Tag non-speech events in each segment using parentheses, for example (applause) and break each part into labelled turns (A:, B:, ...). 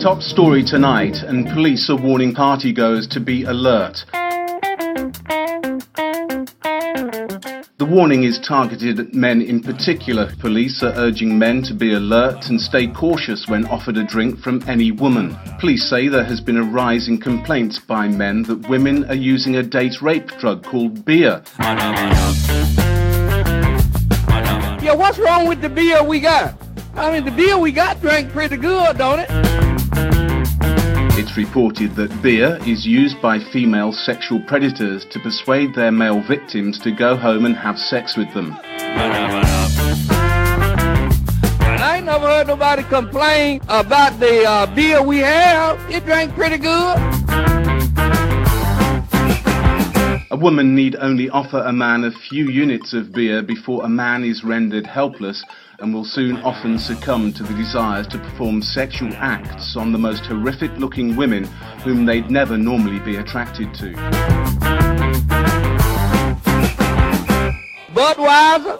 A: top story tonight, and police are warning partygoers to be alert. The warning is targeted at men in particular. Police are urging men to be alert and stay cautious when offered a drink from any woman. Police say there has been a rise in complaints by men that women are using a date rape drug called beer.
B: Yeah, what's wrong with the beer we got? I mean, the beer we got drank pretty good, don't it?
A: It's reported that beer is used by female sexual predators to persuade their male victims to go home and have sex with them.
B: I ain't never heard nobody complain about the uh, beer we have. It drank pretty good.
A: A woman need only offer a man a few units of beer before a man is rendered helpless and will soon often succumb to the desires to perform sexual acts on the most horrific looking women whom they'd never normally be attracted to.
B: Budweiser.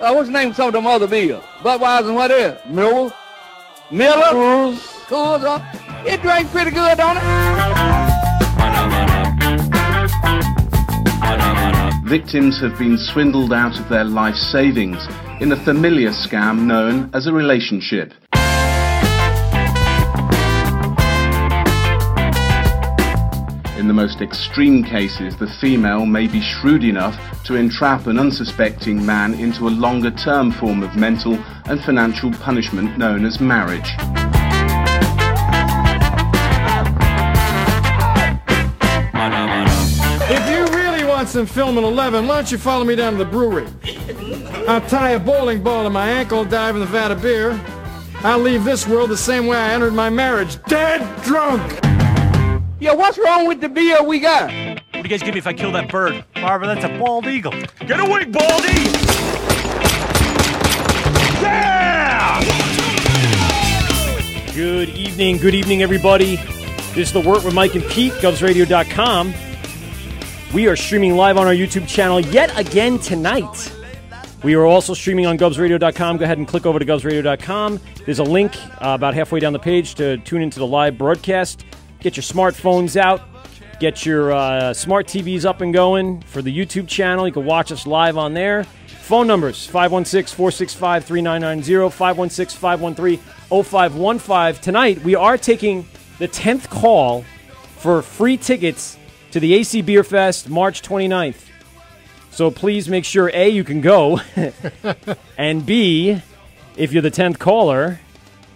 B: Uh, what's the name of some of them other beers? Budweiser and what is? Miller. Miller. Coors. uh, It drank pretty good, don't it?
A: Victims have been swindled out of their life savings in a familiar scam known as a relationship. In the most extreme cases, the female may be shrewd enough to entrap an unsuspecting man into a longer term form of mental and financial punishment known as marriage.
C: If you really want some film at 11, why don't you follow me down to the brewery? I'll tie a bowling ball to my ankle, dive in the vat of beer. I'll leave this world the same way I entered my marriage, dead drunk!
B: Yeah, what's wrong with the beer we got?
D: What do you guys give me if I kill that bird?
E: Barbara, that's a bald eagle.
D: Get away, Baldy! Yeah!
E: Good evening, good evening, everybody. This is the work with Mike and Pete, govsradio.com. We are streaming live on our YouTube channel yet again tonight. We are also streaming on govsradio.com. Go ahead and click over to govsradio.com. There's a link uh, about halfway down the page to tune into the live broadcast. Get your smartphones out. Get your uh, smart TVs up and going for the YouTube channel. You can watch us live on there. Phone numbers 516 465 3990, 516 513 0515. Tonight, we are taking the 10th call for free tickets to the AC Beer Fest March 29th. So please make sure A, you can go, and B, if you're the 10th caller,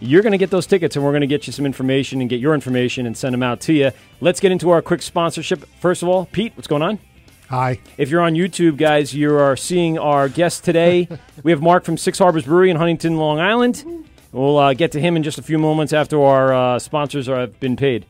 E: you're going to get those tickets and we're going to get you some information and get your information and send them out to you. Let's get into our quick sponsorship. First of all, Pete, what's going on?
F: Hi.
E: If you're on YouTube, guys, you are seeing our guest today. we have Mark from Six Harbors Brewery in Huntington, Long Island. We'll uh, get to him in just a few moments after our uh, sponsors are, have been paid.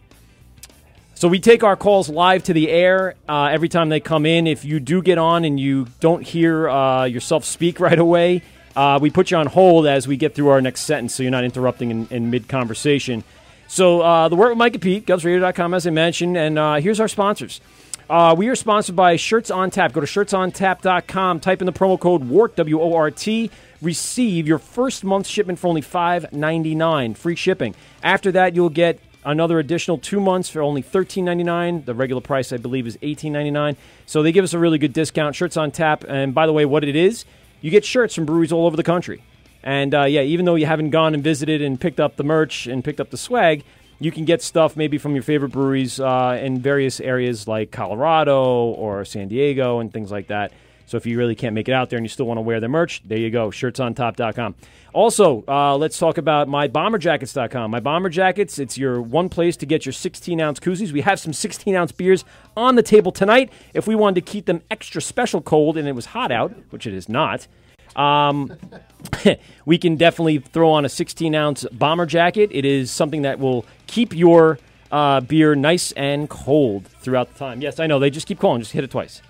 E: So we take our calls live to the air uh, every time they come in. If you do get on and you don't hear uh, yourself speak (laughs) right away, uh, we put you on hold as we get through our next sentence so you're not interrupting in, in mid conversation. So uh, the work with Mike and Pete, GovsRadio.com, as I mentioned, and uh, here's our sponsors. Uh, we are sponsored by Shirts on Tap. Go to shirtsontap.com, type in the promo code WORT, W O R T. Receive your first month's shipment for only $5.99, free shipping. After that, you'll get another additional two months for only $13.99. The regular price, I believe, is $18.99. So they give us a really good discount. Shirts on Tap. And by the way, what it is, you get shirts from breweries all over the country. And uh, yeah, even though you haven't gone and visited and picked up the merch and picked up the swag, you can get stuff maybe from your favorite breweries uh, in various areas like Colorado or San Diego and things like that. So if you really can't make it out there and you still want to wear the merch, there you go, shirtsontop.com. Also, uh, let's talk about mybomberjackets.com. My Bomber Jackets, it's your one place to get your 16-ounce koozies. We have some 16-ounce beers on the table tonight. If we wanted to keep them extra special cold and it was hot out, which it is not, um, (laughs) we can definitely throw on a 16 ounce bomber jacket. It is something that will keep your uh, beer nice and cold throughout the time. Yes, I know. They just keep calling. Just hit it twice.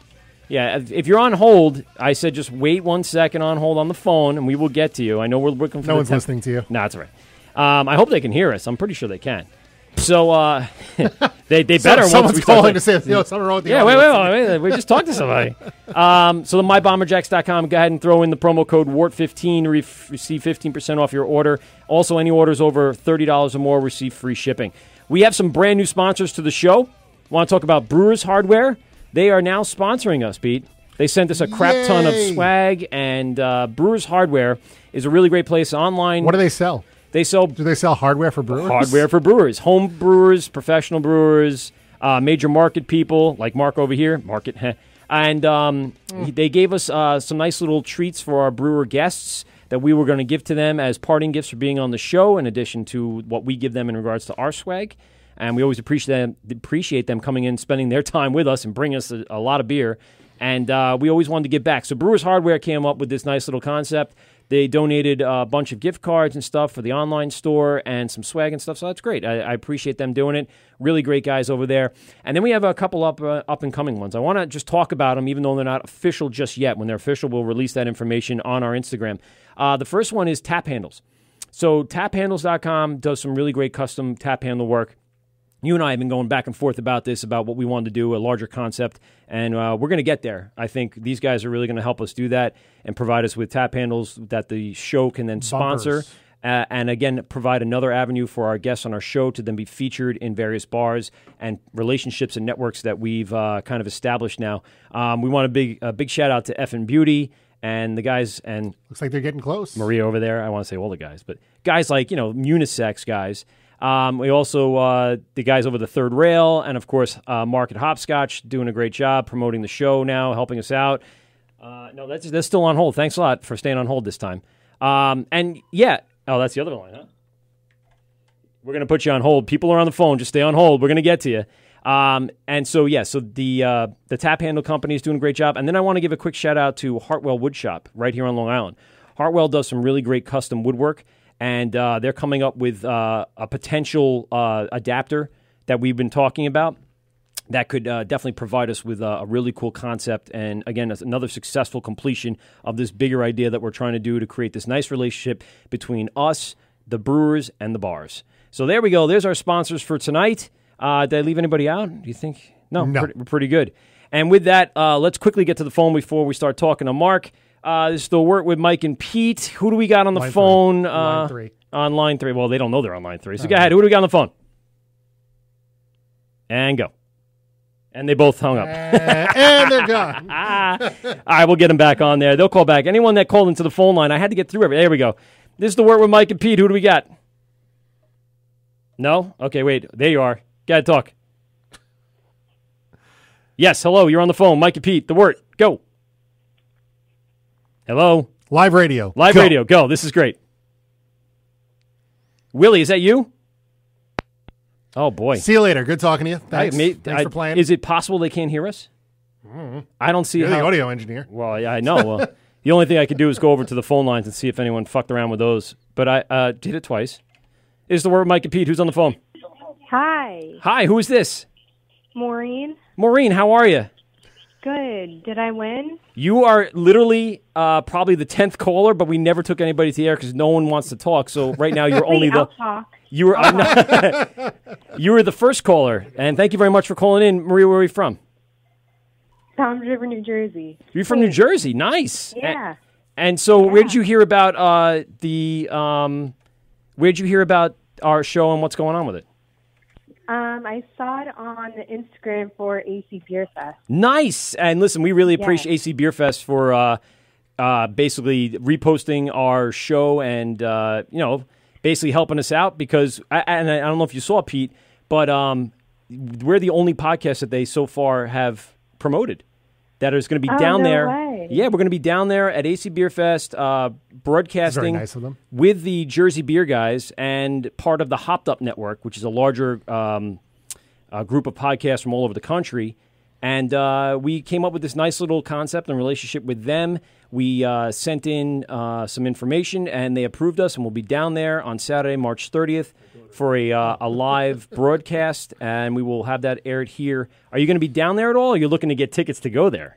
E: Yeah, if- if you're on hold, I said just wait one second on hold on the phone, and we will get to you. I know we're looking for
F: No
E: the
F: one's
E: temp-
F: listening to you.
E: No, that's all right. Um, I hope they can hear us. I'm pretty sure they can. So uh, (laughs) they they better. once
F: someone's
E: we start
F: calling
E: doing-
F: to say, you know, something wrong with the
E: Yeah, wait,
F: audio.
E: wait, wait, wait. We just talked to somebody. Um, so the mybomberjacks.com. Go ahead and throw in the promo code WART15. re- Receive 15% off your order. Also, any orders over $30 or more receive free shipping. We have some brand new sponsors to the show. Want to talk about Brewers Hardware? They are now sponsoring us, Pete. They sent us a crap ton of
F: Yay.
E: swag, and uh, Brewers Hardware is a really great place online.
F: What do they sell?
E: they sell
F: Do they sell hardware for brewers?
E: hardware for brewers, home brewers, professional brewers, uh, major market people like Mark over here, market, (laughs) heh. and um, he- they gave us uh, some nice little treats for our brewer guests that we were going to give to them as parting gifts for being on the show, in addition to what we give them in regards to our swag. And we always appreciate them, appreciate them coming in, spending their time with us, and bring us a, a lot of beer. And uh, we always wanted to give back. So Brewers Hardware came up with this nice little concept. They donated a bunch of gift cards and stuff for the online store and some swag and stuff. So that's great. I, I appreciate them doing it. Really great guys over there. And then we have a couple up uh, up and coming ones. I want to just talk about them, even though they're not official just yet. When they're official, we'll release that information on our Instagram. Uh, the first one is Tap Handles. So taphandles.com does some really great custom tap handle work you and I have been going back and forth about this, about what we wanted to do, a larger concept, and uh, we're going to get there. I think these guys are really going to help us do that and provide us with tap handles that the show can then sponsor.
F: Bumpers.
E: Uh, and again, provide another avenue for our guests on our show to then be featured in various bars and relationships and networks that we've uh, kind of established now. Um, we want a big, a big shout out to F and Beauty and the guys and
F: Looks like they're getting close.
E: Maria over there. I want to say older guys, but guys like you know unisex guys. Um, we also uh, the guys over the third rail, and of course uh, Mark at Hopscotch doing a great job promoting the show now, helping us out. Uh, no, that's that's still on hold. Thanks a lot for staying on hold this time. Um, and yeah, oh, that's the other line, huh? We're gonna put you on hold. People are on the phone. Just stay on hold. We're gonna get to you. Um, and so yeah, so the uh, the tap handle company is doing a great job. And then I want to give a quick shout out to Hartwell Woodshop right here on Long Island. Hartwell does some really great custom woodwork, and uh, they're coming up with uh, a potential uh, adapter that we've been talking about that could uh, definitely provide us with uh, a really cool concept and again that's another successful completion of this bigger idea that we're trying to do to create this nice relationship between us the brewers and the bars so there we go there's our sponsors for tonight uh, did i leave anybody out do you think no,
F: No.
E: Pretty, we're pretty good and with that uh, let's quickly get to the phone before we start talking to mark uh, this is the work with mike and pete who do we got on the
F: Line three.
E: phone
F: Line
E: uh,
F: three. Uh-huh.
E: on line three well they don't know they're on line three so go ahead who do we got on the phone and go and they both hung up. (laughs)
F: and, and they're gone.
E: All right, we'll get them back on there. They'll call back. Anyone that called into the phone line, I had to get through every. There we go. This is the word with Mike and Pete. Who do we got? No? Okay, wait. There you are. Gotta talk. Yes, hello. You're on the phone. Mike and Pete, the word. Go. Hello.
F: Live radio.
E: Live
F: Go.
E: radio. Go. This is great. Willie, is that you? Oh, boy.
F: See you later. Good talking to you.
E: I-
F: Thanks,
E: may-
F: Thanks
E: I-
F: for playing.
E: Is it possible they can't hear us? I don't see
F: You're
E: how.
F: the audio engineer.
E: Well, yeah, I know.
F: (laughs)
E: Well, the only thing I could do is go over to the phone lines and see if anyone fucked around with those. But I uh, did it twice. Is the word Mike and Pete? Who's on the phone?
G: Hi,
E: Hi, who is this?
G: Maureen.
E: Maureen, how are you?
G: Good. Did I win?
E: You are literally uh, probably the tenth caller, but we never took anybody to the air because no one wants to talk. So right now you're only
G: Wait,
E: the
G: (laughs) I'll talk.
E: you were I'm not- you were the first caller, and thank you very much for calling in, Maria. Where are you from?
G: Tom's River, New Jersey.
E: You're from New Jersey. Nice. A-
G: Yeah.
E: And so, where did you hear about uh, the? Um, where did you hear about our show and what's going on with it?
G: Um, I saw it on the Instagram for AC Beer Fest.
E: Nice. And listen, we really appreciate AC Beer Fest for uh, uh, basically reposting our show and uh, you know basically helping us out because I, and I don't know if you saw Pete, but um, we're the only podcast that they so far have promoted that is going to be
G: Oh,
E: down
G: no
E: there.
G: way.
E: Yeah, we're going to be down there at AC Beer Fest, uh, broadcasting
F: nice of them.
E: with the Jersey Beer guys and part of the Hopped Up Network, which is a larger um, a group of podcasts from all over the country. And uh, we came up with this nice little concept and relationship with them. We uh, sent in uh, some information and they approved us, and we'll be down there on Saturday, March 30th, for a, uh, a live (laughs) broadcast. And we will have that aired here. Are you going to be down there at all? Or are you looking to get tickets to go there? Ah.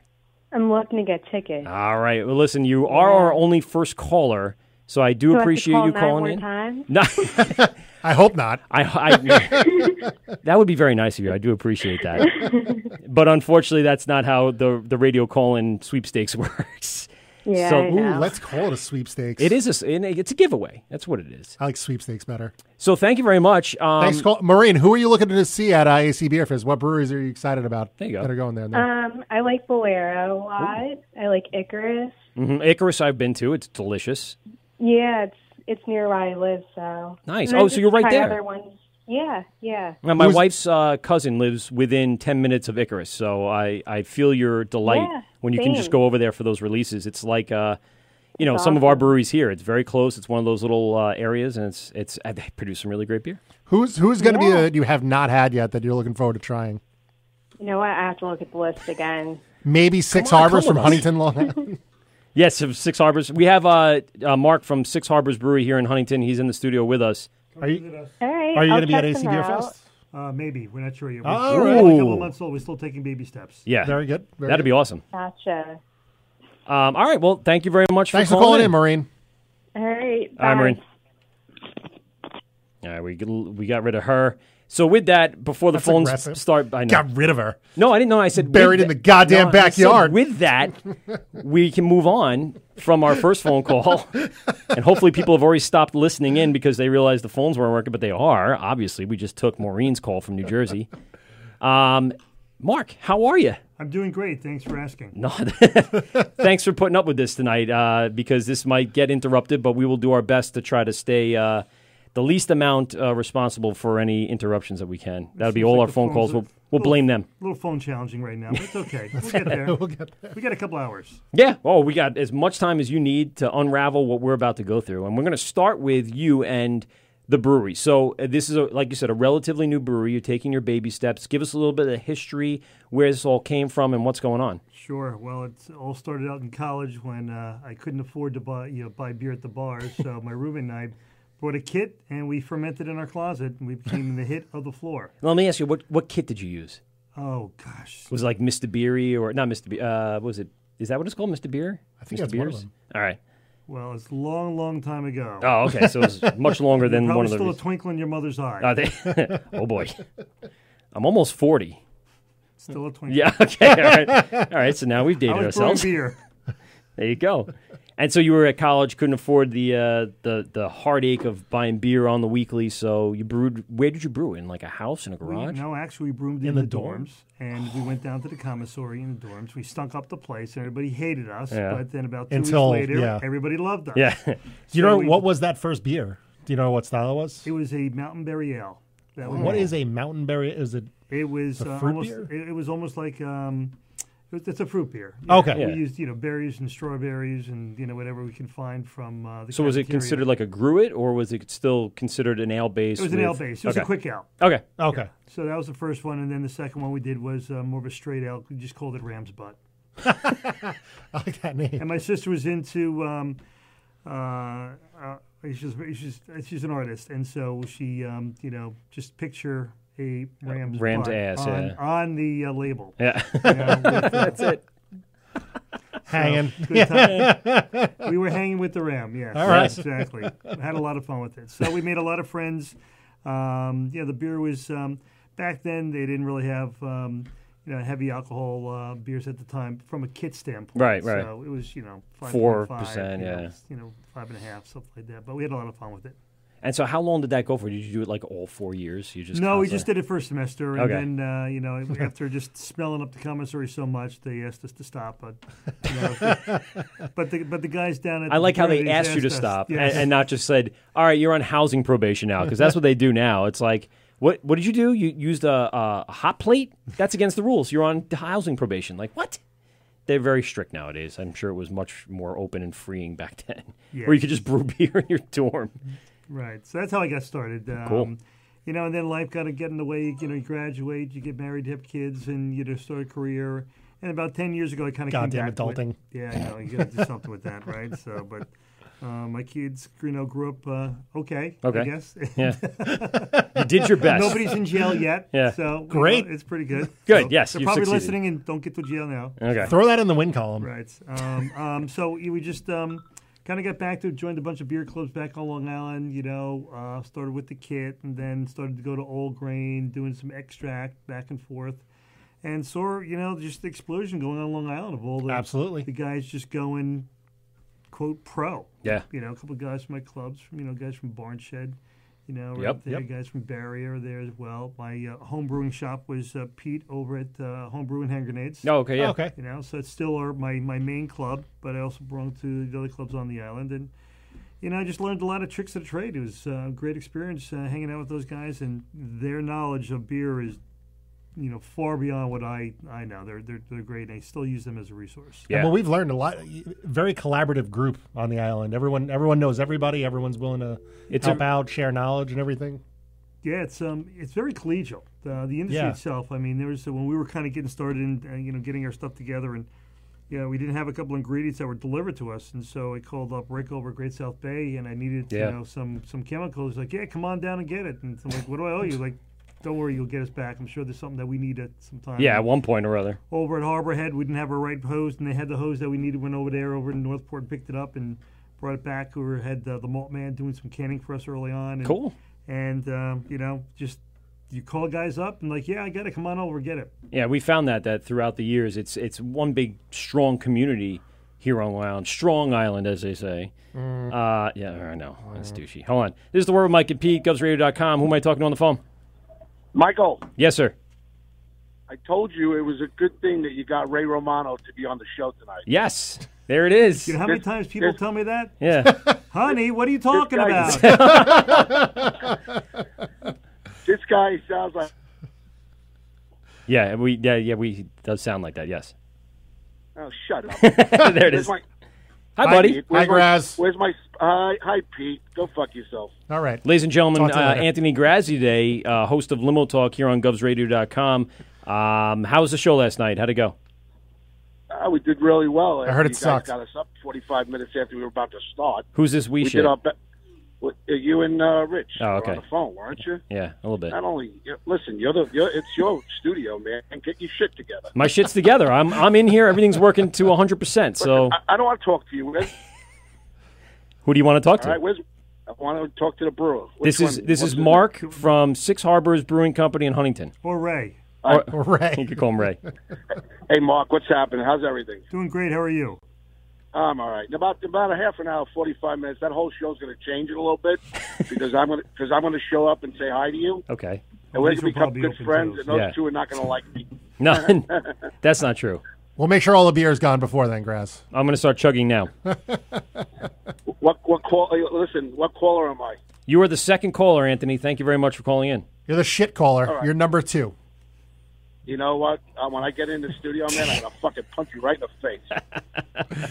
G: I'm looking to get tickets.
E: All right. Well, listen, you are our only first caller So I do
G: I have to
E: appreciate
G: call
E: you
G: nine
E: calling
G: more
E: in.
G: times?
E: (laughs) No,
F: (laughs) I hope not.
E: I, (laughs) I- that would be very nice of you. I do appreciate that.
G: (laughs)
E: but unfortunately, that's not how the the radio call in sweepstakes (laughs) works.
G: Yeah,
E: So-
G: I
E: Ooh,
G: know.
F: Ooh, let's call it a sweepstakes.
E: It is a s- and it's a giveaway. That's what it is.
F: I like sweepstakes better.
E: So thank you very much. Um,
F: Thanks, call- Maureen. Who are you looking to see at IAC Beer Fest? What breweries are you excited about
E: There you go.
F: that are going there?
G: Um, I like Bolero a lot. I like Icarus.
E: mhm, Icarus. I've been to. It's delicious.
G: Yeah, it's it's near where I live, so
E: Nice.
G: And I
E: Oh, so
G: just
E: you're right
G: try
E: there.
G: Other ones. Yeah, yeah.
E: Now, my
F: Who's-
E: wife's uh, cousin lives within ten minutes of Icarus, so I, I feel your delight
G: Yeah,
E: when you can just
G: same.
E: go over there for those releases. It's like uh, you know some of our breweries here. It's very close. It's one of those little uh, areas, and it's it's uh, they produce some really great beer.
F: who's who's going to be that you have not had yet that you're looking forward to trying?
G: You know what? I have to look at the list again.
F: Maybe Six
E: on, (laughs)
F: Harbors
E: come
F: from
E: with us. (laughs)
F: Huntington, Long Island.
E: Yes, of Six Harbors. We have uh, uh, Mark from Six Harbors Brewery here in Huntington. He's in the studio with us.
H: Are you?
G: All right.
F: Are you
G: going
F: going to
G: to
F: be at AC Beer Fest?
H: Uh, maybe we're not sure yet. We're
F: All
H: we're
F: right.
H: only a couple
E: Ooh.
H: months old. We're still taking baby steps.
E: Yeah,
F: Very good. Very
E: that'd
F: good.
E: be awesome.
G: (laughs) Gotcha.
E: Um, all right, well, thank you very much
F: Thanks
E: for
F: for
E: calling,
F: calling in, Maureen.
G: All right.
E: All right,
G: bye.
E: Maureen. All right, we get- we got rid of her. So with that, before the
F: That's
E: phones
F: aggressive.
E: start, I know.
F: Got rid of her.
E: No, I didn't know. I said
F: Buried
E: with
F: in
E: tha-
F: the goddamn
E: I said
F: backyard.
E: with that, we can move on from our first phone call, and hopefully, people have already stopped listening in because they realized the phones weren't working. But they are obviously. We just took Maureen's call from New Jersey. Um, Mark, how are you?
H: I'm doing great. Thanks for asking.
E: No, (laughs) thanks for putting up with this tonight uh, because this might get interrupted, but we will do our best to try to stay. Uh, the least amount uh, responsible for any interruptions that we can. That'll be
H: Seems
E: all
H: like
E: our
H: the
E: phone
H: phones
E: calls.
H: are-
E: We'll, we'll
H: little-
E: blame them.
H: A little phone challenging right now, but it's
F: (laughs)
H: okay. We'll get there.
F: We'll get
H: We got a couple hours.
E: Yeah. Oh, we got as much time as you need to unravel what we're about to go through. And we're going to start with you and the brewery. So, uh, this is, a, like you said, a relatively new brewery. You're taking your baby steps. Give us a little bit of history, where this all came from, and what's going on.
H: Sure. Well, it all started out in college when uh, I couldn't afford to buy you know buy beer at the
F: (laughs)
H: bars, so my roommate and I bought a kit and we fermented in our closet, and we became the hit of the floor.
E: Let me ask you, what, what kit did you use?
H: Oh gosh,
E: Was it like Mr. Beery or not Mr. Be- uh, what was it? Is that what it's called, Mr. Beer? I
F: think
E: Mr.
F: that's one of
E: Beers?
F: them.
E: All right.
H: well, it's a long, long time ago.
E: Oh, okay. So it was
H: (laughs)
E: much longer than
H: Probably
E: one of the.
H: still a
E: reasons-
H: twinkle in your mother's eye.
E: Are they- (laughs) oh boy, I'm almost forty.
H: still a twinkle.
E: Yeah. Okay. All right. All right. So now we've dated
H: I was brewing
E: ourselves.
H: beer.
E: There you go. And so you were at college, couldn't afford the uh, the the heartache of buying beer on the weekly. So you brewed. Where did you brew in? Like a house in a
H: We-
E: (laughs)
H: uh,
E: garage?
H: No, actually, we broomed in, the, dorms, and we went down to the commissary in the dorms. We stunk up the place, and everybody hated us.
E: Yeah.
H: But then about two
F: Until-
H: weeks later,
F: yeah.
H: everybody loved us. (laughs)
E: Yeah.
F: Do (laughs) you know
H: we-
F: what was that first beer? Do you know what style it was?
H: It was a mountain berry ale. That we
F: Oh. What
H: made.
F: is a mountain berry? Is it
H: it? Was
F: a
H: uh,
F: fruit
H: almost.
F: beer?
H: It, it was almost like. Um, it was- it's a fruit beer.
F: Okay.
H: We
E: Yeah.
H: used you know berries and strawberries and you know whatever we can find from uh, the.
E: So was it
H: cafeteria.
E: considered like a gruit, or was it still considered an ale base?
H: It was an ale base. It was a quick ale.
E: Okay.
F: okay?
H: So that was the first one, and then the second one we did was uh, more of a straight ale. We just called it Ram's Butt.
F: (laughs) I like that name.
H: And my sister was into. Um, uh, uh, she's she's she's an artist, and so she, um, you know, just picture a ram's,
E: ram's
H: butt
E: ass,
H: on,
E: yeah.
H: on the uh, label.
E: Yeah.
H: you know, with,
E: (laughs)
H: uh,
E: That's it.
F: Hanging.
H: good
F: (laughs)
H: time. we were hanging with the ram. Yeah,
F: All right.
H: exactly. Had a lot of fun with it. So we made a lot of friends. Um, yeah, the beer was um, back then. They didn't really have um, you know heavy alcohol uh, beers at the time from a kit standpoint.
E: Right, right.
H: So it was you know
E: 4%,
H: you know,
E: yeah.
H: you know five and a half stuff like that. But we had a lot of fun with it.
E: And so, how long did that go for? Did you do it like all four years? You just
H: No, we
E: constantly-
H: just did it first semester, and
E: Okay.
H: then uh,
E: (laughs)
H: you know after just smelling up the commissary so much, they asked us to stop. But
E: (laughs)
H: you know, but the but the guys down at
E: I
H: the
E: like how they
H: breweries
E: asked you to
H: us-
E: stop
H: yeah.
E: and, and not just said, "All right, you're on housing probation now," because that's what they do now. It's like, what what did you do? You used a, a hot plate? That's against the rules. You're on housing probation. Like what? They're very strict nowadays. I'm sure it was much more open and freeing back (laughs) then,
H: Yeah.
E: where you could just brew (laughs) beer in your dorm.
H: right. So that's how I got started. Um,
E: Cool.
H: You know, and then life got to get in the way. You know, you graduate, you get married, you have kids, and you know, start a career. And about ten years ago, I kind of
F: Goddamn
H: came back
F: adulting.
H: With, yeah, I know you got to do something with
E: (laughs)
H: that, right? So, but. Um, my kids, you know, grew up uh, okay,
E: Okay.
H: I guess. (laughs)
E: Yeah, you did your best.
H: Nobody's in jail yet.
E: (laughs) Yeah.
H: So you know,
F: Great.
H: it's pretty good.
E: Good,
H: So
E: yes,
H: They're
E: you've
H: probably
E: succeeded.
H: listening and don't get to jail now.
E: okay.
F: Throw that in the win column.
H: Right. Um, um, so you- we just um, kind of got back to it, joined a bunch of beer clubs back on Long Island. You know, uh, started with the kit, and then started to go to Old Grain, doing some extract back and forth, and saw you know just the explosion going on Long Island of all the
F: Absolutely.
H: the guys just going quote pro.
E: Yeah.
H: you know, a couple of guys from my clubs, from you know, guys from Barnshed. You know, right
E: Yep,
H: there,
E: yep.
H: guys from Barrier there as well. My uh, home brewing shop was uh, Pete over at uh, Home Brewing Hand Grenades.
E: No, Oh, okay, yeah.
F: Okay.
H: You know, so it's still our, my, my main club, but I also belong to the other clubs on the island. And, you know, I just learned a lot of tricks of the trade. It was uh, a great experience uh, hanging out with those guys, and their knowledge of beer is, you know, far beyond what I, I know. They're, they're, they're great, and I still use them as a resource.
E: Yeah.
F: Well, we've learned a lot. Very collaborative group on the island. Everyone, everyone knows everybody. Everyone's willing to
E: It's
F: help
E: a-
F: out, share knowledge, and everything.
H: Yeah, it's um, it's very collegial. The the industry
F: Yeah.
H: itself. I mean, there was when we were kind of getting started and uh, you know getting our stuff together, and you know we didn't have a couple ingredients that were delivered to us, and so I called up Rick over at Great South Bay, and I needed
E: Yeah.
H: you know some some chemicals. Like, yeah, come on down and get it. And so I'm like, what do I owe you? Like, don't worry, you'll get us back. I'm sure there's something that we need at some time.
E: Yeah, at one point or other.
H: Over at Harbor Head, we didn't have a right hose, and they had the hose that we needed. Went over there, over in Northport, and picked it up and brought it back. We were, had uh, the malt man doing some canning for us early on. And,
E: Cool.
H: and um, you know just you call guys up and like yeah i gotta come on over get it
E: Yeah, we found that that throughout the years, it's it's one big strong community here on Long Island, Strong Island, as they say.
H: Mm.
E: Uh, yeah, I know that's douchey. Hold on, this is the word with Mike and Pete, GubsRadio.com. Who am I talking to on the phone?
I: Michael,
E: Yes, sir.
I: I told you it was a good thing that you got Ray Romano to be on the show tonight.
E: Yes, there it is.
H: you know how many times people tell me that (laughs)
E: Yeah,
H: honey what are you talking about
I: (laughs) This guy sounds like
E: yeah, we yeah yeah we he does sound like that. Yes,
I: oh shut up.
E: (laughs) there it
I: Where's
E: is.
I: my,
E: Hi, buddy.
I: where's my-
F: Graz.
I: Where's my hi hi Pete? Go fuck yourself.
F: All right.
E: Ladies and gentlemen,
F: Talk
E: uh,
F: to you later.
E: Anthony Grazzi today, uh, host of Limo Talk here on GubsRadio.com. Um, how was the show last night? How'd it go?
I: Uh, we did really well. I
F: heard it
I: you guys
F: sucked.
I: Got us up 45 minutes after we were about to start.
E: Who's this we,
I: We
E: shit?
I: did our best. You and uh, Rich
E: Oh,
I: were
E: okay.
I: on the phone, weren't you?
E: yeah, a little bit.
I: Not only you- listen, you're the you're, it's your studio, man, and get your shit together.
E: My shit's together. I'm I'm in here. Everything's working to 100. percent So
I: I, I don't want to talk to you.
J: (laughs)
I: Where's,
E: who do you want to talk to?
I: all right, where's I want to talk to the brewer. Which
E: This is
I: one-
E: this
I: what's
E: is
I: his
E: Mark from Six Harbors Brewing Company in Huntington.
H: or ray
E: (laughs) You
F: Right.
E: could call him
F: (laughs)
E: Ray.
I: name? Hey, Mark, what's happening? How's everything?
H: doing great how are you
I: I'm all right. In about about a half an hour, 45 minutes. That whole show's going to change it a little
E: (laughs)
I: bit because I'm going to because I'm going to show up and say hi to you,
E: Okay.
I: and we're
H: These
I: going to
H: will
I: become
H: probably
I: good
H: open
I: friends.
H: too.
I: And those
E: Yeah.
I: two are not going to like me.
E: No, (laughs) that's not true.
F: We'll make sure all the beer is gone before then, Graz.
E: I'm going to start chugging now.
I: What what call? uh, Listen, what caller am I?
E: You are the second caller, Anthony. Thank you very much for calling in.
F: You're the shit caller. You're number two.
I: You know what? Uh, when I get in the studio, man, I'm going to fucking punch you right in the face.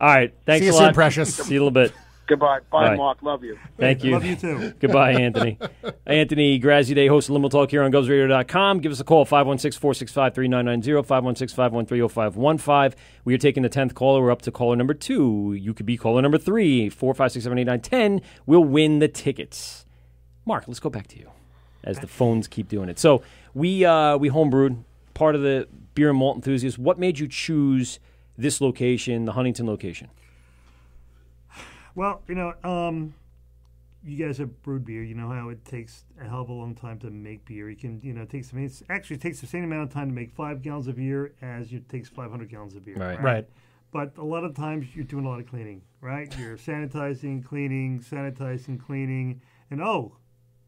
E: All right. Thanks
F: See you
E: a
F: soon,
E: lot.
F: precious.
E: See you in a little bit.
I: Goodbye. Bye,
E: Bye.
I: Mark. Love you.
E: Thank you.
H: love you too
E: (laughs) Goodbye, Anthony. Anthony Grazzi Day, host of Limo Talk here on GovsRadio.com. Give us a call, 516 465 3990, 516 513 0515. We are taking the 10th caller. We're up to caller number two. You could be caller number three, 456 789 10. We'll win the tickets. Mark, let's go back to you as the phones keep doing it. So we, uh, we homebrewed, part of the beer and malt enthusiast. What made you choose this location, the Huntington location?
H: Well, you know, um, you guys have brewed beer. You know how it takes a hell of a long time to make beer. You can, you know, it takes. I mean, it's actually it takes the same amount of time to make five gallons of beer as it takes 500 gallons of beer.
E: Right.
F: Right.
H: But a lot of times you're doing a lot of cleaning, right? You're sanitizing, cleaning, sanitizing, cleaning, and oh,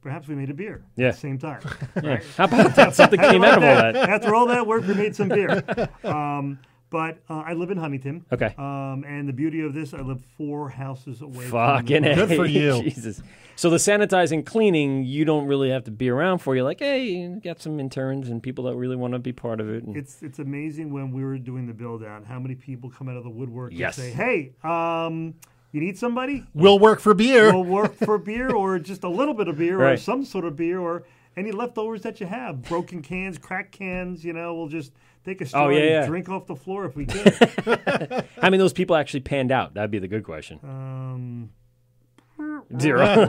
H: perhaps we made a beer.
E: Yeah.
H: At the same time.
E: (laughs) Yeah. How about that? Something came out of all that.
H: After all that work, we made some beer. (laughs) Um, but uh, I live in Huntington.
E: Okay.
H: Um, and the beauty of this, I live four houses away. from the
E: Fucking A.
F: Good for
E: (laughs)
F: you.
E: Jesus. So the sanitizing, cleaning, you don't really have to be around for. You're like, hey, you got some interns and people that really want to be part of it. And
H: It's it's amazing when we were doing the build out, how many people come out of the woodwork
E: Yes.
H: and say, "Hey, um, you need somebody?
F: We'll work for beer.
H: We'll work for beer, or just a little bit of beer, or
E: Right.
H: some sort of beer, or any leftovers that you have, broken cans, crack cans. You know, we'll just take a straw
E: Oh, yeah,
H: and
E: yeah.
H: drink off the
E: (laughs)
H: floor if we can.
E: how many of those people actually panned out? That'd be the good question.
H: um,
F: (laughs)
E: Zero.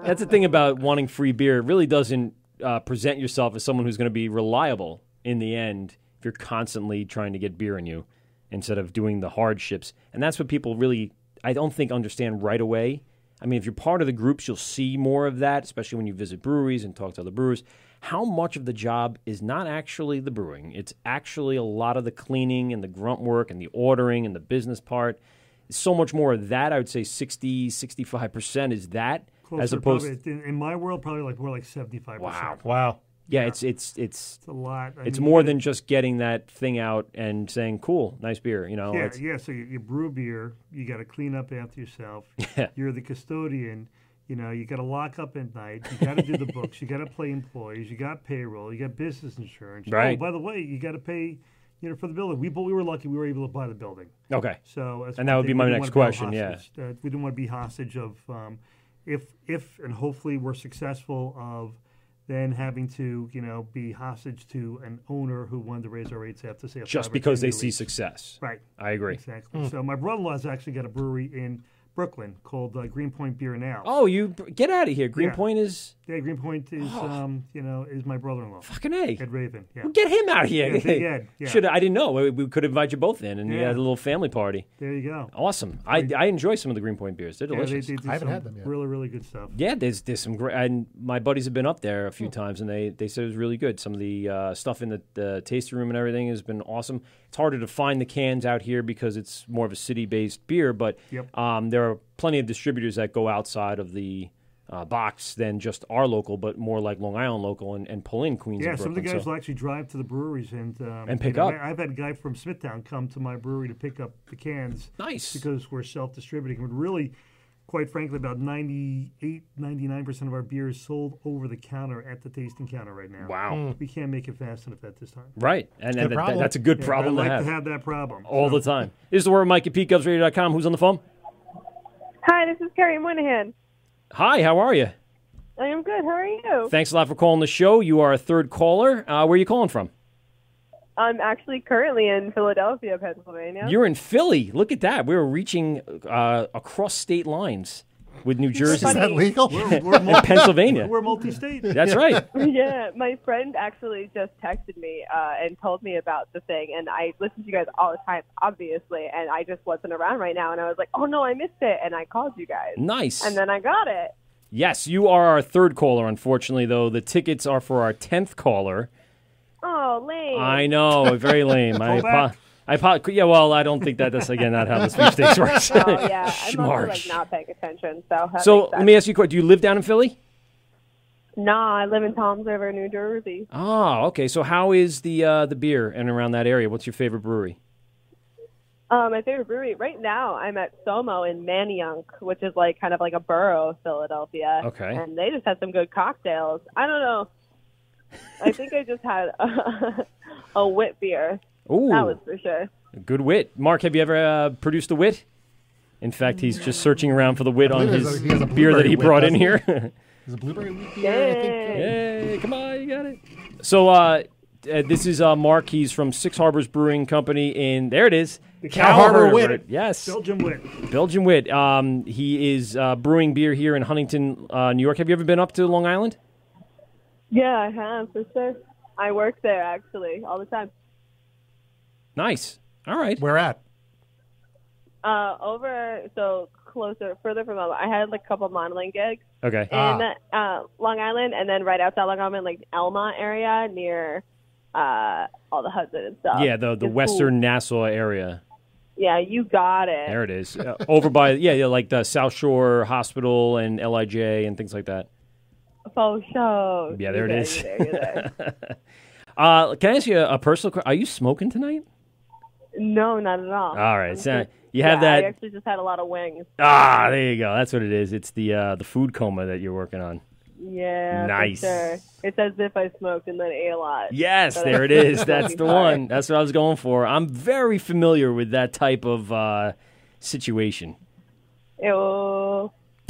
H: (laughs)
E: (laughs) That's the thing about wanting free beer. It really doesn't uh, present yourself as someone who's going to be reliable in the end if you're constantly trying to get beer in you instead of doing the hardships. And that's what people really I don't think understand right away. I mean, if you're part of the groups, you'll see more of that, especially when you visit breweries and talk to other brewers. How much of the job is not actually the brewing? It's actually a lot of the cleaning and the grunt work and the ordering and the business part. So much more of that, I would say 60, 65% is that as
H: Closer
E: opposed
H: probably- in, in my world, probably like more like seventy-five
E: Wow.
H: percent.
F: Wow.
E: Yeah, it's it's it's
H: It's a lot. I
E: it's
H: mean,
E: more
H: you
E: than just getting that thing out and saying, "Cool, nice beer." You know,
H: yeah,
E: it's-
H: yeah. So you, you brew beer, you got to clean up
E: (laughs)
H: after yourself. You're the custodian. You know, you got to lock up at night. You got to do the books. You got to play employees. You got payroll. You got business insurance.
E: Right.
H: Oh, by the way, you got to pay. You know, for the building. We but we were lucky. We were able to buy the building.
E: Okay.
H: So that's
E: And
H: one
E: that would
H: thing.
E: be
H: We
E: my
H: didn't
E: next
H: wanna be
E: question, yeah.
H: hostage- Uh, we didn't want to be hostage of um, if if and hopefully we're successful of then having to you know be hostage to an owner who wanted to raise our rates after say a
E: just
H: five or
E: because they
H: 10-year
E: see
H: lease.
E: success.
H: Right.
E: I agree. Hmm.
H: Exactly. So my brother-in-law's actually got a brewery in Brooklyn called uh, Greenpoint Beer and Ale.
E: Oh, you get out of here. Greenpoint is Oh.
H: Yeah, Greenpoint is um, you know is my brother-in-law.
E: Fucking A.
H: Ed Raven. Yeah.
E: Well, get him out of here.
H: Yeah,
E: (laughs)
H: Big Ed. Yeah.
E: Should I didn't know we, we could invite you both in and you
H: Yeah.
E: had a little family party.
H: There you go.
E: Awesome. I, I enjoy some of the Greenpoint beers. They're
H: Yeah, they,
E: delicious.
H: they do
F: I haven't
H: some
F: had them yet.
H: Really, really good stuff.
E: Yeah, there's there's some great. And my buddies have been up there a few
H: Hmm.
E: times, and they they said it was really good. Some of the uh, stuff in the, the tasting room and everything has been awesome. It's harder to find the cans out here because it's more of a city based beer, but
H: Yep.
E: um, there are plenty of distributors that go outside of the. Uh, box than just our local, but more like Long Island local and, and pull in Queens.
H: Yeah,
E: and
H: some of the
E: Brooklyn,
H: guys
E: so-
H: will actually drive to the breweries and um,
E: And pick
H: you know,
E: up.
H: I, have had a guy from Smithtown come to my brewery to pick up the cans.
E: Nice.
H: Because we're self-distributing. And really, quite frankly, about 98, 99 percent of our beer is sold over the counter at the tasting counter right now.
E: Wow.
H: We can't make it fast enough at this time.
E: right, and, and that- that,
F: problem.
E: that's a Hmm. good
H: Yeah,
E: problem
H: I like
E: to have,
H: that problem.
E: all the time. This is the word Mike at PeteGubsRadio.com. Who's on the phone?
G: Hi, this is Carrie Moynihan.
E: Hi, how are you?
G: I am good. How are you?
E: Thanks a lot for calling the show. You are a third caller. Uh, where are you calling from?
G: I'm actually currently in Philadelphia, Pennsylvania.
E: You're in Philly. Look at that. We were reaching uh, across state lines with New Jersey
F: Is that
E: (laughs)
F: legal?
H: We're, we're,
E: and
H: multi-
E: Pennsylvania.
H: we're multi-state.
E: That's right.
G: (laughs) yeah, my friend actually just texted me uh, and told me about the thing, and I listen to you guys all the time, obviously, and I just wasn't around right now, and I was like, oh no, I missed it, and I called you guys,
E: Nice.
G: and then I got it.
E: yes, you are our third caller. Unfortunately, though, the tickets are for our tenth caller.
G: Oh, lame.
E: I know. Very
G: (laughs)
E: lame. I.
H: back.
E: apo- I apo- yeah, well, I don't think that that's again not how the sweepstakes works.
G: (laughs) Oh yeah, I'm also
E: Schmarsh.
G: like not paying attention. So that
E: so
G: makes
E: let
G: sense.
E: me ask you a question. Do you live down in Philly?
G: Nah, I live in Toms River, New Jersey.
E: Oh, okay. So how is the uh, the beer and around that area? What's your favorite brewery?
G: Uh, my favorite brewery right now. I'm at Somo in Manayunk, which is like kind of like a borough of Philadelphia.
E: Okay.
G: And they just had some good cocktails. I don't know. I think I just had (laughs) a, a wit beer.
E: Ooh.
G: That was for sure.
E: Good wit. Mark, have you ever uh, produced a wit? In fact, he's just searching around for the wit on
F: believe
E: his
F: he has a
E: beer that he
F: blueberry wit,
E: brought in
F: doesn't
E: here. (laughs)
F: Is it blueberry wheat beer? I think-
G: Yay.
E: hey, come on, you got it. So, uh, uh, this is uh, Mark. He's from Six Harbors Brewing Company in, there it is,
F: Cow Harbor Wit.
E: Yes,
H: Belgium wit.
E: Belgian wit. Um, he is uh, brewing beer here in Huntington, uh, New York. Have you ever been up to Long Island?
G: Yeah, I have for sure. I work there actually all the time.
E: Nice. All right.
F: Where at?
G: Uh, over so closer, further from. I had like a couple modeling gigs.
E: Okay.
G: in uh, Long Island, and then right outside Long Island, like Elma area near uh, all the Hudson and stuff.
E: yeah, the, the
G: It's
E: western
G: cool.
E: Nassau area.
G: Yeah, you got it.
E: There it is. Uh, over by, yeah, yeah, like the South Shore Hospital and LIJ and things like that.
G: For sure.
E: Yeah, there
G: You're
E: it is.
G: You're there, you're
E: (laughs)
G: there.
E: Uh, can I ask you a, a personal question? Are you smoking tonight?
G: no, not at all.
E: All right,
G: I'm
E: so
G: just-
E: you have
G: yeah, I
E: that-
G: actually just had a lot of wings.
E: Ah, there you go. That's what it is. It's the uh, the food coma that you're working on.
G: Yeah. for
E: Nice.
G: sure. It's as if I smoked and then ate a lot.
E: Yes,
G: But
E: there
G: I-
E: it is. That's the
G: Smoking hard.
E: one. That's what I was going for. I'm very familiar with that type of uh, situation.
G: (laughs) Ew.
E: (laughs)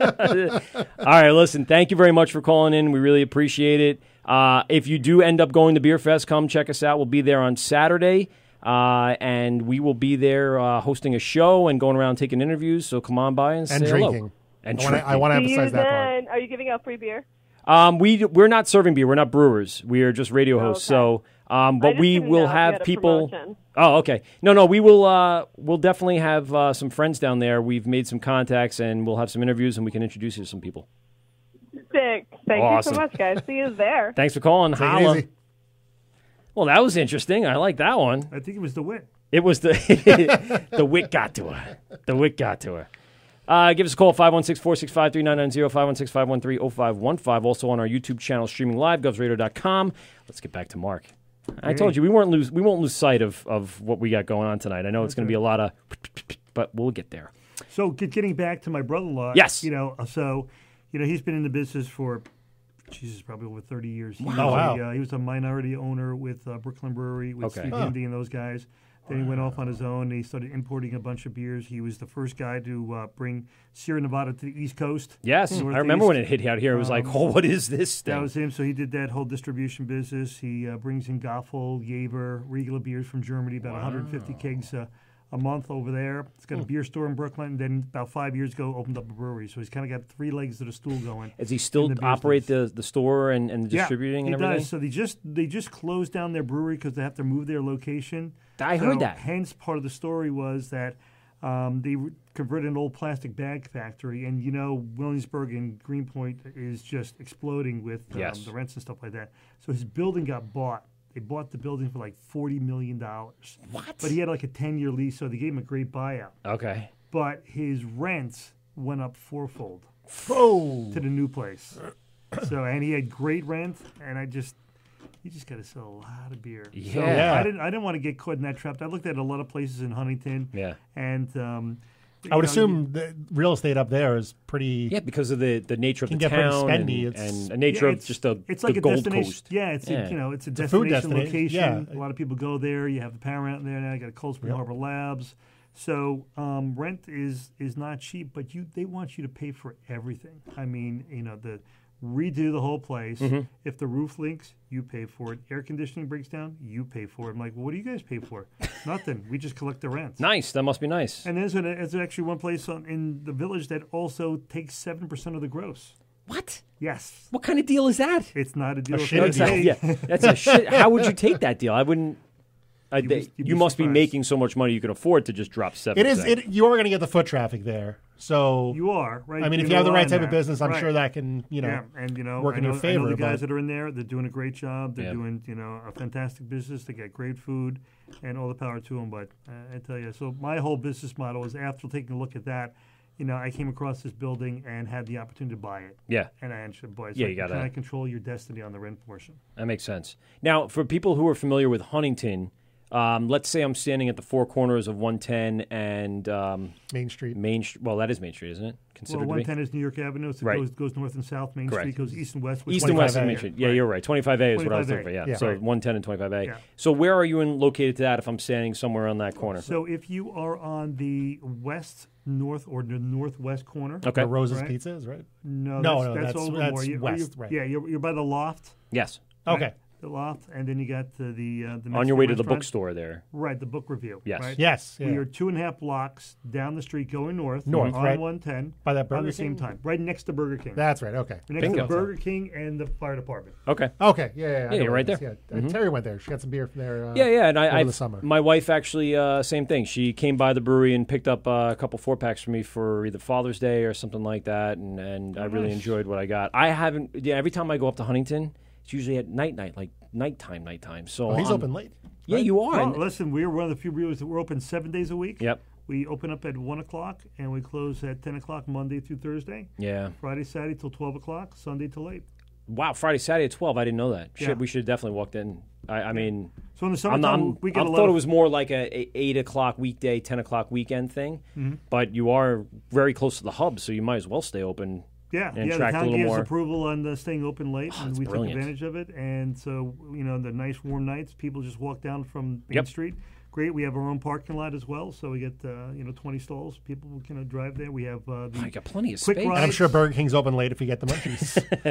E: All right, listen. Thank you very much for calling in. We really appreciate it. Uh, if you do end up going to Beer Fest, come check us out. We'll be there on Saturday, uh, and we will be there uh, hosting a show and going around taking interviews. So come on by and,
F: And
E: say hello.
F: drinking.
E: and
F: I wanna- I
E: drinking.
F: want to
G: Do you
F: emphasize that part.
G: then, are you giving out free beer?
E: Um, we we're not serving beer. We're not brewers. We are just radio hosts. So, um, but
G: Oh, just
E: we
G: didn't
E: will
G: know if you
E: have
G: had a
E: people.
G: promotion.
E: Oh, okay. No, no. We will. Uh, we'll definitely have uh, some friends down there. We've made some contacts, and we'll have some interviews, and we can introduce you to some people.
G: Sick. Thank
E: Awesome.
G: you so much, guys. See you there.
E: Thanks for calling.
G: it
E: Holla.
G: easy.
E: Well, that was interesting. I like that one.
H: I think it was the wit.
E: It was (laughs) the the wit got to her. The wit got to her. Uh, give us a call 516-465-3990, 516-513-0515. Also on our YouTube channel, streaming live, govsradio.com. Let's get back to Mark. I
K: Hey.
E: told you we weren't lose we won't lose sight of, of what we got going on tonight. I know it's going to be a lot of, but we'll get there.
H: So get- getting back to my brother-in-law.
E: Yes.
H: You know, uh, so you know he's been in the business for Jesus, probably over thirty years. He
E: Wow.
H: was
E: Oh, wow.
H: a, uh, he was a minority owner with uh, Brooklyn Brewery with
E: Okay.
H: Steve
E: Huh.
H: Indy and those guys. Then he went off on his own and he started importing a bunch of beers. He was the first guy to uh, bring Sierra Nevada to the East Coast.
E: Yes, I
H: Northeast. Um,
E: remember when it hit out here. It was like, "Oh, what is this
H: That
E: thing?"
H: was him. So he did that whole distribution business. He uh, brings in Goffel, Jaeger, Regula beers from Germany, about 150 kegs uh, a month over there. He's got a
E: Hmm.
H: beer store in Brooklyn. And then about five years ago, opened up a brewery. So he's kind of got three legs of the stool going.
E: Does he still
H: in the beer
E: operate the, the store and, and
H: Yeah,
E: distributing
H: he
E: and everything?
H: Does. So they just they just closed down their brewery because they have to move their location.
E: I
H: So
E: heard that.
H: Hence, part of the story was that um, they re- converted an old plastic bag factory, and you know Williamsburg and Greenpoint is just exploding with um,
E: Yes.
H: the rents and stuff like that. So his building got bought. They bought the building for like forty million dollars.
E: What?
H: But he had like a ten-year lease, so they gave him a great buyout.
E: Okay.
H: But his rents went up fourfold to the new place. So and he had great rent, and I just you just got to sell a lot of beer. So
E: Yeah.
H: I didn't I didn't want to get caught in that trap. I looked at a lot of places in Huntington.
E: Yeah.
H: and um, you
F: I would
H: know,
F: assume the real estate up there is pretty.
E: Yeah, because of the, the nature of
F: Can
E: the
F: get pretty
E: town and,
F: spendy. It's-
E: and the nature
H: Yeah,
E: of just the,
H: it's
E: the
H: like a
E: Gold
H: destination.
E: Coast.
H: Yeah, it's A, you know it's a
F: It's a
H: destination,
F: food destination, yeah.
H: location. A lot of people go there. You have the power out there now. You got Coldspring
F: Yep.
H: Harbor Labs. So um, rent is is not cheap, but you they want you to pay for everything. I mean, you know the redo the whole place.
E: Mhm.
H: If the roof leaks, you pay for it. Air conditioning breaks down, you pay for it. I'm like, well, what do you guys
E: (laughs)
H: pay for? Nothing. We just collect the rent.
E: Nice. That must be nice.
H: And there's, an, there's actually one place on, in the village that also takes seven percent of the gross.
E: What?
H: Yes.
E: What kind of deal is that?
H: It's not a deal. if
E: No,
H: they
E: it's not-
H: pay.
E: yeah, that's a shit. How would you take that deal? I wouldn't. I,
H: You'd
E: they-
H: be-
E: you
H: you'd be
E: must be
H: surprised.
E: making so much money you can afford to just drop seven.
F: It is. It, you are going to get the foot traffic there. So
H: you are right.
F: I mean, if you
H: know
F: have the right
H: on
F: type of
H: that.
F: business, I'm
H: Right.
F: sure that can you know,
H: Yeah, and you know,
F: work
H: I
F: in
H: know,
F: your favor.
H: I know the guys
F: but-
H: that are in there, they're doing a great job. They're
F: Yeah.
H: doing you know a fantastic business. They get great food, and all the power to them. But uh, I tell you, so my whole business model is after taking a look at that. You know, I came across this building and had the opportunity to buy it.
E: Yeah.
H: and I actually bought it.
E: Yeah,
H: So
E: you gotta-
H: kind of control your destiny on the rent portion.
E: That makes sense. Now, for people who are familiar with Huntington, um, let's say I'm standing at the four corners of 110 and um,
F: Main Street.
E: Main St- well, that is Main Street, isn't it? Considered
H: well,
E: to be?
H: 110 is New York Avenue. So it
E: Right.
H: goes, goes north and south. Main
E: Correct.
H: Street goes east and west. which
E: East and west of
H: 25A.
E: Main Street. Yeah, you're right. 25A is what I was
H: 25A,
E: looking for. Yeah.
H: yeah.
E: So
H: Right.
E: 110 and 25A.
H: Yeah.
E: So where are you in, located to that if I'm standing somewhere on that corner?
H: So if you are on the west, north, or the northwest corner,
E: Okay. Where
F: Rose's Pizza is, right?
H: No, that's,
F: No, no,
H: that's,
F: that's-
H: Oldham
F: that's
H: Moor. You-
F: west,
H: you're-
F: right.
H: Yeah, you're, you're by the loft.
E: Yes.
H: right?
F: Okay.
H: The loft, and then you got the the, uh, the
E: On your
H: Mexican
E: way to the
H: restaurant.
E: bookstore there.
H: Right, the book review.
E: Yes.
H: right?
E: Yes,
H: We
E: yeah.
H: are two and a half blocks down the street, going north.
F: North,
H: on
F: right?
H: 110.
F: By that
H: At
F: Burger
H: the same
F: King?
H: time, right next to Burger King.
F: That's right, okay.
H: Next
F: Bingo.
H: to Burger King and the fire department.
E: Okay.
F: Okay. Yeah. Yeah. I
E: Yeah,
F: know
E: you're
F: where
E: right
F: it is,
E: there.
F: Yeah. Uh,
E: Mhm.
F: Terry went there. She got some beer from there. Uh,
E: yeah, yeah, and I,
F: over
E: I (laughs)
F: the summer.
E: my wife actually uh, same thing. She came by the brewery and picked up uh, a couple four packs for me for either Father's Day or something like that, and and I really
F: nice.
E: enjoyed what I got. I haven't. Yeah, every time I go up to Huntington, it's usually at night, night, like nighttime, nighttime. So
F: Oh, he's
E: I'm-
F: open late.
E: Yeah, you are.
H: Oh,
E: And-
H: listen, we're one of the few breweries that we're open seven days a week.
E: Yep.
H: We open up at one o'clock and we close at ten o'clock Monday through Thursday.
E: Yeah.
H: Friday, Saturday till twelve o'clock, Sunday till late.
E: Wow, Friday, Saturday at twelve. I didn't know that. Shit,
H: Yeah.
E: we should have definitely walked in. I, I mean,
H: So in the
E: I'm not-
H: summertime,
E: I'm-
H: we get
E: I
H: a lot
E: thought it
H: of-
E: was more like a, a eight o'clock weekday, ten o'clock weekend thing.
H: Mhm.
E: But you are very close to the hub, so you might as well stay open.
H: Yeah,
E: and
H: yeah. The
E: track a
H: town
E: little
H: gave
E: more. Ah,
H: us approval on the staying open late, and
E: that's
H: we
E: brilliant.
H: took advantage of it. And so, you know, the nice warm nights, people just walk down from Main
E: Yep.
H: Street, great. We have our own parking lot as well, so we get uh, you know twenty stalls. People will kind of drive there. We have uh, the
E: I got plenty of
H: quick
E: space.
H: Rides.
F: And I'm sure Burger King's open late if you get the munchies.
E: (laughs)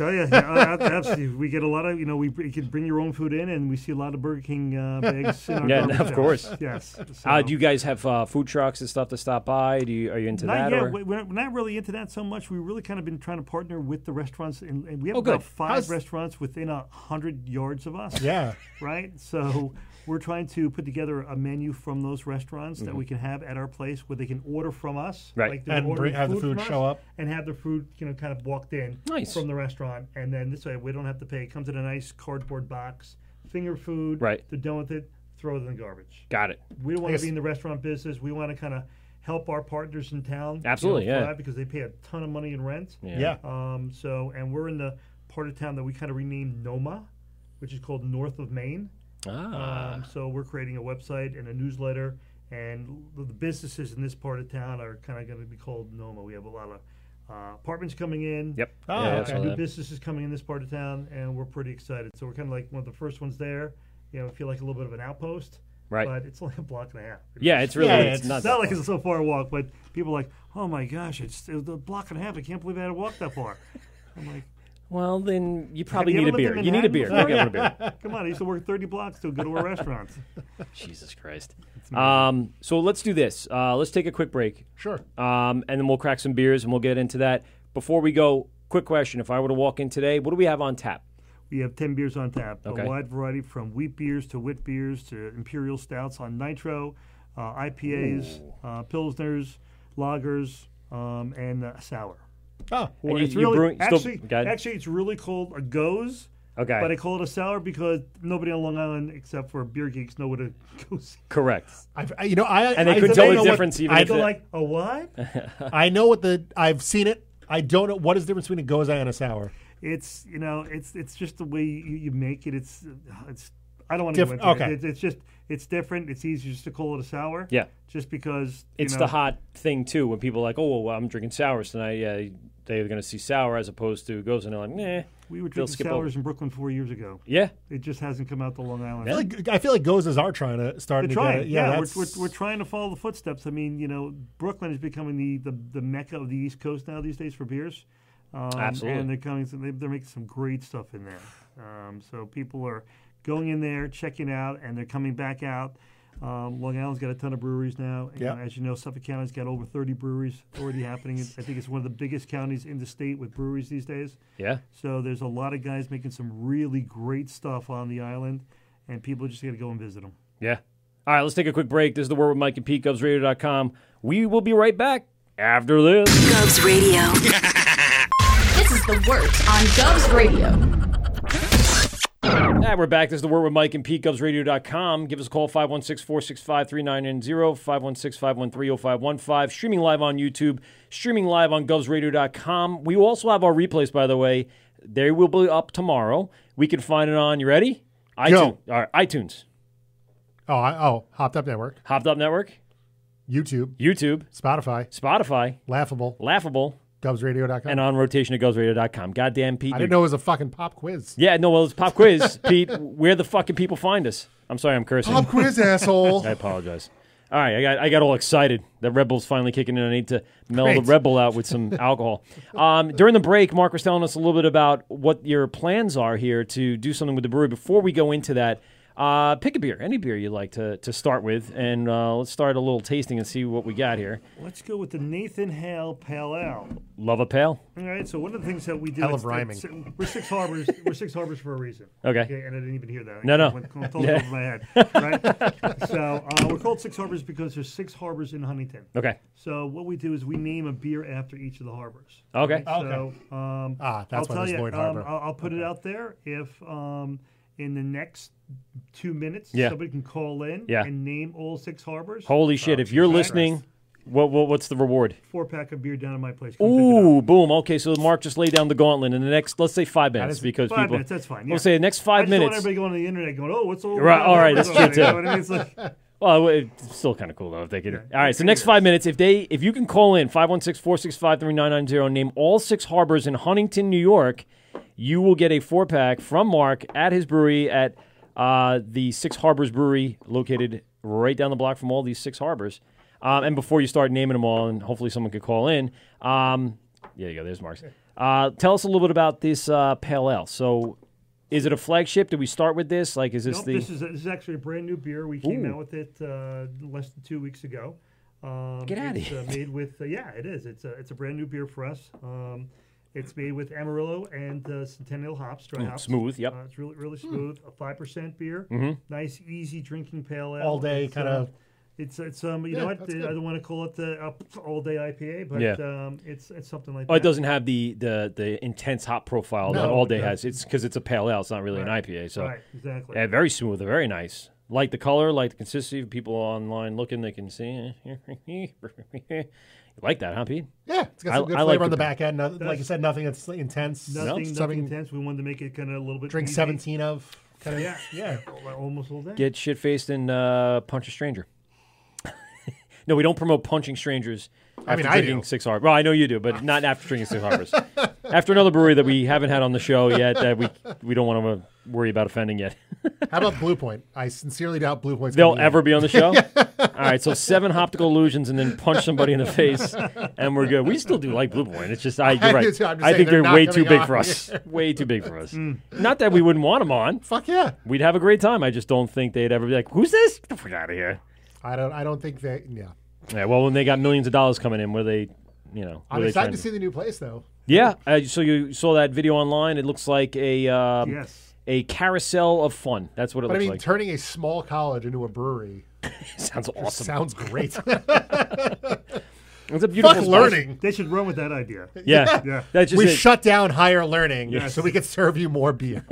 H: Oh yeah, yeah, uh, absolutely. We get a lot of you know we br- you can bring your own food in, and we see a lot of Burger King
E: (laughs)
H: uh, bags. In our
E: Yeah,
H: garbage
E: of course.
H: bags. Yes.
E: (laughs) Uh,
H: so-
E: do you guys have uh, food trucks and stuff to stop by? Do you are you into
H: not
E: that?
H: yet.
E: or?
H: We- We're we're not really into that so much. We've really kind of been trying to partner with the restaurants, and, and we have
E: Oh, good.
H: about five
E: How's-
H: restaurants within a hundred yards of us.
F: Yeah.
H: (laughs) Right. So we're trying to put together a menu from those restaurants that we can have at our place, where they can order from us.
E: Mm-hmm. Right.
H: they're
F: And
H: ordering
F: bring- have the food
H: from
F: show
H: us,
F: up.
H: and have the food, you know, kind of walked in
E: Nice.
H: from the restaurant, and then this way we don't have to pay. It comes in a nice cardboard box. Finger food.
E: Right.
H: They're done with it. Throw it in the garbage
E: Got it.
H: we don't want
F: Yes.
H: to be in the restaurant business. We want to kind of help our partners in town. you know,
E: Absolutely, yeah.
H: thrive Because they pay a ton of money in rent.
F: yeah.
H: Um, so, and we're in the part of town that we kind of renamed Noma, which is called North of Maine.
E: Ah,
H: Um, so we're creating a website and a newsletter, and the, the businesses in this part of town are kind of going to be called Noma. We have a lot of uh, apartments coming in.
E: yep.
F: Oh,
E: yeah,
F: okay.
E: that's
H: Uh,
E: all
H: new
E: that-
H: businesses coming in this part of town, and we're pretty excited. So we're kind of like one of the first ones there. You know, we feel like a little bit of an outpost,
E: Right.
H: But it's only a block and a half.
E: Yeah, it's really
F: Yeah,
E: it's,
F: it's
E: not
H: It's not like it's so far a walk, but people are like, oh my gosh, it's it was a block and a half. I can't believe I had to walk that far. I'm like,
E: Well, then you probably
H: you
E: need a
H: ever lived
E: beer.
H: in
E: You need a
H: Manhattan
E: beer.
H: before?
E: You're gonna want a beer.
H: (laughs) come on, I used to work 30 blocks to go to
E: (laughs)
H: a restaurant.
E: Jesus Christ. Um, so let's do this. Uh, let's take a quick break.
F: Sure.
E: Um, and then we'll crack some beers and we'll get into that. Before we go, quick question: If I were to walk in today, what do we have on tap?
H: We have 10 beers on tap,
E: Okay.
H: a wide variety from wheat beers to wit beers to imperial stouts on nitro, uh, IPAs, uh, pilsners, lagers, um, and uh, sour.
F: Oh,
H: Or
E: you-
H: it's
E: Ah, you
H: really
E: brewing- still-
H: actually,
E: go ahead.
H: actually it's really called a goes.
E: Okay.
H: But I call it a sour because nobody on Long Island except for beer geeks know what a goes.
E: Correct.
F: I, I, you know, I
E: And they
F: I
E: could
F: don't
E: tell the
F: know what-
E: difference even
F: I,
E: if
H: They're
E: it-
H: like a what?
F: (laughs)
E: (laughs)
F: I know what the I've seen it. I don't know what is the difference between a goza and a sour.
H: it's you know it's it's just the way you, you make it. It's it's I don't want to
F: Diff-
H: go into
F: okay.
H: it. It's- It's just it's different. It's easier just to call it a sour.
E: Yeah.
H: Just because you
E: It's
H: know,
E: the hot thing too. When people are like, "Oh, well, I'm drinking sours tonight," yeah, they're going to see sour as opposed to goes and they're like, "Nah."
H: We were
E: They'll
H: drinking
E: skip over.
H: sours in Brooklyn four years ago.
E: Yeah.
H: It just hasn't come out to Long Island.
F: I feel like, I feel like gozas are trying to start.
H: We're
F: to
H: trying.
F: Get it.
H: yeah, we're,
F: that's-
H: we're, we're trying to follow the footsteps. I mean, you know, Brooklyn is becoming the, the, the mecca of the East Coast now these days for beers. Um,
E: Absolutely.
H: And they're coming. They, they're making some great stuff in there. Um, so people are going in there, checking out, and they're coming back out. Um, Long Island's got a ton of breweries now. You
F: Yeah.
H: know, as you know, Suffolk County's got over 30 breweries already happening. It's- I think it's one of the biggest counties in the state with breweries these days.
E: Yeah.
H: So there's a lot of guys making some really great stuff on the island, and people just got to go and visit them.
E: Yeah. All right, let's take a quick break. This is the word with Mike and Pete, GovsRadio.com. We will be right back after this.
K: Govs Radio. this is the word on Govs Radio.
E: Ah, we're back. This is the word with Mike and Pete, GovsRadio.com. Give us a call, 516 465 3990, 516 513 0515. Streaming live on YouTube, streaming live on GovsRadio.com. We also have our replays, by the way. They will be up tomorrow. We can find it on, you ready? iTunes.
F: Go.
E: All right, iTunes,
F: oh, I, oh, hopped up network,
E: Hopped Up Network,
F: YouTube,
E: YouTube,
F: Spotify,
E: Spotify,
F: Laughable,
E: Laughable,
F: GubsRadio.com.
E: and on rotation at GovsRadio.com. Goddamn, Pete.
F: I
E: you're
F: didn't know it was a fucking pop quiz.
E: Yeah, no, well, it's pop
F: (laughs)
E: quiz, Pete. Where the fucking people find us? I'm sorry, I'm cursing.
F: Pop
E: (laughs)
F: quiz, asshole.
E: I apologize. All right, I got I got all excited. The Rebel's finally kicking in. I need to mellow
F: Great.
E: the Rebel out with
F: (laughs)
E: some alcohol. Um, during the break, Mark was telling us a little bit about what your plans are here to do something with the brewery. Before we go into that, uh, pick a beer, any beer you'd like to, to start with, and uh, let's start a little tasting and see what we got here.
H: Let's go with the Nathan Hale Pale Ale.
E: Love a pale?
H: All right, so one of the things that we do.
F: Hell
H: it's-
F: of rhyming.
H: it's- we're Six Harbors. we're Six Harbors for a reason.
E: (laughs) Okay.
H: and I didn't even hear that.
E: No, no.
H: It went- went
E: (laughs)
H: totally
E: Yeah.
H: over my head.
E: (laughs)
H: Right. so uh, we're called Six Harbors because there's six harbors in Huntington.
E: Okay,
H: So what we do is we name a beer after each of the harbors.
E: okay,
H: So, um,
F: Ah, that's
H: I'll
F: why
H: tell
F: there's
H: you,
F: Lloyd
H: um,
F: Harbor.
H: I'll, I'll put it out there if um, in the next two minutes
E: Yeah.
H: somebody can call in
E: Yeah.
H: and name all six harbors.
E: Holy shit!
H: Oh,
E: if you're listening, what, what what's the reward?
H: Four pack of beer down at my place. Come pick it up.
E: Ooh, boom. Okay, so Mark just laid down the gauntlet in the next, let's say five minutes, because
H: Five
E: people.
H: minutes, that's fine. Yeah.
E: We'll say the next
H: I
E: five
H: just
E: minutes.
H: Don't want everybody going on the internet going, oh, what's all
E: Right, all right, that's true,
H: You know
E: too.
H: what I mean? It's like,
E: Well, it's still kind of cool though if they could. All right, so next five minutes, if they, if you can call in 516-465-3990, name all six harbors in Huntington, New York, you will get a four pack from Mark at his brewery at uh, the Six Harbors Brewery, located right down the block from all these Six Harbors. Um, and before you start naming them all, and hopefully someone could call in. Um, yeah, you go. There's Marks. Uh, tell us a little bit about this uh, pale ale. So, is it a flagship? Did we start with this? Like, is this
H: Nope,
E: the? Oh,
H: this, is a, this is actually a brand new beer. We came
E: Ooh.
H: out with it uh, less than two weeks ago. Um,
E: Get outta
H: it's,
E: here.
H: Uh, made with uh, yeah, it is. It's a it's a brand new beer for us. Um, it's made with Amarillo and uh, Centennial hops, dry
E: Mm,
H: hops.
E: smooth, yep. Hmm.
H: Uh, it's really really smooth. A five percent beer.
E: Mhm.
H: Nice, easy drinking pale ale.
F: All day
H: It's,
F: kinda-
H: uh, it's it's um you
F: Yeah,
H: know what
F: that's
H: I
F: good.
H: don't want to call it the up all day IPA, but
E: Yeah.
H: um, it's it's something like
E: Oh,
H: that.
E: it doesn't have the the, the intense hop profile that
H: No,
E: all day
H: no.
E: has. It's because it's a pale ale. It's not really
H: Right,
E: an IPA. So
H: right, exactly.
E: Yeah, very smooth. Very nice. Like the color, like the consistency. People online looking, they can see. (laughs) you like that, huh, Pete?
F: Yeah, it's got
E: I-
F: some good
E: I
F: flavor
E: like
F: on
E: the-
F: the back end. Noth- like you
H: That's-
F: said, nothing that's intense.
H: Nothing, nothing
F: Something-
H: intense. We wanted to make it kind of a little bit.
F: Drink
H: easy.
F: 17 of. Kind of,
H: yeah,
F: (laughs)
H: yeah, almost all day.
E: Get shit faced and uh, punch a stranger. (laughs) no, we don't promote punching strangers.
F: I mean,
E: after
F: I
E: drinking
F: do.
E: Six Harbors. Well, I know you do,
F: (laughs)
E: but not after drinking Six Harbors. after another brewery that we haven't had on the show yet, that we we don't want to worry about offending yet.
F: How about Blue Point? I sincerely doubt Blue Point's
E: They'll
F: gonna
E: ever
F: in.
E: be on the
F: (laughs)
E: show. All right, so (laughs) seven optical illusions and then punch somebody in the face, and we're good. We still do like Blue Point. It's just I,
F: I
E: you're right.
F: do too. (laughs) I'm just
E: I
F: saying
E: think they're
F: they're not
E: way too
F: coming
E: big for
F: on. Mm.
E: us. (laughs) way too big for us. Not that we wouldn't want them on.
F: Fuck yeah.
E: We'd have a great time. I just don't think they'd ever be like, "Who's this? Get the fuck out of here."
F: I don't. I don't think they. Yeah.
E: Yeah. Well, when they got millions of dollars coming in, where they, you know,
F: I'm
E: were they
F: excited
E: trying
F: to see the new place though.
E: Yeah. Uh, so you saw that video online. It looks like a um,
F: Yes.
E: a carousel of fun. That's what it
F: But I
E: looks
F: mean,
E: like.
F: turning a small college into
E: (laughs)
F: a brewery
E: sounds
F: just
E: awesome.
F: (laughs) Sounds
E: (laughs)
F: great.
E: It's a beautiful
F: Fuck
E: space.
F: learning.
H: They should run with that idea.
E: (laughs)
F: (laughs)
E: Yeah. That's just
F: we
E: it.
F: shut down higher learning
E: Yes.
F: so we could serve you
E: (laughs)
F: more beer.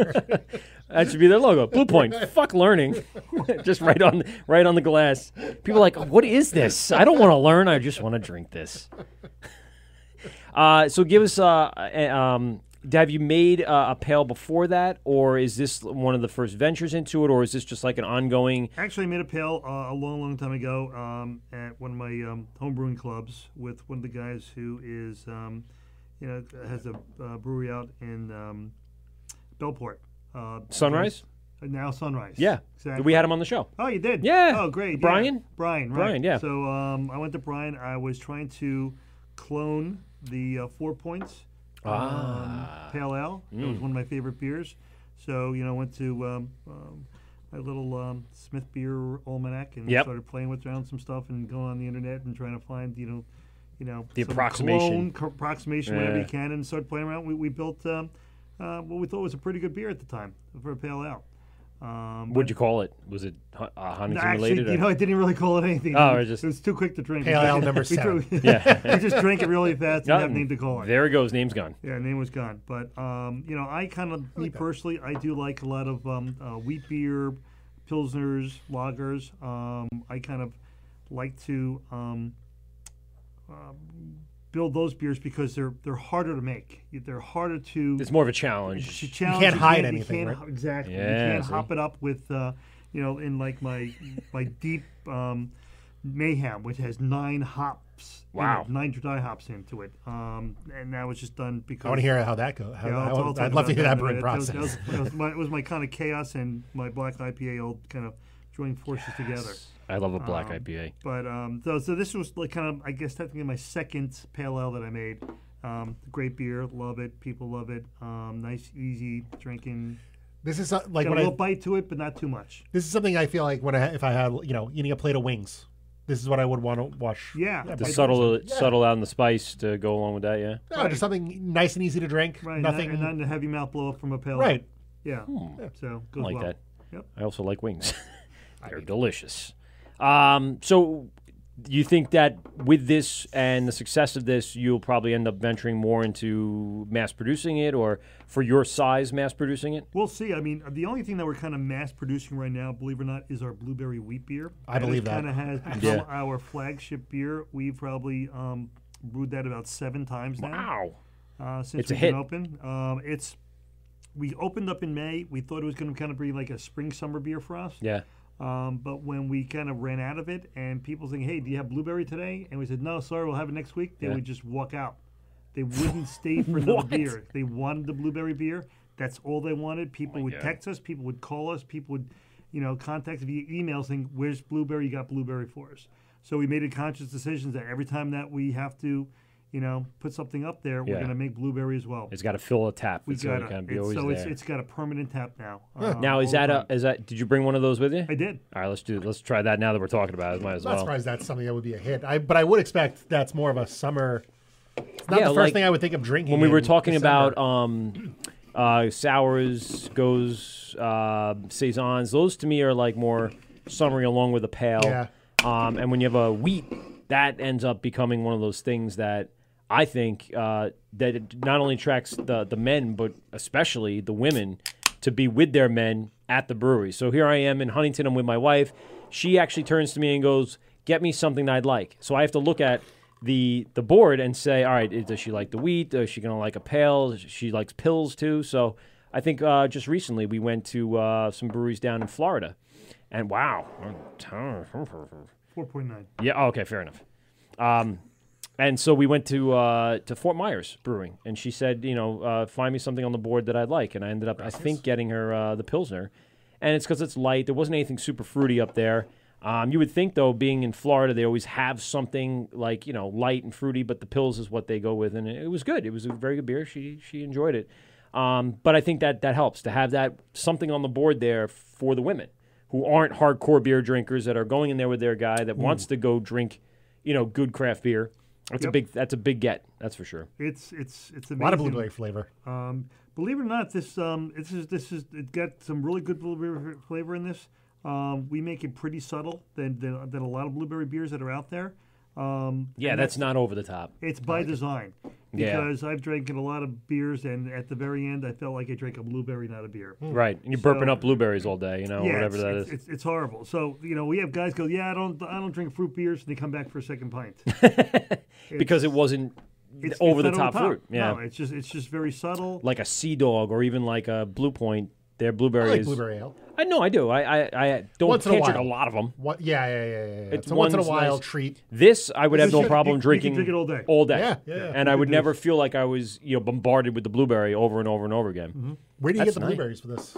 E: That should be their logo. Blue
H: (laughs)
E: point. Fuck learning. (laughs) just right on right on the glass. People are like, what is this? I don't want to learn. I just want to drink this. (laughs) Uh, so give us. Uh, a- um, have you made uh, a pail before that, or is this one of the first ventures into it, or is this just like an ongoing?
H: Actually, I made a pail uh, a long, long time ago um, at one of my um, homebrewing clubs with one of the guys who is, um, you know, has a uh, brewery out in um, Bellport. Uh,
E: Sunrise?
H: Now Sunrise.
E: Yeah.
H: exactly.
E: We had him on the show.
H: Oh, you did.
E: Yeah.
H: Oh, great. yeah.
E: Brian?
H: Brian. Right.
E: Brian, yeah.
H: So um, I went to Brian. I was trying to clone the uh, Four Points um, Pale Ale. It was
E: Ah. Mm.
H: one of my favorite beers. So you know, I went to um, um, my little um, Smith Beer Almanac and
E: Yep.
H: started playing with around some stuff and going on the internet and trying to find you know, you know,
E: The
H: some
E: approximation.
H: clone, co- approximation, whatever
E: Yeah.
H: you can, and started playing around. We, we built um, uh, what we thought was a pretty good beer at the time for a pale ale. Um,
E: What'd
H: but-
E: you call it? Was it hu- uh, Huntington
H: Actually,
E: related? or-
H: you know, I didn't really call it anything.
E: Oh, it
H: it
E: was just-
H: it was too quick to drink.
E: Pale
H: We
E: ale
H: just-
E: number
H: (laughs) we threw-
E: seven. Yeah.
H: (laughs) we just drank it really fast.
E: Yeah,
H: Didn't have anything to call it.
E: There it goes. Name's gone.
H: Yeah, name was gone. But um, you know, I kind of me personally, I do like a lot of um, uh, wheat beer, pilsners, lagers. Um, I kind of like to um, uh, build those beers because they're they're harder to make. They're harder to.
E: It's more of a challenge.
H: It's a challenge.
F: can't hide
H: you
F: anything,
H: can't-
F: right?
H: Exactly.
E: Yeah,
H: you can't
E: see?
H: hop it up with, uh, you know, in like my my deep um, mayhem, which has nine hops. in it,
F: Wow.
H: nine dry hops into it, um, and that was just done because.
F: wanna hear how that go- how-
H: Yeah,
F: how- I'd
H: talk
F: love to
H: about
F: hear
H: in
F: that
H: a
F: brewing
H: minute. was-
F: process.
H: That was, that was
F: (laughs)
H: my, it was my kind of chaos and my black IPA all kind of joined forces together.
E: I love a black
H: Um,
E: IPA.
H: But um, so, so this was like kind of, I guess, technically my second pale ale that I made. Um, great beer, love it. People love it. Um, nice, easy drinking.
F: This is not- like
H: Got
F: when
H: a
F: I-
H: little bite to it, but not too much.
F: this is something I feel like when I if I had you know eating a plate of wings, this is what I would want to wash.
H: Yeah.
E: The subtle, subtle out in the spice to go along with that. Yeah.
F: No, just something nice and easy to drink.
H: Right,
F: Nothing.
H: and not, and not a heavy mouth blow up from a pale. ale.
F: Right. Hmm.
H: Yeah. So
E: I
H: goes
E: like
H: well.
E: that.
H: Yep.
E: I also like wings. (laughs) They're delicious. Um, so you think that with this and the success of this, you'll probably end up venturing more into mass producing it or for your size mass producing it?
H: We'll see. I mean, the only thing that we're kind of mass producing right now, believe it or not, is our blueberry wheat beer.
F: I believe that.
H: Kind of
E: (laughs)
H: has
F: Yeah.
H: become our flagship beer. We've probably um, brewed that about seven times now.
E: Wow.
H: Uh,
E: It's
H: since
E: a
H: we've been
E: hit.
H: open, um, it's we opened up in May. We thought it was going to kind of be like a spring summer beer for us.
E: Yeah.
H: Um, but when we kind of ran out of it, and people saying, "Hey, do you have blueberry today?" and we said, "No, sorry, we'll have it next week," they
E: Yeah. (laughs)
H: (laughs) would just walk out. They wouldn't stay for another
E: What?
H: beer. They wanted the blueberry beer. That's all they
E: Oh
H: wanted. People would
J: God.
H: text us. People would call us. People would, you know, contact via email saying, "Where's blueberry? You got blueberry for us." So we made a conscious decision that every time that we have to, you know, put something up there, we're
E: Yeah.
H: going to make blueberry as well.
E: It's got to fill a tap.
H: We
E: It's gotta
H: gotta-
E: kinda be
H: it's-
E: always
H: so it's
E: there.
H: it's got a permanent tap now. uh,
E: now is
H: all the
E: that
H: time.
E: a is that? Did you bring one of those with you? I
H: did.
E: All right, let's do. Let's try that now that we're talking about it. Might as
F: I'm not
E: well.
F: surprised that's something that would be a hit. I, but I would expect that's more of a summer. It's not
E: Yeah,
F: the first
E: like
F: thing I would think of drinking.
E: When we were
F: in
E: talking
F: December.
E: about um, uh, sours, goes, uh, saisons, those to me are like more summery along with a pale.
F: Yeah.
E: Um, and when you have a wheat, that ends up becoming one of those things that I think uh, that it not only attracts the the men but especially the women to be with their men at the brewery. So here I am in Huntington. I'm with my wife. She actually turns to me and goes, "Get me something that I'd like." So I have to look at the the board and say, "All right, does she like the wheat? Is she gonna like a pale? She likes pills too." So I think uh, just recently we went to uh, some breweries down in Florida, and wow, (laughs)
H: 4.9.
E: yeah. oh, okay. Fair enough. Um, and so we went to uh, to Fort Myers Brewing, and she said, you know, uh, find me something on the board that I'd like, and I ended up, I think, getting her uh, the Pilsner, and it's because it's light. There wasn't anything super fruity up there. Um, you would think, though, being in Florida, they always have something like you know light and fruity, but the pills is what they go with, and it was good. It was a very good beer. She she enjoyed it, um, but I think that that helps to have that something on the board there for the women who aren't hardcore beer drinkers that are going in there with their guy that wants to go drink, you know, good craft beer. That's a
H: Yep.
E: big that's a big get. That's for sure.
H: It's it's it's amazing.
F: Lot of blueberry flavor.
H: Um, believe it or not, this um, this is this is it got some really good blueberry f- flavor in this. Um, we make it pretty subtle than, than than a lot of blueberry beers that are out there. Um,
E: Yeah,
H: and
E: that's not over the top.
H: It's by design
E: Yeah.
H: because I've drank in a lot of beers, and at the very end, I felt like I drank a blueberry, not a beer.
E: Right. And you're
H: So-
E: burping up blueberries all day, you know, whatever
H: it's,
E: that
H: it's,
E: is.
H: It's, it's horrible. So you know, we have guys go, "Yeah, I don't, I don't drink fruit beers," and they come back for a second
E: (laughs)
H: pint
E: Because it wasn't
H: It's- it's
E: over the
H: not
E: top fruit. Yeah.
H: no, it's just it's just very subtle.
E: like a sea dog or even like a blue point, their blueberry
F: I like
E: is
F: blueberry ale.
E: I know I do. I I, I don't
F: Once in a
E: can't drink a
F: while.
E: lot of them.
F: What? Yeah, yeah, yeah, yeah. yeah. It's a once in a
E: one's
F: while
E: nice.
F: treat.
E: This I would
F: This
E: have
F: is
E: no
F: good.
E: problem
F: You- you can
E: drinking.
F: drink it all day.
E: All day.
F: Yeah, yeah, yeah.
E: And
F: You
E: I
F: could
E: would
F: do
E: never feel like I was you know bombarded with the blueberry over and over and over again.
F: Mm-hmm. Where do you
E: That's
F: get the
E: nice.
F: blueberries for this?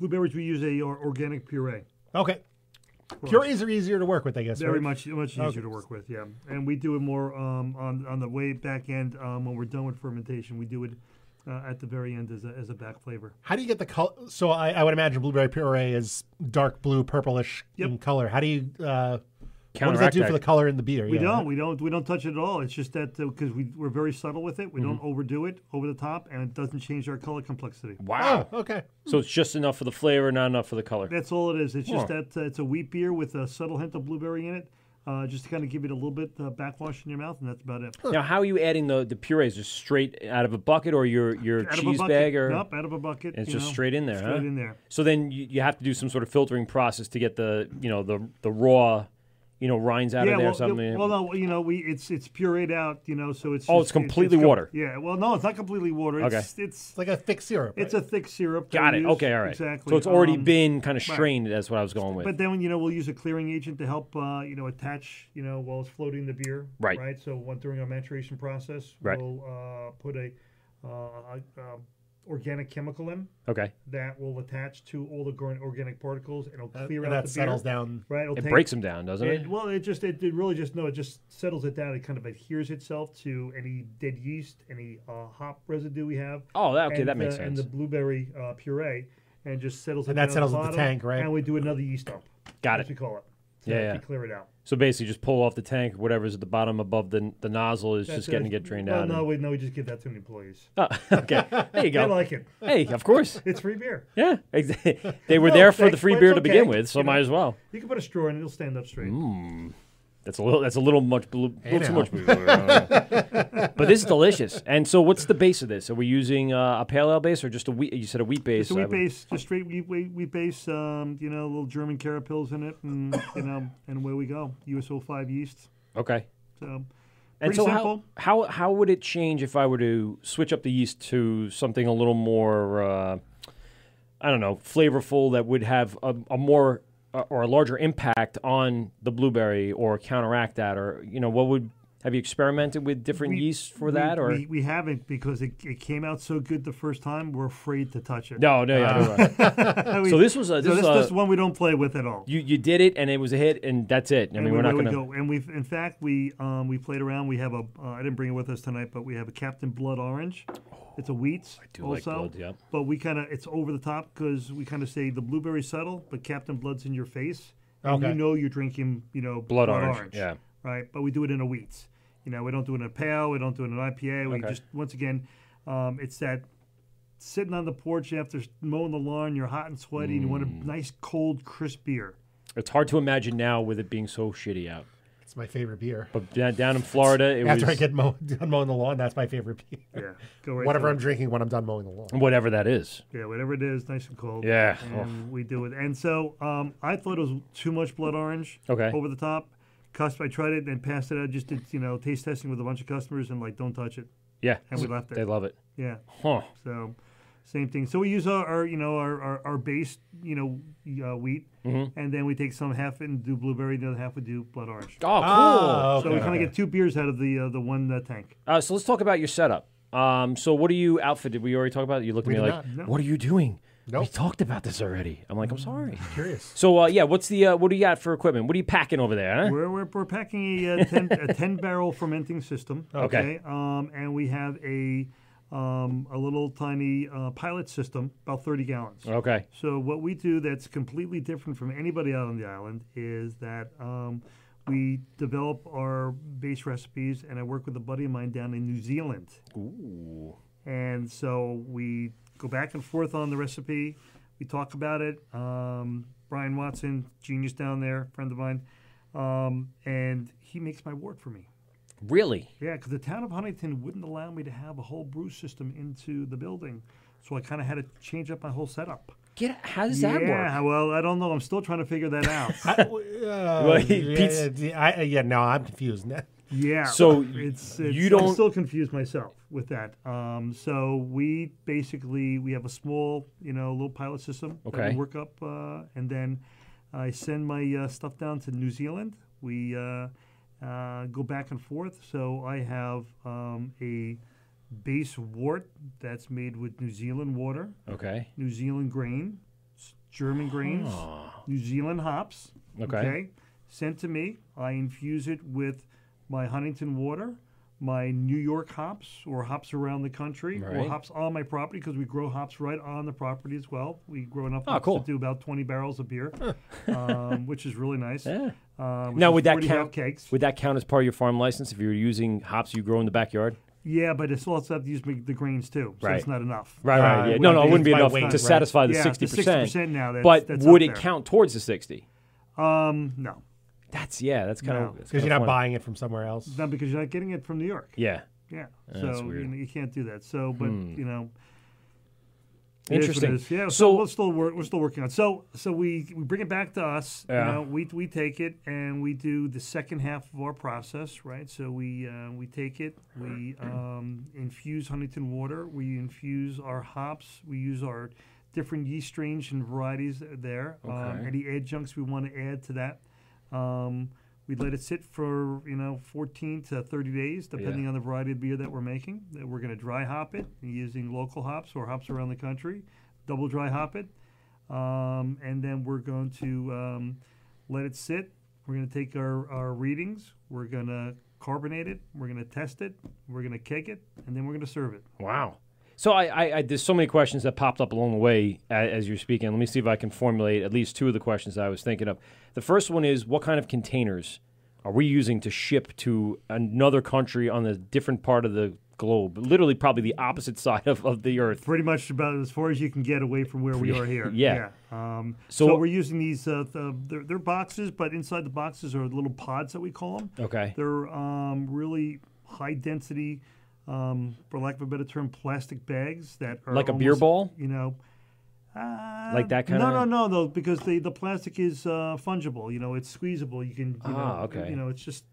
H: Blueberries, we use a or- organic puree.
F: Okay. Purees are easier to work with, I guess.
H: Very
F: right?
H: much, much easier
F: Okay.
H: to work with, yeah. And we do it more um, on on the way back end um, when we're done with fermentation. We do it uh, at the very end as a, as a back flavor.
F: How do you get the color? So I, I would imagine blueberry puree is dark blue, purplish in color. How do you uh, what does that
H: Counteract
F: do for
H: that.
F: the color in the beer?
H: We
F: Yeah.
H: don't, we don't, we don't touch it at all. It's just that because we we're very subtle with it. We
F: Mm-hmm.
H: don't overdo it, over the top, and it doesn't change our color complexity.
E: Wow.
F: Oh, okay.
E: So it's just enough for the flavor, not enough for the color.
H: That's all it is. It's just
E: Huh.
H: that uh, it's a wheat beer with a subtle hint of blueberry in it, uh, just to kind of give it a little bit uh, backwash in your mouth, and that's about it.
E: Now, how are you adding the the purees? Just straight out of a bucket or your your
H: Out of a
E: cheese
H: bucket.
E: bag or
H: Nope, out of a bucket,
E: It's
H: you
E: just
H: know,
E: straight in there. huh?
H: straight in there.
E: So then you, you have to do some sort of filtering process to get the you know the the raw you know rinds out of there
H: well,
E: or something.
H: Well, no, you know, we it's it's pureed out, you know, so it's
E: Oh, it's
H: just-
E: completely
H: com-
E: water.
H: Yeah, well, no, it's not completely water. It's,
E: Okay.
H: it's
F: like a thick syrup.
H: It's a thick syrup. that
E: Got
H: we
E: it.
H: use.
E: Okay, all right.
H: Exactly.
E: So it's already
H: Um,
E: been kind of
H: right.
E: strained. That's what I was going with.
H: But then you know we'll use a clearing agent to help uh, you know attach you know while it's floating the beer.
E: Right.
H: Right. So one, during our maturation process,
E: Right.
H: we'll uh, put a, uh, a, um organic chemical in.
E: Okay.
H: That will attach to all the gor- organic particles and it'll
F: Uh,
H: clear
F: and
H: out
F: that
H: the
F: settles
H: beer.
F: down.
H: Right. it'll
E: It breaks 'em down, doesn't it?
H: Well, it just it, it really just no, it just settles it down. It kind of adheres itself to any dead yeast, any uh, hop residue we have.
E: Oh, that- okay,
H: and
E: that makes
H: the- And the
E: sense.
H: blueberry uh, puree, and just settles
F: And
H: it
F: that
H: down
F: settles at
H: the,
F: the
H: bottom,
F: tank, right?
H: And we do another yeast dump.
E: Got
H: as
E: it.
H: We call it. to-
E: yeah, yeah.
H: To clear it out.
E: So basically, just pull off the tank, whatever's at the bottom above the the nozzle is
H: That's
E: just
H: it.
E: going to get drained
H: well,
E: out.
H: No, we no, we just give that to the employees.
E: Oh, (laughs) okay. There
H: (laughs)
E: you go.
H: I like it.
E: Hey, of course.
H: it's free beer.
E: Yeah, ex-
H: (laughs)
E: (laughs) they were
H: No,
E: there for the
H: thanks,
E: free
H: but
E: beer
H: it's
E: to begin
H: okay.
E: with, so
H: You know,
E: might as well.
H: You can put a straw in; it'll stand up straight.
E: Mm. That's a little. That's a little much. Blue,
H: Hey
E: little too
H: now.
E: much. Blue, (laughs) but this is delicious. And so, what's the base of this? Are we using uh, a pale ale base or just a wheat? You said a wheat base.
H: So
E: I
H: we
E: would-
H: base just straight. We we, we base um, you know little German carrot pills in it, and you know, and away we go. USO five yeast.
E: Okay.
H: So
E: And
H: pretty
E: so,
H: simple.
E: how how how would it change if I were to switch up the yeast to something a little more, uh, I don't know, flavorful that would have a, a more uh, or a larger impact on the blueberry or counteract that, or you know, what would Have you experimented with different
H: We-
E: yeasts for
H: we-
E: that, or
H: we, we haven't because it, it came out so good the first time we're afraid to touch it.
E: No, no, yeah,
H: (laughs)
E: no, right.
H: We-
E: So this was a-
H: so
E: this was
H: this,
E: a-
H: this one we don't play with at all.
E: you you did it and it was a hit and that's it? I mean,
H: And
E: we're
H: we
E: not
H: really
E: going to.
H: go. And we've, in fact, we um, we played around. We have a. Uh, I didn't bring it with us tonight, but we have a Captain Blood Orange. It's a wheats. I
E: do like
H: also,
E: blood, yep.
H: But we kind of it's over the top because we kind of say the blueberry subtle, but Captain Blood's in your face, and
E: Okay.
H: you know you're drinking, you know,
E: Blood orange, yeah.
H: right. But we do it in a wheats. You know, we don't do it in a pale. We don't do it in an IPA. We
E: Okay.
H: just once again, um, it's that sitting on the porch after mowing the lawn. You're hot and sweaty, and you want
E: Mm.
H: a nice cold, crisp beer.
E: It's hard to imagine now with it being so shitty out.
F: It's my favorite beer.
E: But da- down in Florida, it
F: After
E: was
F: I get mow, (laughs) done mowing the lawn, that's my favorite beer.
H: Yeah, go right
F: Whatever
H: to
F: I'm
H: it.
F: drinking when I'm done mowing the lawn.
E: whatever that is.
H: Yeah, whatever it is, nice and cold.
E: Yeah.
H: And we do it. And so um, I thought it was too much blood orange.
E: Okay.
H: Over the top. Custom, I tried it and passed it out. Just did, you know, taste testing with a bunch of customers and like, don't touch it.
E: Yeah.
H: And we left it.
E: They love it.
H: Yeah.
E: Huh.
H: So same thing. So we use our, our you know, our, our, our base, you know, uh, wheat.
E: Mhm.
H: And then we take some half and do blueberry. The other half we do blood orange.
E: Oh, Ah, cool.
H: So we
E: okay.
H: kind of get two beers out of the uh, the one uh, tank.
E: Uh, so let's talk about your setup. Um, so what are you outfit? Did we already talk about it? You looked at
H: We
E: me
H: did
E: like,
H: not, no.
E: what are you doing?
F: No,
E: We talked about this already. I'm like, I'm sorry.
F: Curious.
E: So uh, yeah, what's the uh, what do you got for equipment? What are you packing over there? Huh?
H: We're, we're, we're packing a, uh, ten,
E: (laughs)
H: a 10 barrel fermenting system.
E: Okay.
H: Um, and we have a, um, a little tiny uh, pilot system, about 30 gallons.
E: Okay.
H: So, what we do that's completely different from anybody out on the island is that um, we develop our base recipes, and I work with a buddy of mine down in New Zealand.
E: Ooh.
H: And so we go back and forth on the recipe. We talk about it. Um, Brian Watson, genius down there, friend of mine, um, and he makes my wort for me.
E: Really?
H: Yeah, because the town of Huntington wouldn't allow me to have a whole brew system into the building, so I kind of had to change up my whole setup.
E: Get how does
H: yeah,
E: that work?
H: well, I don't know. I'm still trying to figure that
F: (laughs)
H: out.
E: (laughs)
F: Uh, yeah, yeah, I- uh, yeah, no, I'm confused. (laughs) now.
H: Yeah.
E: So
H: it's,
E: you
H: it's
E: don't-
H: I'm still confused myself with that. Um, so we basically we have a small you know little pilot system. That
E: Okay.
H: we work up uh, and then I send my uh, stuff down to New Zealand. We uh, uh, go back and forth. So I have um, a base wort that's made with New Zealand water.
E: Okay.
H: New Zealand grain, s- German grains,
E: Huh.
H: New Zealand hops.
E: Ah. Okay.
H: Sent to me. I infuse it with my Huntington water, my New York hops or hops around the country
E: Right.
H: or hops on my property because we grow hops right on the property as well. We grow enough
E: Oh,
H: hops
E: cool.
H: to do about 20 barrels of beer, (laughs) um, which is really nice.
E: Yeah.
H: Uh, which
E: Now
H: is
E: would that
H: 40 barrel
E: count?
H: Cakes.
E: Would that count as part of your farm license if you were using hops you grow in the backyard?
H: Yeah, but I still also have to use the grains too, so it's not enough. Uh,
E: Right, right. yeah. No, no, it wouldn't be enough to satisfy the
H: Yeah,
E: sixty percent.
H: now, that's,
E: but
H: that's
E: would
H: up
E: it
H: there.
E: count towards the sixty?
H: Um, no.
E: That's yeah.
F: (laughs)
E: That's kind
H: No.
E: of
F: Because you're not buying it from somewhere else.
H: No, because you're not getting it from New York.
E: Yeah.
H: Yeah.
E: Yeah, that's
H: so
E: weird.
H: You, know, you can't do that. So, but
E: Hmm.
H: you know. it is what it
E: Interesting.
H: is. Yeah. So,
E: So-
H: we're still work, we're still working on. it. So so we we bring it back to us.
E: Yeah.
H: You know, we we take it and we do the second half of our process, right? So we uh, we take it, we um, infuse Huntington water, we infuse our hops, we use our different yeast strains and varieties there. Um,
E: Okay.
H: any adjuncts we want to add to that. Um, we let it sit for you know 14 to 30 days, depending on the variety of beer that we're making. That We're going to dry hop it using local hops or hops around the country, double dry hop it, um, and then we're going to um, let it sit. We're going to take our, our readings. We're going to carbonate it. We're going to test it. We're going to keg it, and then we're going to serve it.
E: Wow. So I, I, I there's so many questions that popped up along the way a- as you're speaking. Let me see if I can formulate at least two of the questions that I was thinking of. The first one is what kind of containers are we using to ship to another country on a different part of the globe? Literally, probably the opposite (laughs) side of, of the earth.
H: Pretty much about as far as you can get away from where we are here.
E: (laughs) Yeah.
H: Um,
E: So-
H: so, we're using these. Uh, th- they're, they're boxes, but inside the boxes are little pods that we call them.
E: Okay.
H: They're um, really high density, um, for lack of a better term, plastic bags that are
E: Like a beer
H: almost,
E: ball?
H: You know. Uh,
E: Like that kinda-
H: No, no, no, no. Because the the plastic is uh, fungible. You know, it's squeezable. You can. You
E: Ah,
H: know,
E: okay.
H: You know, it's just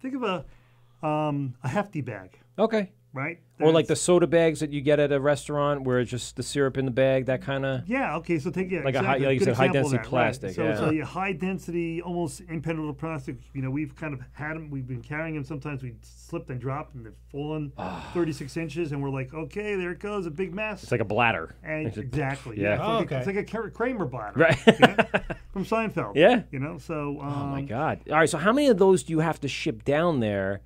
H: think of a um, a hefty bag.
E: Okay.
H: right?
E: Or like the soda bags that you get at a restaurant where it's just the syrup in the bag, that kind of.
H: Yeah. Okay. So take yeah,
E: Like a high-
H: exactly,
E: like you
H: good
E: said, high
H: example of
E: density
H: that, right.
E: plastic,
H: So it's
E: yeah.
H: a high density, almost impenetrable plastic. You know, we've kind of had them. We've been carrying them. Sometimes we slipped and dropped, and they've fallen 36 inches, and we're like, okay, there it goes, a big mess.
E: Ah. It's like a bladder.
H: And
E: It's a-
H: exactly.
E: yeah.
H: It's,
E: Oh,
H: like
E: okay.
H: a, it's like a Kra- Kramer bladder.
E: Right. (laughs)
H: yeah, From Seinfeld.
E: Yeah.
H: You know. So. Um,
E: Oh my god! All right, so how many of those do you have to ship down there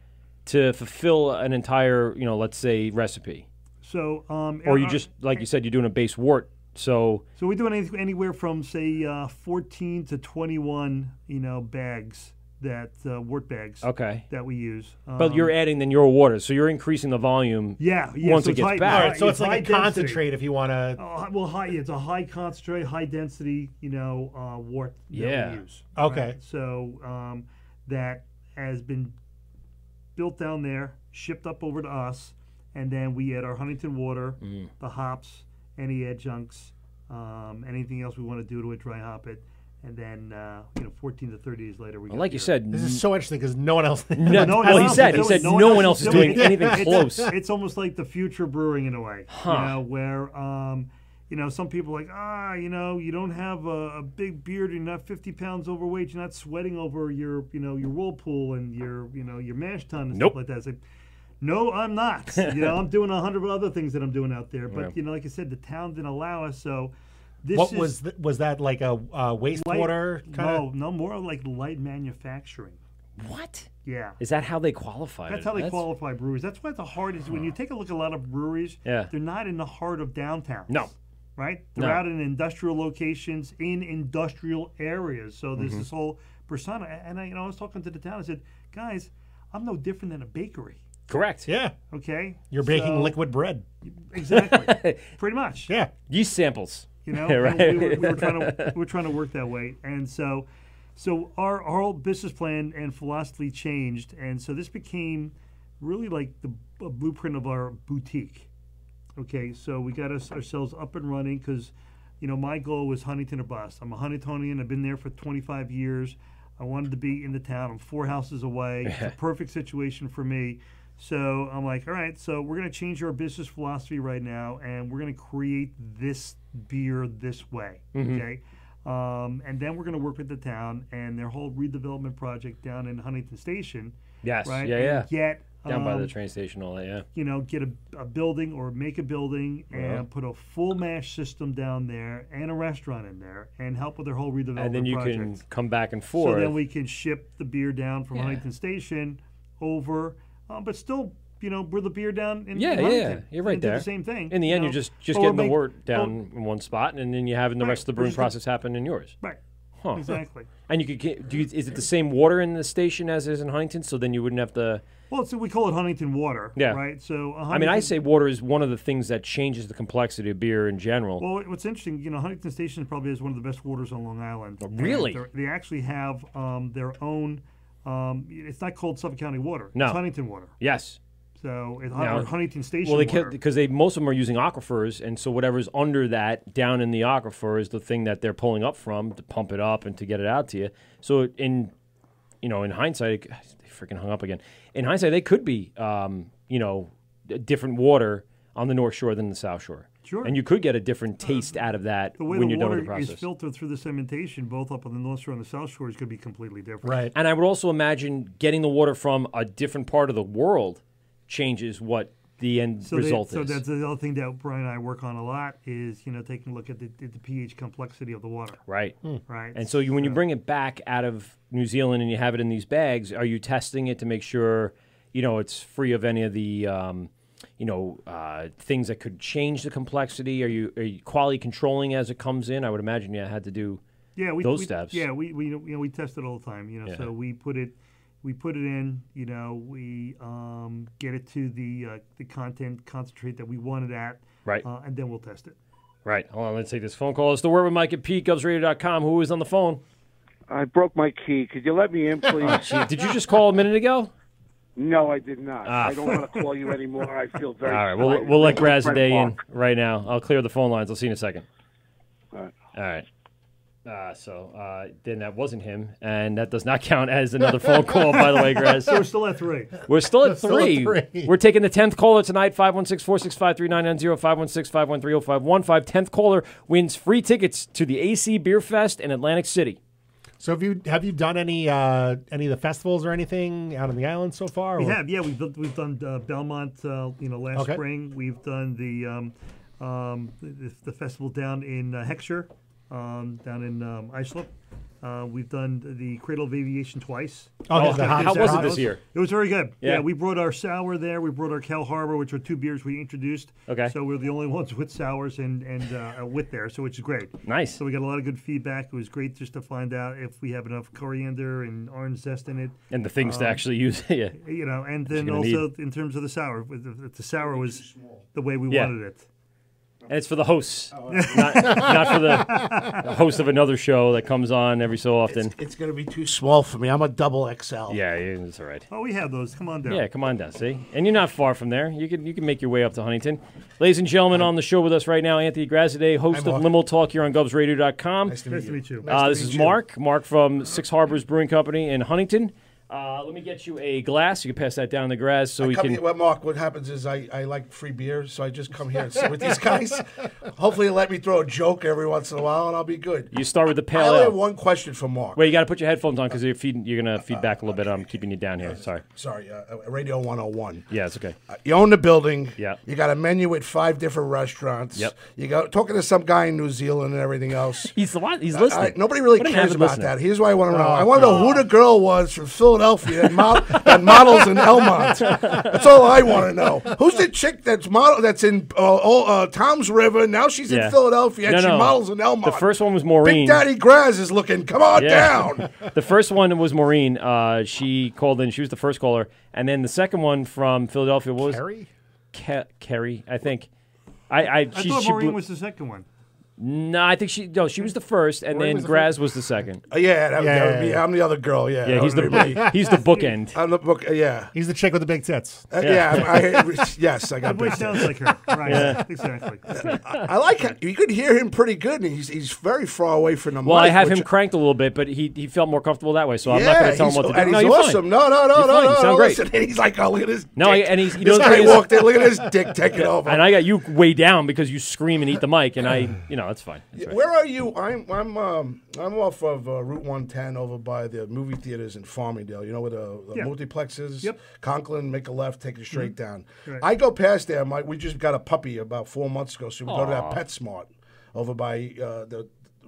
E: to fulfill an entire, you know, let's say recipe?
H: So. Um,
E: Or you
H: uh,
E: just, like you said, you're doing a base wart. So
H: So we're doing anyth- anywhere from say uh, 14 to 21, you know, bags that uh, wort bags.
E: Okay.
H: That we use.
E: But you're
H: Um,
E: adding then your water, so you're increasing the volume.
H: Yeah, yeah.
E: Once
H: so
E: it
H: it's
E: gets
H: high-
E: back,
H: high- high density.
F: concentrate if you want to.
H: Oh, hi- well, high. It's a high concentrate, high density. You know, uh, wort. that we
E: Yeah.
H: use,
F: Okay.
H: right? So um, that has been built down there, shipped up over to us, and then we add our Huntington water,
E: Mm.
H: the hops, any adjuncts, um, anything else we want to do to it, dry hop it, and then uh, you know, 14 to 30 days later, we. got
E: like you
H: your-
E: said,
F: This is so interesting because no one else. (laughs)
E: No,
H: no one
E: well, he
H: else is
E: said- he
H: doing-
E: said no one else is doing
H: it.
E: anything
H: (laughs) It's-
E: close.
H: It's almost like the future brewing in a way,
E: Huh.
H: you know, where um, you know some people are like ah, you know, you don't have a, a big beard, you're not 50 pounds overweight, you're not sweating over your you know your whirlpool and your you know your mash tun and
E: Nope.
H: stuff like that. It's like, no,
E: (laughs)
H: I'm not. You know, I'm doing a hundred other things that I'm doing out there, but
F: Yeah.
H: you know, like I said, the town didn't allow us, so. This
F: what
H: is
F: was th- was that like a uh,
H: light-
F: wastewater kind
H: No,
F: of?
H: no, more like light manufacturing.
E: What?
H: Yeah.
E: Is that how they qualify? it?
H: That's how they qualify breweries. That's why the hard is when you take a look at a lot of breweries,
E: Yeah.
H: they're not in the heart of downtown.
E: No.
H: Right? They're
E: No.
H: out in industrial locations, in industrial areas. So there's
E: Mhm.
H: this whole persona. A- And I, you know, I was talking to the town. I said, guys, I'm no different than a bakery.
E: Correct.
F: Yeah.
H: Okay?
F: You're baking
H: So-
F: liquid bread.
E: (laughs)
H: Exactly. Pretty much.
F: Yeah.
E: Yeast samples.
H: You know,
E: Yeah,
H: And we, were,
E: (laughs) right.
H: we, were trying to, we (laughs) were trying to work that way, and so, so our our whole business plan and philosophy changed, and so this became really like the b- blueprint of our boutique. Okay, so we got us ourselves up and running because, you know, my goal was Huntington or bust. I'm a Huntingtonian. I've been there for 25 years. I wanted to be in the town. I'm four houses away. It's a perfect situation for me. So I'm like, all right, so we're going to change our business philosophy right now, and we're going to create this beer this way.
E: Mm-hmm.
J: Mhm.
H: Okay. Um, and then we're going to work with the town and their whole redevelopment project down in Huntington Station.
E: (laughs) Yes.
H: Right.
E: Yeah. Yeah.
H: And get
E: down by the
H: um,
E: train station, all that. Yeah.
H: you know, get a, a building or make a building and
E: Yeah.
H: put a full mash system down there and a restaurant in there and help with their whole redevelopment
E: And then you
H: project.
E: can come back and
H: So
E: forth.
H: then we can ship the beer down from
E: Yeah.
H: Huntington Station over, uh, but still, you know, we're the beer down in
E: yeah,
H: in
E: yeah, yeah,
H: Huntington.
E: you're
H: And
E: right
H: do
E: there.
H: The same thing.
E: In the end,
H: you
E: you're
H: know?
E: just just
H: But we're
E: getting the
H: make-
E: word
H: but-
E: down in one spot, and then you're having the rest of the
H: we're
E: brewing
H: just gonna-
E: process happen in yours.
H: Right.
E: Huh.
H: Exactly.
E: And you could get. Do you, is it the same water in the station as is in Huntington? So then you wouldn't have to.
H: Well, so we call it Huntington water.
E: Yeah.
H: Right. So a
E: I mean, I
H: Huntington-
E: say water is one of the things that changes the complexity of beer in general.
H: Well, what- what's interesting, you know, Huntington Station probably has one of the best waters on Long Island.
E: Oh, really?
H: And they're- They actually have um, their own. Um, it's not called Suffolk County water.
E: No.
H: It's Huntington water.
E: yes.
H: So it's
E: Now-
H: Hun- Huntington Station
E: Well, they
H: water.
E: because they most of them are using aquifers, and so whatever's under that down in the aquifer is the thing that they're pulling up from to pump it up and to get it out to you. So in you know in hindsight, they freaking hung up again. In hindsight, they could be um, you know d- different water on the north shore than the south shore.
H: Sure.
E: And you could get a different taste out of that
H: the way
E: when
H: the
E: you're done
H: water
E: with the process.
H: is filtered through the sedimentation, both up on the North Shore and the South Shore, is going to be completely different.
E: And I would also imagine getting the water from a different part of the world changes what the end
H: So, they-
E: result
H: so
E: is.
H: that's the other thing that Brian and I work on a lot is, you know, taking a look at the, at the pH complexity of the water.
E: Right.
H: Right.
E: And so you, when you bring it back out of New Zealand and you have it in these bags, are you testing it to make sure, you know, it's free of any of the, um, you know, uh, things that could change the complexity? Are you, are you quality controlling as it comes in? I would imagine you had to do
H: Yeah, we
E: those
H: we-
E: steps.
H: Yeah, we we you know we test it all the time. You know,
E: Yeah.
H: so we put it we put it in. You know, we um, get it to the uh, the content concentrate that we want it at.
E: Right.
H: uh, and then we'll test it.
E: Right. Hold on. Let's take this phone call. It's the word with Mike at PeteGubsRadio.com. Who is on the phone?
I: I broke my key. Could you let me
E: (laughs)
I: in, please?
E: Oh, gee. Did you just call a minute ago?
I: No, I did not.
E: Ah.
I: I don't want to call you anymore. I feel very.
E: All right, we'll,
I: slighted.
E: we'll let
I: Thank you,
E: Graz
I: Fred
E: Day
I: Falk.
E: in right now. I'll clear the phone lines. I'll see you in a second.
I: All right.
E: All right. Uh, so uh, then that wasn't him, and that does not count as another phone call, by the way, Grez.
H: (laughs) So we're still at three.
E: We're still at,
H: Still at
E: three.
H: three.
E: We're taking the 10th caller tonight 516 465 3990 516 513 0515. 10th caller wins free tickets to the AC Beer Fest in Atlantic City.
F: So have you have you done any uh, any of the festivals or anything out on the island so far?
H: We
F: or-
H: have, yeah. We've done- we've done uh, Belmont, uh, you know, last
F: Okay.
H: spring. We've done the um, um, the, the festival down in uh, Heckscher, um, down in um, Islip. Uh, we've done the Cradle of Aviation twice.
E: Oh,
H: Uh,
E: yeah, the hop- How was it this year?
H: It was very good. Yeah.
E: Yeah.
H: we brought our sour there. We brought our Cal Harbor, which are two beers we introduced.
E: Okay.
H: So we're the only ones with sours and and uh, with there, so which is great.
E: Nice.
H: So we got a lot of good feedback. It was great just to find out if we have enough coriander and orange zest in it,
E: And the things to
H: Um,
E: actually use. (laughs) yeah.
H: you know, and
E: That you're
H: then
E: gonna
H: also in terms of the sour, with the, the sour was the way we
E: Yeah.
H: wanted it.
E: And it's for the hosts,
J: Oh,
H: (laughs)
E: not, not for the, the host of another show that comes on every so often.
J: It's going to be too small for me. I'm a double XL.
E: yeah, it's all right.
H: Oh, we have those. Come on down.
E: Yeah, come on down. See, and you're not far from there. You can you can make your way up to Huntington, ladies and gentlemen. On the show with us right now, Anthony Graziday, host
H: Hi,
E: of
H: Mark.
E: Limo Talk here on GubsRadio.com.
H: Nice to meet Nice to you. meet you. Nice
E: Uh,
H: to
E: this
H: meet
E: is
H: you.
E: Mark. Mark from Six Harbors Brewing Company in Huntington. (laughs) Uh, let me get you a glass. You can pass that down to Graz so we
J: come
E: can.
J: here- well, Mark, what happens is I, I like free beer, so I just come here and sit
E: (laughs)
J: with these guys. Hopefully, they'll let me throw a joke every once in a while, and I'll be good.
E: You start with the
J: I
E: pale
J: only
E: ale.
J: have one question for Mark.
E: Wait, you got to put your headphones on because you're feeding. You're gonna feed back a little bit. I'm keeping you down here. Sorry.
J: Sorry, uh, Radio 101.
E: Yeah, it's okay.
J: Uh, You own the building.
E: Yeah.
J: You got a menu at five different restaurants.
E: Yep.
J: You go talking to some guy in New Zealand and everything else.
E: (laughs) he's the one. He's
J: I,
E: listening.
J: nobody really
E: What an
J: cares
E: avid
J: about
E: listener.
J: that. Here's why I want
E: Oh,
J: to know. I want to know who the girl was from Philadelphia that, mod- (laughs) that models in Elmont. That's all I want to know. Who's the chick that's model that's in uh, oh, uh, Tom's River? Now she's
E: Yeah.
J: in Philadelphia and
E: No,
J: she
E: no.
J: models in Elmont.
E: The first one was Maureen.
J: Big Daddy Graz is looking. Come on down.
E: (laughs) the first one was Maureen. Uh, she called in. She was the first caller, and then the second one from Philadelphia was
F: Carrie.
E: Ke- Carrie, I think. I, I,
H: I
E: she,
H: thought
E: she
H: Maureen
E: blew-
H: was the second one.
E: No, I think she. No, she was the first, and
J: Maureen
E: then
J: was the
E: Graz was the second.
J: Uh, yeah, that, that would be.
E: Yeah.
J: I'm the other girl. Yeah.
E: Yeah,
J: that
E: he's the
J: would be me.
E: he's the bookend.
J: I'm the book. yeah.
F: He's the chick with the big tits.
J: Uh, yeah, I- I- yes, I got.
H: That boy
J: big
H: sounds
J: tits.
H: like her. Right, Yeah. exactly.
J: (laughs) I, I like him. You could hear him pretty good, and he's he's very far away from the
E: Well,
J: mic.
E: I have
J: which
E: him cranked a little bit, but he, he felt more comfortable that way, so I'm
J: Yeah,
E: not going to tell him
J: he's-
E: what to do.
J: and
E: no,
J: he's
E: you're fine.
J: awesome. No, no, no,
E: You're
J: no,
E: fine. You
J: no,
E: sound
J: no,
E: great.
J: listen. He's like, oh, look at his
E: No,
J: dick.
E: and he's you
J: This
E: know the
J: guy
E: thing is-
J: walked in, look at his dick taking over.
E: And I got you way down because you scream and eat the mic, and I you know that's fine. That's right.
J: Where are you? I'm I'm um, I'm off of uh, Route 110 over by the movie theaters in Farmingdale. You know where the, the
H: Yeah.
J: multiplex is. Yep. Conklin, make a left, take it straight
H: Mhm.
J: down.
H: Right.
J: I go past there. My we just got a puppy about four months ago, so we go to that
H: Aw.
J: PetSmart over by uh, the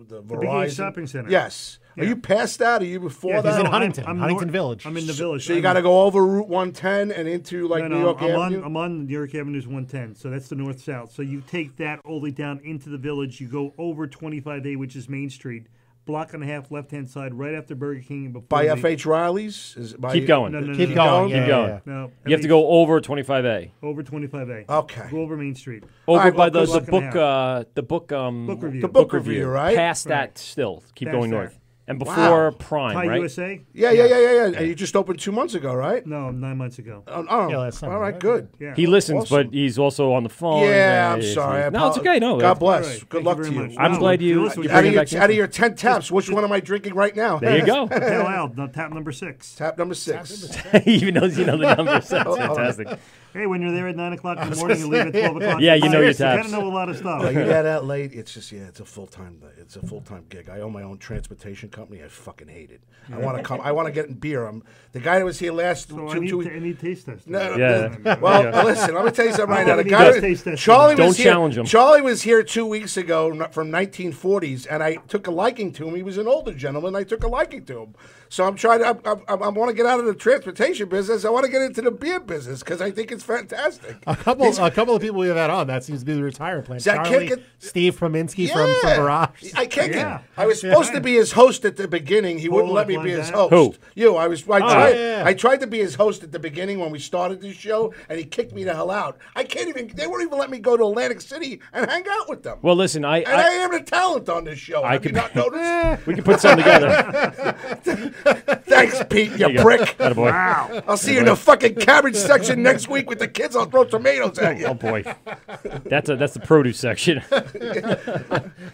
J: the
H: The
J: Verizon
H: big shopping center.
J: Yes. Are
H: Yeah.
J: you past that? Are you before
H: Yeah,
J: that?
H: no, I'm- I'm nor- I'm in the
J: So-
H: village.
J: So you
H: I'm-
J: got to go over Route 110 and into like
H: No,
J: New
H: no,
J: York
H: um, I'm
J: Avenue.
H: on I'm on New York Avenue's 110, so that's the north south. So you take that all the way down into the village. You go over 25A, which is Main Street, block and a half left hand side, right after Burger King. and Before
J: By
H: the-
J: FH Riley's? Is it by
E: Keep going.
H: No, no, no,
E: keep
H: no.
E: going. keep going.
H: No,
E: you have to go over 25A.
H: over 25A.
J: Okay.
H: Go over Main Street.
E: Over by
H: Block-
E: the, the
H: block and a
E: book,
H: half.
E: uh, the book, um,
H: Book review.
E: the
H: The book
E: book review,
H: review, right?
E: Past
H: Right.
E: that, still keep
H: Past
E: going
H: that.
E: north, and before
H: Wow.
E: Prime,
H: Thai
E: right?
H: USA?
J: Yeah, yeah, yeah, yeah, yeah. And you just opened two months ago, right?
H: No, nine months ago.
J: Oh, oh.
H: Yeah, last summer,
J: all right,
H: right?
J: good.
E: He listens,
J: Awesome.
E: but he's also on the phone.
J: Yeah, I'm
E: Uh,
J: sorry. I
E: No, it's
J: apologize.
E: okay. No,
J: God
E: that's-
J: bless.
E: Right.
J: Good luck to you.
E: I'm glad you.
J: Out
E: you bring
J: of,
E: it
J: your,
E: back in.
J: out of your ten taps, which one am I drinking right now?
E: There you
J: (laughs)
E: go.
H: Pale Ale, no, tap number six.
J: Tap number six.
E: (laughs) He even knows you know
H: (laughs)
E: the numbers. That's
J: Oh, oh.
E: fantastic.
H: Hey, when you're there at nine
E: (laughs)
H: o'clock
J: (laughs)
H: in the
J: was
H: morning, you
J: gonna
H: leave at
J: say,
H: twelve o'clock.
E: Yeah,
H: at
E: you know
H: night,
E: your
H: You
E: tabs.
H: gotta know a lot of stuff.
J: Well, Oh,
H: (laughs)
J: you get out late. It's just yeah, it's a full time. It's a full time gig. I own my own transportation company. I fucking hate it. I want to come. I want to get in beer. I'm the guy that was here last
H: So
J: two,
H: I need,
J: two
H: to, I need taste test.
J: No, no,
E: Yeah.
J: no. Well,
E: Yeah.
J: listen, let me tell you something right
H: I'm
J: now.
H: gonna need
J: The guy,
H: those taste
J: was-
H: testers.
J: Charlie was
E: Don't
J: here,
E: challenge 'em.
J: Charlie was here two weeks ago n- from 1940s, and I took a liking to him. He was an older gentleman. I took a liking to him. So I'm trying to. I, I, I want to get out of the transportation business. I want to get into the beer business because I think it's fantastic.
F: A couple, a couple of people we've had on that seems to be the retirement plan.
J: See, I can't
F: Charlie,
J: get-
F: Steve Prominsky from, from Barrage.
J: I can't get.
F: Yeah.
J: I was supposed to be his host at the beginning. He wouldn't
F: Oh,
J: let me
F: like
J: be his
F: that?
J: host.
F: Who?
J: You. I was. I
F: Oh,
J: tried.
F: yeah.
J: I tried to be his host at the beginning when we started this show, and he kicked me the hell out. I can't even. They won't even let me go to Atlantic City and hang out with them.
E: Well, listen, I
J: and I,
E: I,
J: am the talent on this show.
E: I
J: Have you
E: could- (laughs) Eh,
J: not noticed?
E: we can put some together. (laughs)
J: (laughs) Thanks, Pete. You,
E: There you go.
J: prick.
E: Attaboy.
J: Wow. I'll see you in
E: Attaboy.
J: the fucking cabbage section next week with the kids. I'll throw tomatoes at you.
E: Oh boy,
J: (laughs)
E: that's a, that's the produce section.
F: (laughs)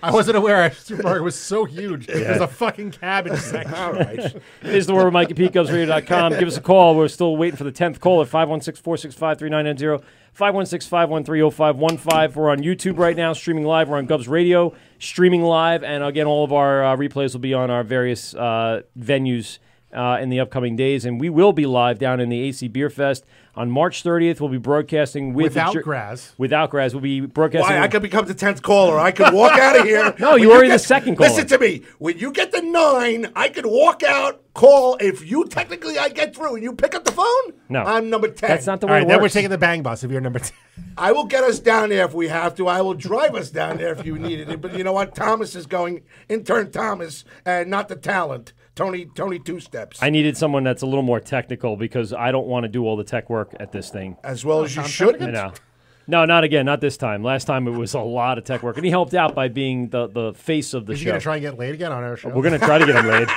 F: I wasn't aware our supermarket was so huge.
E: Yeah.
F: There's a fucking cabbage
J: (laughs)
F: section. All
J: right.
E: It is the word with Mike at PeteGubsRadio.com. Give us a call. We're still waiting for the 10th call at 516 465 3990. 516 513 0515. We're on YouTube right now, streaming live. We're on Gubs Radio, streaming live. And again, all of our uh, replays will be on our various uh, venues uh, in the upcoming days. And we will be live down in the AC Beer Fest on March 30th. We'll be broadcasting with
F: Without
E: the Jer-
F: Graz.
E: Without Graz. We'll be broadcasting.
J: Why? I could become the tenth caller. I could walk out of here.
E: (laughs) No,
J: When
E: you already
J: get-
E: the second caller.
J: Listen to me. When you get the nine, I could walk out, call. If you technically I get through and you pick up the phone,
F: No.
J: I'm number (laughs) ten.
F: All right, then we're taking the bang bus if you're number 10.
J: I will get us down there if we have to. I will drive us down there if you need it. But you know what? Thomas is going. Intern Thomas, and not the talent. Tony. Tony two steps.
E: I needed someone that's a little more technical because I don't want to do all the tech work at this thing.
J: As
F: Oh,
J: well as you shouldn't.
E: No. No, not again. Not this time. Last time it was a lot of tech work, and he helped out by being the, the face of the
F: Is he
E: show.
F: going to try and get laid again on our show?
E: We're gonna try to get
J: (laughs)
E: him laid.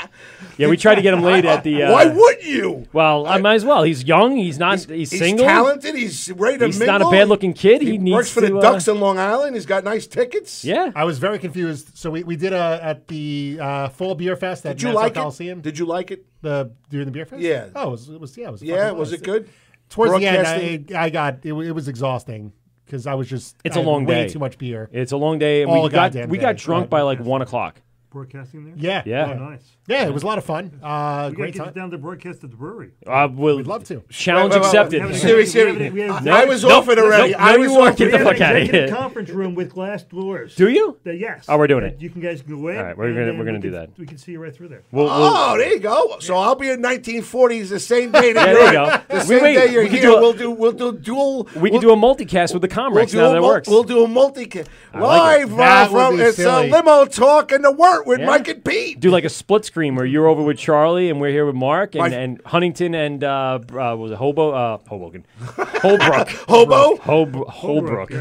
E: Yeah, we tried to get him laid at the. Uh,
F: Why
J: would you?
E: Well, I, might as well. He's young. He's not. He's,
J: He's
E: single.
J: talented. He's ready to
E: He's
J: mingle.
E: not a bad-looking kid. He, needs
J: works for
E: to,
J: the
E: uh,
J: Ducks in Long Island. He's got nice tickets.
E: Yeah.
F: I was very confused. So we, we did a, at the uh, Fall Beer Fest at
J: Did you
F: Nassau
J: like it?
F: Coliseum.
J: Did you like it?
F: The during the beer fest?
J: Yeah.
F: Oh, it was, it was yeah, it was.
J: Yeah,
F: fucking
J: was
F: blast.
J: it good?
F: Towards the end, I,
J: Broadcasting?
F: I got it, wa- it was exhausting because I was just
E: It's
F: a
E: a long
F: way
E: day.
F: too much beer.
E: It's a long day, and
F: All
E: we got
F: goddamn
E: we got
F: day.
E: drunk by like one o'clock.
H: Broadcasting there?
F: Yeah,
E: Yeah.
H: Oh, nice.
F: Yeah, it was a lot of fun. Uh,
H: We gotta
F: great
H: get
F: time.
H: you down to broadcast at the brewery.
E: I will. We'd
F: love to.
E: Uh, Challenge
H: Wait, wait, wait,
E: accepted.
H: wait, wait. Siri, Siri. We have-
E: No,
H: I was
E: nope,
H: offered
E: nope,
H: already.
E: nope,
H: I
E: no,
H: was
E: you won't get
H: offered.
E: the fuck out of
H: Executive
E: here.
H: Conference room with glass doors.
E: Do you?
H: That- yes.
E: Oh, we're doing
H: That
E: it.
H: You can guys can go in.
E: All right, we're
H: and
E: gonna-
H: then
E: we're gonna
H: we
E: do
H: can-
E: that.
H: We can see you right through there.
E: We'll-
J: oh, there you go. So I'll be in 1940s the same day. That
E: Yeah,
J: you're
E: there you
J: at-
E: go.
J: The
E: We-
J: same
E: wait,
J: day you're
E: we could
J: here,
E: do a-
J: we'll do we'll do dual.
E: we could do a multicast with the
J: We'll
E: Comrex
J: do,
E: now
J: a
E: that
J: mul-
E: works.
J: we'll do a multicast
E: I like it.
J: live
E: That
J: uh,
E: would
J: from
E: be
J: it's uh,
E: silly.
J: limo talk and the word with
E: Yeah.
J: Mike and Pete.
E: Do like a split screen where you're over with Charlie and we're here with Mark and,
J: Right.
E: and Huntington and uh, br- uh was it Hobo uh
J: (laughs)
E: Hoboken Holbrook
J: Hobo?
E: Hob- Holbrook.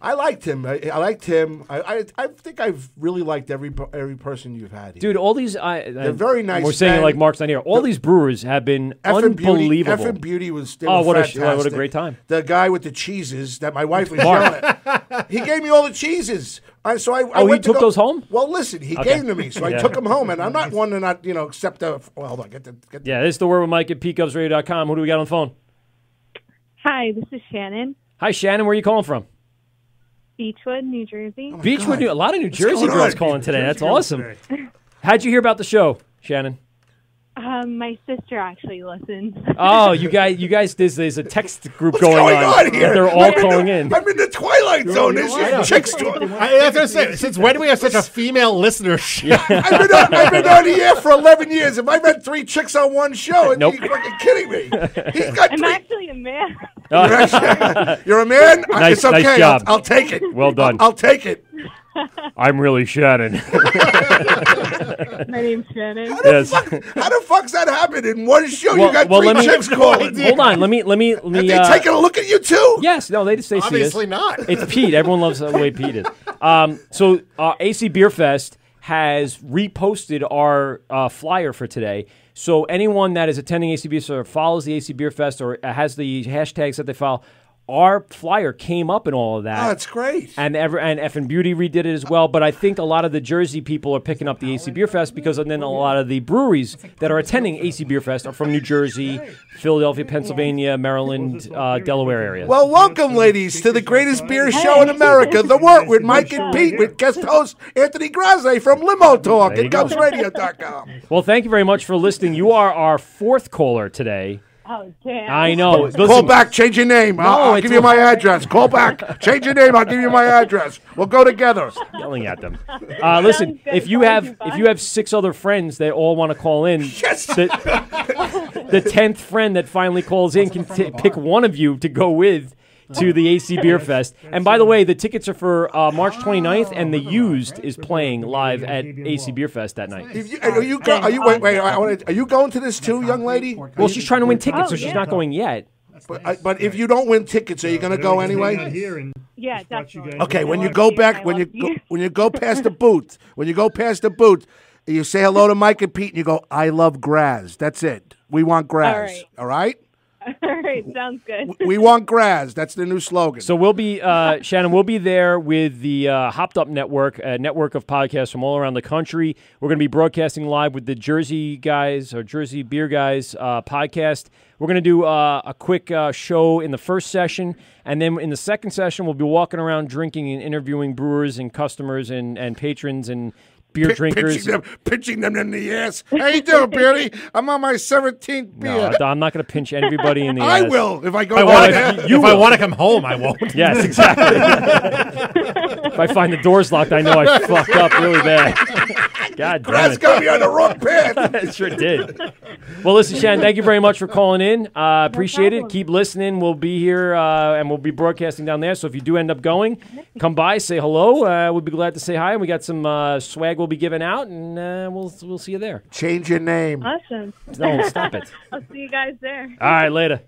J: I liked him. I, I liked him. I, I I think I've really liked every per- every person you've had. Here.
E: Dude, all these I,
J: They're very nice
E: We're saying it
J: men.
E: like Mark's not here. All these brewers have been
J: Effin Beauty,
E: unbelievable.
J: Effin Beauty was they
E: oh,
J: were
E: what
J: fantastic.
E: a sh- what a great time!
J: The guy with the cheeses that my wife was
E: Mark.
J: yelling at. He gave me all the cheeses. I, so I, I
E: Oh, he
J: went to
E: took
J: go-
E: those home?
J: Well, listen, he
E: Okay.
J: gave them to me, so I
E: (laughs) Yeah.
J: took them home. And I'm not one to not, you know, accept the. Well, hold on, get the. Get
E: Yeah, this is the word with Mike at peakupsradio.com. Who do we got on the phone?
L: Hi, this is Shannon,
E: Hi, Shannon. Where are you calling from?
L: Beechwood, New Jersey.
J: Oh
E: Beachwood, New, a lot of New Jersey
L: going
E: girls
L: on?
E: calling today. That's
L: Jersey girls
E: awesome. How'd you hear about the show, Shannon?
L: (laughs) Um, my sister actually listens. (laughs)
E: Oh, you guys, you guys, there's, there's a text group going,
L: on here?
E: They're all calling in.
J: I'm in the twilight zone. This
F: I know.
J: is chicks.
F: I, I was gonna say, since when do we have
J: (laughs)
F: such a female listenership?
J: I've been on,
F: (laughs)
J: I've been on the air for 11 years. If I've had three chicks on one show, and
E: Nope.
J: you're fucking kidding me. He's
L: (laughs)
J: got
L: I'm
J: three.
L: actually a (laughs) man.
J: (laughs) You're a man. I-
E: Oh. (laughs) Nice-
J: it's okay.
E: nice
J: I'll-
E: job.
J: I'll, take it.
E: Well done.
J: I'll, I'll take it.
E: (laughs)
L: (laughs)
E: I'm really
J: (laughs)
E: Shannon.
L: My name's Shannon.
E: yes.
J: How the fuck's that happen in one show? you got three
E: let me-
J: chicks calling.
E: Hold on, let me let me. Let me
J: Have they
E: uh,
J: taken a look at you too?
E: Yes. No, they just they see us.
J: Obviously not.
E: It's Pete. Everyone loves the way Pete is. Um, so uh, AC Beer Fest has reposted our uh, flyer for today. So anyone that is attending AC Beer Fest or follows the AC Beer Fest or has the hashtags that they follow, our flyer came up in all of that.
J: Oh, that's great.
E: And ever and F and Beauty redid it as well. But I think a lot of the Jersey people are picking up the AC Beer Fest because and then a lot of the breweries that are attending AC Beer Fest are from New Jersey, Philadelphia, Pennsylvania, Maryland, uh, Delaware area.
J: Well, welcome, ladies, to the greatest beer show in America, The Wort with Mike and Pete, with guest host Anthony Graze from Limo
E: (laughs)
J: Talk
E: There you
J: at
E: go.
J: GubsRadio.com.
E: Well, thank you very much for listening. You are our fourth caller today.
L: (laughs) Oh, damn.
E: I know.
J: Call back, change your name. I'll,
E: No,
J: I'll
E: it's
J: give you my address. Call back, change your name. I'll give you my address. We'll go together.
E: Yelling at
J: (laughs)
E: them. Uh, listen, if you have if you have six other friends that all want to call
J: (laughs)
E: in, yes. the tenth friend that finally calls in can t- pick one of you to go with to the
J: (laughs)
E: AC Beer Fest. And by the way, the tickets are for uh, March 29th, and the used is playing live at AC Beer Fest that night.
J: If you, are you, go, are you wait, wait, I wanna, are you going to this too, young lady?
E: Well, she's trying to
L: Oh,
E: win tickets, so she's not going yet.
J: But, I, but if you don't win tickets, are you going to go anyway?
H: Here and
L: yeah, definitely.
J: Okay, when you go back, (laughs) when you go, when you go past the booth, when you go past the booth, you say hello to Mike and Pete, and you go, "I love Graz." That's it. We want Graz.
L: All right.
J: All right? (laughs)
L: All right, sounds good.
J: We want Graz. That's the new slogan.
E: So we'll be uh, Shannon. We'll be there with the uh, Hopped Up Network, a network of podcasts from all around the country. We're going to be broadcasting live with the Jersey guys or Jersey Beer Guys uh, podcast. We're going to do uh, a quick uh, show in the first session, and then in the second session, we'll be walking around drinking and interviewing brewers and customers and, and patrons and beer
J: Pi-
E: drinkers.
J: Pitching them, pitching them in the ass. How you doing, Beardy? I'm on my 17th beer.
E: No, I'm not going to pinch anybody in the
J: (laughs) I
E: ass.
J: will if I go
E: I
J: down
E: wanna-
J: (laughs) there.
E: you
J: If I
E: will.
J: wanna come home, I won't.
E: (laughs) yes, exactly. if I find the doors locked, I know I fucked up really bad. God damn
J: Graz
E: it.
J: got
E: (laughs)
J: me on the wrong path.
E: it sure did. Well, listen, Shannon, thank you very much for calling in. Uh, appreciate it. Keep listening. We'll be here uh, and we'll be broadcasting down there. So if you do end up going, come by, say hello. Uh, we'd be glad to say hi. And we got some uh, swag we'll be giving out, and uh, we'll we'll see you there.
J: Change your name.
L: Awesome.
E: No, stop it.
L: (laughs) I'll see you guys there.
E: All right, later.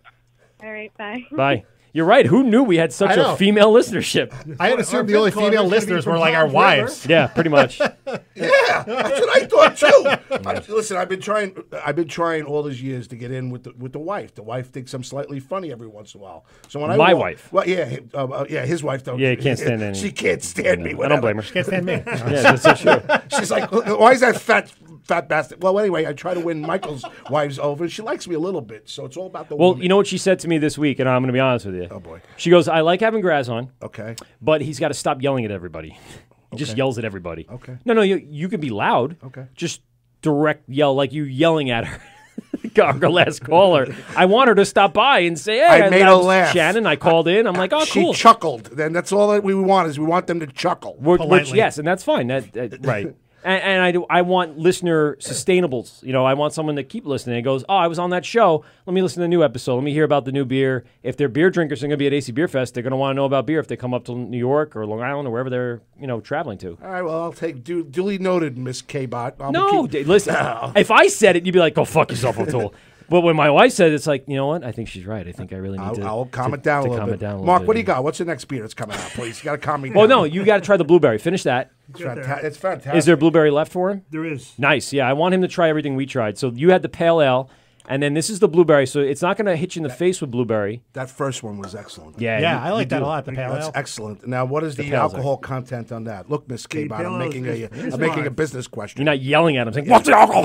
L: All right, bye.
G: (laughs)
E: Bye. You're right. Who knew we had
F: I
E: such
F: know.
E: a female listenership?
J: (laughs)
F: I had assumed the only female listeners were like our wives.
E: Yeah, pretty
J: (laughs)
E: much.
J: Yeah, that's what I thought
E: (laughs)
J: too. I- listen, I've been trying. I've been trying all these years to get in with the with the wife. The wife thinks I'm slightly funny every once in a while. So when I
E: My
J: walk-
E: wife.
J: well, yeah, hi- uh, uh, yeah, his wife don't.
E: Yeah, you can't stand any-
J: (laughs) She can't stand me.
E: I don't
J: Whatever.
E: blame her. She can't stand
J: (laughs)
E: me.
J: yeah,
E: that's so true.
J: She's like, why is that fat fat bastard? Well, anyway, I try to win Michael's wives over. She likes me a little bit, so it's all about the
E: Well,
J: woman.
E: you know what she said to me this week, and I'm going to be honest with you. Oh boy. She goes, "I like having Graz on,
J: okay,
E: but he's got to stop yelling at everybody. he just
J: Okay.
E: yells at everybody.
J: Okay.
E: No, no, you you can be loud.
J: Okay.
E: Just direct yell like you yelling at her." (laughs) Our last caller. I want her to stop by and say, "Hey,
J: I made
E: I'm
J: her laugh."
E: Shannon, I called in. I'm like, "Oh,
J: she
E: cool."
J: chuckled. Then that's all that we want is we want them to chuckle.
E: Which- which, yes, and that's fine. That,
J: (laughs)
E: that- right. And, and I do. I want listener sustainables. You know, I want someone to keep listening. It goes, oh, I was on that show. Let me listen to the new episode. Let me hear about the new beer. If they're beer drinkers, they're going to be at AC Beer Fest. They're going to want to know about beer if they come up to New York or Long Island or wherever they're you know traveling to.
J: All right, well, I'll take du- duly noted, Miss K Bot.
E: No, d-
J: (laughs)
E: listen. If I said it, you'd be like, go fuck yourself, O'Toole. (laughs) but when my wife said it, it's like, you know what? I think she's right. I think I really need
J: I'll,
E: to.
J: I'll
E: to-
J: calm it down
E: to
J: a little
E: calm it
J: bit.
E: down a little
J: Mark,
E: bit.
J: what do you got? What's the next beer that's coming out, please? You got to
E: (laughs)
J: calm me down.
E: Well, Oh, no, you got to try the blueberry. Finish that.
J: It's, fanta- it's fantastic.
E: Is there blueberry left for him?
H: There is.
E: Nice. Yeah, I want him to try everything we tried. So you had the pale ale, and then this is the blueberry. So it's not going to hit you in the face with blueberry.
J: That first one was excellent.
E: Yeah, Yeah, you- I like you that do. a lot, the pale
J: That's
E: ale.
J: excellent. Now, what is the,
E: The pale's
J: alcohol content on that? Look, Miss K Bot,
E: pale
J: I'm
E: ale is
J: making a,
E: just- it's
J: I'm making a
E: live.
J: business question.
E: You're not yelling at him. Saying, What's the (laughs) alcohol?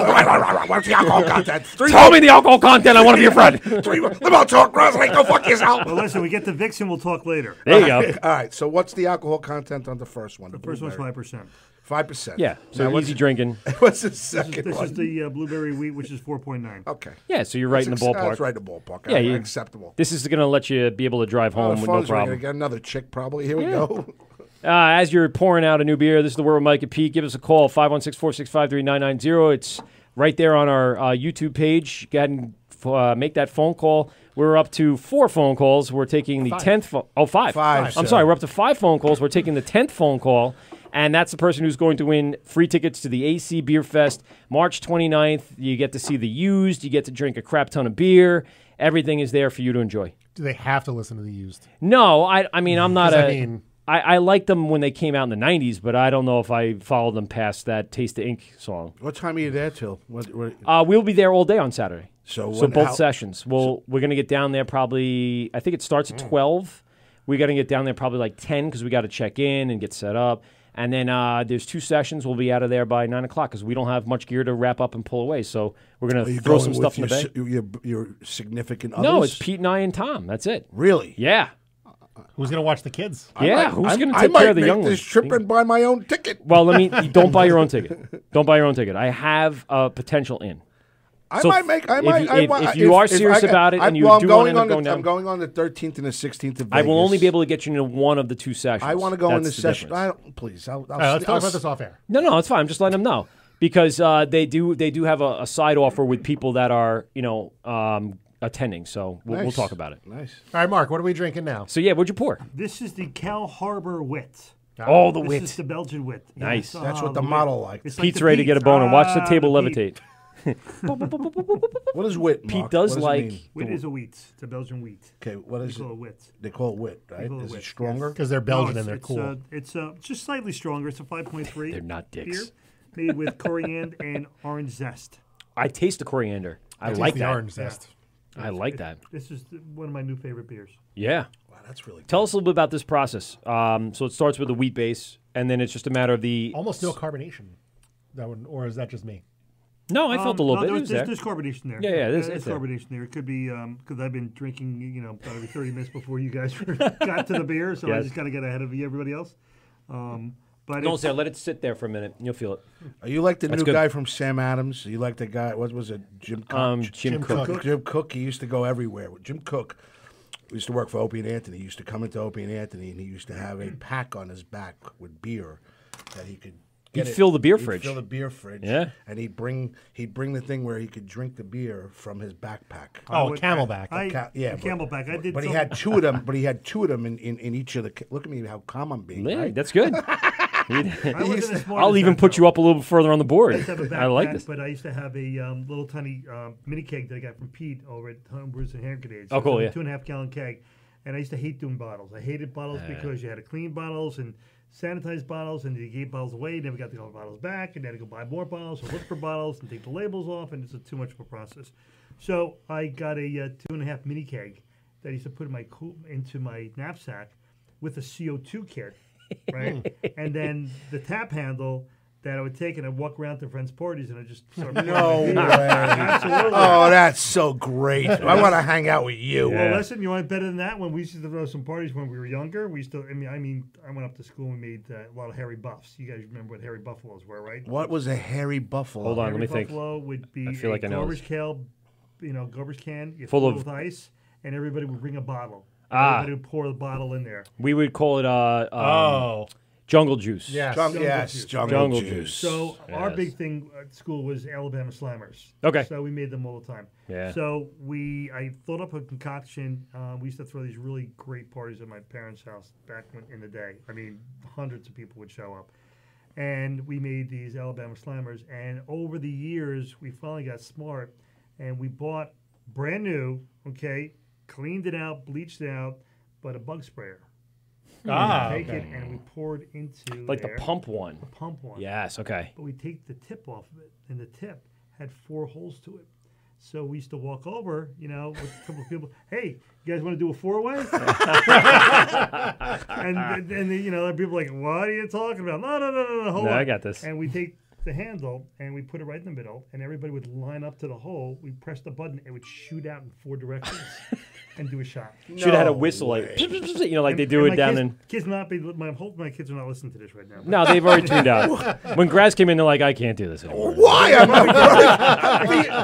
J: What's the
E: (laughs)
J: alcohol content?
E: Tell me the alcohol content. I want to be your friend.
J: (laughs) Three, about talk, Rosalie. Go fuck yourself.
H: Well, listen, we get the vixen. We'll talk later.
E: There you go.
J: All right. So, what's the alcohol content on the first one? The
H: First one's five percent.
J: Five percent.
E: Yeah. So
J: Now, what's,
E: easy drinking.
J: (laughs) what's the second
H: This
J: one?
H: is the uh, blueberry wheat, which is four point nine.
J: Okay.
E: Yeah. So you're right in the
J: That's ex-
E: ballpark.
J: that's right in the ballpark.
E: Yeah.
J: Uh,
E: you-
J: acceptable.
E: This is going to let you be able to drive
J: Oh,
E: home
J: the
E: with no
J: phone's ringing
E: problem.
J: again. Another chick, probably. Here we
E: Yeah.
J: go. (laughs)
E: Uh, as you're pouring out a new beer, this is the Word with Mike and Pete. Give us a call, 516 465 3990. It's right there on our uh, YouTube page. Go ahead and f- uh, make that phone call. We're up to four phone calls. We're taking the
J: Five.
E: 10th phone oh, five.
J: Five,
E: I'm
J: sir.
E: sorry, we're up to five phone calls. We're taking the 10th phone call, and that's the person who's going to win free tickets to the AC Beer Fest March 29th. You get to see the used, you get to drink a crap ton of beer. Everything is there for you to enjoy.
F: Do they have to listen to the used?
E: No, I I mean I'm not
F: 'Cause I
E: a.
F: mean-
E: I, I liked them when they came out in the '90s, but I don't know if I followed them past that "Taste the Ink" song.
J: What time are you there till? What, what,
E: Uh, we'll be there all day on Saturday.
J: So
E: so
J: when-
E: both
J: how-
E: sessions. Well, we're gonna get down there probably. I think it starts
J: Hmm.
E: at twelve. We gotta get down there probably like ten because we got to check in and get set up. And then uh, there's two sessions. We'll be out of there by nine o'clock because we don't have much gear to wrap up and pull away. So we're gonna
J: Are you
E: throw
J: going
E: some
J: with
E: stuff in the
J: your,
E: bag.
J: si- Your, your significant others?
E: No, it's Pete and I and Tom. That's it.
J: Really?
E: Yeah.
F: Who's going to watch the kids?
E: Yeah,
J: I might-
E: who's
J: I-
E: gonna take
J: I
E: care
J: might
E: of the
J: make
E: young
J: this
E: ones?
J: trip and buy my own ticket.
E: Well,
J: (laughs)
E: let me. Don't buy your own ticket. Don't buy your own ticket. I have a potential in.
J: I
E: So
J: might make. I
E: if
J: might.
E: you-
J: I
E: if-
J: might-
E: if you are
J: I
E: serious
J: can-
E: about it
J: I,
E: and you
J: well,
E: do
J: I'm
E: wanna
J: going
E: end up
J: on the,
E: going down-
J: I'm going on the 13th and the 16th of
E: I
J: Vegas.
E: will only be able to get you into one of the two sessions.
J: I want to go in the
E: That's
J: session.
E: difference.
J: I don't, please. I'll, I'll,
F: All right, let's
J: I'll,
F: talk about this off air.
E: No, no, it's fine. I'm just letting them know because uh, they do they do have a, a side offer with people that are you know um, attending. So we'll, we'll
F: Nice.
E: talk about it.
J: Nice.
F: All right, Mark, what are we drinking now?
E: So yeah, what'd you pour?
H: This is the Cal Harbor Wit.
E: Oh, the
H: this
E: wit.
H: is the Belgian wit.
E: Nice.
H: Yes,
E: That's
H: ah,
E: what the
H: wit.
E: model liked.
H: It's
E: Pete's
H: the
E: ready to get a
H: Pete.
E: bone and watch the
H: Ah,
E: table
H: Pete.
E: levitate.
H: (laughs)
J: what is wit?
E: Pete
J: Mark?
E: does
J: What it
E: like
J: mean?
H: Wit is a wheat. It's a Belgian wheat.
J: Okay, what is
H: they Call
J: it?
H: it wit.
J: They call it wit,
H: They
J: right?
H: call
J: Is
H: wit,
J: it stronger?
H: yes.
F: 'Cause they're Belgian
H: No, it's-
F: and they're
H: it's,
F: cool.
H: uh, it's uh, just slightly stronger. It's a
E: (laughs)
H: 5.3.
E: They're not dicks.
H: Beer made with coriander and orange zest.
E: (laughs) I taste the coriander. I,
H: I taste
E: like
H: the
E: that.
H: orange zest.
E: I like that.
H: This is th- one of my new favorite beers.
E: Yeah. Wow, that's really. Tell us a little bit about this process. Um, so it starts with the wheat base, and then it's just a matter of the
F: Almost no carbonation. That would, or is that just me?
E: No, I felt a little
H: no,
E: bit.
H: there
E: It
H: was-
E: was
H: There's,
E: there.
H: there's carbonation there.
E: Yeah, yeah, there's-
H: there's
E: it's there.
H: carbonation there. It could be because I've been drinking, you know, about every 30 minutes before you guys (laughs) got to the beer, so I
E: Yes.
H: just got to get ahead of everybody else. Um, but
E: Don't
H: it's-
E: say. it. Let it sit there for a minute. and You'll feel it.
J: Are Hmm. you like the
E: That's
J: new
E: good.
J: guy from Sam Adams? You like the guy? What was it? Jim. Cook?
E: Um, Jim Cook.
J: Jim Cook. He used to go everywhere. Jim Cook used to work for Opie and Anthony. He used to come into Opie and Anthony, and he used to have a pack on his back with beer that he could. Get
E: He'd
J: it.
E: fill the beer
J: He'd
E: fridge.
J: Fill the beer fridge.
E: Yeah.
J: And he'd bring he'd bring the thing where he could drink the beer from his backpack.
H: I would- Oh, I,
J: Ca- yeah.
H: yeah,
J: but-
H: Camelback. I did.
J: But he
H: some-
J: had two of them. But he had two of them in, in, in each of the. ca- Look at me, how calm I'm being.
E: Yeah,
J: right?
E: that's
J: (laughs)
E: good.
H: (laughs) wasn't as smart
E: I'll
H: as
E: even
H: that,
E: put you up a little bit further on the board.
H: I used to have a
E: I like
H: backpack,
E: this.
H: But I used to have a um, little tiny um, mini keg that I got from Pete over at Home Brews and Hand Grenades.
E: Oh,
H: It's
E: cool,
H: a
E: yeah.
H: Two and a half gallon keg. And I used to hate doing bottles. I hated bottles
E: Uh.
H: because you had to clean bottles and sanitize bottles, and you gave bottles away. You never got the other bottles back, and you had to go buy more bottles or look for bottles and take the labels off, and it's a too much of a process. So I got a uh, two and a half mini keg that I used to put in my cool, into my knapsack with a CO2 kit, (laughs) right? and then the tap handle that I would take and I'd walk around to friends' parties and I just start pouring
J: No
H: my beer.
J: way.
H: Absolutely.
J: Oh, that's so great. I want to hang out with you.
H: Well, listen, you want better than that? When we used to throw some parties when we were younger, we used to. I mean, I mean, I went up to school and made uh, a lot of hairy buffs. You guys remember what hairy buffaloes were, right?
J: What was a hairy buffalo?
E: Hold on,
H: Hairy
E: let me think.
H: Buffalo would be
E: I feel
H: a
E: like I know
H: garbage can, you know, garbage can you
E: Full
H: fill
E: of-
H: it with ice, and everybody would bring a bottle. And
E: Ah.
H: everybody would pour the bottle in there.
E: We would call it uh, um,
H: Oh.
E: jungle juice.
J: Yes. Jung- yes, jungle
E: jungle
J: juice.
E: juice.
H: So our
E: Yes.
H: big thing at school was Alabama Slammers.
E: Okay.
H: So we made them all the time.
E: Yeah.
H: So we, I thought up a concoction. Um, we used to throw these really great parties at my parents' house back when, in the day. I mean, hundreds of people would show up, and we made these Alabama Slammers. And over the years, we finally got smart, and we bought brand new. Okay, cleaned it out, bleached it out, but a bug sprayer. And we
E: Ah,
H: take
E: okay.
H: it and we pour it into
E: Like the
H: there.
E: pump one.
H: The pump one.
E: Yes, okay.
H: But we take the tip off of it, and the tip had four holes to it. So we used to walk over, you know, with a couple of people. Hey, you guys want to do a four
E: (laughs)
H: (laughs) way? and and then, you know, people are like, what are you talking about? No, no, no, no, no. Hold
E: No,
H: on.
E: I got this.
H: And we take the handle and we put it right in the middle, and everybody would line up to the hole. We press the button, it would shoot out in four directions (laughs) and do a shot.
E: Should have had a whistle, like (laughs) you know, like they
H: And-
E: do
H: and
E: it
H: my
E: down
H: kids,
E: in.
H: Kids not be. My hope my kids are not listening to this right now.
E: No, they've already tuned
H: (laughs)
E: out. When Grass came in, they're like, "I can't do this anymore."
J: Why am
E: (laughs)
J: (laughs) I?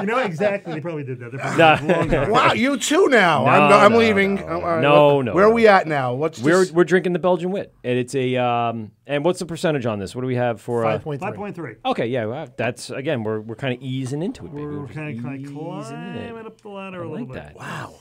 H: (laughs) you know exactly. They probably did that. They're probably
E: Nah. (laughs)
H: long gone.
J: wow, you too now.
E: No,
J: I'm, I'm
E: no,
J: leaving.
E: No,
J: I'm- all right,
E: no,
J: what-
E: no,
J: Where
E: no.
J: are we at now? What's
E: we're
J: this?
E: we're drinking the Belgian wit, and it's a um. And what's the percentage on this? What do we have for uh,
F: 5.3.
H: 5.3.
E: Okay, yeah, well, that's again, we're we're kind of easing into it. Baby. We're,
H: kind of kind of
E: easing it.
H: climbing up the ladder
E: I
H: a little
E: like that.
H: bit. Wow.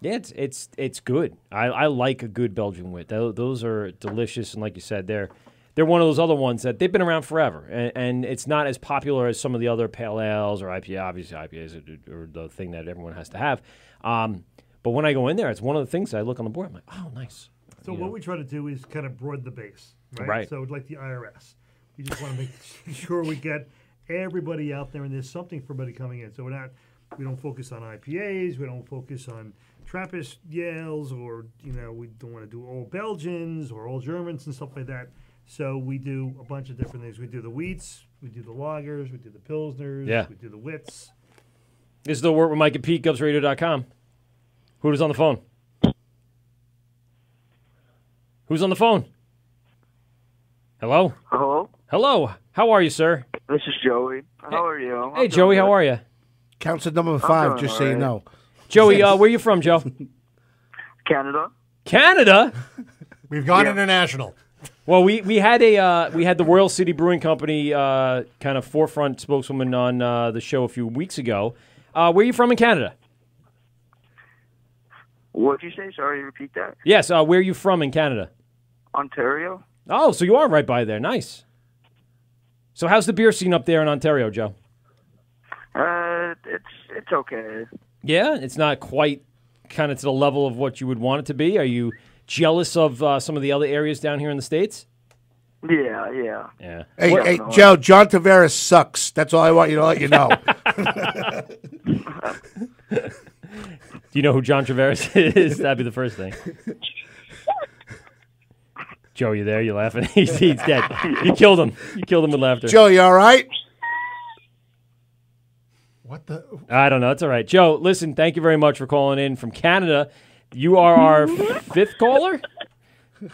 E: Yeah, it's it's it's good. I, I like a good Belgian wit. Tho- Those are delicious, and like you said, they're they're one of those other ones that they've been around forever, and, and it's not as popular as some of the other pale ales or IPA. Obviously, IPAs are, are the thing that everyone has to have. Um, but when I go in there, it's one of the things I look on the board. I'm like, oh, nice.
H: So
E: You
H: what
E: know.
H: we try to do is kind of broaden the base, right?
E: Right.
H: So like the IRS, we just want to make (laughs) sure we get everybody out there, and there's something for everybody coming in. So we're not, we don't focus on IPAs, we don't focus on Trappist Yales, or you know, we don't want to do all Belgians or all Germans and stuff like that. So we do a bunch of different things. We do the wheats, we do the lagers, we do the pilsners,
E: Yeah.
H: we do the wits.
E: This is the work with Mike and Pete, GubsRadio.com. Who's on the phone? Who's on the phone? Hello?
M: Hello?
E: Hello. How are you, sir?
M: (laughs) This is Joey. How are you?
E: Hey, Joey, how are you?
J: Counts at number
M: five,
J: doing just so you alright. know.
E: Joey, uh, where you from,
J: (laughs)
E: Joe?
M: Canada.
E: Canada?
F: (laughs) We've gone
M: Yeah.
F: international.
E: Well, we, we had a uh, we had the Royal City Brewing Company uh, kind of forefront spokeswoman on uh, the show a few weeks ago. Uh, where are you from in Canada?
M: What'd you say? Sorry, repeat that.
E: Yes. Uh, where are you from in Canada?
M: Ontario.
E: Oh, so you are right by there. Nice. So how's the beer scene up there in Ontario, Joe?
M: Uh, it's it's okay.
E: Yeah, it's not quite kind of to the level of what you would want it to be. Are you jealous of uh, some of the other areas down here in the states?
M: Yeah, yeah.
E: Yeah.
J: Hey, hey, Joe, John Tavares sucks. That's all I want you to let
E: (laughs)
J: you know.
E: Do you know who John Traveris is? That'd be the first thing. Joe, you there? You laughing? (laughs) he's, he's dead. You killed him. You killed him with laughter.
J: Joe, you all right?
E: I don't know. It's all right. Joe, listen, thank you very much for calling in from Canada. You are our fifth caller.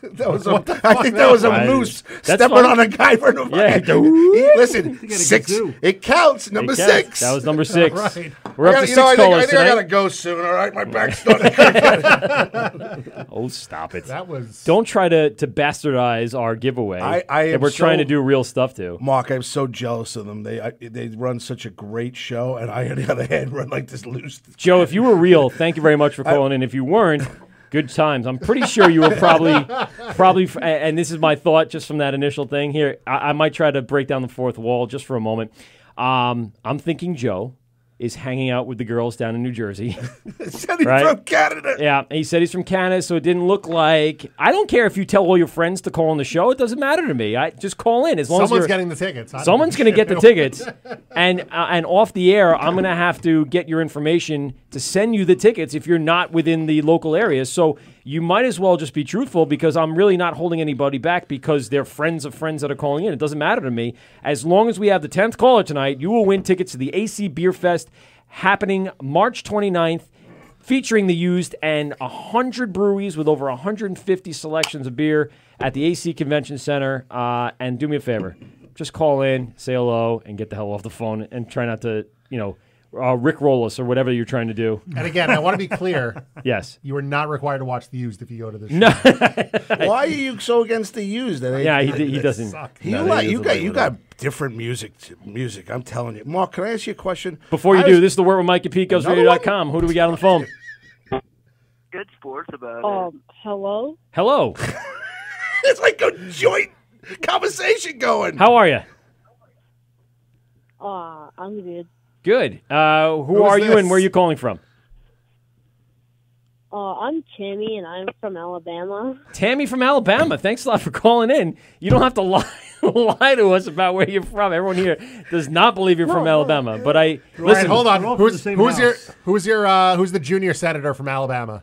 J: That was a, I think that was a
E: I-
J: moose
E: that's
J: stepping
E: fine.
J: on a guy for no
E: Yeah,
J: He- Listen,
E: a
J: six.
E: kazoo.
J: It counts. Number
E: It counts.
J: six.
E: That was number six.
J: All (laughs) right.
E: We're up to
J: I gotta- you know,
E: six
J: I think, I
E: callers
J: think I
E: tonight.
J: gotta go soon. All right, my back's starting. (laughs) to
E: (laughs) Oh, stop it.
J: That was-
E: Don't try to, to bastardize our giveaway
J: I- I
E: that
J: am
E: we're trying
J: so-
E: to do real stuff to.
J: Mark, I'm so jealous of them. They I, they run such a great show, and I, on the other hand, run like this loose.
E: (laughs) Joe, if you were real, thank you very much for calling in. If you weren't, good times. I'm pretty sure you were probably, probably, f- and this is my thought just from that initial thing here. I, I might try to break down the fourth wall just for a moment. Um, I'm thinking Joe is hanging out with the girls down in New
J: (laughs)
E: Jersey.
J: said he's
E: Right?
J: from Canada.
E: Yeah, he said he's from Canada, so it didn't look like. I don't care if you tell all your friends to call on the show; it doesn't matter to me. I just call in as long
F: Someone's
E: as you're-
F: getting the tickets. I don't
E: Someone's
F: give
E: going
F: a
E: to get the
F: (laughs) shit.
E: tickets, and uh, and off the air, I'm going to have to get your information to send you the tickets if you're not within the local area. So you might as well just be truthful because I'm really not holding anybody back because they're friends of friends that are calling in. It doesn't matter to me as long as we have the tenth caller tonight. You will win tickets to the AC Beer Fest happening March 29th featuring the used and 100 breweries with over 150 selections of beer at the AC Convention Center. Uh, and do me a favor, just call in, say hello, and get the hell off the phone, and try not to, you know, uh, rickroll us or whatever you're trying to do.
F: And again, I want to be clear.
E: (laughs) Yes.
F: You are not required to watch the used if you go to this.
E: No. (laughs)
J: Why are you so against the used? That
E: Yeah, he d- he
J: They
E: doesn't-
J: suck.
E: no,
J: You
E: he
J: like you
E: doesn't
J: got
E: like
J: you
E: them.
J: got different music. t- Music, I'm telling you, Mark. Can I ask you a question
E: Before you
J: I
E: do,
J: was-
E: this is the word with Mike at PeteGovesRadio.com. Who do we got on the
F: (laughs)
E: phone?
M: Good sports about
L: Um, hello?
E: Hello.
J: it's like a joint conversation going.
E: How are you?
L: Uh, I'm good.
E: Good. Uh,
L: Who's
E: who are you and
L: this?
E: where are you calling from?
L: Uh, I'm Tammy, and I'm from Alabama.
E: Tammy from Alabama. Thanks a lot for calling in. You don't have to (laughs) lie, lie to us about where you're from. Everyone here does not believe you're from Alabama. But I
F: All
E: listen.
F: right, hold on.
E: We're all from
F: Who's,
E: the same
F: who's your
E: house.
F: who's your uh, who's the junior senator from Alabama?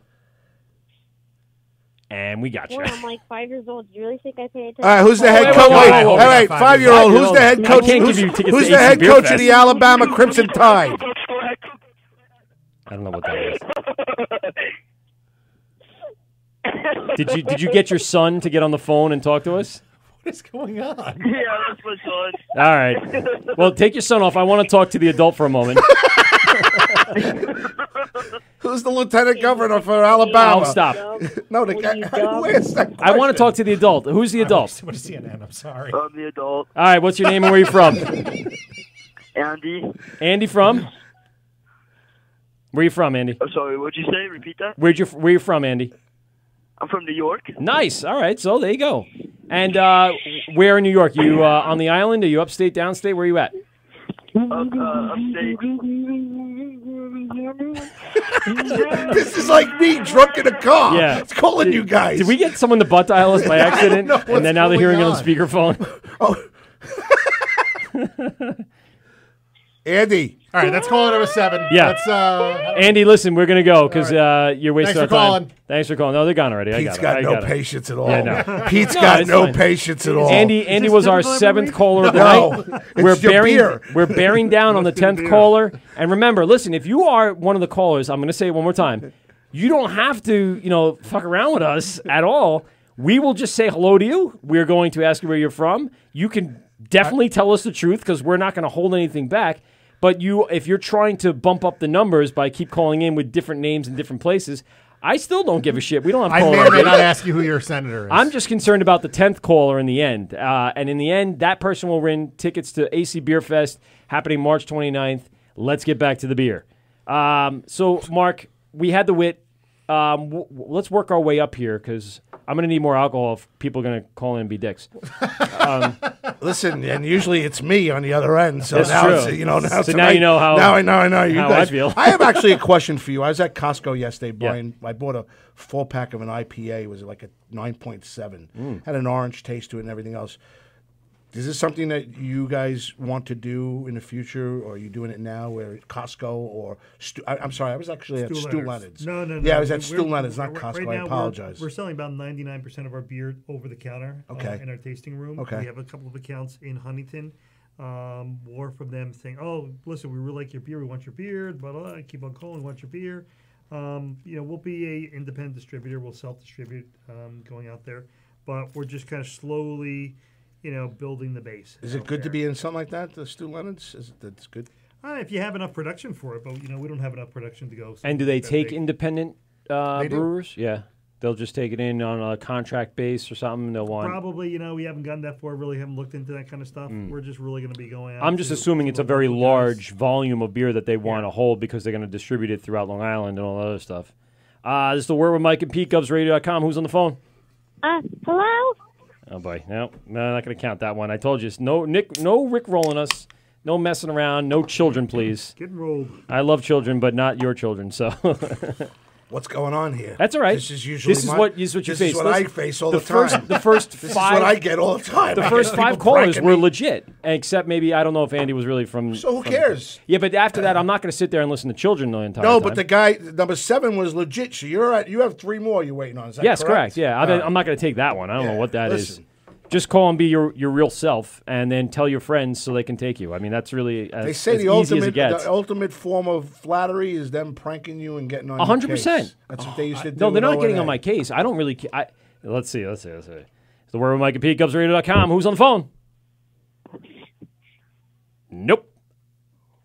E: And we got (laughs)
L: Boy, I'm like five years old. Do you really think I pay attention?
J: All right, who's the head coach? Wait, all right, five year old. Who's the head coach? Who's, who's the head coach of the Alabama Crimson Tide?
E: I don't know what that is. did you did you
J: (laughs)
E: get your son to get on the phone and talk to us?
F: What is going on?
M: Yeah, that's what's on.
E: All right. Well, take your son off. I want to talk to the adult for a
F: (laughs)
E: moment.
J: Who's the lieutenant governor for Alabama?
E: Oh, stop.
J: (laughs) no, the guy. (laughs) Where's that?
E: I want to talk to the adult. Who's (laughs) the adult?
F: What is CNN? I'm sorry.
M: I'm the adult.
E: All right. What's your name and where are you from?
M: Andy.
E: Andy from? Where are you from, Andy?
M: I'm sorry. What'd you say? Repeat that.
E: Where'd you Where you from, Andy?
M: I'm from New York.
E: Nice. All right. So there you go. And uh, where in New York? You uh, on the island? Are you upstate, downstate? Where are you at?
M: Up, uh, upstate.
J: this is like me drunk in a car.
E: Yeah.
J: Oh, It's calling
E: Did-
J: you guys.
E: Did we get someone to butt dial
J: (laughs)
E: us by
J: I don't
E: accident?
J: know what's
E: and then now they're
J: going
E: hearing it on
J: on. (laughs)
E: speakerphone. (laughs)
J: Andy.
F: All right, that's caller number seven.
E: Yeah.
F: That's, uh,
E: Andy, listen, we're gonna go because uh, you're wasting
F: Thanks
E: our
F: for
E: time.
F: calling.
E: Thanhanks for calling. No, they're gone already. I
J: Pete's
E: got,
J: got
E: it. I
J: no
E: it.
J: patience at
E: Yeah,
J: all.
E: no.
J: Pete's
E: No,
J: got
E: it's
J: no
E: fine.
J: patience at all.
E: Andy, Andy was our seventh caller of the
J: No,
E: night.
J: (laughs) it's
E: we're
J: your
E: bearing
J: beer.
E: we're
F: (laughs)
E: bearing down on the tenth caller. And remember, listen, if you are one of the callers, I'm going to say it one more time. You don't have to, you know, fuck around with us at all. We will just say hello to you. We're going to ask you where you're from. You can definitely tell us the truth because we're not going to hold anything back. But you, if you're trying to bump up the numbers by keep calling in with different names and different places, I still don't give a shit. We don't have
F: I may
E: caller
F: or may
E: ID.
F: not ask you who your senator is.
E: I'm just concerned about the tenth caller in the end, uh, and in the end, that person will win tickets to AC Beer Fest happening March 29th. Let's get back to the beer. Um, so, Mark, we had the wit. Um, w- w- let's work our way up here because I'm going to need more alcohol if people are going to call in and be dicks. um,
J: Listen, and usually it's me on the other end. So
E: That's
J: now
E: true.
J: it's, you know now.
E: So
J: it's
E: now you know how-
J: Now I know. I know you
E: how
J: guys.
E: I feel.
J: have actually a question for you. I was at Costco yesterday,
E: Yeah.
J: Brian. I bought a four pack of an IPA. It was like a nine point seven.
E: Mm.
J: Had an orange taste to it and everything else. Is this something that you guys want to do in the future, or are you doing it now? Where at Costco or Stu- I, am sorry, I was actually at
H: Stu
J: Stu
H: Leonard's.
J: Leonard's.
H: No, no, no.
J: Yeah, I was at
H: We're-
J: Stu Leonard's, not
H: we're-
J: Costco.
H: right now,
J: I
H: we're-
J: apologize.
H: We're, selling about 99% of our beer over the counter uh,
J: Okay.
H: in our tasting room.
J: Okay.
H: We have a couple of accounts in Huntington. Um, more from them saying, oh, listen, we really like your beer. We want your beer. Blah, blah, blah. Keep on calling. We want your beer. Um, you know, we'll be a independent distributor. We'll self-distribute um, going out there. But we're just kind of slowly, you know, building the base.
J: Is it
H: out
J: good to
H: there.
J: be in something like that, the Stu Leonard's? Is it, that's good.
H: Uh, if you have enough production for it, but, you know, we don't have enough production to go.
E: and do they
H: that
E: take
H: big.
E: independent uh,
H: They do.
E: brewers? Yeah, they'll just take it in on a contract base or something. They'll want.
H: Probably, you know, we haven't gotten that far. Really haven't looked into that kind of stuff.
E: Mm.
H: We're just really going to be going. Out
E: I'm just
H: to-
E: assuming
H: to
E: it's a
H: look
E: very
H: for guys.
E: large volume of beer that they want to hold because they're going to distribute it throughout Long Island and all that other stuff. Uh, this is the word with Mike and Pete, GubsRadio.com. Who's on the phone?
L: (laughs) Uh, hello?
E: Oh boy, no, no, not going to count that one. I told you, it's no Nick, no Rick rolling us, no messing around, no children, please.
H: Get enrolled.
E: I love children, but not your children. So (laughs)
J: What's going on here?
E: That's all right.
J: This is usually
E: this is
J: my-
E: what this is what you
J: this
E: face.
J: is what
E: Listen,
J: I face all
E: the
J: the time.
E: First, the first
J: (laughs) This is
E: five,
J: what I get all the time. I
E: The
J: get
E: first five
J: people
E: callers
J: pranking
E: were
J: me.
E: legit, except maybe I don't know if Andy was really from.
J: So who
E: from-
J: cares?
E: Yeah, but after that, I'm not going to sit there and listen to children the entire
J: No,
E: time.
J: but the guy number seven was legit. So you're at, you have three more you're waiting on. Is that
E: yes,
J: correct?
E: correct. Yeah, I mean,
J: All
E: I'm not going to take that one. I don't know what that is.
J: listen.
E: Just call and be your, your real self, and then tell your friends so they can take you. I mean, that's really as,
J: They say
E: as
J: the
E: easy as it
J: ultimate
E: gets.
J: the ultimate form of flattery is them pranking you and getting on. your
E: A hundred
J: case.
E: percent. Uh,
J: That's what they used
E: (sighs)
J: to do.
E: No, they're
J: in
E: not getting
J: ONA.
E: on my case. I don't really. ca- I let's see. Let's see. Let's see. It's the word with Mike at PeteGubsRadio.com. Who's on the phone? Nope.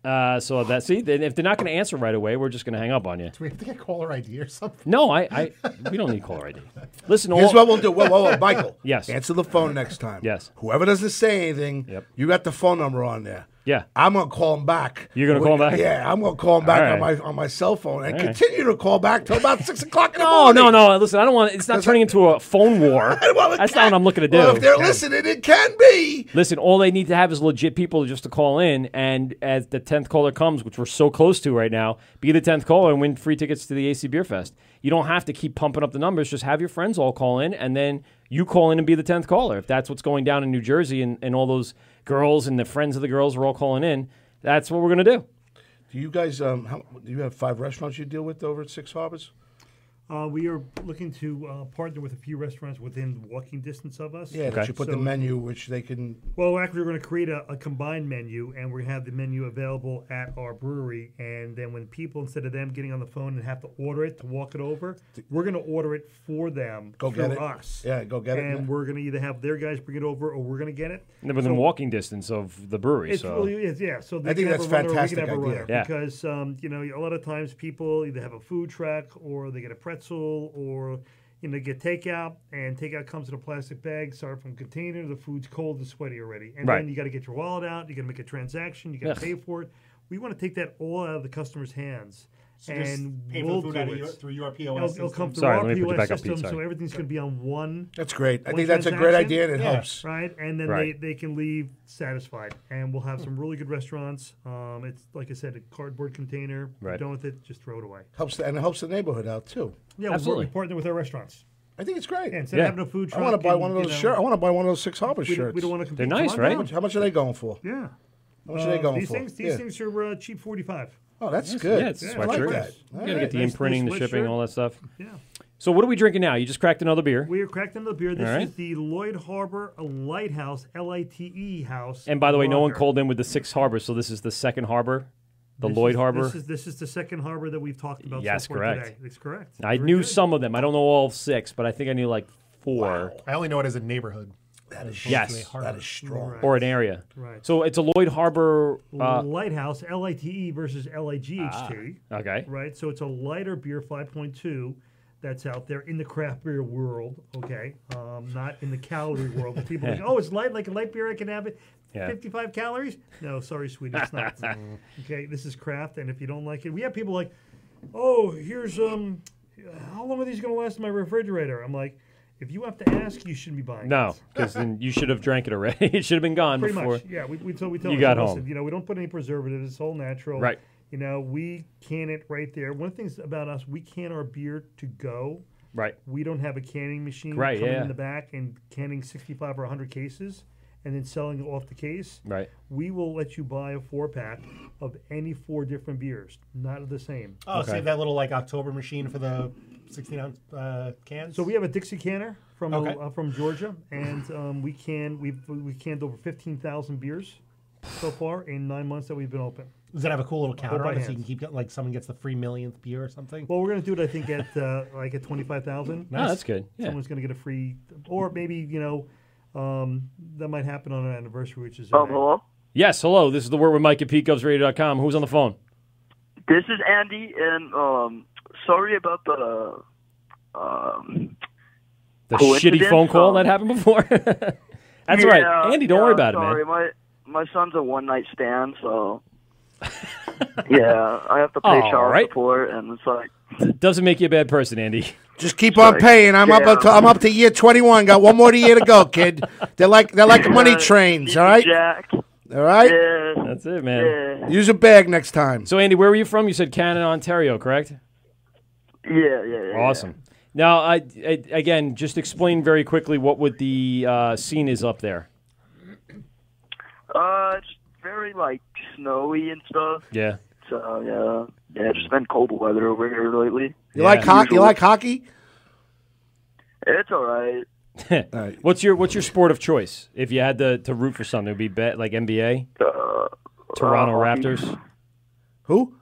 E: Uh, so that see, then if they're not going to answer right away, we're just going to hang up on you.
F: Do we have to get caller ID or something?
E: No, I, I we don't need caller ID. Listen,
J: Here's
E: all,
J: what we'll do. Whoa, whoa, whoa, Michael.
E: Yes.
J: Answer the phone next time.
E: Yes.
J: Whoever doesn't say anything, you got the phone number on there.
E: Yeah.
J: I'm gonna call him back.
E: You're gonna
J: We-
E: call him back?
J: Yeah, I'm gonna call him
E: All
J: back on
E: right.
J: my on my cell phone and
E: All right.
J: continue to call back till about six o'clock
E: (laughs)
J: in the
E: No,
J: morning.
E: no, no. Listen, I don't want. It's not turning into a phone
J: (laughs)
E: war. That's not what I'm looking to do.
J: Well, if they're listening, it can be.
E: Listen, all they need to have is legit people just to call in, and as the tenth caller comes, which we're so close to right now, be the tenth caller and win free tickets to the AC Beer Fest. You don't have to keep pumping up the numbers; just have your friends all call in, and then you call in and be the tenth caller. If that's what's going down in New Jersey, and, and all those girls and the friends of the girls are all calling in, that's what we're gonna do.
J: Do you guys um how, do you have five restaurants you deal with over at Six Harbors?
H: Uh, we are looking to uh, partner with a few restaurants within walking distance of us.
J: Yeah, that you put the
H: So-
J: menu which they can
H: Well, actually, we're going to create a, a combined menu, and we have the menu available at our brewery. And then when people, instead of them getting on the phone and have to order it to walk it over, we're going to order it for them.
J: Go get
H: through
J: it.
H: Us.
J: Yeah, go get it.
H: And we're going to either have their guys bring it over, or we're going to get it.
E: And within
H: So
E: walking distance of the brewery,
H: It's
E: so
H: really it's, yeah. So they
J: I think
H: can have
J: that's
H: a runner,
J: fantastic
H: we can have
J: idea.
H: A runner
E: Yeah.
H: Because um, you know a lot of times people either have a food truck or they get a pretzel or you know get takeout and takeout comes in a plastic bag, served from container. The food's cold and sweaty already, and
E: Right.
H: then you got to get your wallet out. You got to make a transaction. You got
E: Yes.
H: to pay for it. We want to take that all out of the customer's hands.
F: So just
H: and
F: pay for the
H: we'll
F: food
H: do
F: out of
H: it.
F: your- through your
H: It'll-
F: POS
H: It'll, come
F: system.
H: through
E: Sorry,
H: our
E: let me put you
H: POS
E: back up, Pete,
H: system, so
E: sorry.
H: everything's going to be on one.
J: That's great. I
H: one
J: think that's a great
H: transaction.
J: idea and it Yeah. helps.
H: Right, and then
J: Right.
H: they they can leave satisfied, and we'll have some really good restaurants. Um, it's like I said, a cardboard container. You're
J: Right.
H: Done with it, just throw it away.
J: helps the, and it helps the neighborhood out too.
H: Yeah, we partner with our restaurants.
J: I think it's great.
H: Yeah, instead of having a food truck,
J: I want to buy
H: and,
J: one of
H: you
J: those
H: know-
J: shirts. I want to buy one of those Six Harbors
H: We don't-
J: shirts.
H: we don't wanna compete. They're nice,
J: Come on
H: right?
J: down. How much are they going for?
H: Yeah.
J: How much are they
H: Uh,
J: going
H: these
J: for?
H: Things, these
J: Yeah.
H: things are uh, cheap forty five.
J: Oh, that's Nice. good. Yeah, it's a
E: sweatshirt. You gotta get the imprinting, the shipping, all that stuff.
H: Yeah.
E: So what are we drinking now? You just cracked another beer.
H: We are cracked into the beer. This
E: All right.
H: is the Lloyd Harbor Lighthouse, L I T E House.
E: And by the way, no one
H: Lager.
E: called in with the six harbors, so this is the second harbor, the
H: This
E: Lloyd
H: is-
E: Harbor.
H: This is, this is the second harbor that we've talked about.
E: yes,
H: so far
E: correct.
H: Today. It's correct.
E: I knew some of them. I don't know all six, but I think I knew like four.
F: I only know it as a neighborhood.
J: That
F: is
E: Yes.
J: That is strong.
E: Or an area.
H: Right.
E: So it's a Lloyd Harbor. Uh,
H: Lighthouse, L I T E versus L I G H T.
E: Ah, okay.
H: Right. So it's a lighter beer, 5.2, that's out there in the craft beer world. Okay. Um, not in
E: (laughs)
H: the calorie world. but People think, oh, it's light, like a light beer. I can have it.
E: Yeah.
H: 55 calories? No, sorry, sweetie, it's
E: (laughs)
H: not. okay. This is craft, and if you don't like it, we have people like, oh, here's um. how long are these going to last in my refrigerator? I'm like, if you have to ask, you shouldn't be buying.
E: No,
H: (laughs)
E: because then you should have drank it already. (laughs) it should have been gone
H: Pretty
E: before.
H: much, yeah. We, we tell we tell
E: you
H: them,
E: got
H: listen,
E: home.
H: You know, we don't put any preservatives. It's all natural.
E: Right.
H: You know, we can it right there. One of the things about us, we can our beer to go.
E: Right.
H: We don't have a canning machine
E: Right,
H: coming
E: yeah.
H: in the back and canning 65 or 100 cases and then selling it off the case.
E: Right.
H: We will let you buy a four pack of any four different beers, not of the same.
F: Oh, save that little like October machine for the 16 ounce uh, cans.
H: So we have a Dixie canner from
F: Okay.
H: uh, from Georgia, and um, we can we've we canned over fifteen thousand beers so far in nine months that we've been open.
F: Does that have a cool little
H: All
F: counter
H: by
F: on it so
H: hand.
F: you can keep get- like someone gets the free millionth beer or something?
H: Well, we're gonna do it. I think at uh, like at twenty five thousand.
E: Oh,
F: No, that's good. Yeah.
H: Someone's gonna get a free, or maybe you know, um, that might happen on an anniversary, which
J: Oh.
H: is. in May.
E: Yes, hello. This is the word with Mike at PeteGovsRadio.com. Who's on the phone?
M: This is Andy, and um, sorry about the um,
E: The shitty
M: Coincidence?
E: phone call
M: Oh.
E: that happened before. (laughs) That's all right,
M: Yeah,
E: Andy. Don't
M: yeah,
E: worry about
M: sorry.
E: it, man.
M: My my son's a one night stand, so yeah,
E: (laughs)
M: I have to pay
E: All
M: child
E: right.
M: support, and it's like
E: It doesn't make you a bad person, Andy.
J: (laughs) Just keep on paying. I'm up. To, I'm up to year 21. Got one more year to go, kid. They're like they're like money trains. All right.
M: Jack.
J: All right.
E: That's it, man.
J: Use a bag next time.
E: So, Andy, where were you from? You said Canada, Ontario, correct?
M: yeah, yeah, yeah.
E: Awesome. Now, I, I again just explain very quickly what would the uh, scene is up there.
M: Uh, it's very like snowy and stuff.
E: Yeah.
M: So yeah, yeah, it's just been cold weather over here lately.
J: You like hockey? You
M: Usual.
J: like hockey?
M: It's all right.
E: (laughs) What's your What's your sport of choice? If you had to, to root for something, it would be bet like NBA, Toronto
M: uh, hockey.
E: Raptors.
J: Who?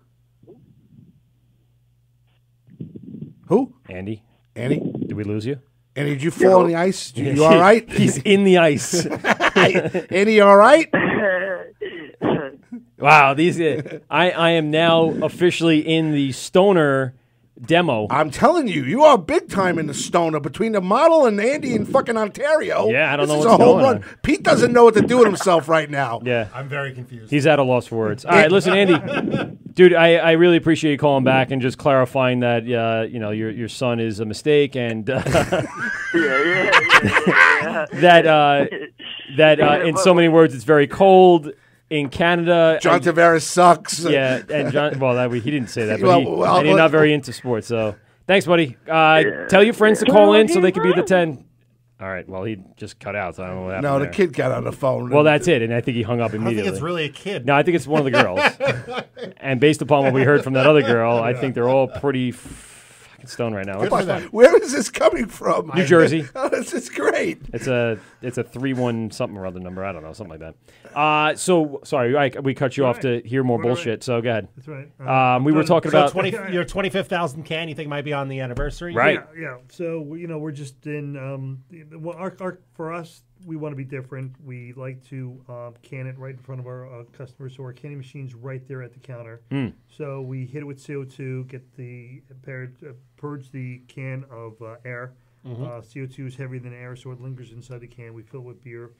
J: Who?
E: Andy.
J: Andy.
E: Did we lose you?
J: Andy, did you fall on the ice? You, you
E: (laughs)
J: all right?
E: He's in the ice.
J: (laughs) Andy, you all right?
E: (laughs)
M: (laughs)
E: Wow, these I I am now officially in the stoner demo.
J: I'm telling you, you are big time in the stoner between the model and Andy in fucking Ontario.
E: Yeah, I don't
J: this
E: know
J: is
E: what's
J: a whole
E: going
J: run.
E: on.
J: Pete doesn't know what to do with himself right now.
E: Yeah.
F: I'm very confused.
E: He's at a loss for words. All right, listen,
F: (laughs)
E: Andy, dude, I, I really appreciate you calling back and just clarifying that uh, you know your your son is a mistake and uh, (laughs) that uh, that uh, in so many words it's very cold in Canada.
J: John
E: and-
J: Tavares sucks.
E: Yeah, and John. Well, that, we- he didn't say that, but
J: Well,
E: he,
J: well,
E: and he's
J: well-
E: not very into sports. So thanks, buddy. Uh, Tell your friends to call in so they could be the ten. All right. Well, he just cut out. So I don't know what happened.
J: No, the
E: there.
J: kid got on the phone.
E: Well, that's it, and I think he hung up immediately.
F: it's really a kid.
E: No, I think it's one of the girls.
F: (laughs)
E: and based upon what we heard from that other girl, I think they're all pretty fucking stoned right now.
J: Where is this coming from?
E: New Jersey.
J: (laughs) Oh, this is great.
E: It's a it's a three one something or other number. I don't know, something like that. Uh, so sorry, I, we cut you off to hear more bullshit. So go ahead.
H: That's right.
E: Um, we were talking
F: so
E: about
F: (laughs) 20, your 25,000 can you think might be on the anniversary?
H: Yeah, yeah. So we- you know, we're just in. Um, well, our, our for us, we want to be different. We like to um, can it right in front of our uh, customers, so our canning machine's right there at the counter.
E: Mm.
H: So we hit it with CO two, get the purge, uh, purge the can of uh, air.
F: Mhm.
H: Uh, CO two is heavier than air, so it lingers inside the can. We fill it with beer.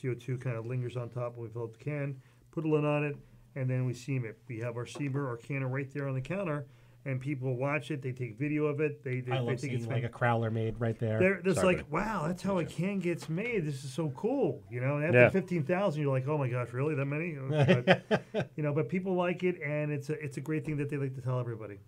H: CO two kind of lingers on top when we fill up the can. Put a lid on it, and then we seam it. We have our seamer, our canner right there on the counter. And people watch it. They take video of it. They they,
F: I
H: they
F: love
H: think
F: seeing
H: it's
F: like
H: like
F: a crowler made right there.
H: they're just
F: Sorry,
H: like,
F: buddy.
H: wow, that's how a can gets made. This is so cool, you know. And after
F: Yeah.
H: fifteen thousand, you're like, oh my gosh, really that
F: (laughs)
H: many? But, you know, but people like it, and it's a it's a great thing that they like to tell everybody.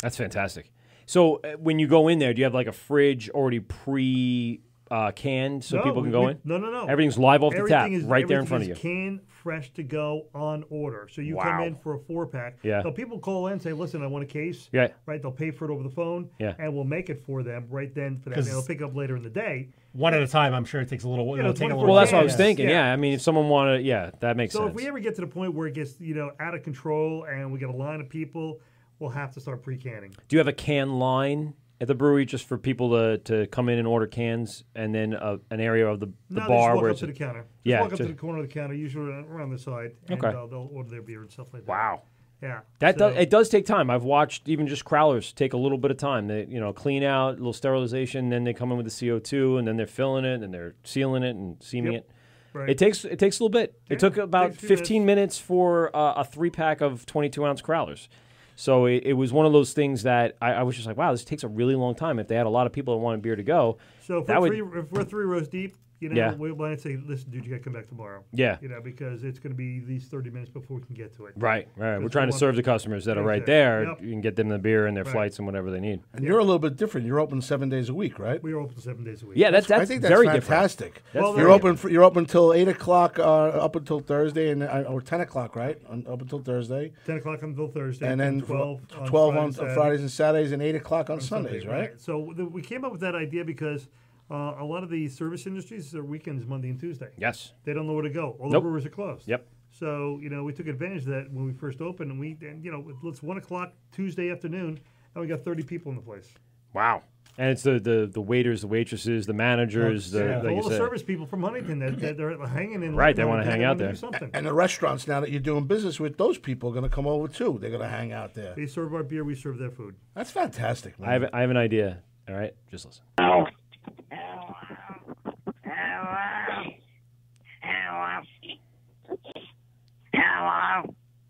E: That's fantastic. So uh, when you go in there, do you have like a fridge already pre uh, canned so
H: No,
E: people can
H: we-
E: go
H: we-
E: in?
H: No, no, no.
E: Everything's live off the
H: Everything
E: tap,
H: is-
E: right there in
H: everything
E: front of you.
H: is Canned, fresh to go, on order. So you come
E: Wow.
H: in for a four pack.
E: Yeah.
H: Now people call in and say, listen, I want a case.
E: Yeah.
H: Right. They'll pay for it over the phone.
E: Yeah.
H: And we'll make it for them right then for them.
F: 'Cause-
H: And they'll pick up later in the day.
F: One at a time, I'm sure it takes a little.
H: Yeah,
F: it'll take a little.
E: Well, that's what I was
H: cans.
E: thinking.
H: Yeah.
E: Yeah. I mean, if someone wanted, yeah, that makes
H: so
E: sense.
H: if we ever get to the point where it gets you know out of control and we get a line of people, we'll have to start pre canning.
E: Do you have a can line at the brewery just for people to, to come in and order cans, and then uh, an area of the, the
H: no,
E: bar
H: they just walk
E: where
H: up
E: it's
H: to the counter. Just
E: Yeah,
H: walk up to
E: ju-
H: the corner of the counter, usually around the side, and
E: Okay.
H: uh, they'll order their beer and stuff like that. Wow. Yeah.
E: that
H: so-
E: does, it does take time. I've watched even just crowlers take a little bit of time. They you know clean out, a little sterilization, then they come in with the CO two, and then they're filling it, and they're sealing it and seaming
H: Yep.
E: it.
H: Right.
E: It takes it takes a little bit.
H: Yeah,
E: it took about
H: takes a few
E: fifteen minutes for uh, a three pack of twenty two ounce crowlers. So it, it was one of those things that I, I was just like, wow, this takes a really long time. If they had a lot of people that wanted beer to go,
H: So if
E: that
H: we're,
E: would
H: three, if we're three rows deep, you know,
E: Yeah.
H: we might say, listen, dude, you got to come back tomorrow.
E: Yeah.
H: You know, because it's going to be at least 30 minutes before we can get to it.
E: Right, right. We're
H: Because
E: trying
H: we
E: to
H: want-
E: serve the customers that are right
H: Exactly.
E: there.
H: Yep.
E: You can get them the beer and their
H: Right.
E: flights and whatever they need.
J: And you're a little bit different. You're open seven days a week, right?
H: We are open seven days a week.
E: Yeah, that's-
J: I
E: that's
J: think that's
E: very different.
J: fantastic.
E: That's Well, very
J: you're open. For, you're open till eight o'clock, uh, up until Thursday, and uh, or ten o'clock, right? On, up until Thursday,
H: 10 o'clock until Thursday.
J: and then
H: twelve,
J: fr- twelve on, Fridays and Saturdays, and eight o'clock on, Sundays, right?
H: So the, we came up with that idea because uh, a lot of the service industries their weekends Monday and Tuesday.
E: Yes.
H: They don't know where to go. All
E: Nope.
H: the brewers are closed.
E: Yep.
H: So you know we took advantage of that when we first opened, and we and, you know it's one o'clock Tuesday afternoon, and we got thirty people in the place.
E: Wow. And it's the, the, the waiters, the waitresses, the managers, the,
H: Yeah,
E: like
H: all
E: you
H: the
E: said.
H: service people from Huntington that, that they're hanging in.
E: Right, they
H: Lincoln
E: wanna
H: because
E: hang
H: they
E: out
H: wanna do
E: there.
H: Something.
J: And the restaurants now that you're doing business with, those people are going to come over too. They're going to hang out there.
H: They serve our beer, we serve their food.
J: That's fantastic, man.
E: I have, I have an idea. All right, just listen.
D: Hello. Hello.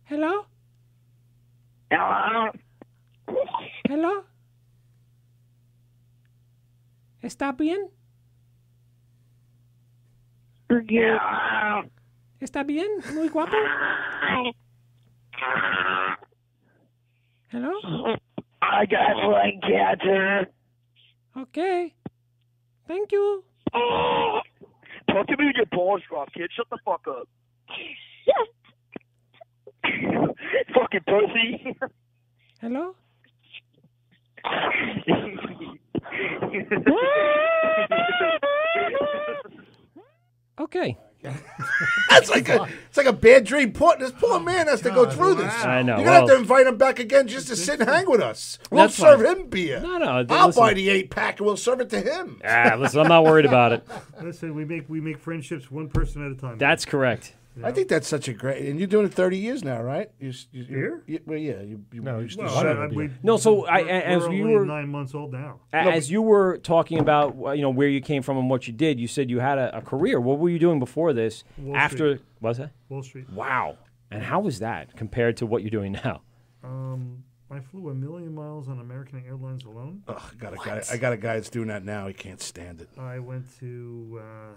E: Hello.
D: Hello.
E: Hello. Está bien?
D: Hello.
E: Está bien? Muy guapo. Hello.
D: I got lung cancer.
E: Okay. Thank you.
M: Oh, talk to me with your balls dropped, kid. Shut the fuck
E: (laughs)
M: up. Fucking
N: (laughs)
M: pussy.
E: Hello. Okay.
J: (laughs) That's like a it's like a bad dream. Poor, this
H: Oh
J: poor man has to go through this.
E: I know,
J: You're gonna have
E: well-
J: to invite him back again just to sit and hang with us. We'll
E: That's
J: serve
E: fine.
J: him beer.
E: No, no,
J: I'll
E: listen.
J: buy the eight pack and we'll serve it to him.
E: Ah, listen, (laughs) I'm not worried about
H: (laughs)
E: it.
H: Listen, we make we make friendships one person at a time.
E: That's correct.
J: I think that's such a great. And you're doing it 30 years now, right? You, s- you,
H: Beer?
J: You, well, yeah. You, you, no, you still
H: Well,
J: serve
H: I-
J: beer.
H: we-
E: No, so I-
H: we're-
E: I- as
H: we're
E: you
H: only
E: were-
H: nine months old now.
E: A- As you were talking about, uh, you know, where you came from and what you did, you said you had a, a career. What were you doing before this?
H: Wall
E: after
H: Street.
E: was that?
H: Wall Street.
E: Wow. And how was that compared to what you're doing now?
H: Um, I flew a million miles on American Airlines alone.
J: Ugh, I got a guy. I got a guy that's doing that now. He can't stand it.
H: I went to uh,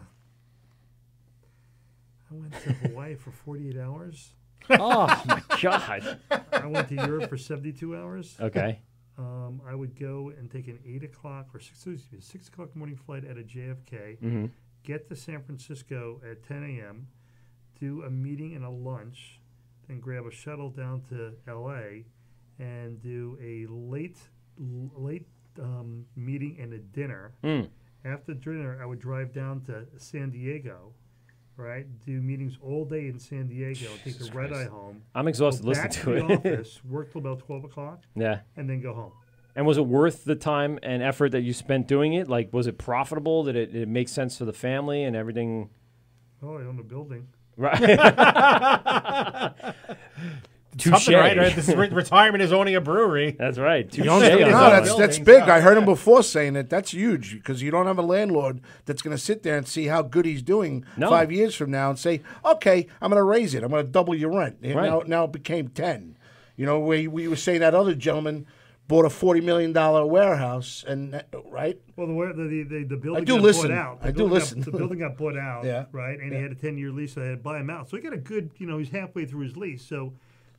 H: I went to Hawaii for 48 hours.
E: (laughs) Oh, my God.
H: I went to Europe for 72 hours.
E: Okay.
H: Um, I would go and take an eight o'clock or six excuse me, six o'clock morning flight out of JFK.
E: Mhm.
H: Get to San Francisco at 10 a.m. Do a meeting and a lunch, then grab a shuttle down to L.A. and do a late l- late um, meeting and a dinner.
E: Mm.
H: After dinner, I would drive down to San Diego, right? Do meetings all day in San Diego. take the red eye
E: Christ.
H: home.
E: I'm
H: go
E: exhausted listening
H: back
E: to
H: the
E: it. (laughs)
H: office, work till about 12 o'clock.
E: Yeah.
H: And then go home.
E: And was it worth the time and effort that you spent doing it? Like, was it profitable? Did it, did it make sense for the family and everything?
H: Oh, I own a building.
J: (laughs)
E: Right. Touche.
F: (laughs) Something right, right? This is re- retirement is owning a brewery.
E: That's right.
J: You don't- no, that's that's big. I heard him before saying that. That's huge because you don't have a landlord that's going to sit there and see how good he's doing
E: No.
J: five years from now and say, "Okay, I'm going to raise it. I'm going to double your rent." And
E: Right.
J: Now, now it became ten. You know, we we were saying that other gentleman bought a forty million dollar warehouse, and that- right.
H: Well, the where- the the, the, the building
J: I do
H: got
J: listen.
H: bought out. The
J: I do
H: building got-
J: listen.
H: the building got
J: (laughs)
H: bought out,
J: Yeah.
H: right? And
J: Yeah.
H: he had a ten year lease, so I had to buy him out. So he got a good, you know, he's halfway through his lease. So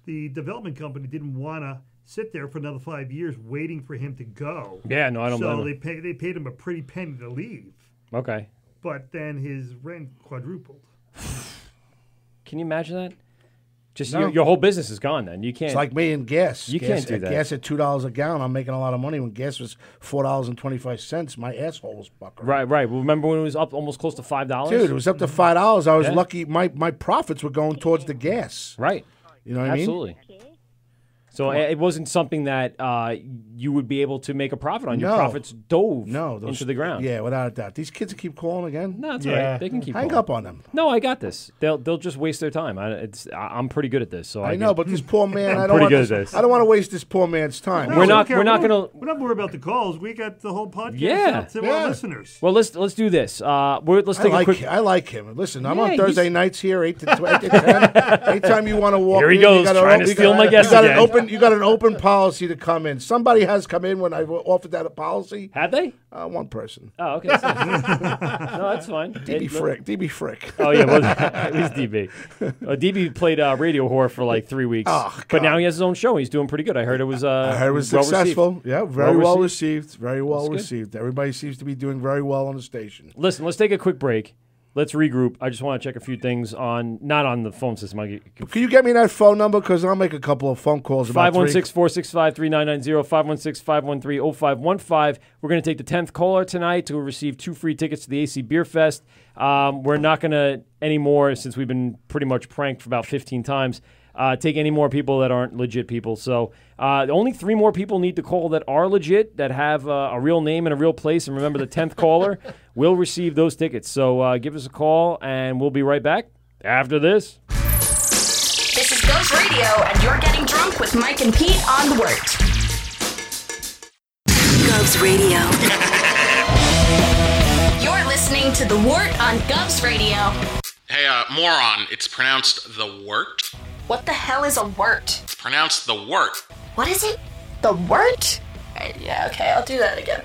H: the development company didn't want to sit there for another five years waiting for him to go.
E: Yeah, no, I don't
H: So
E: blame
H: they
E: him.
H: pay, they paid him a pretty penny to leave,
E: Okay.
H: but then his rent quadrupled.
E: (sighs) Can you imagine that? Just
J: No.
E: your, your whole business is gone. Then you can't.
J: It's like me and gas.
E: You
J: Gas-
E: can't do that.
J: Gas at two dollars a gallon. I'm making a lot of money when gas was four dollars and twenty five cents. My asshole was buckling.
E: Right, right. Well, remember when it was up almost close to five dollars? Mm-hmm.
J: Dude, it was up to five dollars. I was
E: Yeah.
J: lucky. My my profits were going towards the gas.
E: Right.
J: You know what I mean?
E: Absolutely. So it it wasn't something that uh, you would be able to make a profit on. Your
J: No.
E: profits dove
J: No, those-
E: into the ground.
J: Yeah, without a doubt. These kids keep calling again.
E: No, that's all right. Yeah. They can keep
J: Hang
E: calling.
J: up on them.
E: No, I got this. They'll they'll just waste their time. I, it's I, I'm pretty good at this. So I,
J: I know,
E: can-
J: but this poor
E: (laughs)
J: man.
E: I'm
J: I don't
E: pretty
J: want.
E: good at
J: this-
E: this.
J: I don't want to waste this poor man's time.
E: We're not-
H: care.
E: we're not
H: don't-
E: gonna-
H: We're not worried about the calls. We got the whole podcast
E: Yeah.
H: out to our listeners.
E: Well, let's let's do this. Uh, we're, let's
J: I
E: take a
J: like,
E: quick.
J: I like him. Listen, I'm
E: Yeah,
J: on
E: he's- (laughs)
J: Thursday nights here, eight to, tw- eight to ten. Anytime you want to walk,
E: Here he
J: in,
E: goes,
J: you gotta
E: trying to
J: you
E: steal
J: gotta-
E: my guest
J: You got an
E: again.
J: open open. You got an open policy to come in. Somebody has come in when I offered that a policy.
E: Have they?
J: Uh, one person.
E: Oh, okay.
J: (laughs)
E: So- no, that's fine.
J: DB
E: It-
J: Frick. DB Frick.
E: (laughs) Oh yeah, well,
J: (laughs)
E: it was DB. Uh, DB played uh, radio whore for like three weeks,
J: Oh,
E: but now he has his own show. He's doing pretty good. I heard it was. Uh,
J: I heard it was
E: well
J: successful.
E: received.
J: Yeah, very well,
E: received.
J: received. Very well
E: That's good.
J: received. Everybody seems to be doing very well on the station.
E: Listen, let's take a quick break. Let's regroup. I just want to check a few things on not on the phone system. I get
J: Can you get me that phone number? Because I'll make a couple of phone calls. about three-
E: 516 465 3990, 516 513 0515. We're going to take the 10th caller tonight to receive two free tickets to the AC Beer Fest. Um, we're not going to anymore, since we've been pretty much pranked for about 15 times, uh, take any more people that aren't legit people. So uh, only three more people need to call that are legit, that have uh, a real name and a real place. And remember, the 10th
J: (laughs)
E: caller will receive those tickets. So uh, give us a call, and we'll be right back after this.
K: This is Ghost Radio, and you're getting drunk with Mike and Pete on the Wort. Govs Radio. You're listening to the Wort on Govs Radio.
N: Hey, uh, moron, it's pronounced the wort.
K: What the hell is a wort?
N: It's pronounced the wort.
K: What is it? The wort? Right, Uh, yeah, okay, I'll do that again.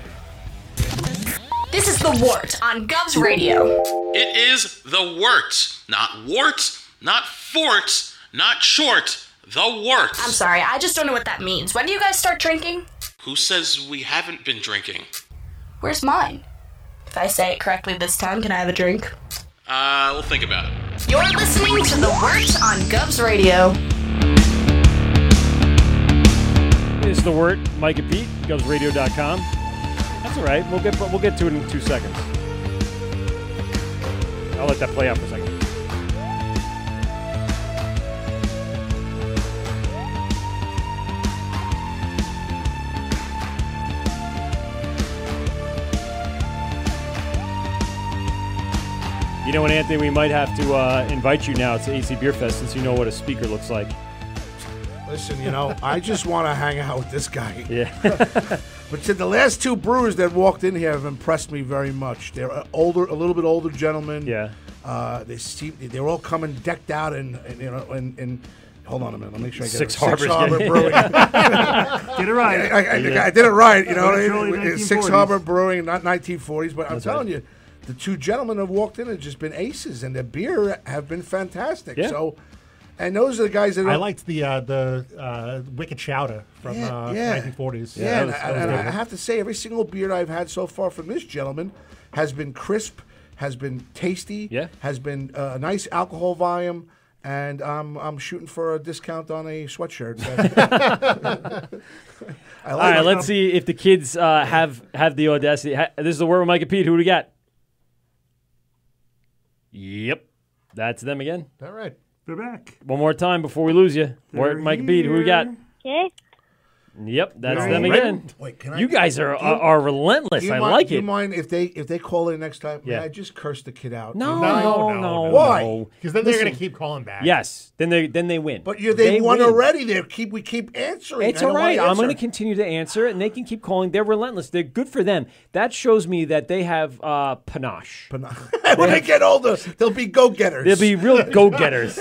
K: This is the Wort on Govs Radio.
N: It is the wort. Not warts, not forts, not short. The wort.
K: I'm sorry, I just don't know what that means. When do you guys start drinking?
N: Who says we haven't been drinking?
K: Where's mine? If I say it correctly this time, can I have a drink?
N: Uh, we'll think about it.
K: You're listening to The Wort on Govs Radio.
E: It's the word, Mike and Pete, govsradio.com. That's all right. We'll get we'll get to it in two seconds. I'll let that play out for a second. You know what, Anthony? We might have to uh, invite you now to AC Beer Fest since you know what a speaker looks like.
J: Listen, you know, I just want to hang out with this guy.
E: (laughs) Yeah.
J: (laughs) but to the last two brewers that walked in here have impressed me very much. They're uh, older, a little bit older gentlemen.
E: Yeah.
J: Uh, they seem they're all coming decked out and, and you know and. and Hold on a minute. I'll make sure I get
E: Six
J: it.
E: Harbors.
J: Six Harbor
E: Yeah. (laughs)
J: Brewing.
E: Did it right.
J: I, I- I-
E: Yeah.
J: I did it right. You
E: But
J: know, what I
E: it's
J: mean?
E: really
J: It's Six
E: 1940s.
J: Harbor Brewing, not 1940s. But
E: That's
J: I'm telling you, the two gentlemen have walked in and just been aces, and their beer have been fantastic.
F: Yeah.
J: So, and those are the guys that
F: I
J: are-
F: liked the uh, the uh, Wicked Chowder from uh, 1940s.
J: Yeah,
F: That
J: and,
F: was-
J: I,
F: that was
J: and
F: good.
J: I have to say, every single beer I've had so far from this gentleman has been crisp, has been tasty, yeah. has been uh, a nice alcohol volume, and I'm I'm shooting for a discount on a
F: (laughs)
J: sweatshirt. I
E: All
J: like
E: right,
J: it.
E: let's see if the kids uh, have have the audacity. Ha- this is the word with Mike and Pete. Who do we got? Yep, that's them again.
F: All right. They're back.
E: One more time before we lose you. Word
F: They're
E: with Mike and Pete. Who we got?
L: Okay.
E: Yep, that's
J: They're
E: them
J: all
E: again.
J: written. Wait, can I-
E: you guys are
J: Do
E: are,
J: you-
E: are relentless.
J: Do you
E: I
J: mind-
E: like
J: do
E: it.
J: You mind if they if they call in next time? May
E: Yeah.
J: I just curse the kid out.
E: No,
J: You mind?
E: no, no, no.
J: Why?
F: Because then they're
J: Listen,
F: going to keep calling back.
E: Yes, then they then they win. But
J: you- They, won already. They keep we keep answering.
E: It's
J: I
E: all
J: don't wanna
E: right. I'm
J: answer.
E: going to continue to answer, and they can keep calling. They're relentless. They're good for them. That shows me that they have uh, panache.
J: Panache. (laughs) when they get older, they'll be go getters.
E: They'll be
J: (laughs)
E: real go-getters.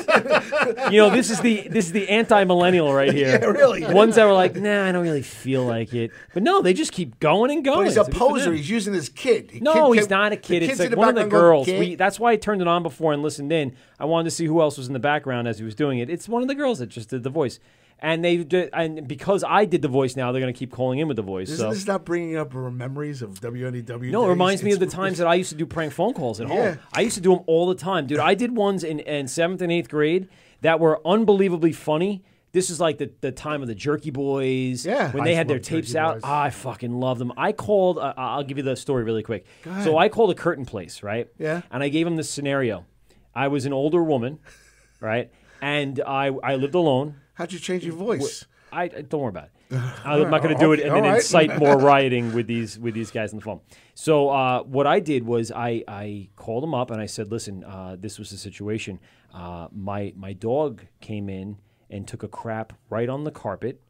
E: you know, this is the this is the anti-millennial right here.
J: (laughs) Yeah, really.
E: Ones that were like, nah, I don't really feel like it. But no, they just keep going and going.
J: But he's a
E: It's good for
J: poser.
E: them.
J: He's using his kid. The
E: no,
J: kid
E: he's
J: kept-
E: not a kid.
J: kid's
E: It's
J: in
E: like one of the
J: background going,
E: girls.
J: "Kid."
E: We, that's why I turned it on before and listened in. I wanted to see who else was in the background as he was doing it. It's one of the girls that just did the voice. And they did, and because I did the voice now, they're going to keep calling in with the voice.
J: Isn't
E: so.
J: this not bringing up memories of WNEW?
E: No, it
J: days?
E: reminds me of the
J: It's-
E: times that I used to do prank phone calls at
J: Yeah.
E: home. I used to do them all the time, dude. I did ones in, in seventh and eighth grade that were unbelievably funny. This is like the, the time of the Jerky Boys. Yeah, when
F: I
E: they
F: used
E: had
F: to
E: their
F: love Jerky
E: tapes out. Ah,
F: Boys.
E: I fucking love them. I called. Uh, I'll give you the story really quick.
F: Go ahead.
E: So I called a curtain place, right?
F: Yeah.
E: And I gave them this scenario. I was an older woman, right? And I I lived alone.
J: How'd you change your voice?
E: I don't worry about
J: (laughs)
E: it. I'm not going to do it
J: Okay,
E: and then
J: all right.
E: incite more (laughs)
J: (laughs)
E: rioting with these with these guys on the phone. So uh, what I did was I, I called them up and I said, "Listen, uh, this was the situation. Uh, my my dog came in and took a crap right on the carpet,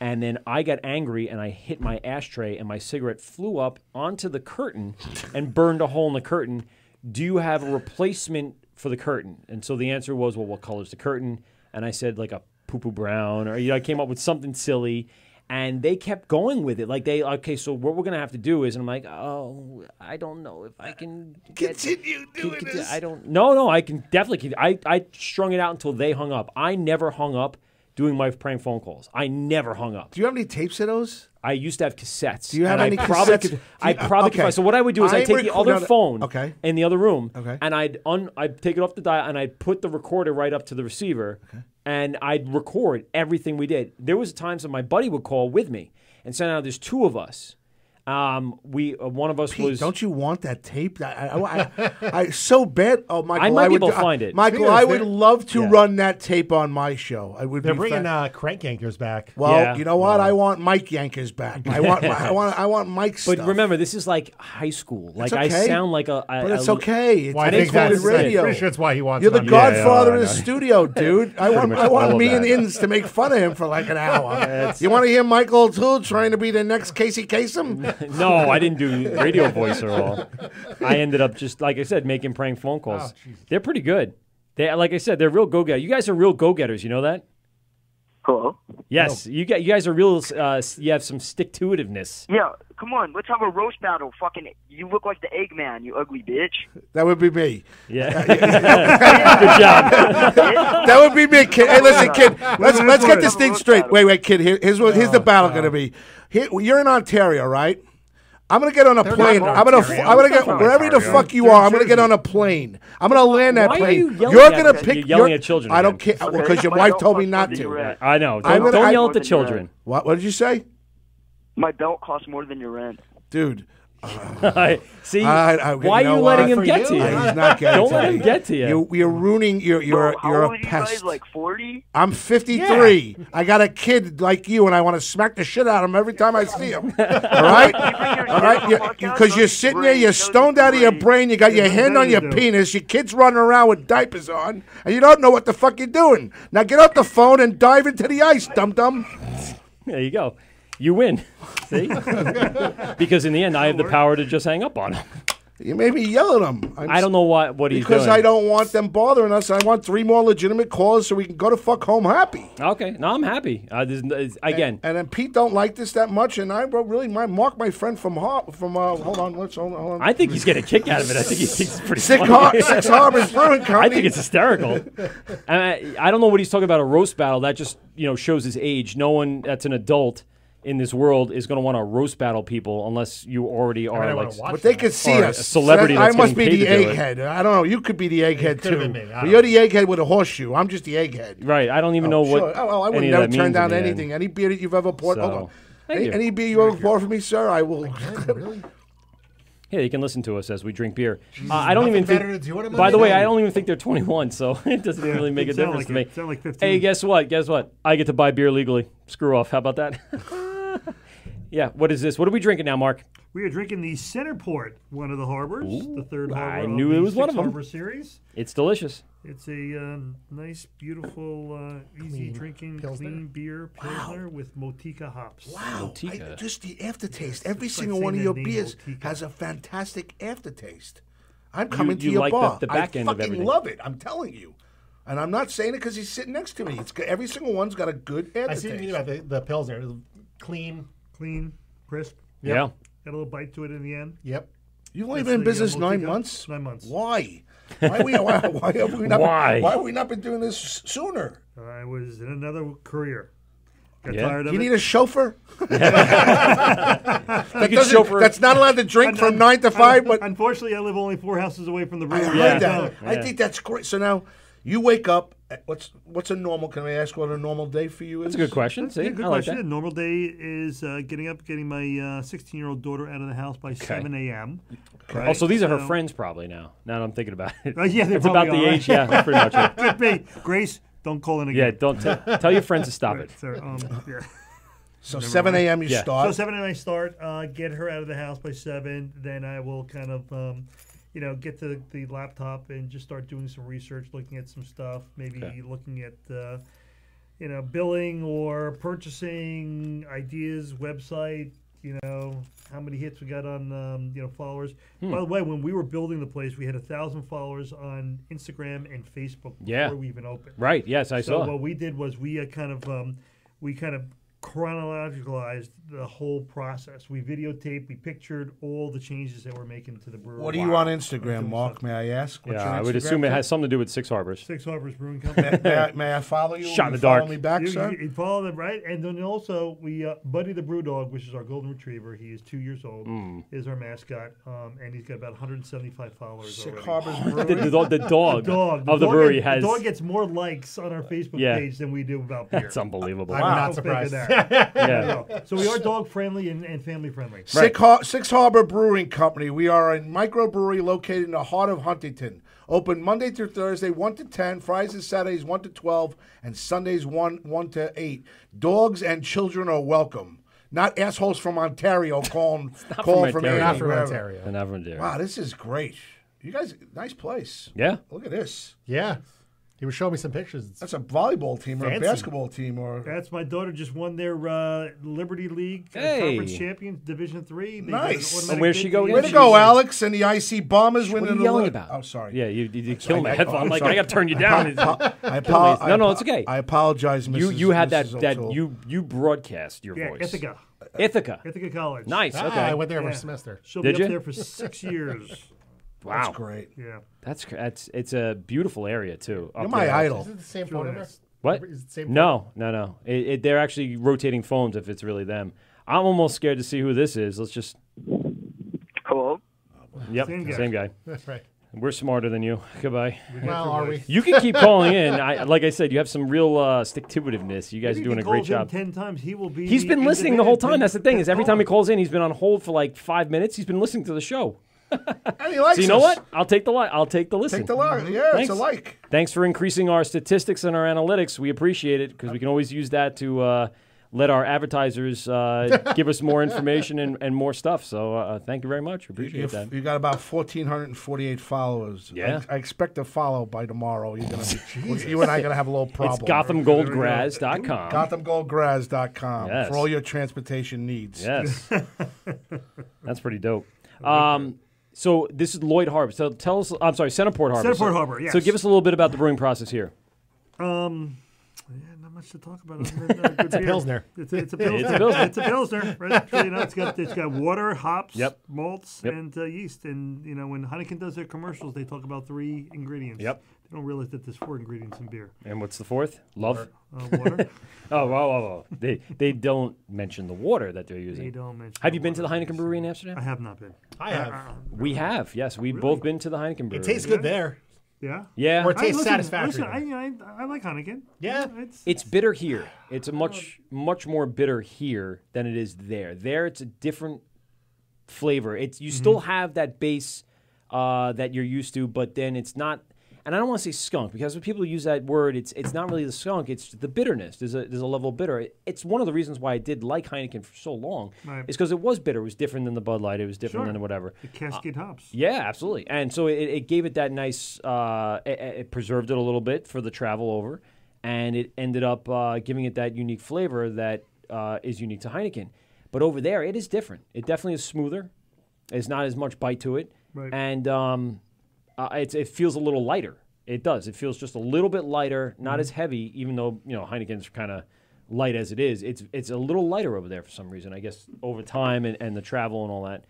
E: and then I got angry and I hit my ashtray and my cigarette flew up onto the curtain and burned a hole in the curtain. Do you have a replacement for the curtain?" And so the answer was, "Well, what color's the curtain?" And I said, "Like a Poo Poo Brown, or you know, I came up with something silly, and they kept going with it. Like they, okay, so what we're gonna have to do is, and I'm like, oh, I don't know if I can
J: continue doing this.
E: I don't. no, no, I can definitely. keep- I I strung it out until they hung up. I never hung up doing my prank phone calls. I never hung up.
J: Do you have any tapes of those?
E: I used to have cassettes.
J: Do you have
E: and
J: any
E: I probably
J: cassettes?
E: could-
J: Do you- uh,
E: I probably could
J: okay.
E: find- So what I would do is I
J: I'm
E: would take the
J: recording
E: other
J: on a-
E: phone
J: okay.
E: in the other room,
J: Okay.
E: and I'd un, I'd take it off the dial and I'd put the recorder right up to the receiver, and I'd record everything we did. There was times that my buddy would call with me, and so now there's two of us. Um, we uh, one of us
J: Pete,
E: was
J: don't you want that tape? I,
E: (laughs)
J: I, I, I so bad. Oh, Michael,
E: might be
J: would,
E: able to find it.
J: Michael,
E: Speaking
J: I
E: of
J: would
E: that-
J: love to run that tape on my show. I would.
F: They're
J: be
F: bringing
J: fa-
F: uh, Crank Yankers back.
J: well, you know what? I want Mike Yankers back. I want. my-
E: (laughs)
J: I want. I want Mike's.
E: But
J: stuff.
E: remember, this is like high school. Like I
J: okay.
E: sound like a. a
J: But it's
E: a-
J: okay. It's Well, I think
E: recorded
J: that's- I'm pretty sure it's why he wants You're it the on the- godfather of the (laughs) studio, dude. I
E: Pretty
J: want.
E: much
J: I
E: all
J: want
E: of
J: me and
E: that.
J: Inns to make fun of him for like an hour.
E: (laughs) That's-
J: you want to hear Michael O'Toole trying to be the next Casey Kasem?
E: (laughs) no, I didn't
J: (laughs)
E: do radio voice at all. I ended up just like I said, making prank
J: Oh,
E: phone calls. they're pretty good. They like I said, they're real go getters. You guys are real go getters. You know that?
M: Hello.
E: Yes, you got. You guys are real. Uh, s- you have some stick to itiveness.
M: Yeah, come on, let's have a roast battle. Fucking, you look like the Eggman, you ugly bitch.
J: That would be me. (laughs)
E: Yeah.
M: Good job.
J: that would be me, kid. Hey, listen, kid. Let's let's get this thing straight. Wait, wait, kid. Here, here's what here's the
E: Oh,
J: battle going to be. Here, you're in Ontario, right? I'm gonna get on a
F: They're
J: plane.
F: not
J: I'm gonna
F: Ontario.
J: I'm gonna
F: They're
J: get
F: not
J: wherever the
F: Ontario.
J: fuck you
F: They're
J: are.
F: in
J: I'm gonna get
F: Jersey.
J: on a plane. I'm gonna land that
E: Why are
J: plane.
E: you yelling
J: are
E: at
J: gonna
E: them?
J: pick.
E: You're yelling
J: you're-
E: at children
J: I don't
E: again.
J: care because your wife told me not to.
E: I know. Don't,
J: I'm gonna-
E: don't
J: I-
E: yell at the children.
J: What? What did you say,
M: My belt costs more than your rent.
E: (laughs)
J: dude?
E: See,
J: I- I-
E: why
J: know
E: are you
J: what?
E: letting him get to you?
J: Uh, He's not getting
E: don't
J: to
E: let
J: me.
E: him get to you.
J: You're ruining. You're you're
M: How
J: you're
M: old are
J: a
M: you
J: pest.
M: guys? Like forty?
J: I'm 53. I got a kid like you, and I want to smack the shit out of him every time I
E: (laughs)
J: see him. All right, all right, because you, are sitting there, you're stoned out of your brain. You got your hand on your penis. Your kid's running around with diapers on, and you don't know what the fuck you're doing. Now get off the phone and dive into the ice, dum dum.
E: There you go. You win.
J: (laughs)
E: See? because in the end, I have the power to just hang up on him.
J: You made me yell at him. I'm
E: I don't know what what he's
J: Because
E: doing.
J: I don't want them bothering us. I want three more legitimate calls so we can go to fuck home happy.
E: Okay, no, I'm happy. Uh, there's, there's- again,
J: And then Pete don't like this that much, and I wrote really my Mark, my friend from Har- from uh, hold on, let's hold on. Hold on.
E: I think he's getting a kick out of it. I think he thinks it's pretty
J: Six
E: funny.
J: Har- Six Harbors
E: (laughs)
J: Brewing
E: I
J: Company.
E: think it's
J: (laughs)
E: hysterical. I, I don't know what he's talking about a roast battle. That just you know shows his age. No one that's an adult in this world is going to want to roast battle people unless you already are
J: I
E: like.
J: wanna watch But they that. could see
E: are
J: us.
E: A celebrity.
J: So that- I
E: that's
J: must be
E: getting
J: the
E: paid to do it.
J: egghead. I don't know. You could be the egghead
E: could've
J: too.
E: been me. I
J: But
E: don't
J: you're the egghead with a horseshoe. I'm just the egghead.
E: Right. I don't even know what.
J: Sure. Oh, well, I would
E: any of
J: never
E: that
J: turn
E: means in
J: down
E: the end.
J: anything. Any beer that you've ever poured. hold
E: So,
J: on.
E: thank
J: any,
E: you.
J: any beer you ever poured for me, sir, I will. really?
E: Yeah, you can listen to us as we drink beer.
J: Jesus,
E: Uh, I don't even
J: nothing
E: think.
J: better to do. What am I
E: by the way,
J: doing?
E: I don't even think they're 21, so (laughs) it doesn't
H: Yeah,
E: really make a
H: it sound
E: difference
H: like
E: to
H: it.
E: me.
H: It sound like 15.
E: hey, guess what? Guess what? I get to buy beer legally. Screw off. How about
H: (laughs)
E: that? yeah. What is this? What are we drinking now, Mark?
H: We are drinking the Centerport, one of the harbors, the third harbor.
E: I
H: of
E: knew
H: the
E: it was one
H: Six
E: of them.
H: Harbor series.
E: It's delicious.
H: It's a um, nice, beautiful, uh, easy drinking, clean beer pilsner with Motica hops.
J: Wow. I, just the aftertaste. (laughs) Every
H: It's like
J: single
H: saying
J: one of
H: that
J: your
H: name,
J: beers has a fantastic aftertaste. I'm
E: You-
J: coming to
E: you
J: your
E: like the-
J: bar.
E: the back
J: I
E: end of
J: fucking
E: everything.
J: love it. I'm telling you. And I'm not saying it because he's sitting next to me. It's got- every single one's got a good
F: I see what you mean
J: aftertaste.
F: about the, the Pilsner. Clean.
H: Clean, crisp.
E: Yep. Yeah.
H: Got a little bite to it in the end.
F: Yep.
J: You've only been
H: uh,
J: in business nine months.
H: Nine months.
J: Why? Why, we, (laughs) why, why have we not?
H: Why?
J: Why have we not been doing this s- sooner?
H: I was in another career. Got
J: Yeah.
H: tired of
J: You
H: it.
J: need
H: (laughs)
J: a chauffeur? That
H: You could
J: doesn't-
H: chauffeur-
J: that's not allowed to drink from
H: Un-
J: nine to five,
H: un-
J: but-
H: unfortunately, I live only four houses away from the
J: I
H: brewery.
J: heard
H: So-
J: that. I think that's great. So now you wake up. at- What's what's a normal? Can I ask what a normal day for you is?
H: Yeah, good question. A normal day is uh, getting up, getting my 16 year old daughter out of the house by 7 a.m. right?
E: Also, Oh, these are her
H: So-
E: friends probably now. Now that I'm thinking about it.
H: Uh, yeah, they
E: it's about the
H: probably are.
E: age. Yeah, that's pretty much it.
H: (laughs) Could be. Grace, don't call in again.
E: Yeah, don't t- tell your friends to stop
H: (laughs) Right,
E: it.
H: so, um, yeah.
J: Uh-huh. So 7 a.m. you Yeah. start?
H: So 7 a.m. I start. Uh, get her out of the house by 7. Then I will kind of, um, you know, get to the laptop and just start doing some research, looking at some stuff, maybe
E: Okay.
H: looking at, uh, you know, billing or purchasing ideas, website, you know, how many hits we got on, um, you know, followers.
E: Hmm.
H: By the way, when we were building the place, we had a thousand followers on Instagram and Facebook
E: Yeah.
H: before we even opened.
E: Right, yes, I
H: so
E: saw.
H: What we did was we uh, kind of um, we kind of chronologicalized the whole process. We videotaped, we pictured all the changes that we're making to the brewery.
J: What are you on Instagram, Mark? May I ask? What's
E: yeah,
J: your
E: I would
J: Instagram
E: assume it
J: thing?
E: has something to do with Six Harbors.
H: Six Harbors
J: (laughs)
H: Brewing
J: May,
H: Company.
J: may I, may I follow you?
E: Shot
J: Will
E: in
J: you
E: the dark.
J: Follow me back,
H: you,
J: sir.
H: you- you follow them right, and then also we uh, Buddy the Brew Dog, which is our golden retriever. He is two years old,
E: Mm.
H: is our mascot, um, and he's got about 175 followers.
J: Sick
H: already.
J: Harbors
E: (laughs) The- the dog- the dog
H: The dog
E: of the
H: dog
E: brewery
H: gets-
E: has-
H: The dog gets more likes on our Facebook
E: Yeah.
H: page than we
E: (laughs)
H: do about beer.
E: That's unbelievable.
H: I'm not surprised.
J: (laughs)
E: yeah.
H: So we are dog friendly and, and family friendly.
J: Sick Har- Six Harbor Brewing Company. We are a microbrewery located in the heart of Huntington. Open Monday through Thursday, 1 to 10, Fridays and Saturdays, 1 to 12, and Sundays, 1, 1 to 8. Dogs and children are welcome. Not assholes from
E: (laughs)
J: Ontario calling,
E: Not
J: calling from,
E: Ontario.
J: Annie, wherever.
E: They're Not from Ontario.
J: Wow, this is great. You guys, nice place.
E: Yeah.
J: Look at this.
F: Yeah. He was showing me some pictures.
J: That's a volleyball team or a
F: Fancy.
J: basketball team or
H: That's my daughter just won their uh, Liberty League uh,
J: Hey.
H: Conference Champions Division Three. They got an
J: nice.
H: automatic bid for the
J: Way to
H: NCAA.
E: (laughs)
J: go, Alex! And the IC Bombers
E: What
J: winning
E: are you
J: the
E: yelling
J: li-
E: about?
J: Oh, sorry.
E: Yeah, you, you, you
J: Sorry,
E: killed my
J: I-
E: headphone.
J: oh,
E: I'm like,
J: sorry.
E: I got to turn you
J: (laughs) I
E: down.
J: apo- I
E: Kill me.
J: apo-
E: no, no,
J: I
E: it's okay.
J: I apologize, Mrs.
E: You you had that
J: Mrs.
E: that
J: O'Toole.
E: you you broadcast your
H: Yeah,
E: voice.
H: Ithaca.
E: Ithaca.
H: Ithaca College.
E: Nice.
J: Ah,
E: Okay.
H: Yeah. She'll
E: Did
H: be
E: you?
H: up there for six years.
E: Wow.
H: Yeah.
E: That's cr- that's it's a beautiful area too. up
J: You're my
E: there.
J: idol.
F: Is it the same phone number?
E: What?
F: Is it the same
E: no, no, no. It, it, they're actually rotating phones if it's really them. I'm almost scared to see who this is. Let's just.
M: Hello.
E: Yep.
M: Same
E: Same
M: guy.
E: guy.
M: (laughs)
E: (laughs)
F: That's right.
E: We're smarter than you. Goodbye.
F: We got Well, through are we? this.
E: You can keep calling in. I, like I said, you have some real uh, stick-to-itiveness. You guys
H: Maybe
E: are doing
H: if
E: a
H: he
E: great
H: calls in
E: job.
H: Ten times he will be.
E: He's been
H: in
E: listening the whole
H: division.
E: time. That's the thing is, every
H: That's
E: time he calls in, he's been on hold for like five minutes. He's been listening to the show.
J: And he likes
E: so you know
J: us.
E: what? I'll take the li- I'll take the listen.
J: Take the lock. Yeah,
E: Thanks.
J: it's a like.
E: Thanks for increasing our statistics and our analytics. We appreciate it because we can always use that to uh, let our advertisers uh, give us more information and, and more stuff. So uh, thank you very much. We Appreciate
J: You,
E: that.
J: you got about fourteen hundred and forty-eight followers.
E: Yeah.
J: I, I expect to follow by tomorrow. You're gonna,
E: (laughs)
J: you and I are gonna have a little problem.
E: It's GothamGoldGraz.com.
J: GothamGoldGraz.com
E: Yes.
J: for all your transportation needs. (laughs)
E: Yes. That's pretty dope. Um, so this is Lloyd Harbor. So tell us, I'm sorry, Centerport Harbor.
H: Centerport
E: So-
H: Harbor,
E: So
H: yes.
E: give us a little bit about the brewing process here.
H: Um, yeah, not much to talk about.
E: (laughs)
H: Other than, uh, good
E: It's a
H: beer.
E: Pilsner.
H: It's a, it's a
E: Yeah,
H: pilsner.
E: (laughs) it's a Pilsner.
H: It's a pilsner. Right? Sure, you know, it's got it's got water, hops,
E: Yep.
H: malts,
E: Yep.
H: and uh, yeast. And you know, when Heineken does their commercials, they talk about three ingredients.
E: Yep.
H: They don't realize that there's four ingredients in beer.
E: And what's the fourth? Love.
H: Water. Uh,
E: (laughs)
H: water.
E: oh, wow, wow, wow. They they don't mention the water that they're using.
H: They don't mention
E: Have you been to the Heineken Brewery in Amsterdam?
H: I have not been.
F: I have.
E: We have. Yes, we've both been to the Heineken Brewery.
F: It tastes good there.
H: Yeah.
E: Yeah.
F: Or it tastes
H: I- listen,
F: satisfactory.
H: Listen, I, I, I like Heineken. Yeah. It's,
E: It's bitter here. It's a much much more bitter here than it is there. There, it's a different flavor. It's
H: Mm-hmm.
E: you still have that base uh, that you're used to, but then it's not. And I don't want to say skunk because when people use that word, it's it's not really the skunk. It's the bitterness. There's a there's a level of bitter. It- It's one of the reasons why I did like Heineken for so long.
H: Right.
E: Is because it was bitter. It was different than the Bud Light. It was different
H: Sure.
E: than whatever.
H: The Cascade hops.
E: Uh, Yeah, absolutely. And so it, it gave it that nice, uh, it, it preserved it a little bit for the travel over, and it ended up uh, giving it that unique flavor that uh, is unique to Heineken. But over there, it is different. It definitely is smoother. There's not as much bite to it,
H: Right.
E: and um, uh, it's, it feels a little lighter. It does. It feels just a little bit lighter, not
H: Mhm.
E: as heavy. Even though you know Heineken's kind of light as it is, it's it's a little lighter over there for some reason. I guess over time and, and the travel and all that.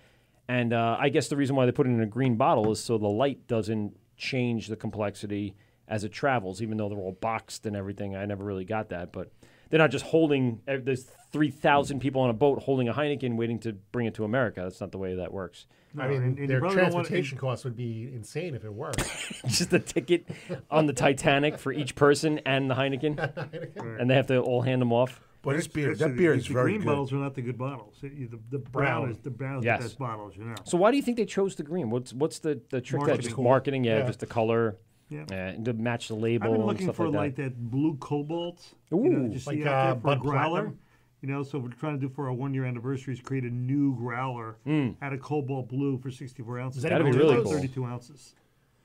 E: And uh, I guess the reason why they put it in a green bottle is so the light doesn't change the complexity as it travels, even though they're all boxed and everything. I never really got that, but they're not just holding. eh, There's three thousand people on a boat holding a Heineken, waiting to bring it to America. That's not the way that works.
F: I mean,
H: and you
F: their
H: probably don't want-
F: transportation costs would be insane if it were.
H: (laughs)
E: (laughs) just a ticket on the Titanic for each person and the
H: (laughs)
E: Heineken, and they have to all hand them off.
J: But this beer,
H: Actually, the- the green bottles are not the good bottles. The, the, the brown, is the brown is
E: Yes.
H: the best bottles, you know.
E: So why do you think they chose the green? What's what's the the trick? Marketing,
H: Marketing.
E: just marketing, yeah,
H: Yeah.
E: just the color, uh,
H: Yeah.
E: and to match the label
H: I've been
E: and
H: looking
E: stuff
H: for
E: like that.
H: like that. blue cobalt. you know,
E: Ooh.
H: that you see
E: Like,
H: out there
E: uh,
H: for
E: Bud
H: a growler.
E: Platinum?
H: You know, so we're trying to do for our one year anniversary is create a new growler
E: Mm.
H: out of cobalt blue for 64 ounces.
E: That'd be really cool.
H: 32 ounces.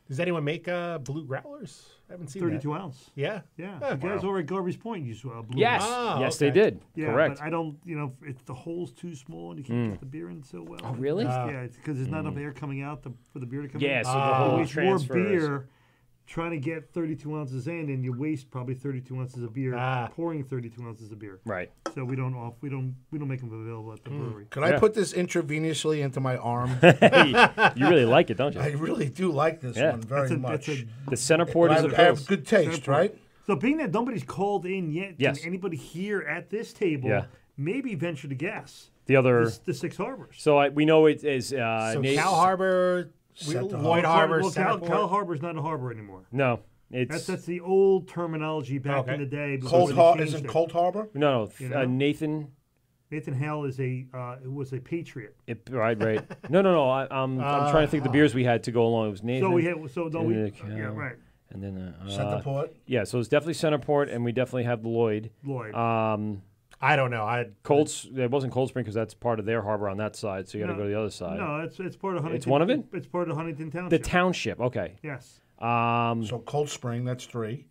F: Does anyone make uh, blue growlers? I haven't seen that.
H: 32 ounce.
F: Yeah,
H: Yeah.
F: Oh,
H: you guys
F: wow.
H: over at Garbage Point used uh, blue.
E: Yes.
F: Ah,
E: Yes, they okay. did.
H: Yeah,
E: Correct.
H: But I don't, you know, if the hole's too small and you can't
E: Mm.
H: get the beer in so well.
E: Oh, really?
H: It's-
E: Ah.
H: yeah, because there's not enough air coming out to, for the beer to come in.
E: Yeah, so the Ah. hole
H: You waste more
E: transfers.
H: beer trying to get 32 ounces in, and you waste probably 32 ounces of beer
J: Ah.
H: pouring 32 ounces of beer.
E: Right.
H: So we don't off we don't we don't make them available at the brewery.
J: Could Hmm. I put this intravenously into my arm?
E: (laughs) you really like it,
H: (laughs)
E: don't you?
J: I really do like this
E: Yeah.
J: one very
E: That's a-
J: much.
E: that's a- The center port
J: I
E: is
J: have,
E: a
J: I have
E: pulse.
J: good taste,
E: Center port.
J: right?
H: So being that nobody's called in yet,
E: Yes.
H: can anybody here at this table
E: Yeah.
H: maybe venture to guess
E: The other.
H: this- the Six Harbors?
E: so I, we know it is. Uh,
H: So
E: Nate-
H: Cal
F: Harbor,
H: Well, Well, Cal, Cal Harbor's not a harbor anymore.
E: No, it's
H: That's, that's the old terminology back in the day. before
J: Cold
H: they
J: Har-
H: changed
J: isn't
H: it.
J: Cold Harbor?
E: No, no,
H: You
E: uh,
H: know?
E: Nathan.
H: Nathan Hale is a uh, was a patriot.
E: It, right, right. No, no, no. I, I'm, I'm trying to think of the
H: Uh-huh.
E: beers we had to go along. It was Nathan.
H: we had- so no,
E: and
H: we-
E: then
H: uh, yeah,
E: Cal,
H: right.
E: And then uh,
F: Centerport.
E: Yeah, so it's definitely Centerport, and we definitely have Lloyd.
H: Lloyd.
E: Um,
F: I don't know. I
E: Cold. S- It wasn't Cold Spring because that's part of their harbor on that side, so you got to
H: No.
E: go to the other side.
H: No, it's it's part of Huntington.
E: It's one of it.
H: It's part of Huntington Township.
E: The township. Okay.
H: Yes.
E: Um,
J: so Cold Spring, that's three.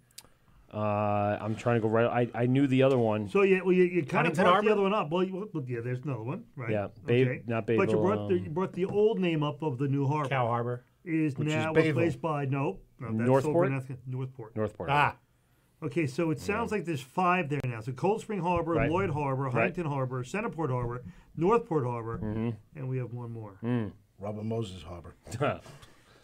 E: Uh, I'm trying to go right. I, I knew the other one.
H: So yeah, well, you, you kind of
E: Huntington
H: brought
E: Harbor?
H: the other one up. Well, you, well, yeah, there's another one, right?
E: Yeah, Bay- not
H: But you
E: Babel,
H: brought, the,
E: um,
H: you brought the old name up of the new harbor.
F: Cow Harbor
H: is
F: Which is
H: now
F: Babel.
H: replaced by no, no that's
F: Northport?
H: Over in Athens- Northport.
E: Northport.
F: Ah.
H: Okay, so it sounds like there's five there now. So Cold Spring Harbor,
E: Right.
H: Lloyd Harbor,
E: Right. Mm-hmm.
H: Huntington Harbor, Centerport Harbor, Northport Harbor, and we have one more.
E: Mm.
J: Robert
E: (laughs)
J: Moses Harbor.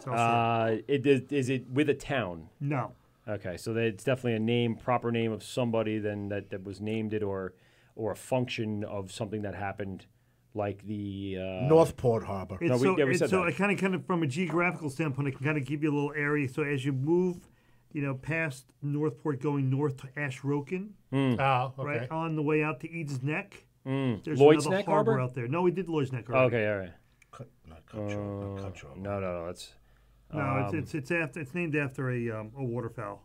E: uh, it is, is it with a town?
H: No.
E: Okay, so that it's definitely a name, proper name of somebody then that, that was named it, or or a function of something that happened, like the uh,
J: Northport Harbor.
H: It's
E: no,
H: so,
E: we, yeah, we
H: it's
E: said
H: so
E: that.
H: I kind of, kind of, from a geographical standpoint, I can kind of give you a little area. So as you move, you know, past Northport, going north to Ashroken,
E: Mm.
F: Oh, okay.
H: right on the way out to Eden's Neck.
E: Mm.
H: There's
E: Lloyd's
H: another
E: Neck
H: harbor,
E: Harbor?
H: out there. No, we did Lloyd's Neck. Already.
E: okay, all right. Uh,
J: Cut, not
E: No, no, no. That's
H: No, it's,
E: Um,
H: it's it's after it's named after a um, a waterfowl.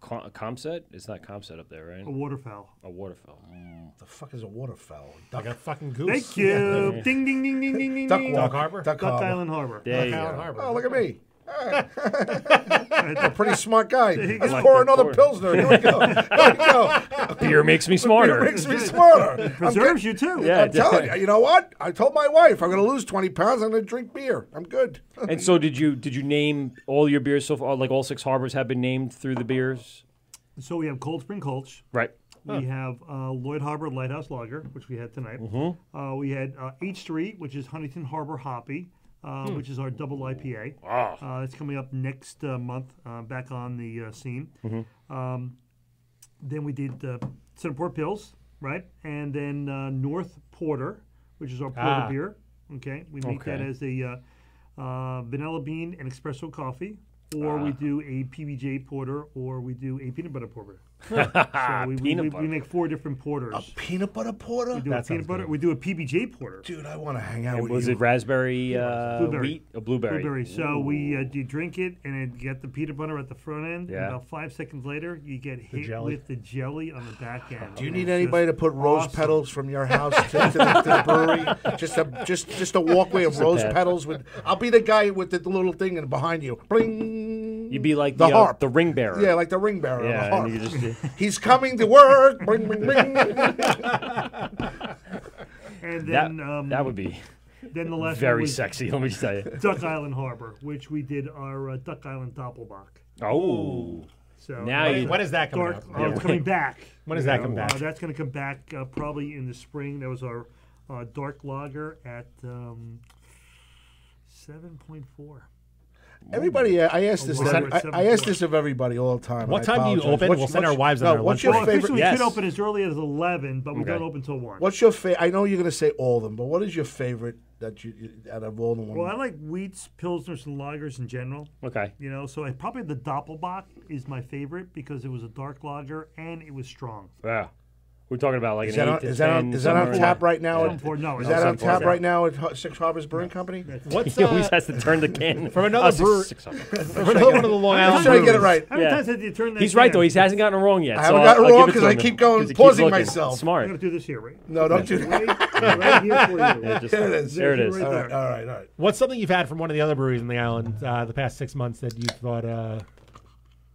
E: Com- Comset? It's not Comset up there, right?
H: A waterfowl.
E: A waterfowl. mm.
J: The fuck is a waterfowl?
F: Like a fucking goose.
H: Thank you.
E: (laughs)
H: Ding ding ding ding ding ding.
J: Duck
H: ding.
J: Walk Harbor?
H: Duck,
J: Duck Harbor.
H: Island Harbor.
J: There Duck you
F: Island go. Harbor.
J: Oh, look at me. (laughs)
H: I'm
J: a pretty smart guy.
H: There you
J: Let's
H: go.
J: pour
H: Like that
J: another
H: pour.
J: Pilsner. Here we
E: (laughs)
J: go. Here we go.
E: Beer makes
H: (laughs)
E: me smarter.
J: Beer makes (laughs) me smarter.
E: It
J: I'm
E: preserves
J: get-
E: you, too. Yeah,
J: I'm
E: it does.
J: telling you. You know what? I told my wife I'm going to lose 20 pounds. I'm going to drink beer. I'm good. (laughs)
E: and so did you did you name all your beers so far? Like all six harbors have been named through the beers,
H: So we have Cold Spring Colch.
E: right?
H: We have uh, Lloyd Harbor Lighthouse Lager, which we had tonight.
E: Mhm.
H: Uh, we had uh, H Street, which is Huntington Harbor Hoppy, uh,
E: Hmm.
H: which is our double IPA.
E: Wow.
H: Uh, it's coming up next uh, month, uh, back on the uh, scene.
E: Mhm.
H: Um, then we did uh, Centerport Pills, right? And then uh, North Porter, which is our porter
F: Ah.
H: beer. Okay, we make that
F: Okay.
H: as a uh, uh, vanilla bean and espresso coffee, or we
F: Ah.
H: do a PBJ porter, or we do a peanut
E: (laughs)
H: butter porter.
F: Huh.
H: so we, we,
F: Peanut
H: we,
F: butter.
H: we make four different porters. A
J: peanut butter porter.
H: We do
E: That
H: a
E: sounds
H: peanut butter. We do a PBJ porter.
J: Dude, I want to hang out
E: And
J: with
E: was
J: you.
E: it raspberry, uh,
H: blueberry.
E: wheat, a blueberry?
H: So we uh, you drink it, and it, you get the peanut butter at the front end. and
E: Yeah.
H: About five seconds later, you get hit
J: jelly.
H: with the jelly on the back end.
J: Do you
H: And
J: need
H: it's
J: anybody to
H: just
J: put rose
H: awesome.
J: petals from your house to, to, the, to (laughs) the brewery? Just a just just a walkway of
E: Just a
J: rose
E: path.
J: petals. With I'll be the guy with the little thing and behind you. Bling.
E: You'd be like
J: The
E: the, uh,
J: harp.
E: the ring bearer.
J: Yeah, like the ring bearer.
E: Yeah,
J: on
E: and
J: the
E: you
J: harp.
E: just-
J: (laughs) He's coming to work. Bling,
E: (laughs)
J: bling, bling.
H: And
E: That-
H: then um,
E: that would be
H: then the last one
E: very
H: was
E: sexy, let me just tell you.
H: (laughs) Duck Island Harbor, which we did our uh, Duck Island Doppelbock.
E: Oh.
H: So
E: Now
H: uh,
E: you- When is that coming
H: dark-
E: out?
H: uh,
E: Yeah,
H: it's
E: when-
H: coming back.
F: (laughs)
E: when does
H: You
E: that
H: know,
E: come back?
H: Uh, that's going to come back uh, probably in the spring. That was our uh, dark lager at um, seven point four.
J: Everybody, uh, I ask this.
H: We'll
J: I,
H: send-
J: I ask this of everybody all the time. and
F: What
J: I
F: time do you
J: apologize.
F: open?
J: What's-
F: We'll send
J: what's-
F: our wives on
J: no,
F: our
J: What's
F: lunch
J: your
H: well,
J: favorite?
H: officially we could open as early as eleven, but we
J: Okay.
H: don't open till one.
J: What's your favorite? I know you're going to say all of them, but what is your favorite that you you- out of all the ones?
F: Um,
H: Well, I like wheats, pilsners, and lagers in general.
E: Okay.
H: You know, so I, probably the Doppelbock is my favorite because it was a dark lager and it was strong.
E: (laughs) Yeah. We're talking about like
J: Is
E: an
J: that, on,
E: eight to
J: is, that on,
E: 10,
J: is that on
E: somewhere in
J: tap
E: there.
J: right now?
E: Yeah.
J: at- is that on tap right now at Ho- Six Harbors Brewing Company?
H: (laughs)
E: What's, He always uh, has to turn the (laughs) can.
F: from another
E: Oh, six-
F: brewer-
E: six
F: from
E: hundred.
F: another one of the Long
E: I'm
F: Island.
E: sure I get it
F: brewers.
E: right.
H: How many times did you turn that
E: He's right
H: can?
E: though. He hasn't gotten it wrong yet.
J: I
E: so
J: haven't
E: I'll-
J: gotten it
E: I'll
J: wrong
E: give to
J: 'cause I
E: him.
J: keep going,
E: 'Cause he keeps
J: pausing
E: looking.
J: myself.
E: Smart.
H: I'm gonna do this here, right?
J: No, don't do
H: Right-
J: that.
H: right here for you.
E: Yeah,
H: (laughs)
E: just- There it is. there it is.
J: All right, all right, all right.
F: What's something you've had from one of the other breweries in the island uh, the past six months that you thought uh,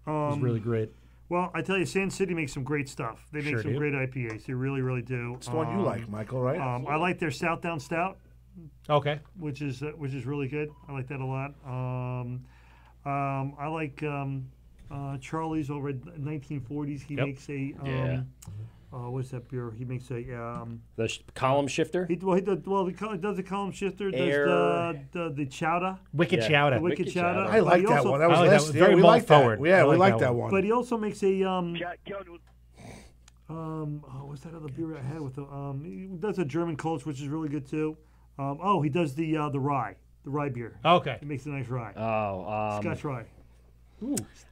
F: was
H: Um,
F: really great?
H: Well, I tell you, Sand City makes some great stuff. They make
F: Sure
H: some
F: do.
H: great IPAs. They really, really do. It's
J: the one you like, Michael, right?
H: Um, I like their Southdown Stout.
F: Okay.
H: Which is uh, which is really good. I like that a lot. Um, um, I like um, uh, Charlie's over at 1940s. He
E: Yep.
H: makes a um,
E: Yeah.
H: uh, what's that beer? He makes a um,
E: The sh- column shifter.
H: He, well, he does, well, he col- does the column shifter, does
E: Air-
H: the, the, the chowder.
F: Wicked Yeah. chowder.
H: The wicked,
F: Wicked
H: chowder.
F: chowder. I
H: But
F: like
H: he
F: that
H: also-
F: one. That was I like that last one. year. Very We malt liked that. forward. Yeah, I we like liked that that one. one.
H: But he also makes a, um, um oh, what's that other beer I had with the, um, he does a German Kolsch, which is really good too. Um, oh, he does the, uh, the rye, the rye beer.
F: Okay.
H: He makes a nice rye.
E: Oh, um,
H: Scotch rye.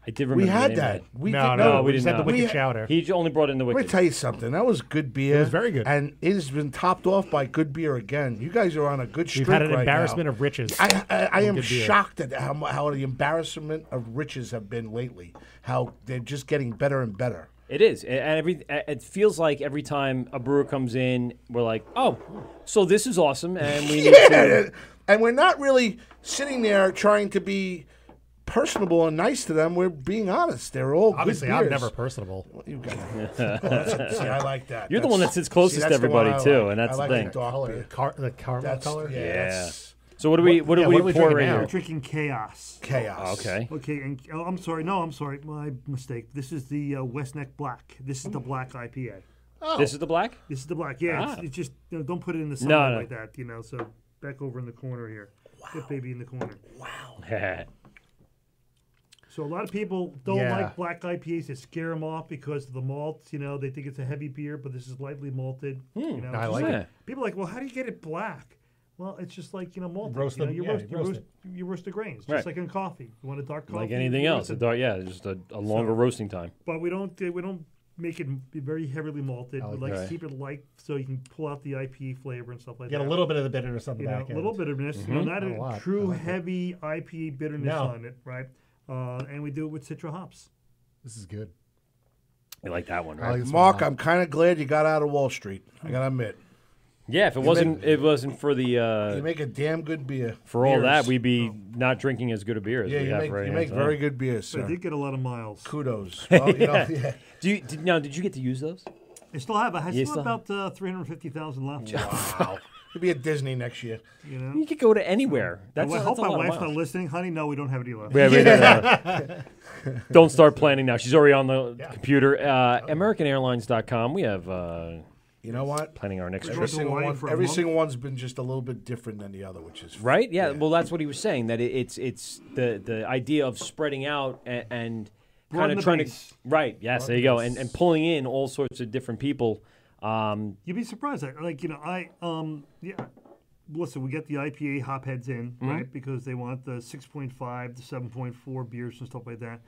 E: I did remember. the
J: had
E: name of
J: that.
E: it.
J: We
E: no, no,
J: did- no,
E: we,
J: we
E: didn't.
J: just had the wicked chowder.
E: He j- only brought in the
J: Let me
E: wicked.
J: tell you something. That was good beer. It was very good, and it has been topped off by good beer again. You guys are on a good streak.
F: We've had an
J: right
F: embarrassment
J: now.
F: of riches.
J: I, I, I
F: in
J: am
F: good beer.
J: shocked at how, mu- how the embarrassment of riches have been lately. How they're just getting better and better.
E: It is, A- and every a- it feels like every time a brewer comes in, we're like, oh, so this is awesome, and
J: (laughs)
E: we need
J: yeah,
E: to. (laughs)
J: and we're not really sitting there trying to be personable and nice to them. We're being honest. They're all Oh, good
F: Obviously, I'm
J: beers.
F: never personable.
H: (laughs)
J: You got it. See, I like that.
E: You're the one that sits
J: see,
E: closest
J: that's
E: to
J: the one
E: everybody
J: I
E: too,
J: like.
E: and
J: I
E: that's
J: like
E: the thing.
J: The, dark beer.
F: Car- the caramel
J: That's-
F: color?
J: yeah,
E: yeah.
J: that's-
E: So what do we what do
H: yeah,
E: we
H: what are we
E: pour
H: drinking
E: right
H: now?
E: here?
H: We're drinking chaos.
J: Chaos.
E: Okay.
H: Okay, and oh, I'm sorry. No, I'm sorry. My mistake. This is the uh, West Neck Black. This is the black IPA.
E: Oh. This is the black.
H: This is the black. Yeah,
E: Ah.
H: it's, it's just you know, don't put it in the
E: No,
H: sun
E: no.
H: like that. You know, so back over in the corner here. Get baby in the corner. So a lot of people don't
E: Yeah.
H: like black IPAs. They scare them off because of the malt. You know, they think it's a heavy beer, but this is lightly malted.
E: Hmm.
H: you know,
F: I
H: it's just
F: like it.
H: People are like, well, how do you get it black? Well, it's just like you know, malted.
F: Roast
H: you know,
F: them-
H: you
F: yeah,
H: roast,
F: you
H: you
F: roast
H: roast, you roast the grains, just
E: Right.
H: like in coffee. You want a dark coffee,
E: like
H: you
E: anything
H: roast
E: else,
H: it.
E: a dark, yeah, just a, a longer roasting time.
H: But we don't uh, we don't make it m- be very heavily malted.
E: I
H: we
E: like
H: like
E: that.
H: to keep it light so you can pull out the IPA flavor and stuff like
F: Get
H: that.
F: a little bit of the bitterness on the
H: You know,
F: back
H: A little
F: end.
H: bitterness, you know,
F: Mhm.
H: not
F: Not a
H: a,
F: lot. I
H: true
F: like it.
H: heavy IPA bitterness
F: No.
H: on it, right? Uh, and we do it with citra hops.
F: This is good.
E: You like that one,
J: I
E: right?
J: like Mark, I'm kind of glad you got out of Wall Street. I gotta admit,
E: yeah, if it
J: You
E: wasn't it wasn't for the uh,
J: you make a damn good beer.
E: for all that,
J: Beers. Oh.
E: we'd be not drinking as good a beer as
J: Yeah,
E: we
J: you
E: have
J: make-
E: right
J: you
E: now,
J: make
E: so.
J: very good beers,
H: So I
J: sir.
H: did get a lot of miles.
E: (laughs)
J: Kudos. Well, you know, yeah.
E: Do you did, now? Did you get to use those?
H: I still have. I
E: You
H: have
E: still
H: still about uh, three hundred fifty thousand left.
J: (laughs) Wow. You'll be at Disney next year.
H: You know.
E: You could go to anywhere. That's,
H: I
E: that's
H: hope
E: a
H: my
E: lot of
H: wife's
E: miles.
H: not listening, honey. No, we don't have any left.
J: (laughs)
E: We have- we have-
H: (laughs)
E: Don't start planning now. She's already on the computer. Uh, AmericanAirlines.com. We have. Uh,
J: you know what?
E: Planning our next
J: Every
E: trip.
J: single, one, every single one's been just a little bit different than the other, which is
E: Right? Yeah. Well, that's what he was saying. That it, it's it's the the idea of spreading out and, and kind
H: Broaden
E: of
H: the
E: trying
H: base.
E: to right. Yes, there you go. And and pulling in all sorts of different people. Um,
H: You'd be surprised. Like, like you know, I um yeah. Listen, we get the IPA hop heads in,
E: Mm-hmm.
H: right? Because they want the six point five, the seven point four beers and stuff like that.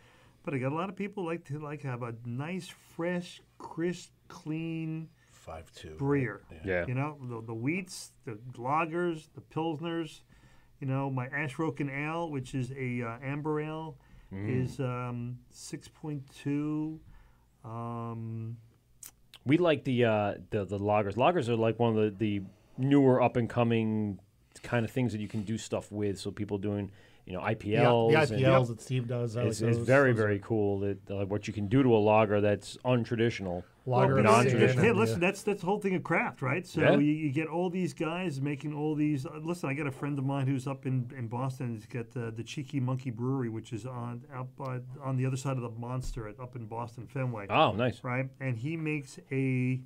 H: But I got a lot of people like to like have a nice, fresh, crisp, clean
J: five two
H: beer.
E: Yeah.
H: You know, the, the wheats, the lagers, the pilsners. You know, my Ashroken ale, which is a uh, amber ale,
E: Mm.
H: is um, six point two. Um,
E: we like the uh, the the loggers. Loggers are like one of the the newer up and coming kind of things that you can do stuff with. So people doing. You know, IPLs. and-
F: IPLs that Steve does, I like
E: It's, it's
F: those.
E: very,
F: Those
E: very cool that uh, what you can do to a lager that's untraditional,
H: Well,
E: non
H: because- Hey,
E: traditional.
H: listen, that's that's the whole thing of craft, right? So
E: Yeah.
H: you, you get all these guys making all these. Uh, listen, I got a friend of mine who's up in, in Boston. He's got the, the Cheeky Monkey Brewery, which is on out by, on the other side of the Monster, at, up in Boston Fenway.
E: Oh, nice.
H: Right, and he makes a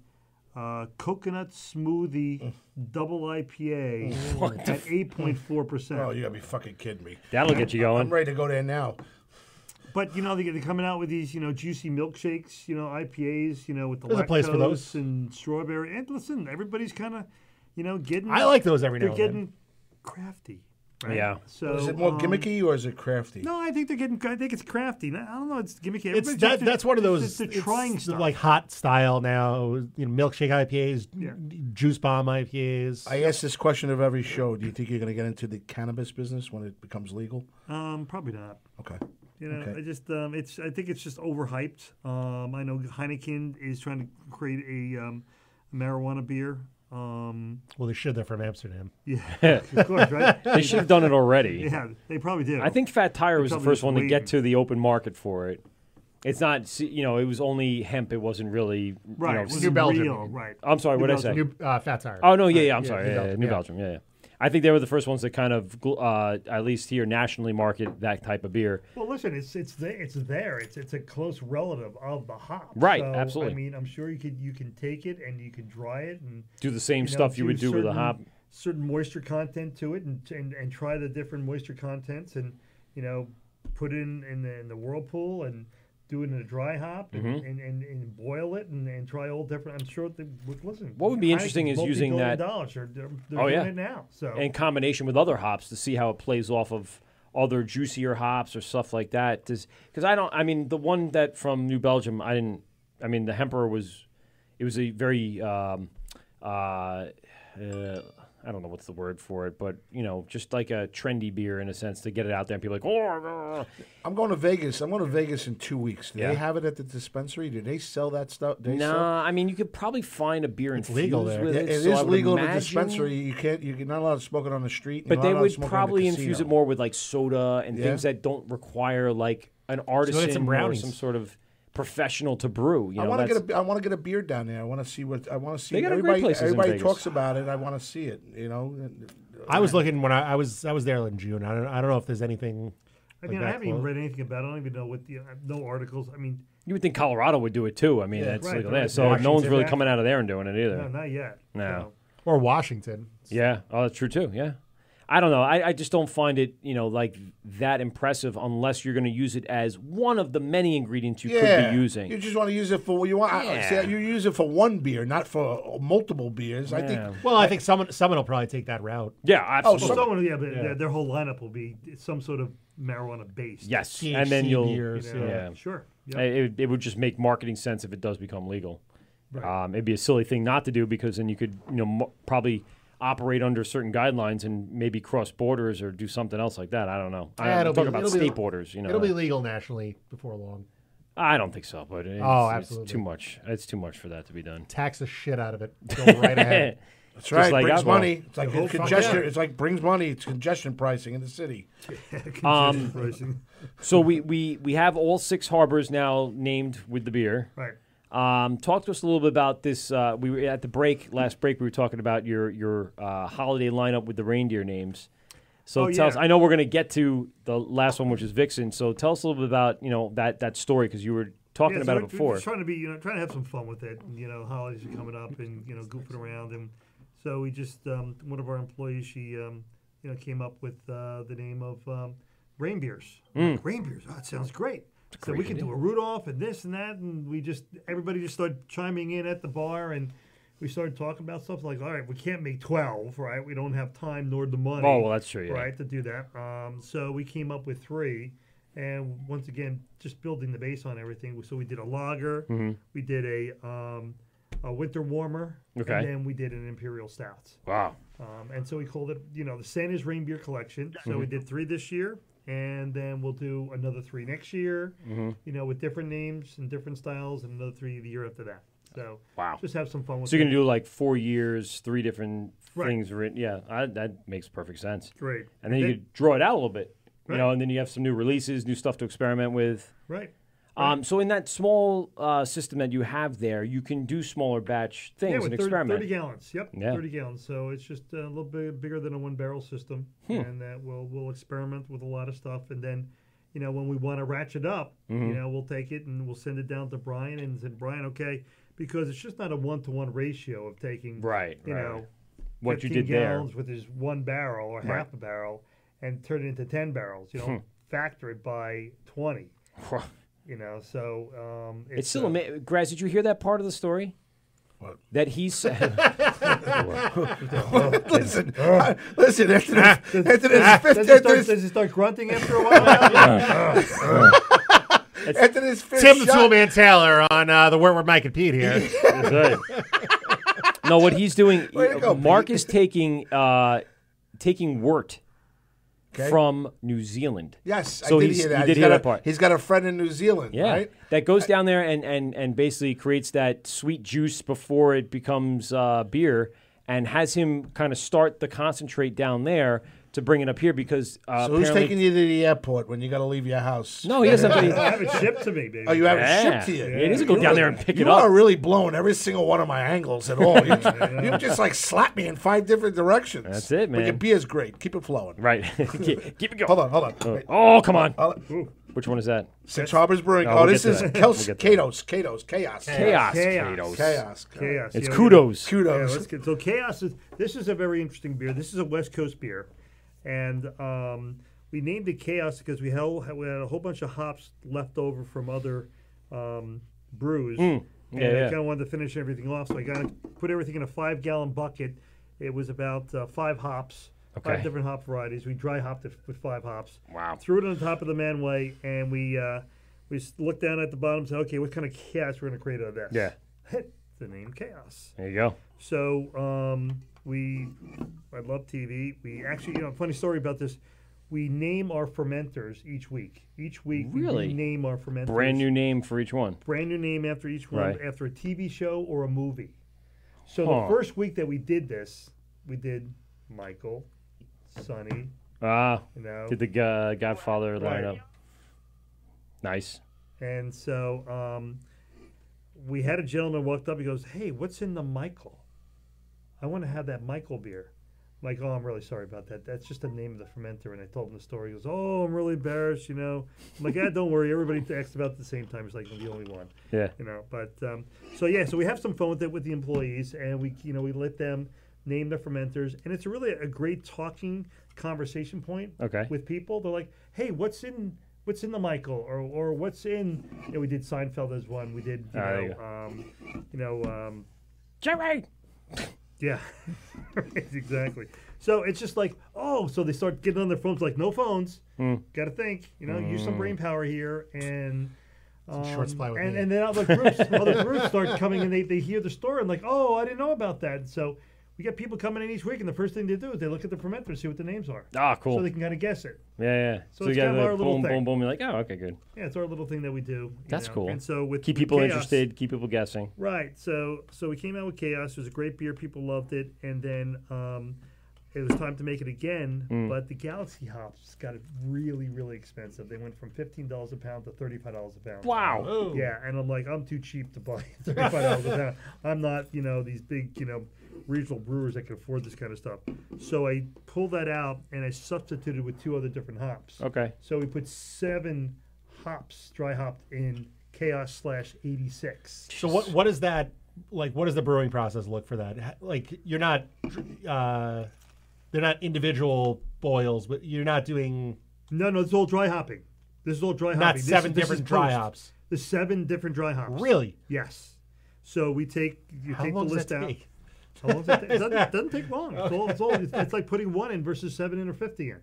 H: uh, coconut
F: Mm.
H: smoothie double
F: (laughs)
H: IPA
J: What the
H: at eight point four percent.
J: Oh, you gotta be fucking kidding me.
E: That'll get you going.
J: I'm ready to go there now.
H: But you know they, they're coming out with these you know juicy milkshakes, you know IPAs, you know with the
F: There's
H: lactose
F: a place for those.
H: and strawberry. And listen, everybody's kind of you know getting.
F: I like those every
H: they're
F: now and then.
H: getting crafty.
G: right?
E: Yeah.
G: So
J: is it more
G: um,
J: gimmicky or is it crafty?
G: No, I think they're getting. I think it's crafty. I don't know. It's gimmicky.
F: It's
G: Everybody's
F: that,
G: just-
F: that's one of those
G: They're
F: it's
G: trying
F: the,
G: stuff.
F: like hot style now. You know, milkshake IPAs, juice bomb IPAs.
J: I ask this question of every show. Do you think you're going to get into the cannabis business when it becomes legal?
G: Um, probably not.
J: Okay.
G: You know,
J: Okay.
G: I just um, it's I think it's just overhyped. Um, I know Heineken is trying to create a um, marijuana beer. Um,
F: Well, they should. They're from Amsterdam. (laughs)
G: Yeah, of course, (laughs) right?
E: They should have done it already.
G: (laughs) Yeah, they probably did.
E: I think Fat Tire
G: They
E: was the
G: probably
E: first
G: just
E: one to
G: waiting.
E: get to the open market for it. It's not, s- you know, it was only hemp. It wasn't really
G: Right,
E: You know,
G: it was
E: s-
G: New Belgium. real, right.
E: I'm sorry.
F: New
E: What did I say?
F: Belgium. New, uh, Fat Tire.
E: Oh no, yeah,
F: Right,
E: yeah. I'm
F: yeah,
E: sorry.
F: New
E: Yeah, yeah,
F: Belgium,
E: New
F: yeah.
E: Belgium. Yeah, yeah. I think they were the first ones to kind of, gl- uh, at least here nationally, market that type of beer.
H: Well, listen, it's it's the, it's there. It's it's a close relative of the hop.
E: Right,
H: So,
E: absolutely.
H: I mean, I'm sure you could you can take it and you can dry it and
E: Do the same stuff you would do with a hop.
H: Certain moisture content to it, and, and and try the different moisture contents, and you know, put it in in the, in the whirlpool and. Do it in a dry hop and,
E: Mhm.
H: and, and, and boil it and, and try all different. I'm sure. They, would- listen,
E: What would be interesting is using
H: multi-billion
E: that.
H: Dollars. They're, they're, they're
E: oh
H: doing
E: yeah,
H: it now. So
E: in combination with other hops to see how it plays off of other juicier hops or stuff like that. Does because I don't. I mean, the one that from New Belgium, I didn't. I mean, the Hemper was. It was a very. Um, uh, uh, I don't know what's the word for it, but you know, just like a trendy beer in a sense to get it out there and people are like, oh,
J: I'm going to Vegas. I'm going to Vegas in two weeks. Do
E: Yeah.
J: they have it at the dispensary? Do they sell that stuff? They
E: no.
J: sell-
E: Nah, I mean, you could probably find a beer infused with
J: Yeah,
E: it.
J: it is
E: so I would
J: legal in the
E: imagine-
J: dispensary. You can't. You're not allowed to smoke it on the street. You're
E: But
J: not
E: they
J: allowed to
E: would
J: smoke in the
E: probably infuse
J: casino.
E: it more with like soda and
J: Yeah.
E: things that don't require like an artisan
J: some
E: or
J: brownies.
E: some sort of professional to brew. You
J: I
E: know,
J: want to
E: that's-
J: get a. I want to get a beer down there. I want to see what. I want to see.
E: They got a great
J: everybody
E: places in
J: everybody
E: Vegas.
J: talks about it. I want to see it. You know. and-
F: I was looking when I, I was I was there in June. I don't I don't know if there's anything.
H: I
F: like
H: mean, I
F: that
H: haven't even
F: close.
H: read anything about. it. I don't even know what the I have no articles. I mean,
E: you would think Colorado would do it too. I mean,
H: Yeah,
E: that's
H: right,
E: legal
H: right.
E: there. So no
F: Washington,
E: one's really
F: yeah.
E: coming out of there and doing it either.
H: no, not yet.
E: No.
F: or Washington.
E: Yeah. Oh, that's true too. Yeah. I don't know. I, I just don't find it, you know, like that impressive unless you're going to use it as one of the many ingredients you could be using.
J: You just want to use it for what you want. I- I- see,
E: Yeah.
J: you use it for one beer, not for multiple beers. I think.
F: Well, I think someone someone will probably take that route.
E: Yeah,
J: Oh, absolutely.
H: Well, someone, yeah, but
F: Yeah.
H: Their, their whole lineup will be some sort of marijuana based.
E: Yes, and then you'll yeah.
H: sure.
E: I- It, would- it would just make marketing sense if it does become legal. Um, it'd be a silly thing not to do because then you could you know mo- probably operate under certain guidelines and maybe cross borders or do something else like that. I don't know. I,
F: Yeah,
E: am
F: it'll
E: talking
F: be-
E: about
F: it'll be-
E: state borders. You know,
F: it'll be legal nationally before long.
E: I don't think so, but it's,
F: Oh,
E: it's
F: absolutely.
E: too much. It's too much for that to be done.
F: Tax the shit out of it. Go
E: (laughs)
F: right ahead.
J: That's
E: Just
J: right.
E: like
J: brings
E: alcohol.
J: money. It's like
F: The whole fucking-
J: congestion.
F: yeah.
J: It's like brings money. It's congestion pricing in the (laughs) city.
H: (laughs)
E: Um, so we, we we have all six harbors now named with the beer.
H: Right.
E: Um, talk to us a little bit about this. Uh, we were at the break last break. We were talking about your your uh, holiday lineup with the reindeer names. So
H: Oh,
E: tell us.
H: yeah.
E: I know we're going to get to the last one, which is Vixen. So tell us a little bit about you know that that story because you were talking
H: Yeah, so
E: about
H: we're-
E: it before.
H: We're just trying to be, you know, trying to have some fun with it. You know, holidays are coming up, and you know, goofing around, and so we just um, one of our employees, she, um, you know, came up with uh, the name of um, rain beers. I'm like,
E: Mm.
H: rain beers. Oh, that sounds great.
E: It's a
H: So we
E: great
H: can do
E: idea.
H: a Rudolph and this and that, and we just everybody just started chiming in at the bar, and we started talking about stuff like, all right, we can't make twelve, right? We don't have time nor the money.
E: Oh, well, that's true, yeah.
H: Right to do that. Um, so we came up with three, and once again, just building the base on everything. So we did a lager,
E: Mhm.
H: we did a um, a winter warmer,
E: Okay.
H: and then we did an imperial stout.
E: Wow.
H: Um, and so we called it, you know, the Santa's Rain Beer Collection. So we
E: Mhm.
H: did three this year, and then we'll do another three next year.
E: Mhm.
H: You know, with different names and different styles, and another three the year after that. So
E: Wow.
H: just have some fun with.
E: so you're
H: it.
E: going to do like four years, three different
H: Right.
E: things written. Yeah, I, that makes perfect sense.
H: Great.
E: And then
H: And
E: you
H: then-
E: could draw it out a little bit, you
H: Right.
E: know, and then you have some new releases, new stuff to experiment with.
H: Right.
E: Um, so in that small uh, system that you have there, you can do smaller batch things
H: yeah,
E: and
H: with 30,
E: experiment.
H: 30 gallons. Yep,
E: Yeah.
H: 30 gallons. So it's just a little bit bigger than a one barrel system,
E: Hmm.
H: and that we'll we'll experiment with a lot of stuff, and then. You know, when we want to ratchet up,
E: Mhm.
H: you know, we'll take it and we'll send it down to Brian and say, Brian, okay, because it's just not a one to one ratio of taking,
E: Right,
H: you
E: right.
H: know,
E: What you
H: 15
E: did there.
H: gallons with his one barrel or
E: Right.
H: half a barrel and turn it into 10 barrels. You
E: Hmm.
H: know, factor it by 20.
E: (laughs)
H: You know, um, so um,
E: It's, still ama- Graz, did you hear that part of the story? that he said.
F: (laughs)
J: (laughs) listen, I-
H: (laughs)
J: listen, after this, after this, fifth,
H: Does
J: after
H: he start,
J: this,
H: does he start grunting
F: (laughs)
H: after
E: (laughs)
H: a while?
J: (laughs) after this fifth
F: Tim the
J: shot-
F: Toolman Taylor on uh, the Wormwood Mike and Pete here.
J: (laughs)
E: no, what he's doing, Mark is taking uh, taking wort
J: Okay.
E: from New Zealand.
J: Yes,
E: so
J: (laughs) I did
E: he's-
J: hear that.
E: he did
J: He's
E: hear
J: got
E: that
J: a-
E: part.
J: He's got a friend in New Zealand,
E: Yeah,
J: right?
E: that goes down there and, and, and basically creates that sweet juice before it becomes uh, beer, and has him kind of start the concentrate down there to bring it up here because uh,
J: so who's
E: apparently-
J: taking you to the airport when you got to leave your house?
E: No, he doesn't.
J: (laughs) Oh, you have
E: Yeah.
J: it shipped to you.
E: Yeah, he doesn't go
J: You
E: down
J: are-
E: there and pick
J: you
E: it up.
J: are really blowing every single one of my angles
E: (laughs)
J: at all. You, you just like slap me in five different directions.
E: That's it,
J: But your
E: man.
J: beer's great. Keep it flowing.
E: Right. (laughs) Keep it going.
J: Hold on, hold on. Wait.
E: oh, come on.
J: I'll-
E: Which one is that?
J: Six Harbors Brewing.
E: No,
J: oh,
E: we'll
J: this
E: get
J: is
E: to that.
J: Kels-
E: We'll get to that.
J: Kados. Kados. Chaos.
E: Chaos.
J: Chaos. Chaos.
H: Chaos.
E: It's
H: Yeah,
E: kudos.
H: yeah. Yeah,
J: Kudos.
H: let's get- so chaos is this is a very interesting beer. This is a West Coast beer, and um, we named it chaos because we held we had a whole bunch of hops left over from other um, brews,
E: Mm.
H: and
E: Yeah,
H: I
E: yeah.
H: kind of wanted to finish everything off. So I got put everything in a five gallon bucket. It was about uh, five hops. Five
E: Okay.
H: different hop varieties. We dry hopped it with five hops.
E: Wow.
H: Threw it on top of the manway, and we uh, we s- looked down at the bottom. and Said, "Okay, what kind of chaos we're going to create out of this?"
E: Yeah.
H: Hit the name chaos.
E: There you go.
H: So um, we, I love TV. We actually, you know, funny story about this. We name our fermenters each week. Each week,
E: Really?
H: we name our fermenters.
E: Brand new name for each one.
H: Brand new name after each one,
E: Right.
H: after a TV show or a movie. So
E: Huh.
H: the first week that we did this, we did Michael, Sonny.
E: Ah,
H: You know.
E: did the uh, Godfather
H: Right.
E: lineup? Nice.
H: And so um, we had a gentleman walked up. He goes, "Hey, what's in the Michael? I want to have that Michael beer." I'm like, "Oh, I'm really sorry about that. That's just the name of the fermenter." And I told him the story. He goes, "Oh, I'm really embarrassed, you know." I'm like, "Yeah, don't worry. Everybody asks about it at the same time. It's like I'm the only one."
E: Yeah.
H: You know. But um, so yeah, so we have some fun with it with the employees, and we you know we let them name their fermenters, and it's really a great talking conversation point
E: Okay.
H: with people. They're like, "Hey, what's in what's in the Michael or or what's in?" You know, we did Seinfeld as one. We did you
E: Ah, there
H: know,
E: you
H: um, you know, um,
E: Jerry.
H: Yeah, (laughs) Right, exactly. So it's just like, oh, so they start getting on their phones, like no phones.
E: Mm.
H: Got to think, you know, use some
E: Mm.
H: brain power here, and um,
F: short supply with
H: and,
F: me.
H: and then other groups, other groups start coming, and they, they hear the story and like, oh, I didn't know about that. So we get people coming in each week, and the first thing they do is they look at the fermenter and see what the names are.
E: Ah, cool.
H: So they can kind of guess it.
E: Yeah, yeah.
H: So it's kind of
E: like,
H: our little
E: boom,
H: thing.
E: boom, boom. You're like, oh, okay, good.
H: Yeah, it's our little thing that we do. you
E: That's
H: know.
E: cool.
H: And so with
E: keep
H: with
E: people
H: chaos-
E: interested, keep people guessing.
H: Right. So so we came out with Chaos. It was a great beer. People loved it. And then um, it was time to make it again.
E: Mm.
H: But the Galaxy hops got it really really expensive. They went from fifteen dollars a pound to thirty five dollars a pound.
E: Wow. Whoa.
H: Yeah. And I'm like, I'm too cheap to buy (laughs) thirty five dollars a pound. (laughs) I'm not you know these big you know regional brewers that can afford this kind of stuff. So I pulled that out and I substituted with two other different hops.
E: Okay.
H: So we put seven hops dry hopped in Chaos slash eighty six.
F: So what what is that like? What does the brewing process look for that? Ha- Like you're not, uh, they're not individual boils, but you're not doing.
H: No, no, it's all dry hopping. This is all dry
F: Not
H: hopping. This
F: seven
H: is- this is
F: different dry
H: Proust.
F: hops.
H: The seven different dry hops.
F: Really?
H: Yes. So we take you
F: How
H: take
F: long
H: the
F: does
H: list
F: that
H: out.
F: take?
H: How long does that take? It
F: (laughs)
H: doesn't, it doesn't take long. It's, all, it's, all, it's, it's like putting one in versus seven in or fifty in.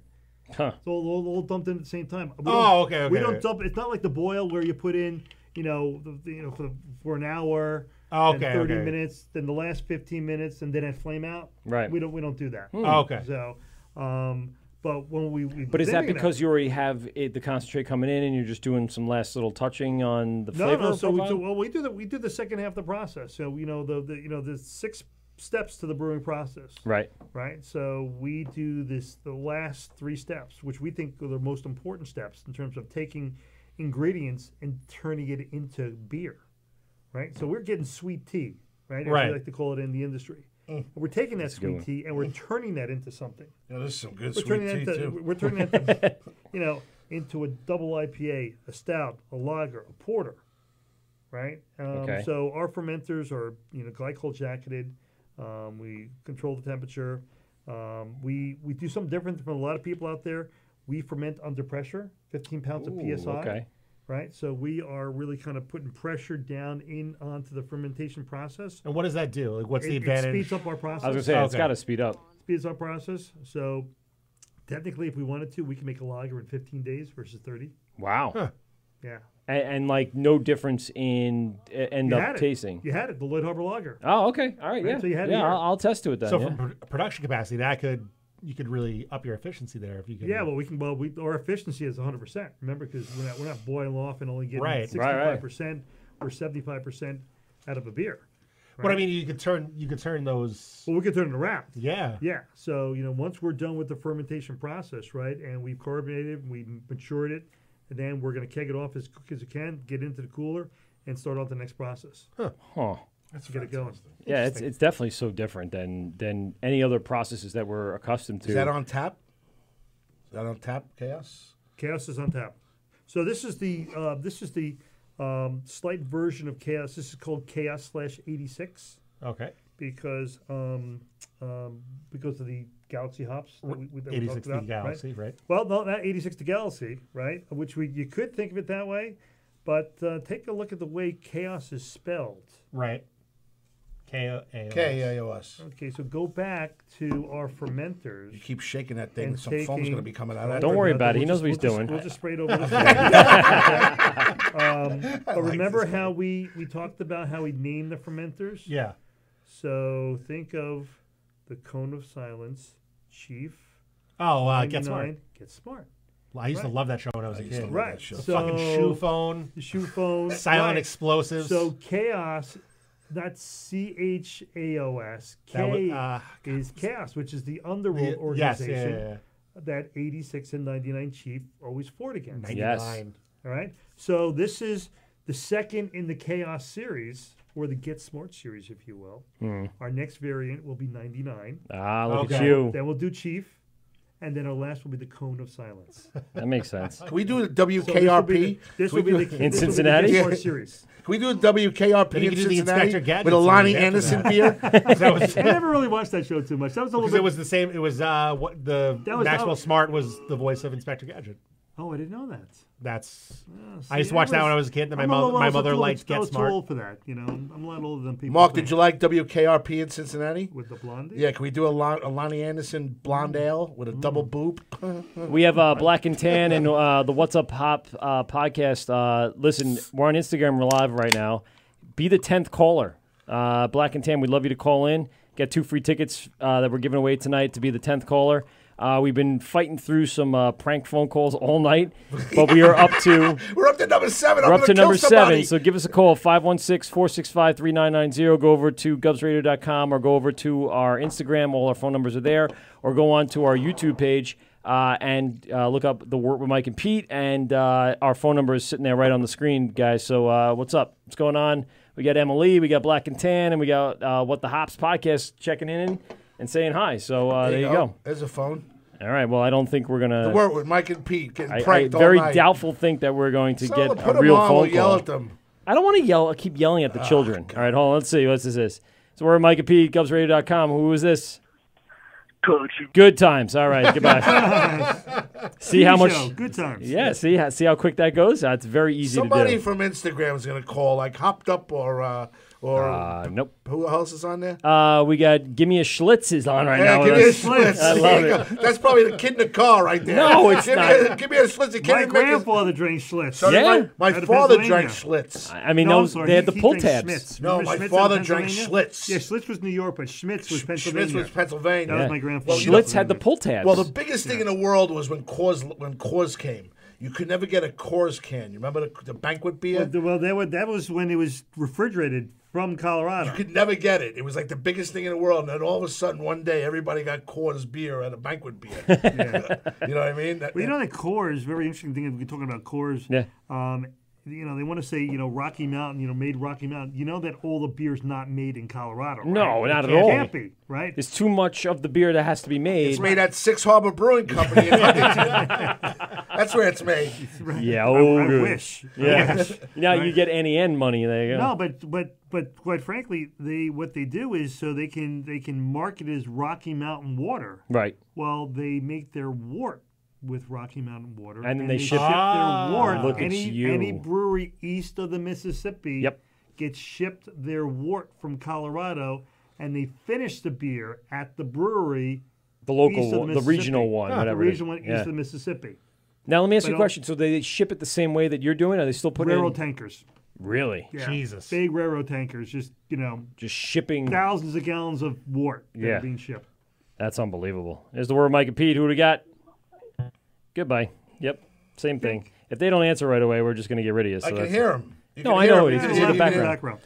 E: Huh.
H: It's all, all, all dumped in at the same time. We
F: Oh,
H: don't-
F: okay,
H: We
F: okay,
H: don't
F: okay.
H: dump. It's not like the boil where you put in, you know, the, the- you know, for, for an hour,
F: Oh,
H: then
F: okay,
H: thirty
F: okay.
H: minutes, then the last fifteen minutes, and then at flame out.
E: Right.
H: We don't we don't do that.
E: Hmm. Oh, okay.
H: So, um, but when we, we
E: But is that
H: then we-
E: because you already have it, the concentrate coming in and you're just doing some last little touching on the
H: no,
E: flavor?
H: no. So, we,
E: profile?
H: so well, we do the we do the second half of the process. So you know the, the you know the six steps to the brewing process.
E: Right.
H: Right. So we do this the last three steps, which we think are the most important steps in terms of taking ingredients and turning it into beer. Right. So we're getting sweet tea. Right. As
F: Right.
H: We like to call it in the industry. We're taking that
F: a good
H: sweet
F: one.
H: tea and we're turning that into something.
J: Mm. Yeah, this is some good
H: we're
J: sweet
H: turning that
J: tea,
H: into-
J: too.
H: We're turning that,
J: (laughs)
H: into, you know, into a double IPA, a stout, a lager, a porter, right? Um,
E: Okay.
H: So our fermenters are, you know, glycol jacketed. Um, we control the temperature. Um, we we do something different from a lot of people out there. We ferment under pressure, 15 pounds
E: Ooh,
H: of psi.
E: okay.
H: right? So we are really kind of putting pressure down in onto the fermentation process.
F: And what does that do? Like, what's the
H: It-
F: advantage?
H: It speeds up our process.
E: I was gonna say it's got to speed up.
H: Speeds up process. So technically, if we wanted to, we can make a lager in 15 days versus 30.
E: Wow.
H: Yeah.
E: And, and like no difference in uh, end
H: You
E: up
H: had it.
E: tasting.
H: You had it, the Lloyd Harbor Lager.
E: Oh, okay. All right.
H: Right,
E: Yeah.
H: so you had it
E: yeah.
H: here.
E: I'll, I'll test to it then.
F: so
E: yeah.
F: from pro- production capacity, that could you could really up your efficiency there if you could.
H: Yeah, well, we can. Well, we, our efficiency is 100. percent Remember, because we're not we're not boiling off and only getting
F: Right,
H: 65
F: right, right.
H: percent or 75 percent out of a beer.
F: But I
H: right?
F: mean, you could turn you could turn those.
H: Well, we could turn it around.
F: Yeah.
H: Yeah. So you know, once we're done with the fermentation process, right, and we've carbonated, we have matured it, and then we're going to keg it off as quick as we can, get into the cooler, and start off the next process.
F: Huh.
E: Huh.
H: That's get it going.
E: Yeah, it's, it's definitely so different than than any other processes that we're accustomed to.
J: Is that on tap? Is that on tap, Chaos?
H: Chaos is on tap. So this is the uh, this is the um, slight version of chaos. This is called chaos slash eighty six.
F: Okay.
H: Because um, um, because of the galaxy hops that we, that we
F: 86
H: talked
F: the
H: about,
F: Galaxy, right?
H: Well, no, not eighty six the galaxy, right? Which we you could think of it that way, but uh, take a look at the way chaos is spelled.
F: Right. K O A O S.
J: K-A-O-S.
H: Okay, so go back to our fermenters. You
J: keep shaking that thing, some foam's gonna be coming out of that
E: Don't
J: thing.
E: worry
J: We'll
E: about it. He knows what
J: just- we'll
E: he's
J: just-
E: doing.
H: We'll just spray it over. the
F: (laughs)
J: I
H: um, but
J: like
H: remember
J: this guy.
H: how we we talked about how we named the fermenters?
F: Yeah.
H: So think of the cone of silence, chief.
F: Oh, uh,
H: 99,
F: Get Smart.
H: Get smart.
F: Well, I used to
H: Right.
F: love that show when I was a
H: I used to
F: kid.
H: love Right. that show.
F: The fucking
H: So-
F: shoe phone.
H: The shoe phone.
F: (laughs) Silent
H: right.
F: explosives.
H: So chaos, that's C H A O S. K
F: That wa- uh,
H: is chaos, which is the underworld
F: The- yes, yeah, yeah,
H: organization
F: yeah.
H: that 86 and 99 chief always fought against.
F: Yes. 99.
H: All right. So this is the second in the chaos series, or the Get Smart series, if you will.
E: Hmm.
H: Our next variant will be 99.
E: Ah, look at Okay. you.
H: Then we'll do chief. And then our last will be the cone of silence.
E: That makes sense.
J: Can we do a
H: So this will be
J: WKRP?
H: the- this
J: Can we
H: will be
J: do-
H: the- In this will be the Cincinnati? Get Smart series.
J: Can we do a WKRP
H: Then you
J: in
H: can do the
J: Cincinnati
H: Inspector Gadget
J: with a Lonnie
H: series after
J: Anderson
H: that.
F: (laughs)
J: beer? (laughs)
H: (laughs) I never really watched that show too much. That was a little
F: Because
H: bit.
F: it was the same. It was uh, what the
H: That was-
F: Maxwell
H: that was-
F: Smart was the voice of Inspector Gadget.
H: oh, I didn't know that.
F: That's.
H: Oh,
F: I
H: see,
F: used to watch that when I was a kid. And then my,
H: I'm
F: mo-
H: little-
F: my
H: I was a
F: mother
H: little
F: liked
H: bit- I
F: Get
H: was too
F: Smart.
H: old for that. You know, I'm I'm a lot older than people.
J: Mark,
H: think.
J: did you like WKRP in Cincinnati?
H: With the Mm. blondie?
J: Yeah, can we do a, Lon- a Lonnie Anderson blonde ale with a double boop?
E: We have uh, Black and
J: (laughs)
E: Tan and uh, the What's Up Hop uh, podcast. Uh, listen, we're on Instagram. We're live right now. Be the tenth caller. Uh, Black and Tan, we'd love you to call in. Get two free tickets uh, that we're giving away tonight to be the tenth caller. Uh, we've been fighting through some uh, prank phone calls all night, but we are up to
J: (laughs) We're up to number seven.
E: We're
J: I'm
E: up to
J: gonna
E: number
J: kill
E: seven,
J: somebody.
E: so give us a call 516 465 3990. Go over to gubsradio.com or go over to our Instagram. All our phone numbers are there. Or go on to our YouTube page uh, and uh, look up The Work with Mike and Pete. And uh, our phone number is sitting there right on the screen, guys. So uh, what's up? What's going on? We got Emily, we got Black and Tan, and we got uh, What the Hops podcast checking in and saying hi. So uh, there, you go.
J: There's a phone.
E: All right. Well, I don't think we're going to.
J: the word with Mike and Pete getting
E: I, I
J: pranked all
E: very
J: night.
E: doubtful think that we're going to
J: So
E: get
J: put 'em
E: a real
J: on,
E: phone
J: we'll yell
E: call.
J: at them. Ah,
E: I don't want to yell. I keep yelling at the children. All right, hold on. Let's see. What's this? Is. So we're at Mike and Pete, GubsRadio.com. Who is this?
O: Coach.
E: Good times. All
J: (laughs)
E: right. Goodbye. see how
J: TV
E: much.
J: show, good times.
E: Yeah. See how see how quick that goes. That's very easy
J: Somebody
E: to do.
J: from Instagram is going to call, like Hopped Up or uh, or
E: Uh, nope.
J: who else is on there?
E: Uh, we got give me a Schlitz is on right
J: Yeah,
E: now.
J: give
E: with
J: me a
E: us.
J: Schlitz.
E: I love
J: There you
E: it.
J: go. That's probably the kid in the car right there.
E: No, it's
J: give Me a,
E: not.
J: give me a Schlitz. The kid
H: My
J: that make his-
H: grandfather drank Schlitz.
J: So did my- my
H: Out of
J: father
H: Pennsylvania.
J: drank Schlitz.
E: I mean, those- they had the pull tabs.
J: No,
H: Remember
J: my
H: Schmitz in
J: father drank
H: Pennsylvania?
J: Schlitz.
H: Yeah, Schlitz was New York, but Schmitz was Pennsylvania.
J: Schmitz was Pennsylvania.
H: That was my grandfather.
J: Well, you
E: Schlitz
J: know-
E: had the pull tabs.
J: Well, the biggest thing in the world was when Coors when Coors came. You could never get a Coors can. You remember the, the banquet beer?
H: Well, th- well, that was, that was when it was refrigerated from Colorado.
J: You could never get it. It was like the biggest thing in the world. And then all of a sudden, one day, everybody got Coors beer at a
H: (laughs)
J: banquet beer. (laughs) you know what I mean? That-
H: well, you know that Coors, very interesting thing. We're talking about Coors.
E: Yeah.
H: Um, you know, they want to say, you know, Rocky Mountain, you know, made Rocky Mountain. You know that all the beer's not made in Colorado.
E: No,
H: right?
E: not
H: It
E: at all.
H: can't be, right?
E: There's too much of the beer that has to be made.
J: it's made at Six Harbor Brewing Company. in Huntington. That's where
H: (laughs)
J: it's made.
E: Yeah,
H: I- I
E: oh, good.
H: wish. I
E: Yeah,
H: wish.
E: (laughs) now you
H: Right.
E: get NEN money. There you go.
H: No, but but but quite frankly, they what they do is so they can they can market it as Rocky Mountain water.
E: Right.
H: While they make their wort with Rocky Mountain Water,
E: And then they ship
H: ship
E: it. Ah,
H: their wort.
E: look at
H: any
E: you.
H: any brewery east of the Mississippi gets shipped their wort from Colorado, and they finish the beer at the brewery,
E: The local
H: east of
E: one- the regional
H: Mississippi.
E: one,
H: Yeah,
E: whatever
H: the
E: it is.
H: regional one east
E: Yeah.
H: of the Mississippi.
E: Now let me ask you a
H: But, uh,
E: question. So they ship it the same way that you're doing? Are they still putting it
H: Railroad
E: in-
H: tankers.
E: Really?
H: Yeah, big railroad tankers, just you know,
E: just shipping
H: thousands of gallons of wort that are
E: Yeah.
H: being shipped.
E: That's unbelievable. There's the word, Mike and Pete. Who do we got? Goodbye. Yep. Same thing. If they don't answer right away, we're just going to get rid of you. So
J: I can
E: that's-
J: hear 'em. You
E: no,
J: can
E: I
J: hear
E: know
J: 'em.
E: it is.
J: You
E: It's
J: can
E: Oh, in the
J: hear 'em in the
E: background.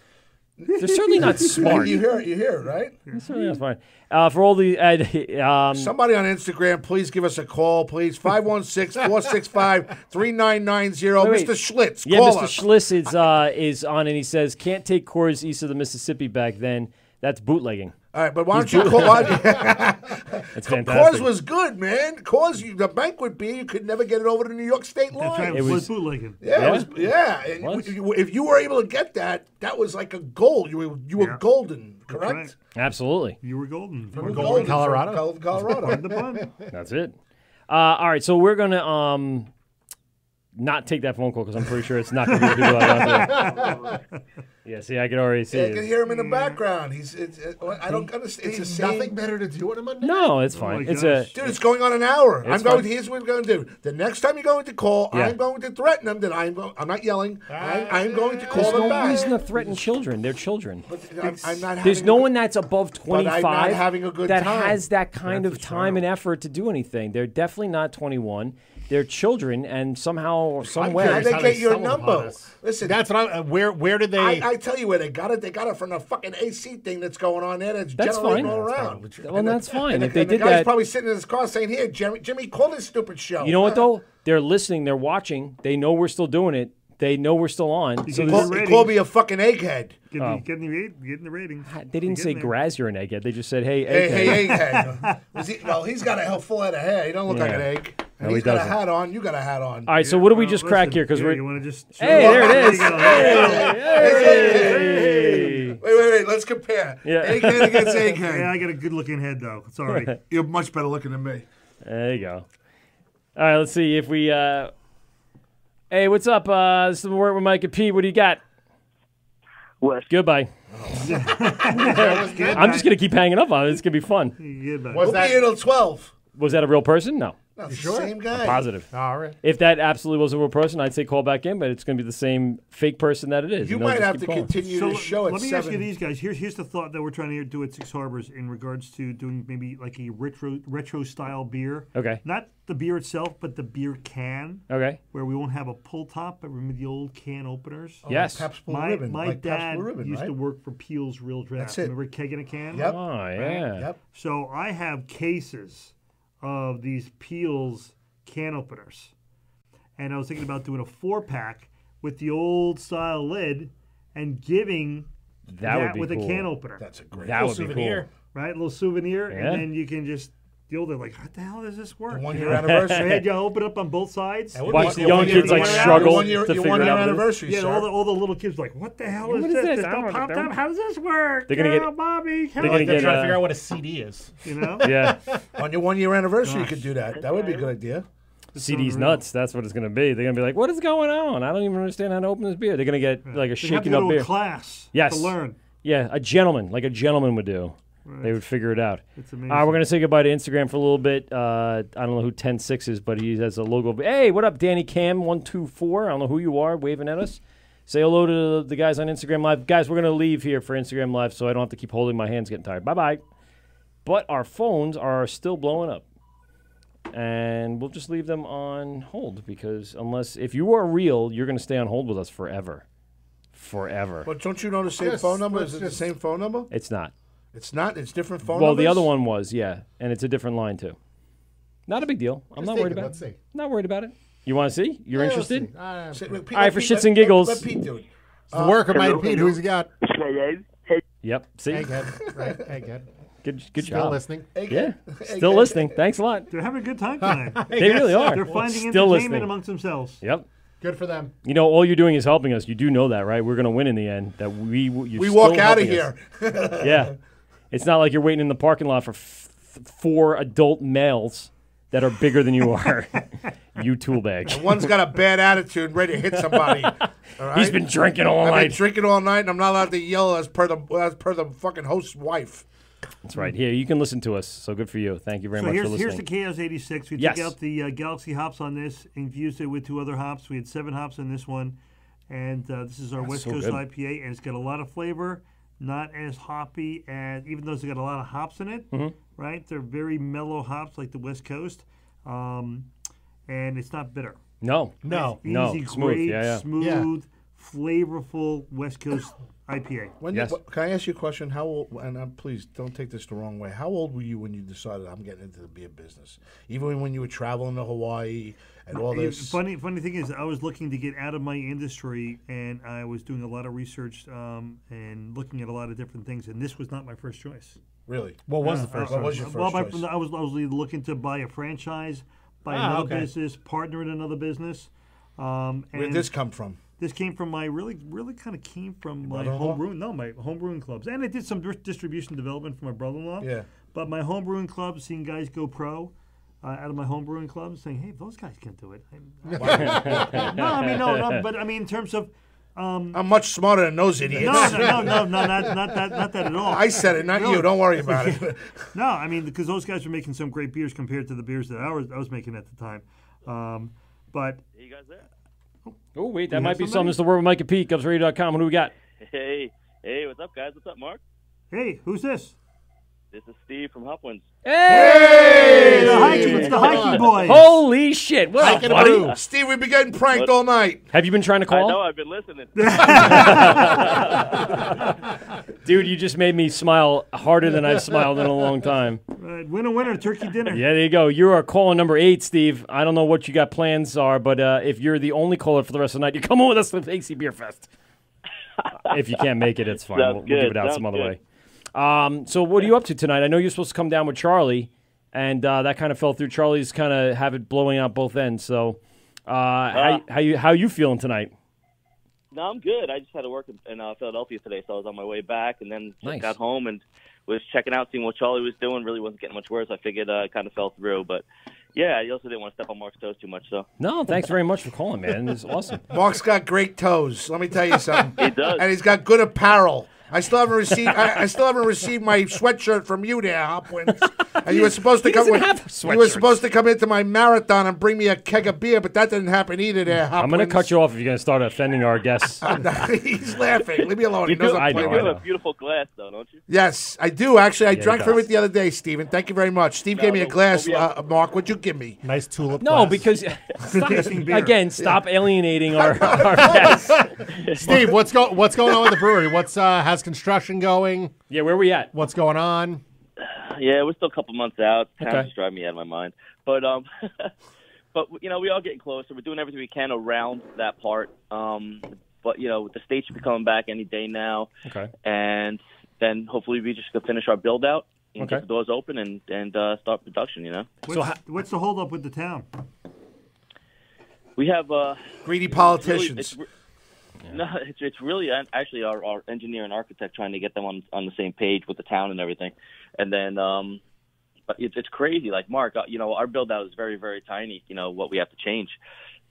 E: They're certainly not
H: (laughs)
E: smart.
J: you hear it. You hear it, right?
E: They're certainly not smart. Uh, for all the uh, (laughs) um,
J: Somebody on Instagram, please give us a
E: (laughs)
J: call, please. 516-465-3990.
E: Wait, wait.
J: Mr. Oh, Schlitz,
E: Yeah,
J: call
E: Mr.
J: us.
E: Schlitz is uh, is on, and he says can't take Coors east of the Mississippi back then. That's bootlegging.
J: All right, but why
E: He's
J: don't you call? (laughs)
E: (laughs)
J: Why,
E: That's
J: Cause
E: fantastic.
J: was good, man. Cause you, the banquet beer, you could never get it over to the New York State line.
H: right, it It was was- bootlegging.
J: Yeah,
H: Yeah?
J: it was, yeah.
H: It
J: And you- If you were able to get that, that was like a goal. You were you were golden, correct?
E: Absolutely.
H: You were golden.
J: You were golden golden from Colorado? Col- Colorado.
H: Pardon the pun.
E: That's it. Uh, all right, so we're gonna um, not take that phone call because I'm pretty sure it's not gonna be the people that got
J: (laughs)
E: there. (laughs) Yeah, see, I can already see
J: Yeah,
E: it.
J: you can hear him in the
E: Mm.
J: background. He's it's, it, I don't understand. It's the same.
M: Nothing better to do on a Monday.
E: No, it's
J: Oh
E: fine. it's a
J: dude. It's going on an hour.
E: It's
J: I'm going.
E: fine.
J: Here's what we're going to do. The next time you're going to call,
E: Yeah.
J: I'm going to threaten them that I'm going. I'm not yelling. I'm, I'm going to call
E: There's
J: them
E: no
J: back.
E: reason to threaten children. They're children.
J: I'm, I'm not
E: There's
J: having
E: no one that's above
J: But I'm not
E: 25
J: having a good
E: that
J: time.
E: has that kind of time and effort to do anything. They're definitely not 21. They're children, and somehow or some way.
J: How'd they get your number? Listen,
E: That's what I'm- uh, where- where did they-
J: I, I tell you where they got it. They got it from the fucking AC thing that's going on there. That's,
E: That's
J: generating
E: fine.
J: all
E: That's
J: around.
E: fine. Well, that's fine.
J: And the,
E: If they
J: and the
E: did
J: guy's
E: that-
J: probably sitting in his car saying, "Here, Jimmy, Jimmy, call this stupid show."
E: You know what,
J: (laughs)
E: though? They're listening. They're watching. They know we're still doing it. They know we're still on.
J: He
E: So
J: called, he called me a fucking egghead.
E: Give me- Oh.
H: Getting the, rate- getting the ratings.
E: they didn't say Graz, you're an egghead. They just said, hey, egghead.
J: Hey,
H: (laughs)
J: hey, egghead. Was he, well, he's got a hell full head of hair. He don't look like
E: Yeah.
J: an egg.
E: No,
J: And
E: he
J: he's got
E: doesn't.
J: a hat on. You got a hat
E: (laughs)
J: on.
E: All right, so what do we
H: Uh,
E: just crack here? Because
H: yeah,
E: we're
H: you wanna just-
E: hey, there it is.
J: Hey, Wait, wait, wait. Let's compare.
E: Yeah.
J: Egghead against egghead.
H: Yeah, I got a good looking head though.
E: (laughs)
H: Sorry.
J: You're much better looking than me.
E: There you go. All right, let's see if we. Uh... Hey, what's up? Uh, this is the word with Mike and Pete. What do you got?
P: What?
J: (laughs)
E: Goodbye. I'm just gonna keep hanging up on it. It's gonna be fun.
J: Was that? Until twelve.
E: Was that a real person? No.
J: No, it's the same guy.
E: Positive.
J: All right.
E: If that absolutely was a real person, I'd say call back in, but it's going to be the same fake person that it is.
J: You
E: and they'll
J: might
E: just
J: have
E: keep
J: to
E: calling.
J: continue
H: So
J: this show at
H: let me ask you
J: seven.
H: these guys. Here's here's the thought that we're trying to do at Six Harbors in regards to doing maybe like a retro retro style beer.
E: Okay.
H: Not the beer itself, but the beer can.
E: Okay.
H: Where we won't have a pull top, but remember the old can openers.
E: Oh, like Yes. Pabst Blue
H: my
E: Ribbon,
H: my
E: like Pabst
H: dad
E: Blue Ribbon,
H: used to
E: right?
H: work for Peel's Real Draft.
E: That's it.
H: Remember keg in a can?
E: Yep. Oh, yeah. Yep.
H: So I have cases of these Peel's can openers and I was thinking about doing a four pack with the old style lid and giving that,
E: That would be
H: with
E: cool.
H: a can opener.
E: That's a great- That Little would be souvenir. cool.
H: right? A little souvenir,
E: Yeah.
H: and then you can just. The older, like, what the hell does this work?
J: one
H: (laughs)
J: year anniversary.
H: They had you open up on both sides.
J: That would Watch be the cool. young kids, like,
H: One year-
J: struggle
H: one year-
J: to
H: your
J: figure
H: one
J: it
H: year
J: out.
H: Yeah, all
J: Sharp.
H: the, all the little kids, like, what the hell is
J: What is
H: this?
J: this?
H: This
J: I
H: don't
J: don't
H: pop
J: know.
H: top. How does this work?
E: They're gonna get-
H: Help, Bobby.
E: they're
H: help.
E: gonna get, uh,
J: what a CD is.
H: You know?
E: (laughs) Yeah.
J: On your one year anniversary, you could do that. That would be a good idea.
E: CD's nuts. That's what it's going to be. They're going to be like, "What is going on? I don't even understand how to open this beer." They're going to get like a
H: They have to
E: shaking
H: go
E: up
H: to a
E: beer
H: class to
E: Yes,
H: learn.
E: Yeah, a gentleman, like a gentleman would do.
H: Right.
E: They would figure it out.
H: It's
E: All right,
H: amazing.
E: Uh, we're going to say goodbye to Instagram for a little bit. Uh, I don't know who 106 is, but he has a logo. Hey, what up, Danny Cam 124? I don't know who you are waving at us. Say hello to the guys on Instagram Live. Guys, we're going to leave here for Instagram Live so I don't have to keep holding my hands getting tired. Bye bye. But our phones are still blowing up. And we'll just leave them on hold because unless, if you are real, you're going to stay on hold with us forever. Forever.
J: But don't you know the same
M: Yes,
J: phone number?
M: let's
J: Is it the
M: just-
J: same phone number?
E: It's not.
J: It's not. It's different phone
E: well,
J: numbers.
E: the other one was, yeah, and it's a different line too. Not a big deal. I'm
M: Just
E: not
M: take
E: worried
M: it,
E: about.
M: let's
E: it.
M: see.
E: Not worried about it. You want to see? You're
M: Yeah, let's
E: interested?
M: see. I am.
J: Sit- let Uh, Pete-
E: All right,
J: let
E: for
J: Pete-
E: shits and
J: let-
E: giggles.
J: Let, let Pete do it.
M: It's the work of my
E: hello,
M: Pete.
E: hello.
M: Who's he got?
E: Yep. See.
M: Egghead. Right. Egghead.
E: Good. Good
M: Still
E: job.
M: listening.
E: Yeah.
M: Egghead.
E: Still
M: Egghead.
E: listening. Thanks a lot.
H: They're having a good time (laughs) tonight.
E: They really are.
H: They're finding
E: Still
H: entertainment
E: listening.
H: amongst themselves.
E: Yep.
M: Good for them.
E: You know, all you're doing is helping us. You do know that, right? We're going to win in the end. That we you
J: We walk out of
E: yeah. It's not like you're waiting in the parking lot for f- four adult males that are bigger than you are. you tool bag.
J: And one's got a bad attitude, ready to hit
E: (laughs)
J: somebody. all right?
E: He's been drinking all
J: I've
E: night.
J: Been drinking all night, and I'm not allowed to yell as per the as per the fucking host's wife.
E: That's right. Here, you can listen to us. So good for you. Thank you very
H: so
E: much
H: here's,
E: for
H: here's the
E: listening.
H: Chaos 86. We
E: Yes.
H: took out the uh, Galaxy hops on this, infused it with two other hops. We had seven hops on this one. And uh, this is our
E: That's
H: West
E: so
H: Coast
E: good.
H: IPA, and it's got a lot of flavor, not as hoppy as, even though it's got a lot of hops in it,
E: Mhm.
H: right? They're very mellow hops like the West Coast. Um, and it's not bitter.
E: No.
H: Nice,
E: No. No.
H: Easy,
E: Smooth.
H: great,
E: Yeah, yeah.
H: smooth, flavorful West Coast IPA.
J: When did- wh- can I ask you a question? How old? And uh, please don't take this the wrong way. How old were you when you decided I'm getting into the beer business? Even when you were traveling to Hawaii and all
H: Uh,
J: this.
H: Funny, funny thing is, I was looking to get out of my industry, and I was doing a lot of research um, and looking at a lot of different things, and this was not my first choice. uh,
J: Really? What was the first What was choice? your
H: well,
J: first
H: my- I was I was either looking to buy a franchise, buy
J: Ah,
H: another
J: okay.
H: business, partner in another business. Um,
J: Where'd
H: and
J: this come from?
H: This came from my really, really kind of came from my
J: brother-in-law?
H: home brewing. No, my home brewing clubs, and I did some dri- distribution development for my brother-in-law.
J: Yeah.
H: But my home brewing club, seeing guys go pro uh, out of my home brewing club, saying, "Hey, those guys can do it." I-
J: (laughs)
H: I- no, I mean no, no, but I mean in terms of. Um,
J: I'm much smarter than those idiots.
H: No, no, no, no, no, not, not that, not that at all.
J: I said it, not you. Don't worry about it.
H: (laughs) no, I mean because those guys were making some great beers compared to the beers that I was, I was making at the time. Um, but
Q: You guys there?
E: Oh, wait.
H: We
E: That
H: have
E: might be
H: somebody?
E: something. It's the word with Mike at Pete, GubsRadio.com. What do we got?
Q: Hey, hey, what's up, guys? What's up, Mark?
H: hey, who's this?
Q: This is Steve from Hopwins.
E: Hey!
H: the hiking, it's the hiking boys.
E: Holy shit. What up, buddy?
J: Steve, we've been getting pranked all night.
E: Have you been trying to call?
Q: I know I've been listening.
E: (laughs)
Q: (laughs)
E: Dude, you just made me smile harder than I've smiled in a long time.
H: Right, winner, uh, winner, turkey dinner.
E: Yeah, there you go. You are caller number eight, Steve. I don't know what you got plans are, but uh, if you're the only caller for the rest of the night, you come on with us to AC Beer
Q: (laughs)
E: Fest. if you can't make it, it's fine. We'll,
Q: Sounds
E: we'll give
Q: good.
E: it out
Q: Sounds
E: some other
Q: good.
E: way. Um, so, what are you up to tonight? I know you're supposed to come down with Charlie, and uh, that kind of fell through. Charlie's kind of have it blowing out both ends. So, uh,
Q: Ah.
E: how, how you how you feeling tonight?
Q: No, I'm good. I just had to work in, in uh, Philadelphia today, so I was on my way back, and then just
E: Nice.
Q: got home and was checking out, seeing what Charlie was doing. Really wasn't getting much worse. I figured uh, it kind of fell through, but yeah, you also didn't want to step on Mark's toes too much, so
E: No, thanks very much for calling, man.
F: (laughs)
E: It's awesome.
J: Mark's got great toes. Let me tell you something.
Q: He does.
J: And he's got good apparel. I still haven't received. I, I still haven't received my sweatshirt from you, there, Hopkins. And you were supposed to
E: He
J: come.
E: doesn't
J: with-
E: have
J: you were
E: sweatshirts.
J: supposed to come into my marathon and bring me a keg of beer, but that didn't happen either, there, Hopkins.
E: I'm going to cut you off if you're going to start offending our
F: (laughs)
J: (laughs)
E: guests.
J: he's laughing. Leave me alone. He
E: You do-
J: knows I'm
E: I know,
J: playing
E: I
J: with
E: know.
J: him.
Q: a beautiful glass, though, don't you?
J: Yes, I do actually. I
E: Yeah, he
J: drank from
E: does.
J: it the other day, Steven. Thank you very much. Steve
Q: No,
J: gave me a
Q: no,
J: glass.
Q: we'll be
J: Uh, Mark, what'd you give me?
F: Nice tulip.
E: No,
J: (laughs)
E: because stop,
F: Tasting beer.
E: again, stop
F: (laughs)
E: alienating
Q: (laughs)
E: our, our guests.
R: Steve, what's go what's going on with the brewery? What's uh how's construction going?
E: Yeah, where we at?
R: What's going on?
Q: Yeah, we're still a couple months out. Time's
R: Okay.
Q: just driving me out of my mind. But um, (laughs) but you know, we are getting closer. We're doing everything we can around that part. Um, but you know, the state should be coming back any day now,
E: Okay.
Q: and then hopefully we just can finish our build out and
H: Okay.
Q: get the doors open and and uh, start production. You know,
H: What's, what's the holdup with the town?
Q: we have uh,
J: greedy
Q: It's really, it's, re- No, it's it's really an- actually our, our engineer and architect trying to get them on on the same page with the town and everything, and then um, but it's it's crazy. Like Mark, uh, you know, our build out is very very tiny. You know what we have to change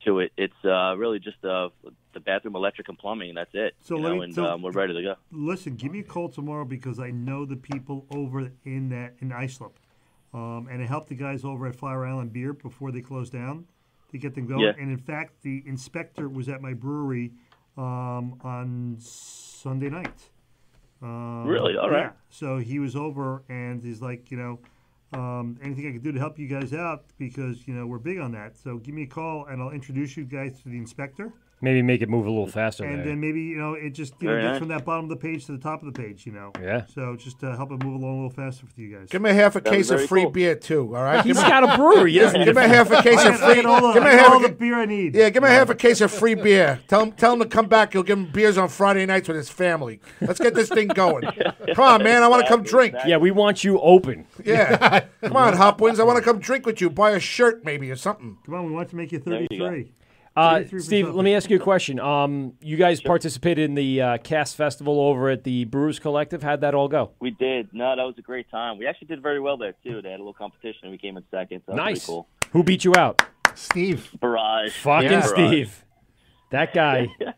Q: to it. It's uh, really just uh, the bathroom, electric, and plumbing. That's it.
H: So
Q: you
H: let
Q: know,
H: me-
Q: and
H: so-
Q: um, we're ready to go.
H: Listen, give me a call tomorrow because I know the people over in that in Islip, um, and I helped the guys over at Fire Island Beer before they closed down to get them going.
Q: Yeah.
H: And in fact, the inspector was at my brewery um, on Sunday night. Um,
Q: Really? All right.
H: Yeah. So he was over and he's like, you know, um, anything I can do to help you guys out because you know we're big on that. So give me a call and I'll introduce you guys to the inspector
E: Maybe make it move a little faster.
H: and
E: there.
H: then maybe you know it just you know,
E: Very
H: gets
E: nice.
H: from that bottom of the page to the top of the page, you know.
E: Yeah.
H: So just to help it move along a little faster for you guys.
J: Give me a half a case of free beer too.
E: (laughs)
J: All
H: (laughs)
J: right.
H: He's
J: Give me-
H: got a brewery, he
J: Yeah,
H: doesn't
J: Give me
H: need
J: a
H: a-
J: half a case
H: I
J: of
H: got- I
J: free.
H: got all the-
J: give me
H: I
J: a
H: got
J: half
H: all
J: a
H: the beer I need.
J: Yeah, give me a half a case
H: (laughs)
J: of free beer. Tell him, tell him to come back. You'll give him beers on Friday nights with his family. Let's get this thing going. Come on, man. I want to come drink.
E: Yeah, we want you open.
H: (laughs)
J: Yeah. Come on, Hopwins. I want to come drink with you. Buy a shirt maybe or something.
H: Come on, we want to make you
E: There you go.
H: 33.
E: Uh,
S: 33%
E: Steve, let me ask you a question. Um, you guys participated in the uh, Cast Festival over at the Brewers Collective. How'd that all go?
Q: We did. No, that was a great time. We actually did very well there too. They had a little competition. and We came in second. So that was pretty
E: nice.
Q: Cool.
E: Who beat you out?
R: Steve.
Q: Barrage.
E: Fucking
Q: Yeah.
E: Steve. That guy.
Q: (laughs) I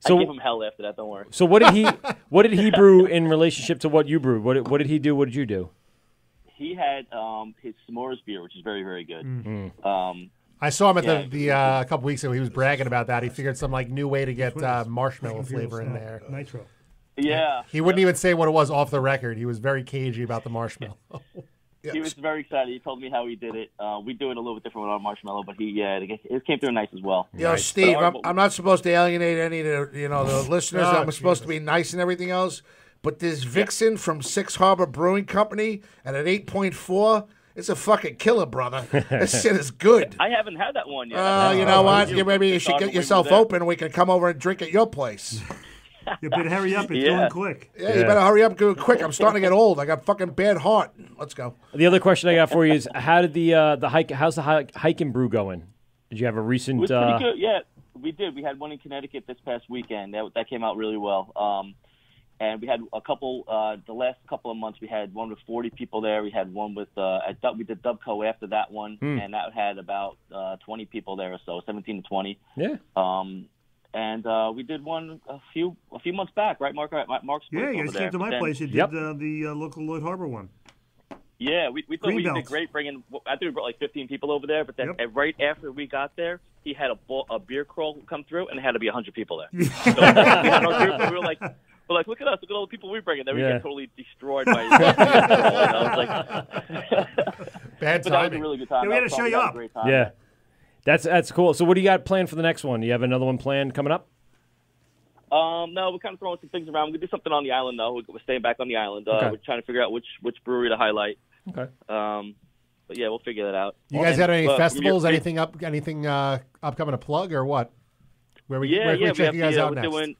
E: So-
Q: give him hell after that. Don't worry.
E: So what did
J: (laughs)
E: he? What did he brew in relationship to what you brewed? What did, what did he do? What did you do?
Q: He had um, his s'mores beer, which is very, very good.
J: Mm.
R: Mhm.
Q: Um,
R: I saw him at
Q: yeah.
R: the, the uh, a couple weeks ago. He was bragging about that. He figured some like new way to get uh, marshmallow flavor in there.
S: Nitro.
Q: Yeah.
R: He wouldn't even say what it was off the record. He was very cagey about the marshmallow.
Q: He was very excited. He told me how he did it. Uh, we do it a little bit different with our marshmallow, but he yeah, it it came through nice as well.
J: Yo,
Q: Nice.
J: Steve,
Q: But our-
J: I'm, I'm not supposed to alienate any of the, you know
S: (sighs)
J: the listeners.
Q: Oh,
J: I'm supposed to be nice and everything else. But this Vixen from Six Harbor Brewing Company and at 8.4, it's a fucking
S: (laughs)
J: killer, brother. this shit is good.
Q: (laughs) I haven't had that one yet.
J: Oh, you know what? You, maybe you
Q: It's
J: should
Q: hard
J: get
Q: when we
J: yourself
Q: were there.
J: open. We can come over and drink at your place.
S: (laughs) You better hurry up. It's going quick.
J: Yeah, you better hurry up, go quick. I'm starting to get old. I got fucking bad heart. Let's go.
E: The other question I got for you is how did the uh, the hike? How's the hike, hike and brew going? Did you have a
Q: It
E: recent?
Q: was
E: uh,
Q: pretty good. Yeah, we did. We had one in Connecticut this past weekend. That that came out really well. Um, and we had a couple. Uh, the last couple of months, we had one with 40 people there. We had one with uh, at Dub, we did Dubco after that one,
E: Hmm.
Q: and that had about uh, 20 people there or so, 17 to 20.
E: Yeah.
Q: Um, and uh, we did one a few a few months back, right, Mark? Right, Mark's place
S: Yeah, you
Q: over
S: guys
Q: there.
S: came to my
Q: Then-
S: place. You did uh, the uh, local Lloyd Harbor one.
Q: yeah, we, we thought we
S: Greenbelt.
Q: did great bringing. I think we brought like 15 people over there, but then uh, right after we got there, he had a ball, a beer crawl come through, and it had to be 100 people
S: (laughs)
Q: there. so we, had our group, and we were like, we're like, look at us, look at all the people we bring, and then we
R: Yeah.
Q: get totally destroyed by. and I was like,
R: Bad
Q: (laughs) but that was a
R: timing.
Q: really good time.
S: Yeah, we
Q: That
S: had
Q: was
S: to show you
Q: fun. We had a
S: up.
Q: great time.
E: Yeah, that's that's cool. So what do you got planned for the next one? Do you have another one planned coming up?
Q: Um, no, we're kind of throwing some things around. We're gonna do something on the island though. We're, we're staying back on the island. Uh,
E: Okay.
Q: We're trying to figure out which which brewery to highlight.
E: Okay.
Q: Um, but yeah, we'll figure that out.
R: You guys
Q: And,
R: had any
Q: uh, from your-
R: festivals? Anything up? Anything uh, upcoming to plug or what? Where we
Q: yeah,
R: where
Q: yeah,
R: we check
Q: have
R: you guys
Q: the, uh,
R: out
Q: we're
R: next?
Q: Doing,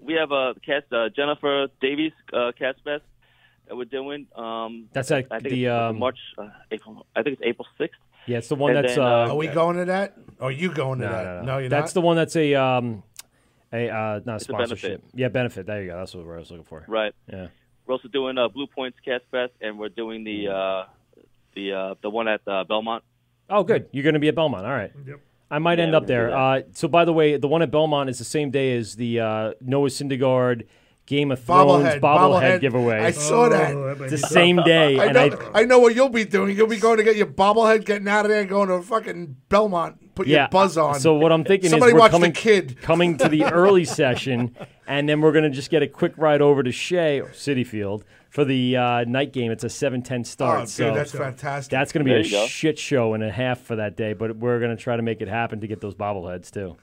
Q: we have uh, cast uh, Jennifer Davies uh, cast fest that we're doing. Um,
E: That's at
Q: I think
E: the,
Q: it's
E: um,
Q: March. Uh, April, I think it's April sixth.
E: Yeah, it's the one
Q: And
E: that's.
Q: then,
E: uh,
Q: uh,
J: Are we going to that? Or are you going to
E: No,
J: that?
E: no, no.
J: you're
E: that's
J: not.
E: the one that's a um, a uh, not a
Q: It's a benefit.
E: sponsorship. Yeah, benefit. There you go. That's what I was looking for.
Q: Right.
E: Yeah.
Q: We're also doing uh, Blue Points cast fest, and we're doing the uh,
E: Mm-hmm.
Q: the uh, the one at uh, Belmont.
E: Oh, good. You're going to be at Belmont. All right. Yep. I might end up there. Uh, so, by the way, the one at Belmont is the same day as the uh, Noah Syndergaard Game of Thrones
J: Bobblehead, bobblehead.
E: giveaway.
J: I saw that.
E: It's the same
J: (laughs)
E: day.
J: I
E: and I,
J: know, I know what you'll be doing. You'll be going to get your bobblehead, getting out of there, and going to fucking Belmont. Put
E: yeah, uh,
J: your buzz on.
E: So what
J: (laughs)
E: I'm thinking
J: somebody
E: is we're
J: watch
E: coming,
J: the kid.
E: coming to
J: (laughs)
E: the early session, and then we're going to just get a quick ride over to Shea or City Field for the uh, night game. It's a 7-10 start.
J: Oh, dude,
E: so
J: that's fantastic.
E: That's going to be
J: There
E: a
J: you go.
E: shit show and a half for that day, but we're going to try to make it happen to get those bobbleheads
Q: (laughs)
E: too.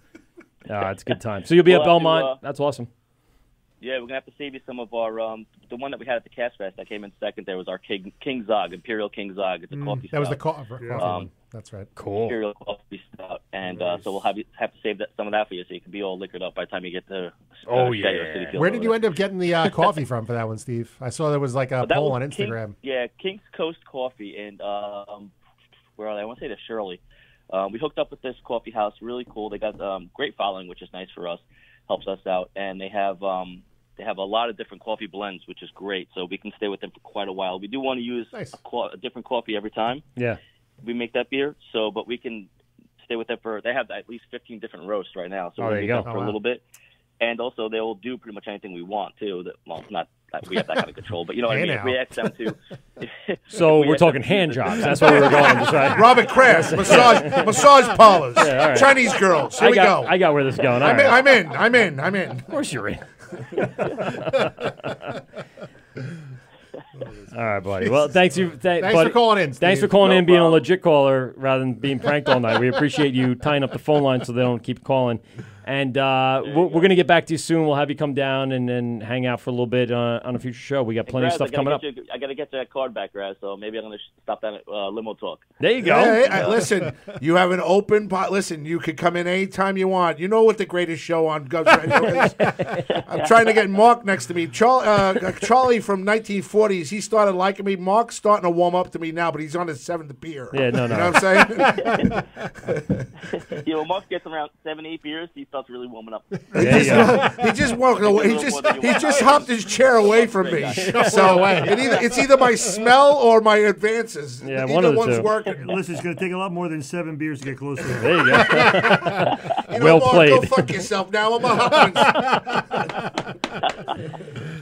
E: Uh, it's a good time. So you'll be
Q: We'll
E: at
Q: have to,
E: Belmont.
Q: uh,
E: that's awesome.
Q: Yeah, we're gonna have to save you some of our um, the one that we had at the cast fest that came in second. There was our King King Zog Imperial King Zog. It's a
R: Mm,
Q: coffee. Um,
R: that was the
Q: stout.
R: co- coffee one. That's right.
E: Cool.
Q: Imperial coffee stout, and uh, so we'll have you have to save that some of that for you, so you can be all liquored up by the time you get to. Uh,
E: Oh,
Q: Shea or
E: yeah.
Q: City Field
R: Where
Q: or
R: did
Q: whatever.
R: you end up getting the uh, coffee from for that one, Steve? I saw there was like a
Q: But that
R: poll on
Q: was King-
R: Instagram.
Q: yeah, King's Coast Coffee and um, where are they? I want to say they're Shirley. Um, we hooked up with this coffee house, really cool. They got um, great following, which is nice for us, helps us out, and they have um, they have a lot of different coffee blends, which is great. So we can stay with them for quite a while. We do want to use a, co- a different coffee every time
E: Yeah.
Q: we make that beer. So, but we can stay with them for. They have at least 15 different roasts right now, so
E: Oh,
Q: we
E: there
Q: make
E: you go.
Q: them for
E: Oh, wow.
Q: a little bit. And also, they will do pretty much anything we want too. That, well, not that we have that kind of control, but you know what
E: Hey
Q: I mean.
E: now.
Q: If we ask them to.
E: (laughs)
Q: (laughs)
E: So
Q: if we
E: we're
Q: ask them
E: talking
Q: to-
E: hand jobs. That's where we were going. Just
Q: (laughs)
E: right.
J: Robert Kraft, massage, massage parlors,
E: (laughs) Yeah, all right.
J: Chinese girls. Here
E: I
J: we
E: got,
J: go.
E: I got where this is going. All
J: I'm,
E: right.
J: in, I'm in. I'm in. I'm in. Of
E: course you're in. All right, buddy. Well,
R: Jesus
E: thanks you.
R: Christ.
E: thank-
R: Thanks for
E: buddy-
R: calling in,
E: Thanks for
R: Steve.
E: calling
R: No
E: in, being a legit caller rather than being pranked all night. We appreciate you tying up the phone line so they don't keep calling. And uh, we're, we're going to get back to you soon. We'll have you come down and then hang out for a little bit uh, on a future show. We got plenty of
Q: Raz, I
E: stuff
Q: gotta
E: coming up.
Q: get you- I got to get you that card back, Raz, so maybe I'm going to stop that uh, limo talk.
E: There you
J: Hey,
E: (laughs)
J: hey, listen, you have an open pot. Listen, you could come in anytime you want. You know what the greatest show on Gov's Radio is? I'm trying to get Mark next to me. Char- uh, Charlie from 1940s, he started liking me. Mark's starting to warm up to me now, but he's on his seventh beer.
E: Yeah, no,
J: You
E: no.
J: know what I'm saying?
Q: (laughs) you know, Mark gets around seven, eight beers, he starts really warming up.
J: He just, he just walked away. He just he just hopped his chair away from me.
E: (laughs)
J: So
S: Away.
J: it either, it's either my smell or my advances. either one's
E: uh,
J: working.
H: Listen, it's going to take a lot more than seven beers to get close to it.
J: There
E: (laughs)
J: you go. (laughs) You know Well what, go played. fuck yourself now, I'm a
E: (laughs) All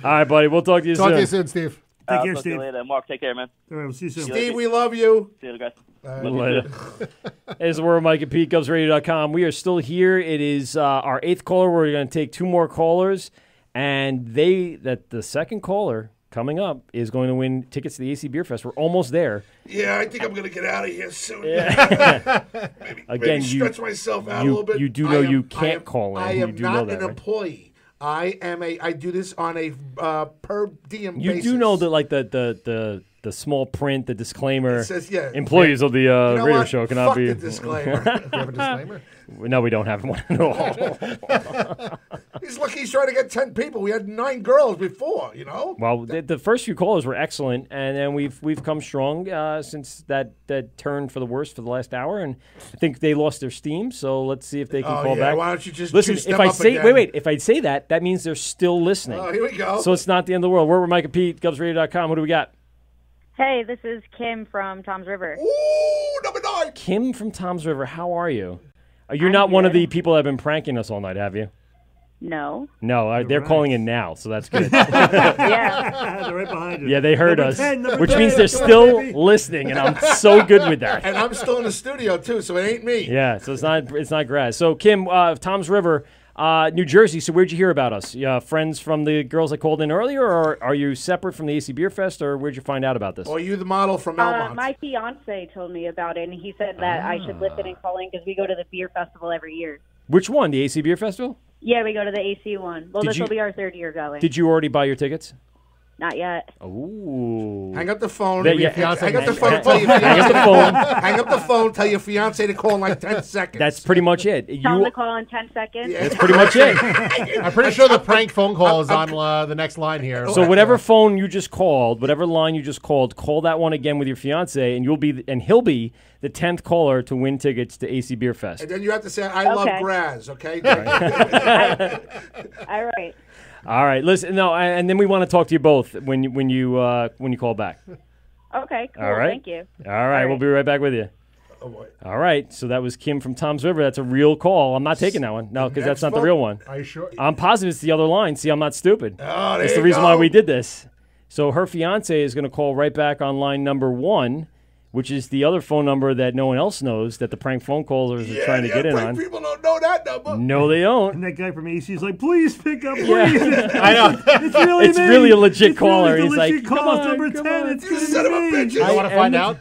E: right, buddy. We'll talk to you
J: Talk
E: soon.
J: to you
E: soon, Steve.
Q: Take care, Steve. later. Mark, take care, man.
H: All right, we'll see you
J: soon. Steve, we love you.
Q: See you later, guys.
E: A little later. (laughs) Hey, this is where Mike and Pete, GovsRadio.com. We are still here. It is uh, our eighth caller. We're going to take two more callers, and they that the second caller coming up is going to win tickets to the AC Beer Fest. We're almost there.
J: Yeah, I think I'm gonna get out of here
E: (laughs)
J: soon. (laughs) maybe,
E: Again,
J: maybe
E: you-
J: stretch myself out
E: you-
J: a little bit.
E: you do
J: I
E: know you
J: I
E: can't call in.
J: I
E: You
J: am
E: do know
J: not
E: that,
J: an
E: right?
J: employee. I am a. I do this on a uh, per diem
E: You
J: basis. (laughs)
E: do know that, like the the the the small print, the disclaimer.
J: It says, yeah.
E: employees of the uh,
J: You know
E: radio
J: what?
E: show cannot
J: Fuck
E: be. (laughs)
J: the disclaimer. Do you have a disclaimer?
E: No, we don't have one at all.
J: (laughs) he's lucky he's trying to get ten people. We had nine girls before, you (laughs) know.
E: Well, the, the first few callers were excellent, and then we've we've come strong uh, since that that turn for the worst for the last hour, and I think they lost their steam. So let's see if they can
J: Oh,
E: call
J: yeah,
E: back.
J: why don't you just
E: listen?
J: juice
E: If
J: them
E: I
J: up
E: say
J: again?
E: wait, wait, if I say that, that means they're still listening.
J: Oh, here we go.
E: So it's not the end of the world. We're with Mike and Pete, GubsRadio.com. What do we got?
T: Hey, this is Kim from Tom's River.
E: Kim from Tom's River. How are you? Uh, You're not one of the people that have been pranking us all night, have you?
M: (laughs)
T: No.
E: No, uh, they're calling in now, so that's
J: (laughs)
E: good. (laughs)
T: yeah.
H: They're right behind you.
E: Yeah, they heard
J: Number
E: us,
J: 10, number
E: which
J: 10,
E: means they're
J: come on,
E: still
J: baby.
E: listening, and
J: (laughs)
E: I'm so good with that.
J: And I'm still in the studio too, so it ain't me.
E: Yeah, so it's not it's not grass. So Kim, uh, Tom's River, uh, New Jersey. So where'd you hear about us? Yeah, friends from the girls that called in earlier, or are you separate from the AC Beer Fest, or where'd you find out about this?
J: Or Oh, you the model
E: (laughs)
J: from
T: Uh, my fiance told me about it, and he said that I should listen
E: Ah.
T: and call in because we go to the beer festival every year.
E: Which one? The AC Beer Festival?
T: Yeah, we go to the AC one. Well,
E: Did
T: this
E: you-
T: will be our third year going.
E: Did you already buy your tickets?
T: Not yet.
E: Oh,
J: Hang up the phone.
E: That-
J: Your
E: yeah.
J: fiance- hang up the
E: Hang-
J: phone. Tell
E: (laughs)
J: your
E: hang up the
J: fiance-
E: phone.
J: Hang up the phone. Tell your fiance to call in like ten seconds.
E: That's pretty much it.
T: Tell him
E: You.
T: to call in 10 seconds.
E: That's pretty much it.
R: (laughs) I'm pretty sure the prank phone call is on uh, the next line here.
E: So whatever phone you just called, whatever line you just called, call that one again with your fiance, and you'll be the, and he'll be the tenth caller to win tickets to AC Beer Fest.
J: And then you have to say, "I love
T: Okay. (laughs)
J: Graz." Okay.
T: All right.
E: All right, listen. No, I- and then we want to talk to you both when you when you uh, when you call back.
T: Okay, cool.
E: All right.
T: Thank you.
E: All right, we'll be right back with you.
J: Oh,
E: All right, so that was Kim from Tom's River. That's a real call. I'm not taking that one. No, because that's
J: Next
E: not the
J: phone-
E: real one.
J: Are you sure?
E: I'm positive it's the other line. See, I'm not stupid.
J: Oh,
E: That's the
J: there you
E: reason why
J: go.
E: we did this. So her fiance is going to call right back on line number one, which is the other phone number that no one else knows that the prank phone callers are trying to get in on.
J: People don't know that number.
E: No, they don't.
H: And that guy from AC is like, please pick up, please.
E: (laughs) I know.
H: It's really
E: It's
H: me.
E: really a legit
H: It's
E: caller.
H: really the
E: He's
H: legit
E: like,
H: call.
E: "Come
H: It's
E: on,
H: number
E: come
H: 10.
E: on."
H: It's gonna
J: son
H: be
J: of a
H: me.
J: bitch. You wanna find out?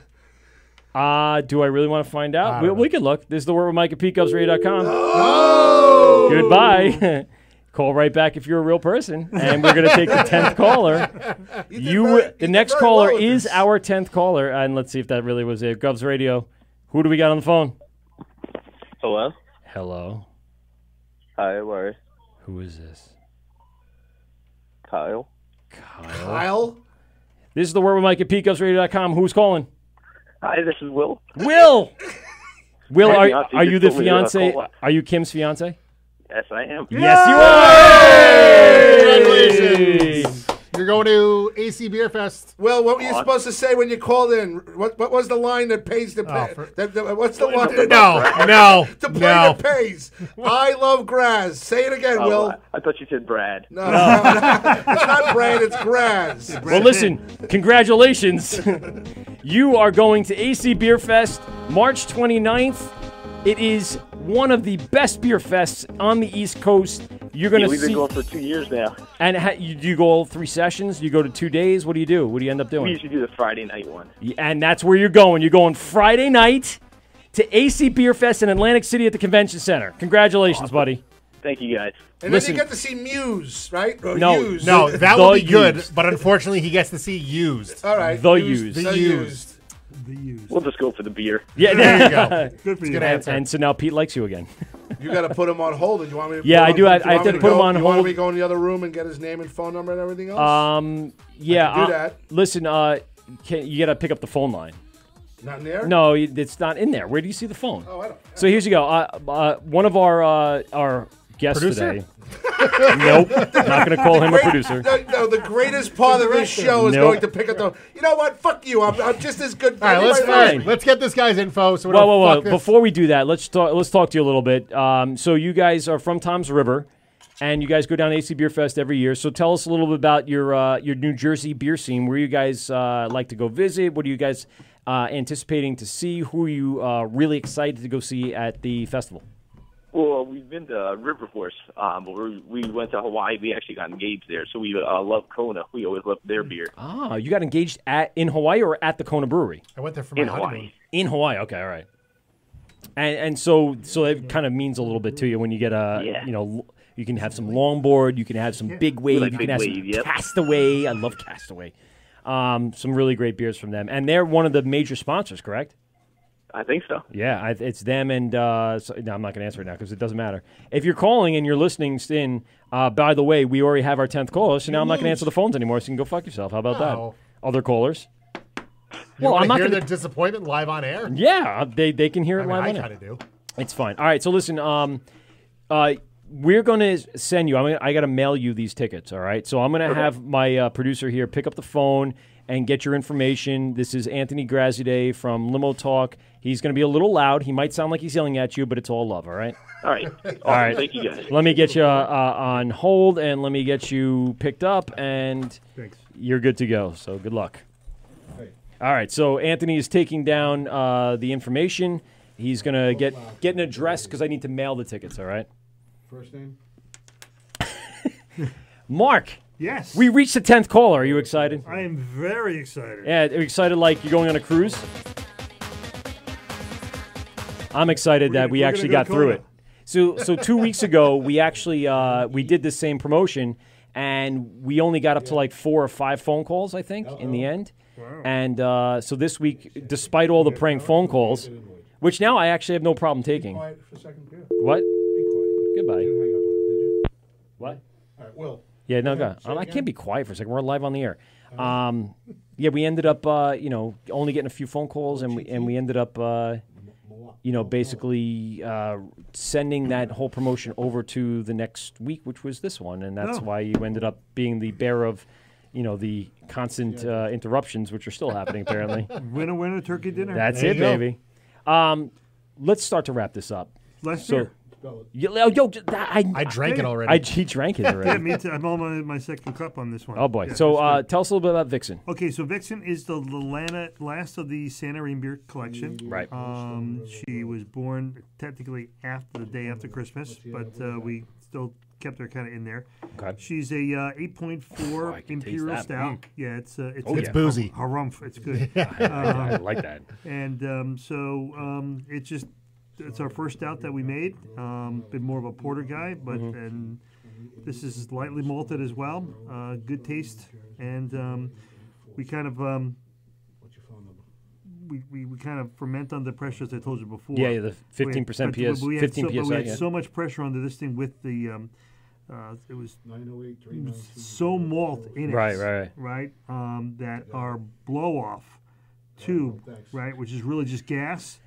E: Uh, do I really want to find out? We, we could look. This is the word with Mike at PeteGovsRadio.com.
H: Oh!
E: Goodbye. (laughs) Call right back if you're a real person, and we're going to take the
H: (laughs)
E: tenth caller. You, wi- the next caller is our tenth caller, and let's see if that really was it. Govs Radio. Who do we got on the phone?
Q: Hello?
E: Hello.
Q: Hi, where?
E: Who is this?
Q: Kyle.
J: Kyle.
E: This is the word with Mike at PeteGovsRadio.com. Who's calling?
U: Hi, this is Will.
H: (laughs)
E: Will. Will,
U: Hi,
E: are,
U: Nancy,
E: are you
U: just told me
E: the
U: to, uh,
E: fiance?
U: call up.
E: Are you Kim's fiance?
U: Yes, I am.
E: Yes, you are.
R: Congratulations. You're going to AC Beer Fest.
J: Well, what were you supposed to say when you called in? What What was the line that pays the? pay? that, that- what's the line? that-
R: Oh, No, (laughs)
J: (laughs)
R: no,
J: the play
R: no.
J: that pays. I love Graz. Say it again,
U: Oh,
J: Will.
U: I, I thought you said Brad.
J: No, no, no. (laughs) it's not Brad. It's Graz.
E: Well, listen, congratulations. you are going to AC Beer Fest March 29th. It is one of the best beer fests on the East Coast. You're going
U: Yeah,
E: to
U: we've
E: see.
U: been going for two years now.
E: and ha- you, do you go all three sessions? You go to two days? What do you do? What do you end up
U: We
E: doing?
U: usually do the Friday night one.
E: Y- And that's where you're going. You're going Friday night to AC Beer Fest in Atlantic City at the Convention Center. Congratulations, buddy.
U: Thank you guys.
J: And
E: Listen.
J: then you get to see Muse, right? Or Used.
R: no, that
E: The
R: would be good.
E: used.
R: But unfortunately, he gets to see used.
J: All right.
E: The used.
R: The used.
U: We'll just go for the beer.
E: Yeah,
R: There you
E: (laughs)
R: go. Good for
E: It's
R: you.
E: good
R: answer.
E: And so now Pete likes you again.
J: You got to put him on hold. and you want me? To
E: Yeah,
J: put
E: I
J: him
E: do.
J: on-
E: I-
J: you
E: I
J: want
E: have
J: me
E: to put him
J: go-
E: on
J: you Want
E: hold.
J: me to go in the other room and get his name and phone number and everything else?
E: Um, yeah.
J: can do
E: uh,
J: that.
E: Listen, uh, can, you got to pick up the phone line.
J: Not in there.
E: No, y- it's not in there. Where do you see the phone?
J: Oh, I don't.
E: So here's you go. Uh, uh, one of our uh, our guests
J: Producer?
E: today. (laughs) nope, not going to call him a
J: Great-
E: producer.
J: No, no, the greatest part of this show is
E: Nope.
J: going to pick up the. You know what? Fuck you. I'm, I'm just as good.
R: All right, let's
J: Everybody-
R: fine. let's get this guy's info. So we
E: Whoa,
R: don't
E: whoa, whoa!
R: fuck this-
E: Before we do that, let's talk. Let's talk to you a little bit. Um, so you guys are from Tom's River, and you guys go down to AC Beer Fest every year. So tell us a little bit about your uh, your New Jersey beer scene. Where you guys uh, like to go visit? What are you guys uh, anticipating to see? Who are you uh, really excited to go see at the festival?
U: Well, we've been to River Force, um, but we we went to Hawaii. We actually got engaged there, so we uh, love Kona. We always love their beer.
E: Ah, you got engaged at in Hawaii or at the Kona Brewery?
R: I went there for
U: In my Hawaii. honeymoon.
E: In Hawaii, okay, all right. And and so so
R: Mm-hmm.
E: it kind of means a little bit to you when you get a
U: Yeah.
E: you know l- you can have some longboard, you can have some big wave,
U: Like
E: you
U: big
E: can have some
U: wave, yep.
E: Castaway. I love Castaway. Um, some really great beers from them, and they're one of the major sponsors, correct?
U: I think so.
E: Yeah, I, it's them and uh, so, no, I'm not going to answer it now because it doesn't matter. If you're calling and you're listening in, uh, by the way, we already have our tenth caller, so now I'm not going to
R: lose.
E: answer the phones anymore. So you can go fuck yourself. How
R: Oh.
E: about that? Other callers?
R: You well, I'm not hear
E: gonna-
R: their disappointment live on air.
E: Yeah, uh, they they can hear it
R: I mean,
E: live
R: I
E: on air.
R: kind of do.
E: It's fine. All right, so listen, um, uh, we're gonna send you. I'm gonna, I gotta mail you these tickets. All right, so I'm gonna
U: Okay.
E: have my uh, producer here pick up the phone and get your information. This is Anthony Graziday from Limo Talk. He's gonna be a little loud. He might sound like he's yelling at you, but it's all love. All right.
U: All right.
E: (laughs) All right.
U: Thank you guys.
E: Let me get you uh, uh, on hold and let me get you picked up, and you're good to go. So good luck. All right. So Anthony is taking down uh, the information. He's gonna get get an address because I need to mail the tickets. All right.
J: First name.
E: Mark.
H: Yes.
E: We reached the tenth caller. Are you excited?
H: I am very excited.
E: Yeah, are you excited like you're going on a cruise. I'm excited that we
H: we're
E: actually
H: gonna
E: got
H: go to
E: through
H: Kona.
E: it. So, so two weeks ago, we actually uh, we did this same promotion, and we only got up to like four or five phone calls, I think, in the end. And uh, so this week, despite all the prank phone calls, which now I actually have no problem taking.
J: Quiet for a second here.
E: What? Goodbye. What?
J: All right, Will.
E: Yeah, no, go.
J: Say it
E: Um, I
J: again.
E: can't be quiet for a second. We're live on the air. Um, yeah, we ended up, uh, you know, only getting a few phone calls, and we and we ended up, uh, you know, basically uh, sending that whole promotion over to the next week, which was this one, and that's
H: Oh.
E: why you ended up being the bearer of, you know, the constant uh, interruptions, which are still happening
H: (laughs)
E: apparently.
H: Winner, winner, turkey dinner.
E: That's it, baby. Um, let's start to wrap this up.
H: Last
E: So-
H: year.
E: Yeah, oh, yo, j- that- I,
R: I drank it already.
E: I, he drank
H: (laughs)
E: it already.
H: yeah, me too. I'm on my, my second cup on this one.
E: Oh boy!
H: Yeah,
E: so
H: that's
E: uh,
H: good.
E: tell us a little bit about Vixen.
H: Okay, so Vixen is the Lana, last of the Santa Maria beer collection.
E: Right.
H: Um, she was born technically after the day after Christmas, but uh, we still kept her kind of in there.
E: Okay.
H: She's a uh, 8.4 imperial
E: that.
H: stout.
E: Mm.
H: Yeah, it's uh, it's,
E: Oh,
H: it's
E: yeah. boozy.
H: Harumph.
E: (laughs)
H: It's good. Um,
E: I like that.
H: And um, so um, it's just it's our first stout that we made. Um, been more of a porter guy, but
E: Mm-hmm.
H: and this is lightly malted as well. Uh, good taste, and um, we kind of um, we, we, we kind of ferment under pressure, as I told you before.
E: Yeah, yeah, the 15%
H: We had-
E: PS
H: but we had so-
E: 15%
H: but we had
E: yeah.
H: so much pressure under this thing with the. Um, uh, it was Mm, so malt in it,
E: Right, right,
H: right, um, that our blow off tube, right, which is really just gas,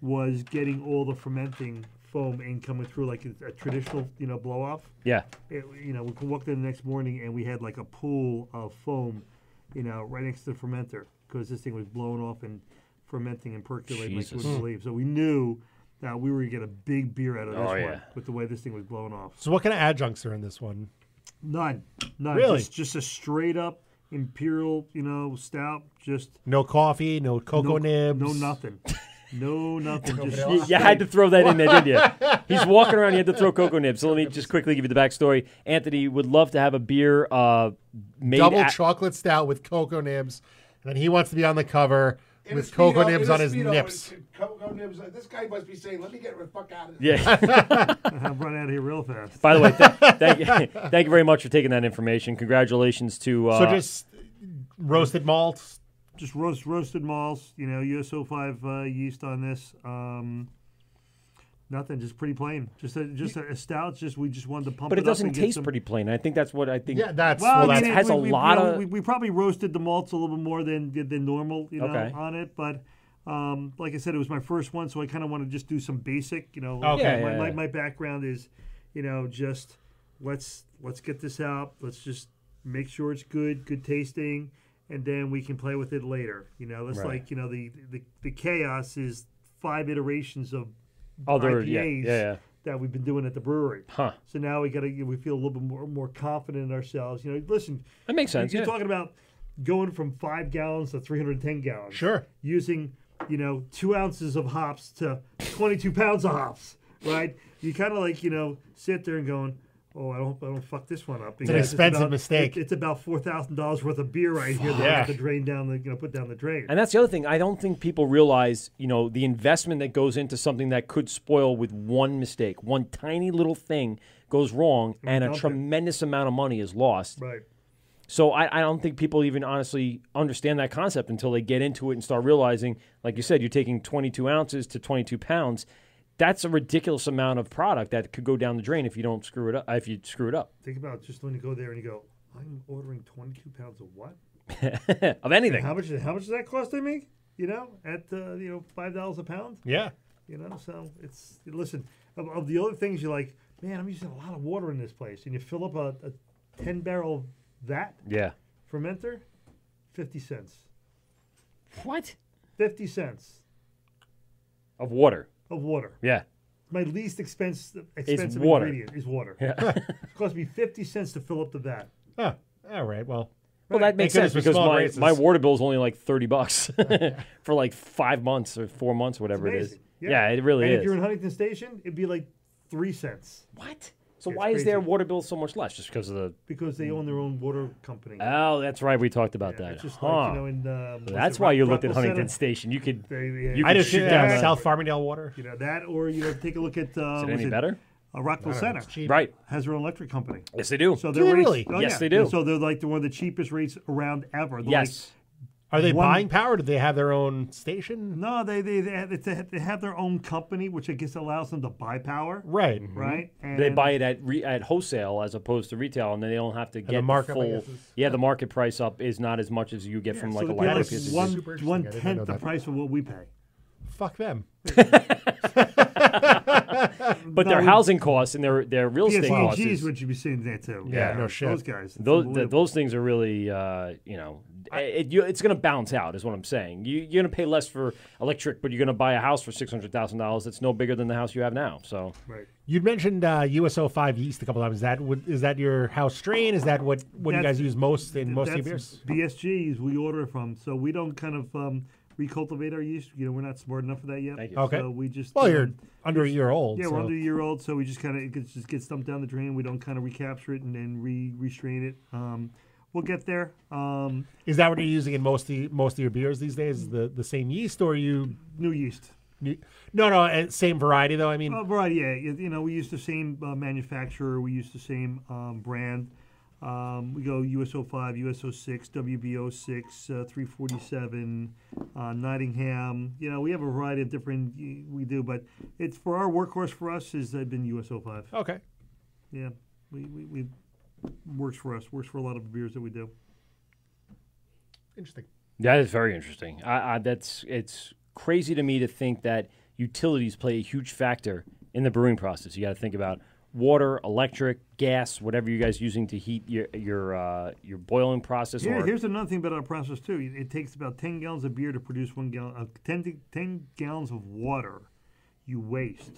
H: was getting all the fermenting foam and coming through like a, a traditional, you know, blow off.
E: Yeah.
H: It, you know, we could walk in the next morning and we had like a pool of foam, you know, right next to the fermenter because this thing was blowing off and fermenting and percolating like
E: Jesus.
H: you
E: Hmm.
H: wouldn't believe. So we knew that we were going to get a big beer out of this
E: Oh,
H: one
E: yeah.
H: with the way this thing was blowing off.
R: So what kind of adjuncts are in this one?
H: None. None.
R: Really?
H: Just, just a straight up imperial, you know, stout. Just
R: No coffee, no cocoa
H: no,
R: nibs,
H: No nothing. No nothing. just
E: You, you had to throw that in there, didn't (laughs) you? He's walking around. You had to throw cocoa nibs. So let me just quickly give you the backstory. Anthony would love to have a beer uh, made.
R: double
E: at-
R: chocolate stout with cocoa nibs, and then he wants to be on the cover
J: In a
R: with cocoa
J: Speedo-
R: nibs
J: in a
R: on his
J: Speedo,
R: nips.
J: it's cocoa no nibs. This guy must be saying, "Let me get the fuck out of
E: Yeah.
J: this."
R: (laughs)
H: I'll run out of here real fast.
E: By the way,
H: (laughs)
E: th- thank, thank you very much for taking that information. Congratulations to. Uh,
H: So just
F: roasted malts.
H: Just roast roasted malts. You know, USO five uh, yeast on this. Um, nothing, just pretty plain. Just a, just a, a stout. Just we just wanted to pump.
E: But
H: it,
E: it doesn't
H: up and get
E: taste
H: some-
E: pretty plain. I think that's what I think.
H: well.
E: it
H: I mean,
E: has
H: we,
E: a
H: we-
E: lot
H: you know,
E: of.
H: we, we probably roasted the malts a little bit more than than normal, you know,
E: Okay.
H: on it. But um, like I said, it was my first one, so I kind of want to just do some basic, you know.
E: Okay. Yeah,
H: my,
E: yeah,
H: my,
E: yeah.
H: my background is, you know, just let's let's get this out. Let's just make sure it's good, good tasting, and then we can play with it later. You know, it's
E: Right.
H: like you know the, the the chaos is five iterations of
E: Other-
H: IPAs
E: yeah, yeah, yeah.
H: that we've been doing at the brewery.
E: Huh.
H: So now we got to we feel a little bit more more confident in ourselves. You know, listen,
E: That makes sense,
H: You're
E: yeah.
H: talking about going from five gallons to 310 gallons.
F: Sure.
H: Using you know two ounces of hops to 22 pounds of hops, right? You kind of like you know sit there and going. Oh, I don't, I don't fuck this one up.
F: It's an
H: because
F: expensive
H: about-
F: mistake.
H: it- it's about four thousand dollars worth of beer right here that I
E: Fuck.
H: have to drain down the, you know, put down the drain.
E: And that's the other thing. I don't think people realize, you know, the investment that goes into something that could spoil with one mistake, one tiny little thing goes wrong,
H: And we
E: and a
H: dump it.
E: tremendous amount of money is lost.
H: Right.
E: So I, I don't think people even honestly understand that concept until they get into it and start realizing, like you said, you're taking 22 ounces to 22 pounds. That's a ridiculous amount of product that could go down the drain if you don't screw it up. If you screw it up (laughs)
H: Think about just when you go there and you go, I'm ordering 22 pounds of
E: (laughs)
H: what?
E: of anything,
H: And how much? How much does that cost to me? You know, at uh, you know five dollars a pound.
E: Yeah.
H: You know, so it's listen of, of the other things you're like, man, I'm using a lot of water in this place, and you fill up a, a ten barrel of that
E: Yeah.
H: fermenter, fifty cents.
E: What?
H: Fifty cents
E: of water.
H: of water.
E: Yeah.
H: My least expense, expensive
E: water.
H: ingredient is water.
E: Yeah.
H: (laughs) it cost me fifty cents to fill up the vat.
F: Oh, all right. Well,
E: Well, that makes sense because my, my water bill is only like thirty
H: (laughs)
E: bucks (laughs) for like five months or four months, whatever it is.
H: Amazing.
E: Yeah. it really
H: and
E: is.
H: If you're in Huntington Station, it'd be like three cents.
E: What? so why is their water bill so much less? Just because of the?
H: Because they own their own water company.
F: Uh,
E: Oh, that's right. We talked about that.
H: it's just
E: huh.
H: like, you know, in, um, what's
E: that's
H: it,
E: why
H: Rock-
E: you looked at
H: Rockwell
E: Huntington
H: Center?
E: Station. You could.
H: They- they-
E: you
F: I
E: could
F: just
E: shoot
F: did
E: down
F: that
E: the-
F: South Farmingdale water.
H: You know that, or you know, take a look at. Uh,
E: Is it
H: was
E: any better?
H: Uh, Rockville
E: I don't know,
H: Center,
E: it's cheap. Right.
H: has their own electric company.
E: Yes, they do.
H: So
E: Do
H: they're
E: they
H: rates-
E: really?
H: oh,
E: Yes,
H: yeah.
E: they do.
H: And so they're like the, one of the cheapest rates around ever. They're
E: Yes.
H: like
F: Are they
H: one-
F: buying power? Do they have their own station?
H: No, they they they have, they have- they have their own company, which I guess allows them to buy power. Mm-hmm.
F: Right.
H: Right.
E: Mm-hmm. they
H: And-
E: buy it at re, at wholesale as opposed to retail, and then they don't have to get the
F: markup, I
E: full.
F: guess, is-
E: Yeah, the market price up is not as much as you get from
H: so
E: like
H: they
E: a
H: pay
E: light
H: like
E: distributor.
H: one
F: Super interesting. I
H: one
F: didn't know
H: tenth the
F: that.
H: price of what we pay.
F: Fuck them.
H: (laughs)
E: But their housing costs and their their real estate costs.
H: Geez,
E: is-
H: would you be seeing that too? Those
E: Those
H: guys. it's
E: th-
H: unbelievable.
E: those things are really, uh, you know, it, you, it's going to bounce out, is what I'm saying. You, you're going to pay less for electric, but you're going to buy a house for six hundred thousand dollars that's no bigger than the house you have now. So,
H: right.
F: You'd mentioned uh, USO five yeast a couple times. Is that would, is that your house strain? Is that what, what you
H: That's-
F: guys use most in most of your beers?
H: that's BSGs we order from, so we don't kind of um, recultivate our yeast. You know, we're not smart enough for that yet.
F: Thank you. Okay.
H: So we just
F: Well, you're under a year old,
H: Yeah,
F: so-
H: we're under a year old, so we just kind of it gets- just gets dumped down the drain. We don't kind of recapture it and then re restrain it. Um, we'll get there. Um,
F: Is that what you're using in most of y- most of your beers these days? The the same yeast, or are you
H: new yeast?
F: New, no, no, uh, same variety though. I mean,
H: Uh, variety, yeah. You, you know, we use the same uh, manufacturer, we use the same um, brand. Um, we go USO 5, USO 6, WBO 6, uh, 347, uh, Nottingham. You know, we have a variety of different y- we do, but it's for our workhorse for us has uh, been USO 5.
F: Okay.
H: Yeah, we, we, we works for us. Works for a lot of beers that we do.
F: interesting.
E: That is very interesting. I, I, that's it's crazy to me to think that utilities play a huge factor in the brewing process. You got to think about water, electric, gas, whatever you guys using to heat your your uh, your boiling process.
H: Here-
E: or,
H: here's another thing about our process too. It takes about ten gallons of beer to produce one gallon, uh, 10, to- 10 gallons of water you waste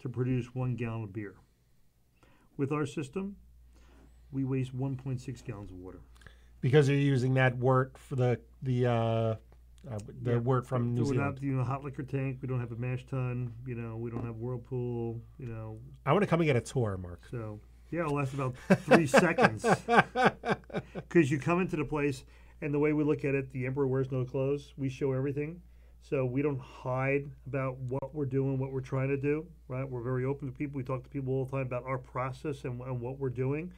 H: to produce one gallon of beer. With our system, we waste one point six gallons of water.
F: because you're using that wort for the the uh, uh, the
H: Yeah.
F: wort from
H: so
F: New
H: we're
F: Zealand.
H: not you know hot liquor tank. We don't have a mash tun. You know we don't have whirlpool. You know
F: I want to come and get a tour, Mark.
H: So yeah, it'll last about three
F: (laughs)
H: seconds because you come into the place and the way we look at it, the emperor wears no clothes. We show everything, So we don't hide about what we're doing, what we're trying to do, right? We're very open to people. We talk to people all the time about our process and, and what we're doing.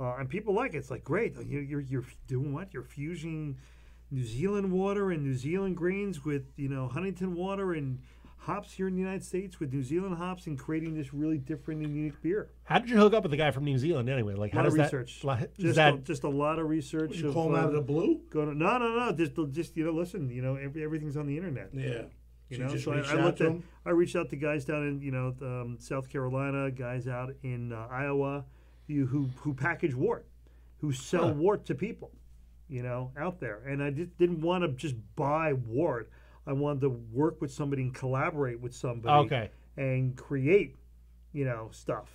H: Uh, and people like it. It's like, great, you- you're, you're doing what? You're fusing New Zealand water and New Zealand grains with, you know, Huntington water and hops here in the United States with New Zealand hops and creating this really different and unique beer.
F: How did you hook up with the guy from New Zealand anyway? Like,
H: A
F: how
H: lot
F: does
H: of
F: that?
H: research.
F: li- is
H: just,
F: that
H: a, just a lot of research.
F: you call 'em out of the
J: blue?
H: Go to, no, no, no. Just, just you know, listen. You know, every, everything's on the internet.
J: Yeah.
H: You
J: So you
H: know,
J: just
H: so I,
J: reached
H: I
J: out
H: looked
J: to
H: at-
J: 'em?
H: I reached out to guys down in you know um, South Carolina, guys out in uh, Iowa, you, who who package wort, who sell
F: Huh.
H: wort to people, you know, out there. And I just didn't want to just buy wort. I wanted to work with somebody and collaborate with somebody.
F: Okay.
H: And create, you know, stuff,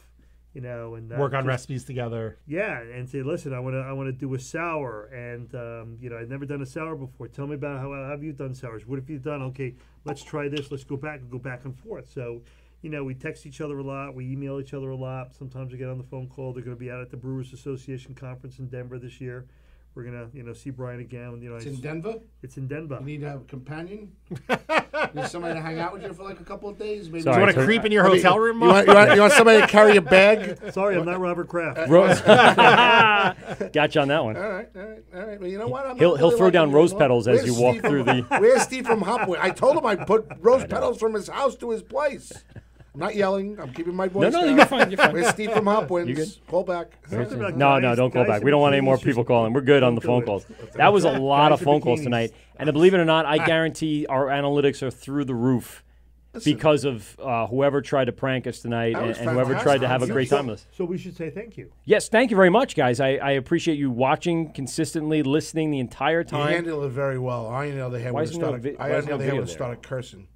H: you know, and uh,
F: work on
H: just-
F: recipes together?
H: yeah, and say, listen, I want to, I want to do a sour, and um, you know, I've never done a sour before. Tell me about how, how have you done sours? What have you done? Okay, let's try this. Let's go back and go back and forth. So, you know, we text each other a lot. We email each other a lot. Sometimes we get on the phone call. They're going to be out at the Brewers Association conference in Denver this year. We're gonna, you know, see Brian again. You know,
J: It's
H: I
J: in
H: s-
J: Denver?
H: It's in Denver. You
J: need to have a companion. Need somebody to hang out with you for like a couple of days. Maybe
H: Sorry, Do you wanna so- creep in your
J: I mean,
H: hotel room,
J: You want, you,
H: Mark?
J: want, you want somebody to carry a (laughs) bag?
H: Sorry, I'm not Robert Kraft.
J: (laughs)
E: Gotcha on that one.
J: All right, all right, all right. Well, you know what? I'm
E: He'll-
J: not
E: he'll throw
J: liking
E: down
J: it
E: rose
J: anymore.
E: petals as
J: Where's
E: you walk
J: Steve
E: through
J: from-
E: the-
J: (laughs) Where's Steve from Hopwood? I told him I put
E: (laughs)
J: rose petals from his house to his place. I'm not yelling. I'm keeping my voice.
E: no,
J: down.
E: you're fine, you're fine.
J: Where's Steve
E: (laughs)
J: from
E: You good?
J: Hopwins? Call back.
E: No, no, don't call back. We don't want any more people calling. We're good on the phone calls. That was a lot of
J: Guys in
E: phone calls
J: bikinis.
E: tonight. And believe it or not, I guarantee our analytics are through the roof
H: Listen.
E: because of uh, whoever tried to prank us tonight
H: I
E: and,
H: was
E: and whoever tried to have a great time with us.
H: So we should say thank you.
E: Yes, thank you very much, guys. I, I appreciate you watching consistently, listening the entire
J: You
E: time.
J: handled it very well. I, on the other hand,
E: Why
J: would have
E: isn't there a
J: started,
E: vi-
J: I,
E: why
J: on
E: isn't
J: the other
E: there a
J: hand, would have
E: video
J: started cursing.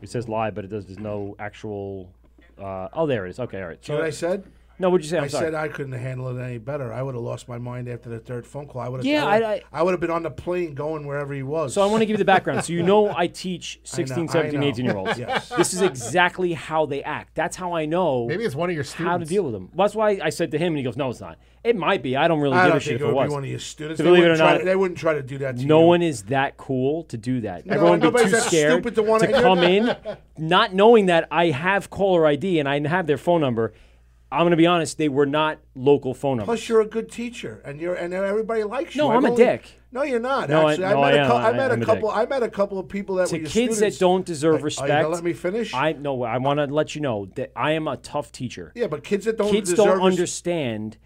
E: It says live, but it does. There's no actual. Uh, oh, there it is. Okay, all right.
J: See what I said?
E: No, what'd you say? I'm
J: I
E: sorry.
J: said I couldn't handle it any better. I would have lost my mind after the third phone call. I would have.
E: Yeah,
J: I would,
E: I- I-
J: would have been on the plane going wherever he was.
E: So I want to give you the background. So you
J: (laughs)
E: know I teach
J: I know,
E: 16,
J: I
E: 17,
J: know.
E: 18 year olds.
J: (laughs) Yes.
E: This is exactly how they act. That's how I know.
J: Maybe
E: it's one of your students. How to deal with them. Well, that's why I said to him, and he goes, "No, it's not. It might be. I don't really
J: I
E: give
J: don't
E: a shit if
J: think it
E: it
J: would be
E: was."
J: one of your students.
E: So
J: They
E: believe it or
J: wouldn't try
E: not,
J: to- they wouldn't try to do that to
E: no
J: you.
E: one is that cool to do that.
J: No,
E: Everyone would be
J: nobody's
E: too
J: that
E: scared
J: stupid to wanna-
E: come in, not knowing that I have caller ID and I have their phone number. I'm going to be honest; they were not local phone numbers.
J: Plus, you're a good teacher, and you're and everybody likes you.
E: No,
J: I've
E: I'm a
J: only-
E: dick.
J: No, you're not.
E: No, I-
J: actually,
E: no,
J: I
E: I
J: met, a
E: am.
J: cou- I
E: I-
J: met
E: I'm
J: a
E: a dick.
J: couple. I met a couple of people that
E: to
J: were your
E: kids
J: students.
E: that don't
J: Are-
E: deserve
J: are you gonna
E: respect.
J: let me finish.
E: I no. I want to let you know that I am a tough teacher.
J: Yeah, but kids that don't
E: kids
J: deserve
E: don't
J: res-
E: understand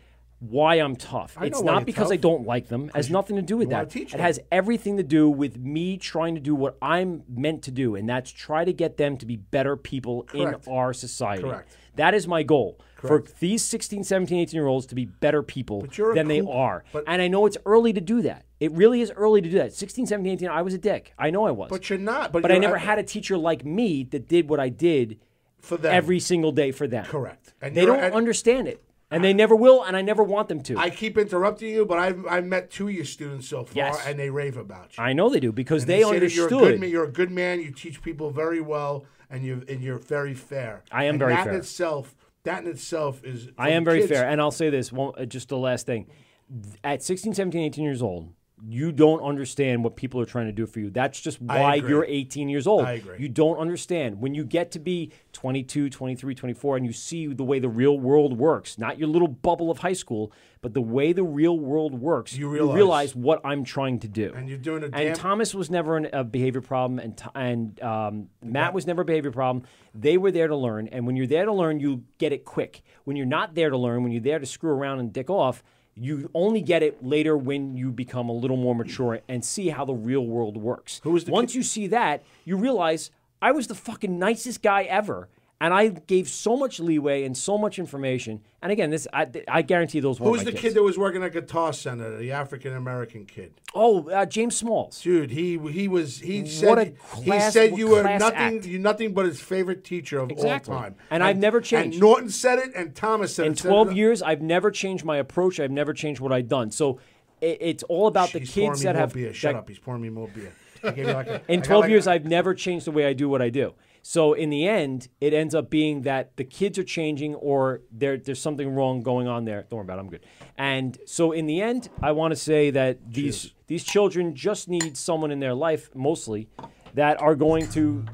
E: why I'm tough.
J: I know
E: it's
J: why
E: not
J: you're
E: because I
J: tough.
E: don't like them. It has nothing to do with
J: you wanna
E: that.
J: teach
E: it
J: them.
E: has everything to do with me trying to do what I'm meant to do, and that's try to get them to be better people
J: Correct.
E: in our society.
J: Correct.
E: That is my goal. For
J: Correct.
E: these 16, 17, 18 year olds to be better people
J: you're a
E: than they
J: cool-
E: are. and I know it's early to do that. It really is early to do that. 16, 17, 18, I was a dick. I know I was.
J: But you're not. But,
E: But I
J: you're-
E: never had a teacher like me that did what I did
J: for them.
E: every single day for them. Correct.
J: And
E: they
J: you're-
E: don't
J: and-
E: understand it, and they never will, and I never want them to.
J: I keep interrupting you, but I've I've met two of your students so far,
E: Yes.
J: and they rave about you.
E: I know they do because
J: And
E: they,
J: say that
E: understood.
J: You're a, good, ma- you're a good man. You teach people very well, and you and you're very fair.
E: I am
J: And
E: very
J: that
E: fair.
J: in itself, that in itself is.
E: I
J: for
E: am very
J: kids,
E: fair, and I'll say this one, uh, just the last thing. Th- At 16, 17, 18 years old, you don't understand what people are trying to do for you. That's just
J: I
E: why
J: agree.
E: you're 18 years old.
J: I agree.
E: You don't understand. When you get to be 22, 23, 24, and you see the way the real world works, not your little bubble of high school, but the way the real world works, you
J: realize-
E: what I'm trying to do.
J: And you're doing a
E: And
J: damn.
E: Thomas was never an, a behavior problem, and T- and um, Matt was never a behavior problem. They were there to learn, and when you're there to learn, you get it quick. When you're not there to learn, when you're there to screw around and dick off, you only get it later when you become a little more mature and see how the real world works. Once you see that, you realize I was the fucking nicest guy ever. And I gave so much leeway and so much information. And again, this I, I guarantee those were
J: Who was
E: my
J: the
E: kids.
J: kid that was working at Guitar Center? The African American kid.
E: Oh, uh, James Smalls.
J: Dude, he he was he
E: What
J: said
E: a class-
J: he said you were
E: class
J: nothing
E: act.
J: you nothing but his favorite teacher of
E: Exactly.
J: all time.
E: And I've never changed.
J: And Norton said it, and Thomas said
E: in
J: it. said
E: 12
J: it.
E: years i've never changed my approach i've never changed what i've done so it, it's all about the
J: He's pouring
E: kids
J: me
E: that
J: more
E: have
J: beer. Shut
E: that-
J: up. He's pouring me more beer. He gave me like a- I
E: (laughs) in
J: got
E: 12
J: like
E: years i've never changed the way i do what i do so in the end it ends up being that the kids are changing or there, there's something wrong going on there don't worry about it i'm good and so in the end i want to say that these these children just need someone in their life mostly that are going to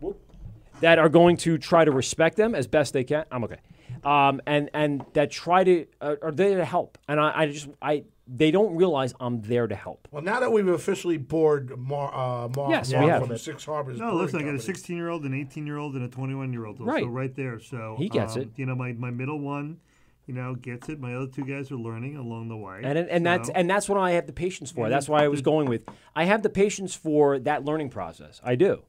E: whoop, that are going to try to respect them as best they can. I'm okay, um, and and that try to uh, are there to help. And I, I just I they don't realize I'm there to help.
J: Well, now that we've officially bored Mar, uh, Mar-
E: Yes,
J: Mark
E: we have.
J: from Six Harbors,
S: No,
J: Brewing
S: listen, I got a
J: Company.
S: 16 year old, an 18 year old, and a 21 year old.
J: Right.
S: So right there. So um,
E: He gets it.
S: You know, my, my middle one, you know, gets it. My other two guys are learning along the way.
E: And and that's
S: So-
E: and that's what I have the patience for.
S: And
E: That's
S: then-
E: why I was going with I have the patience for that learning process. I do.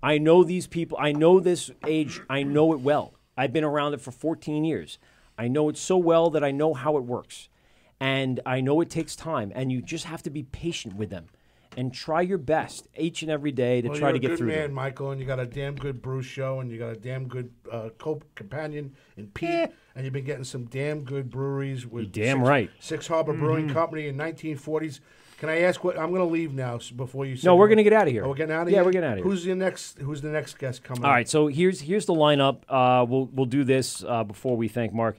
E: I know these people. I know this age. I know it well. I've been around it for 14 years. I know it so well that I know how it works. And I know it takes time and you just have to be patient with them and try your best each and every day to
J: Well,
E: try
J: you're
E: to
J: a
E: get
J: good
E: through
J: man,
E: them.
J: Michael, and you got a damn good Bruce show, and you got a damn good uh, co companion in Pete,
E: Eh.
J: and you've been getting some damn good breweries with
E: You're damn
J: Six,
E: right.
J: Six Harbor Brewing
E: Mhm.
J: Company in 1940s. Can I ask what I'm going to leave now s- before you? say
E: No, we're
J: more.
E: gonna get outta here.
J: Oh, we're getting out of
E: Yeah,
J: here.
E: we're getting outta here.
J: Who's the next? Who's the next guest coming?
E: All right, so here's here's the lineup. Uh, we'll we'll do this uh, before we thank Mark.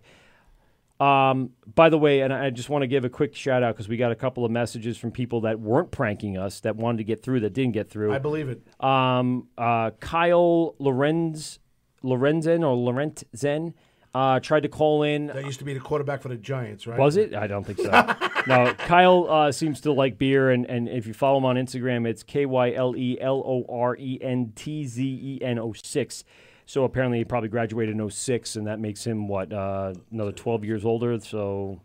E: Um, by the way, and I just want to give a quick shout out because we got a couple of messages from people that weren't pranking us that wanted to get through that didn't get through.
J: I believe it.
E: Um, uh, Kyle Lorenz Lorenzen or Lorenzen uh, tried to call in.
J: That used to be the quarterback for the Giants, right?
E: Was it? I don't think so. no, Kyle uh, seems to like beer, and, and if you follow him on Instagram, it's K Y L E L O R E N T Z E N O 6. So apparently he probably graduated in 06, and that makes him, what, uh, another 12 years older? So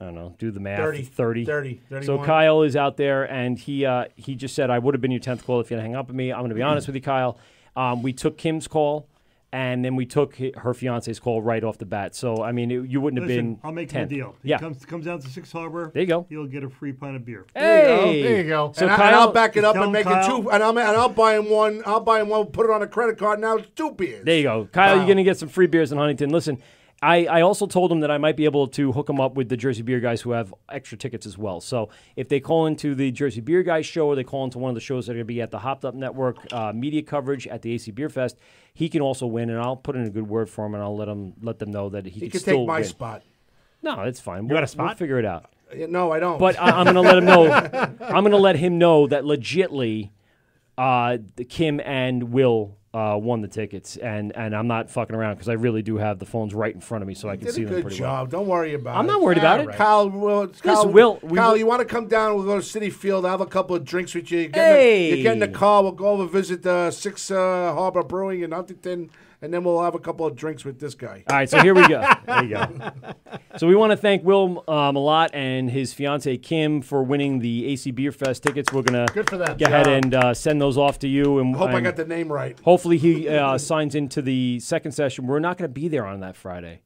E: I don't know. Do the math.
J: 30,
E: 30.
J: 30,
E: So
J: 31.
E: Kyle is out there, and he, uh, he just said, I would have been your 10th call if you didn't hang up with me. I'm going to be honest with you, Kyle. Um, we took Kim's call. And then we took hi- her fiance's call right off the bat. So I mean, it, you wouldn't
S: Listen,
E: have been.
S: I'll make him a
E: 10th.
S: deal. He
E: Yeah,
S: comes comes out to Six Harbor.
E: There you go.
S: He'll get a free pint of beer.
E: Hey! There you go.
J: So and, I, and
E: Kyle-
J: I'll back it up
E: Tell
J: and
E: him,
J: make
E: Kyle.
J: it two, and I'll, ma- and I'll buy him one. I'll buy him one. Put it on a credit card. Now it's two beers.
E: There you go. Kyle,
J: Wow.
E: you're going to get some free beers in Huntington. Listen, I, I also told them that I might be able to hook them up with the Jersey Beer Guys who have extra tickets as well. So if they call into the Jersey Beer Guys show or they call into one of the shows that are going to be at the Hopped Up Network uh, media coverage at the AC Beer Fest, he can also win, and I'll put in a good word for him, and I'll let him let them know that he,
J: He
E: can
J: could
E: still
J: take my
E: win.
J: spot.
E: No, it's fine.
J: You
E: we'll,
J: got a spot?
E: We'll figure it out.
J: Yeah, No, I don't.
E: But I, I'm going to let him know.
J: (laughs)
E: I'm going to let him know that legitly, uh, the- Kim and Will uh, won the tickets, and and I'm not fucking around because I really do have the phones right in front of me, so I can
J: did
E: see
J: a
E: them
J: good
E: pretty
J: job. Don't worry about it.
E: I'm not worried about
J: All
E: it.
J: Kyle, Will, Kyle,
E: Will, we
J: Kyle
E: will-
J: you want to come down? We'll go to City Field. Have a couple of drinks with you. You get,
E: Hey!
J: in, the, you get in the car. We'll go over visit the Six uh, Harbor Brewing in Huntington, and then we'll have a couple of drinks with this guy.
E: All right, so here we
J: (laughs)
E: go. There you go. well. So we want to thank Will um, Malott and his fiance Kim for winning the AC Beer Fest tickets. We're gonna
J: Good for them.
E: Go ahead
J: Yeah.
E: and uh, send those off to you. And
J: I hope I
E: and
J: got the name right.
E: Hopefully he uh, signs into the second session. We're not going to be there on that Friday.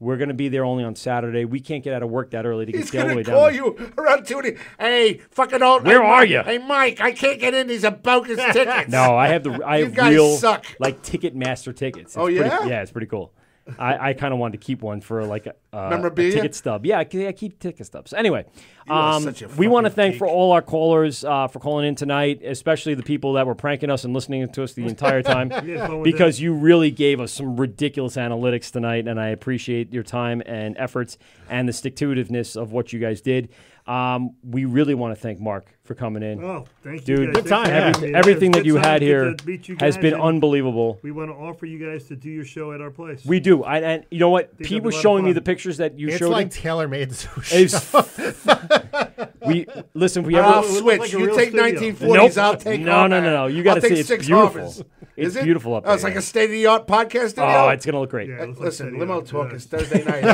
E: We're going to be there only on Saturday. We can't get out of work that early to get
J: He's
E: the all the
J: gonna
E: way down.
J: call you around two. in the- Hey, fucking old.
E: Where
J: hey,
E: are
J: Mike-
E: you?
J: Hey, Mike, I can't get in. These
E: (laughs)
J: are bogus tickets.
E: No, I have the I
J: You
E: have
J: guys
E: real
J: suck.
E: like Ticketmaster tickets. It's
J: Oh,
E: pretty-
J: yeah?
E: yeah, it's pretty cool. I, I kind of wanted to keep one for like a, uh, a
J: Memorabilia?
E: ticket stub. Yeah, I ke- I keep ticket stubs. Anyway,
J: You are
E: um,
J: such a
E: we want to
J: fucking
E: thank for all our callers uh, for calling in tonight, especially the people that were pranking us and listening to us the entire
J: (laughs)
E: time,
S: We had fun with
E: because
S: that.
E: you really gave us some ridiculous analytics tonight, and I appreciate your time and efforts and the stick-to-itiveness of what you guys did. Um, we really want to thank Mark for coming in.
S: Oh, thank you.
E: dude.
S: guys. Thanks for having
E: Every,
S: me.
E: everything
S: It's
E: that you
S: good time
E: had
S: to get
E: here
S: to meet you
E: has
S: guys,
E: been
S: and
E: unbelievable.
S: We want to offer you guys to do your show at our place.
E: We do. I, and you know what?
S: Think
E: Pete
S: that'd
E: was
S: be a lot of
E: showing me
S: fun.
E: the pictures that you
R: It's
E: showed.
R: like
E: him.
R: tailor-made sushi.
J: (laughs)
E: It's- we listen. We have
R: I'll
E: a-
R: switch.
J: You take 1940s, I'll take
E: No,
J: Harbor.
E: no, no, no. You got to
J: I'll take
E: see it's
J: Six
E: beautiful.
J: Harbors.
E: It's
J: Is it?
E: beautiful up
J: Oh,
E: there.
J: it's like a state of the art podcast studio.
E: Oh, it's gonna look great. Yeah, it
J: Uh,
E: looks
J: Listen, limo talk is Thursday
E: (laughs)
J: night.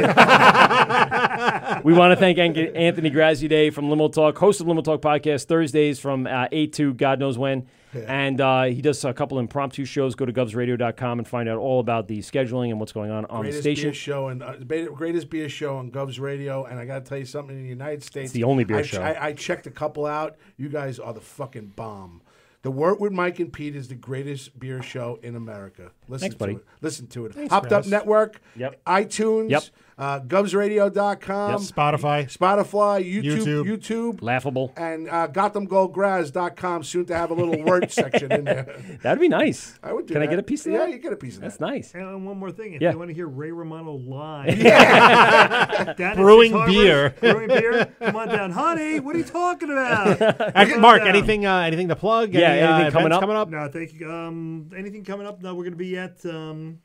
E: we want to thank An- Anthony Graziaday from Limo Talk, host of Limo Talk podcast Thursdays from uh, 8 to God knows when. And uh, he does a couple impromptu shows. Go to govsradio.com and find out all about the scheduling and what's going on on
J: greatest
E: the station.
J: beer show and uh, ba- greatest beer show on Gov's radio. And I got to tell you something in the United States,
E: the only beer
J: I,
E: show.
J: I, I checked a couple out. You guys are the fucking bomb. The work with Mike and Pete is the greatest beer show in America. Listen
E: Thanks,
J: to
E: buddy.
J: it. Listen to it.
E: Thanks,
J: Hopped Up
E: Russ.
J: Network,
E: Yep.
J: iTunes,
E: Yep.
J: uh, govsradio.com,
E: Yep.
R: Spotify,
J: Spotify, YouTube, YouTube,
E: Laughable.
J: and uh, GothamGoldGraz.com soon to have a little
E: (laughs)
J: word section in there.
E: That'd be nice.
J: (laughs) I would do
E: Can I
J: that.
E: get a piece of
J: Yeah,
E: that?
J: you get a piece of
E: That's
J: that.
E: nice.
S: And one more thing, if
E: Yeah.
S: you want to hear Ray Romano live,
E: (laughs)
H: (laughs)
E: Yeah.
S: down at
E: Brewing
S: Six Harbors,
E: beer. (laughs)
S: brewing beer, come on down, honey. What are you talking about?
R: Actually, Mark, anything, uh, anything to plug?
E: Yeah, anything coming up?
H: No, thank you. Um, anything coming up? No, we're going to be at um,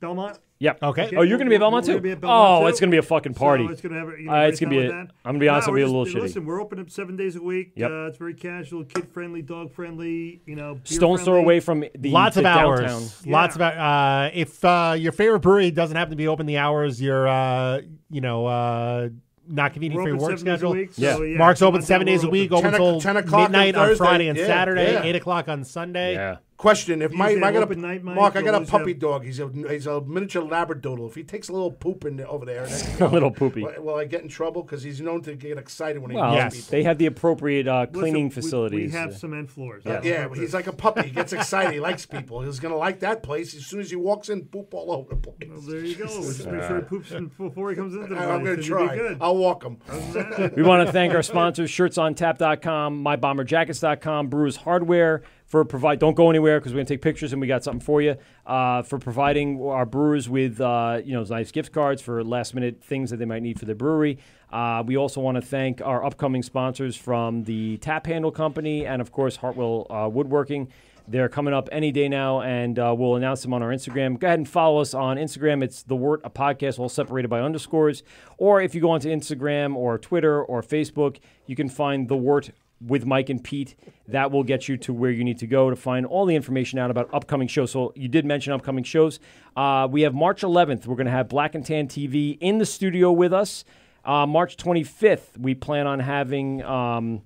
H: Belmont.
E: Yep.
H: Okay.
E: Oh, you're going to be at Belmont too.
H: We're gonna be at Belmont,
E: oh,
H: too.
E: it's going to be a fucking party.
H: So it's gonna have. You know,
E: Uh, it's
H: great
E: gonna be.
H: time
E: A,
H: with
E: I'm
H: that.
E: gonna be honest.
H: Nah,
E: it'll be a
H: we're
E: little
H: just-
E: shitty.
H: Listen, we're open up seven days a week.
E: Yep.
H: Uh, it's very casual, kid friendly, dog friendly. You know, beer
E: Stone's throw
H: friendly.
E: away from the-
H: Lot-
F: lots of
E: the
F: hours.
E: downtown.
F: Lots of hou- uh, if uh, your favorite brewery doesn't happen to be open the hours, you're uh, you know uh, not convenient
H: We're
F: for your
H: open
F: work
H: seven days a
F: schedule.
H: week, so, Yeah. yeah,
F: Mark's
H: come
F: open
H: on down,
F: seven days
H: we're
F: a week,
H: open.
F: open
H: 10
F: till
J: o'clock- 10 o'clock on
F: midnight on
J: Thursday.
F: Friday and
J: Yeah,
F: Saturday,
J: yeah.
F: eight o'clock on Sunday. Yeah.
J: Question: If
F: Use
J: my,
F: that
J: I got a
F: open night, Mike,
J: Mark, I
F: you
J: got a
F: always
J: puppy dog. He's a he's a miniature labradoodle. If he takes a little poop in there,
E: (laughs)
J: over there,
E: A little poopy.
J: Will, will I get in trouble? Because he's known to get excited when he
E: Well,
J: meets
E: they
J: people.
E: have the appropriate uh,
J: Listen,
E: cleaning
J: we- we
E: facilities.
J: have
E: Uh,
H: cement floors.
J: Yeah, yeah, but he's like a puppy. He gets excited. He likes people. He's gonna like that place. As soon as he walks in, poop all over the place. Well,
H: there you go. Just
E: Uh,
H: make sure he poops in before he comes into the place.
J: I'm
H: and you'll
J: gonna
H: be
J: try.
H: Good.
J: I'll walk him.
E: (laughs) we want to thank our sponsors, shirtsontap.com, mybomberjackets.com, Brewers Hardware for provide. Don't go anywhere because we're going to take pictures and we got something for you uh, for providing our brewers with uh, you know nice gift cards for last minute things that they might need for their brewery. Uh, we also want to thank our upcoming sponsors from the Tap Handle Company and of course Hartwell uh, Woodworking. They're coming up any day now, and uh, we'll announce them on our Instagram. Go ahead and follow us on Instagram. It's the Wort a podcast, all separated by underscores. Or if you go onto Instagram or Twitter or Facebook, you can find the Wort with Mike and Pete. That will get you to where you need to go to find all the information out about upcoming shows. So you did mention upcoming shows. Uh, we have March 11th. We're going to have Black and Tan TV in the studio with us. Uh, March 25th, we plan on having um,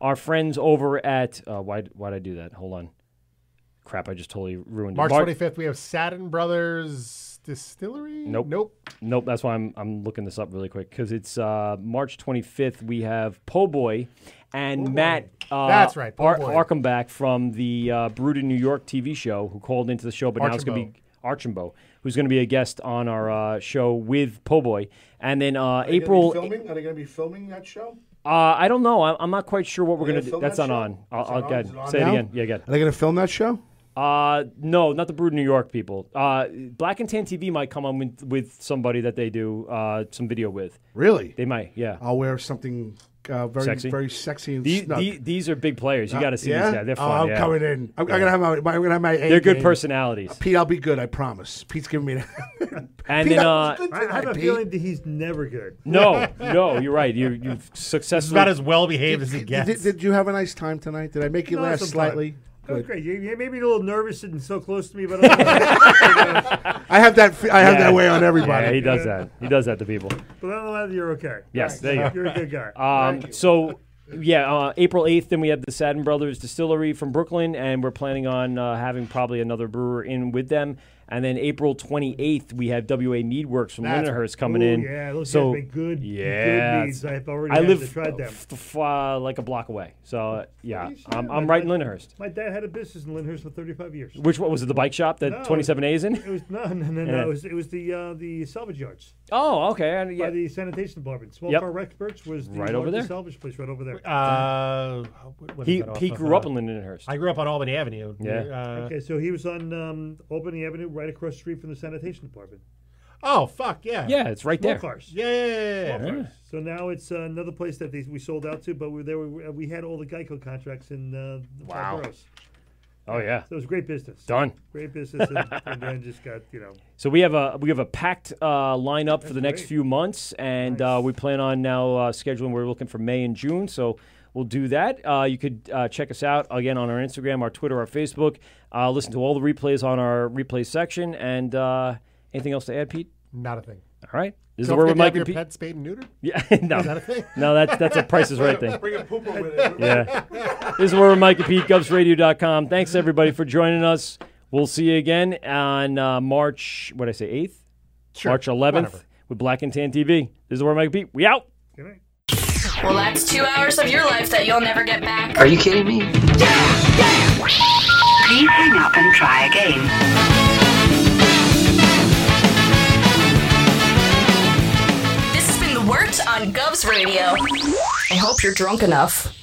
E: our friends over at uh, why why'd I do that? Hold on crap, I just totally ruined
F: March
E: it. Mar-
F: twenty fifth, we have Saturn Brothers Distillery.
E: Nope. Nope. Nope. That's why I'm, I'm looking this up really quick because it's uh, March 25th. We have Po Boy and Matt. Uh,
F: That's right, Po'
E: Ar-
F: Boy.
E: Arkham back from the uh, Brood in New York TV show who called into the show, but now it's going to be Archambault, who's going to be a guest on our uh, show with Po Boy. And then uh,
J: Are they gonna be
E: April.
J: filming? Are they going to be filming that show?
E: Uh, I don't know. I'm, I'm not quite sure what we're
J: Are they
E: going
J: gonna
E: to do.
J: film
E: That's
J: that
E: not on. I'll,
J: Is it
E: I'll
J: on-
E: go ahead.
J: is it on
E: Say
J: now?
E: it again. Yeah, again.
J: Are they going to film that show?
E: Uh, no, not the Brood New York people. Uh, Black and Tan TV might come on with, with somebody that they do uh, some video with.
J: Really?
E: They might, yeah.
J: I'll wear something uh, very,
E: Sexy?
J: very sexy and
E: The-
J: snug.
E: the- these are big players. You got to see
J: yeah?
E: these guys. They're
J: Oh,
E: fun.
J: I'm
E: yeah.
J: coming in. I'm,
E: Yeah.
J: I'm gonna have my. I'm gonna have my. A
E: They're good
J: game. Uh,
E: personalities.
J: Pete, I'll be good. I promise. Pete's giving me. (laughs) That.
E: And
J: Pete,
E: then,
J: I
E: uh,
J: was good
H: I have a
J: tonight,
H: feeling that he's never good. (laughs)
E: no, no, you're right. You
J: (laughs)
E: you've successfully
F: about as well behaved as he
J: Pete. Did, did you have a nice time tonight? Did I make you
H: No,
J: laugh
H: sometime.
J: slightly?
H: That was
J: Good.
H: great. You, you made me a little nervous sitting so close to me, but I
J: (laughs) I have that. fe- I have that way on everybody.
E: Yeah, he does that. He does that to people.
H: But I don't know whether you're okay.
E: Yes,
H: All right.
E: there you
H: You're
E: go.
H: a good guy.
E: Um, So, yeah, uh, April 8th, then we have the Sadden Brothers Distillery from Brooklyn, and we're planning on uh, having probably another brewer in with them. And then April 28th, we have WA Meadworks from
H: That's-
E: Lindenhurst coming
H: Ooh,
E: in.
H: yeah, those guys
E: so,
H: make good- good
E: yeah,
H: meads.
E: it's-
H: I've already
E: I
H: had-
E: live
H: tried them.
E: f- f- uh, like a block away. So, uh, yeah, I'm,
H: my
E: I'm right in
H: dad-
E: Lindenhurst.
H: My dad had a business in Lyndhurst for 35 years.
E: Which one was it? The bike shop that
H: No,
E: 27A is in?
H: It was no, no, no, no.
E: Yeah.
H: It was it was the uh, the salvage yards.
E: Oh, okay. I- yeah.
H: By the sanitation department. Small
E: Yep.
H: car experts was the
E: Right over
H: largest
E: there.
H: salvage place right over there.
F: Uh, what- what is
E: He-
F: that off
E: he
F: of,
E: grew
F: uh,
E: up in Lindenhurst.
F: I grew up on Albany Avenue.
E: Yeah.
F: Uh,
H: okay, so he was on um, Albany Avenue, right across the street from the sanitation department.
F: Oh fuck yeah!
H: Small Cars.
F: Yeah, yeah, yeah, yeah,
H: Small
F: yeah.
H: cars. So now it's uh, another place that they, we sold out to, but we there we, uh, we had all the Geico contracts in uh, the five
E: Wow.
H: boroughs.
E: Oh, yeah.
H: So it was great business.
E: Done.
H: Great business, and, and then just got you know.
E: So we have a we have a packed uh, lineup for the next few months, and uh, we plan on now uh, scheduling. We're looking for May and June, so we'll do that. Uh, you could uh, check us out again on our Instagram, our Twitter, our Facebook. Uh, listen to all the replays on our replay section, and uh, anything else to add, Pete?
F: Not a thing.
E: All right, this
F: Don't
E: is where we're
F: forget to have
E: Mike
F: your
E: and Pete.
F: pet spayed and neutered.
E: Yeah, (laughs) no,
F: Is that a thing?
E: no, that's that's a Price is Right thing.
F: Bring a pooper with it.
E: (laughs) Yeah, this is where we're Mike E and Pete. GubsRadio.com. Thanks everybody for joining us. We'll see you again on uh, March. What did I say, eighth,
F: Sure,
E: March 11th
F: whatever.
E: with Black and Tan TV. This is where Mike E and Pete. We out.
K: Well, that's two hours of your life that you'll never get back.
E: Are you kidding me?
K: Please hang up and try again. This has been The Wort on Govs Radio. I hope you're drunk enough.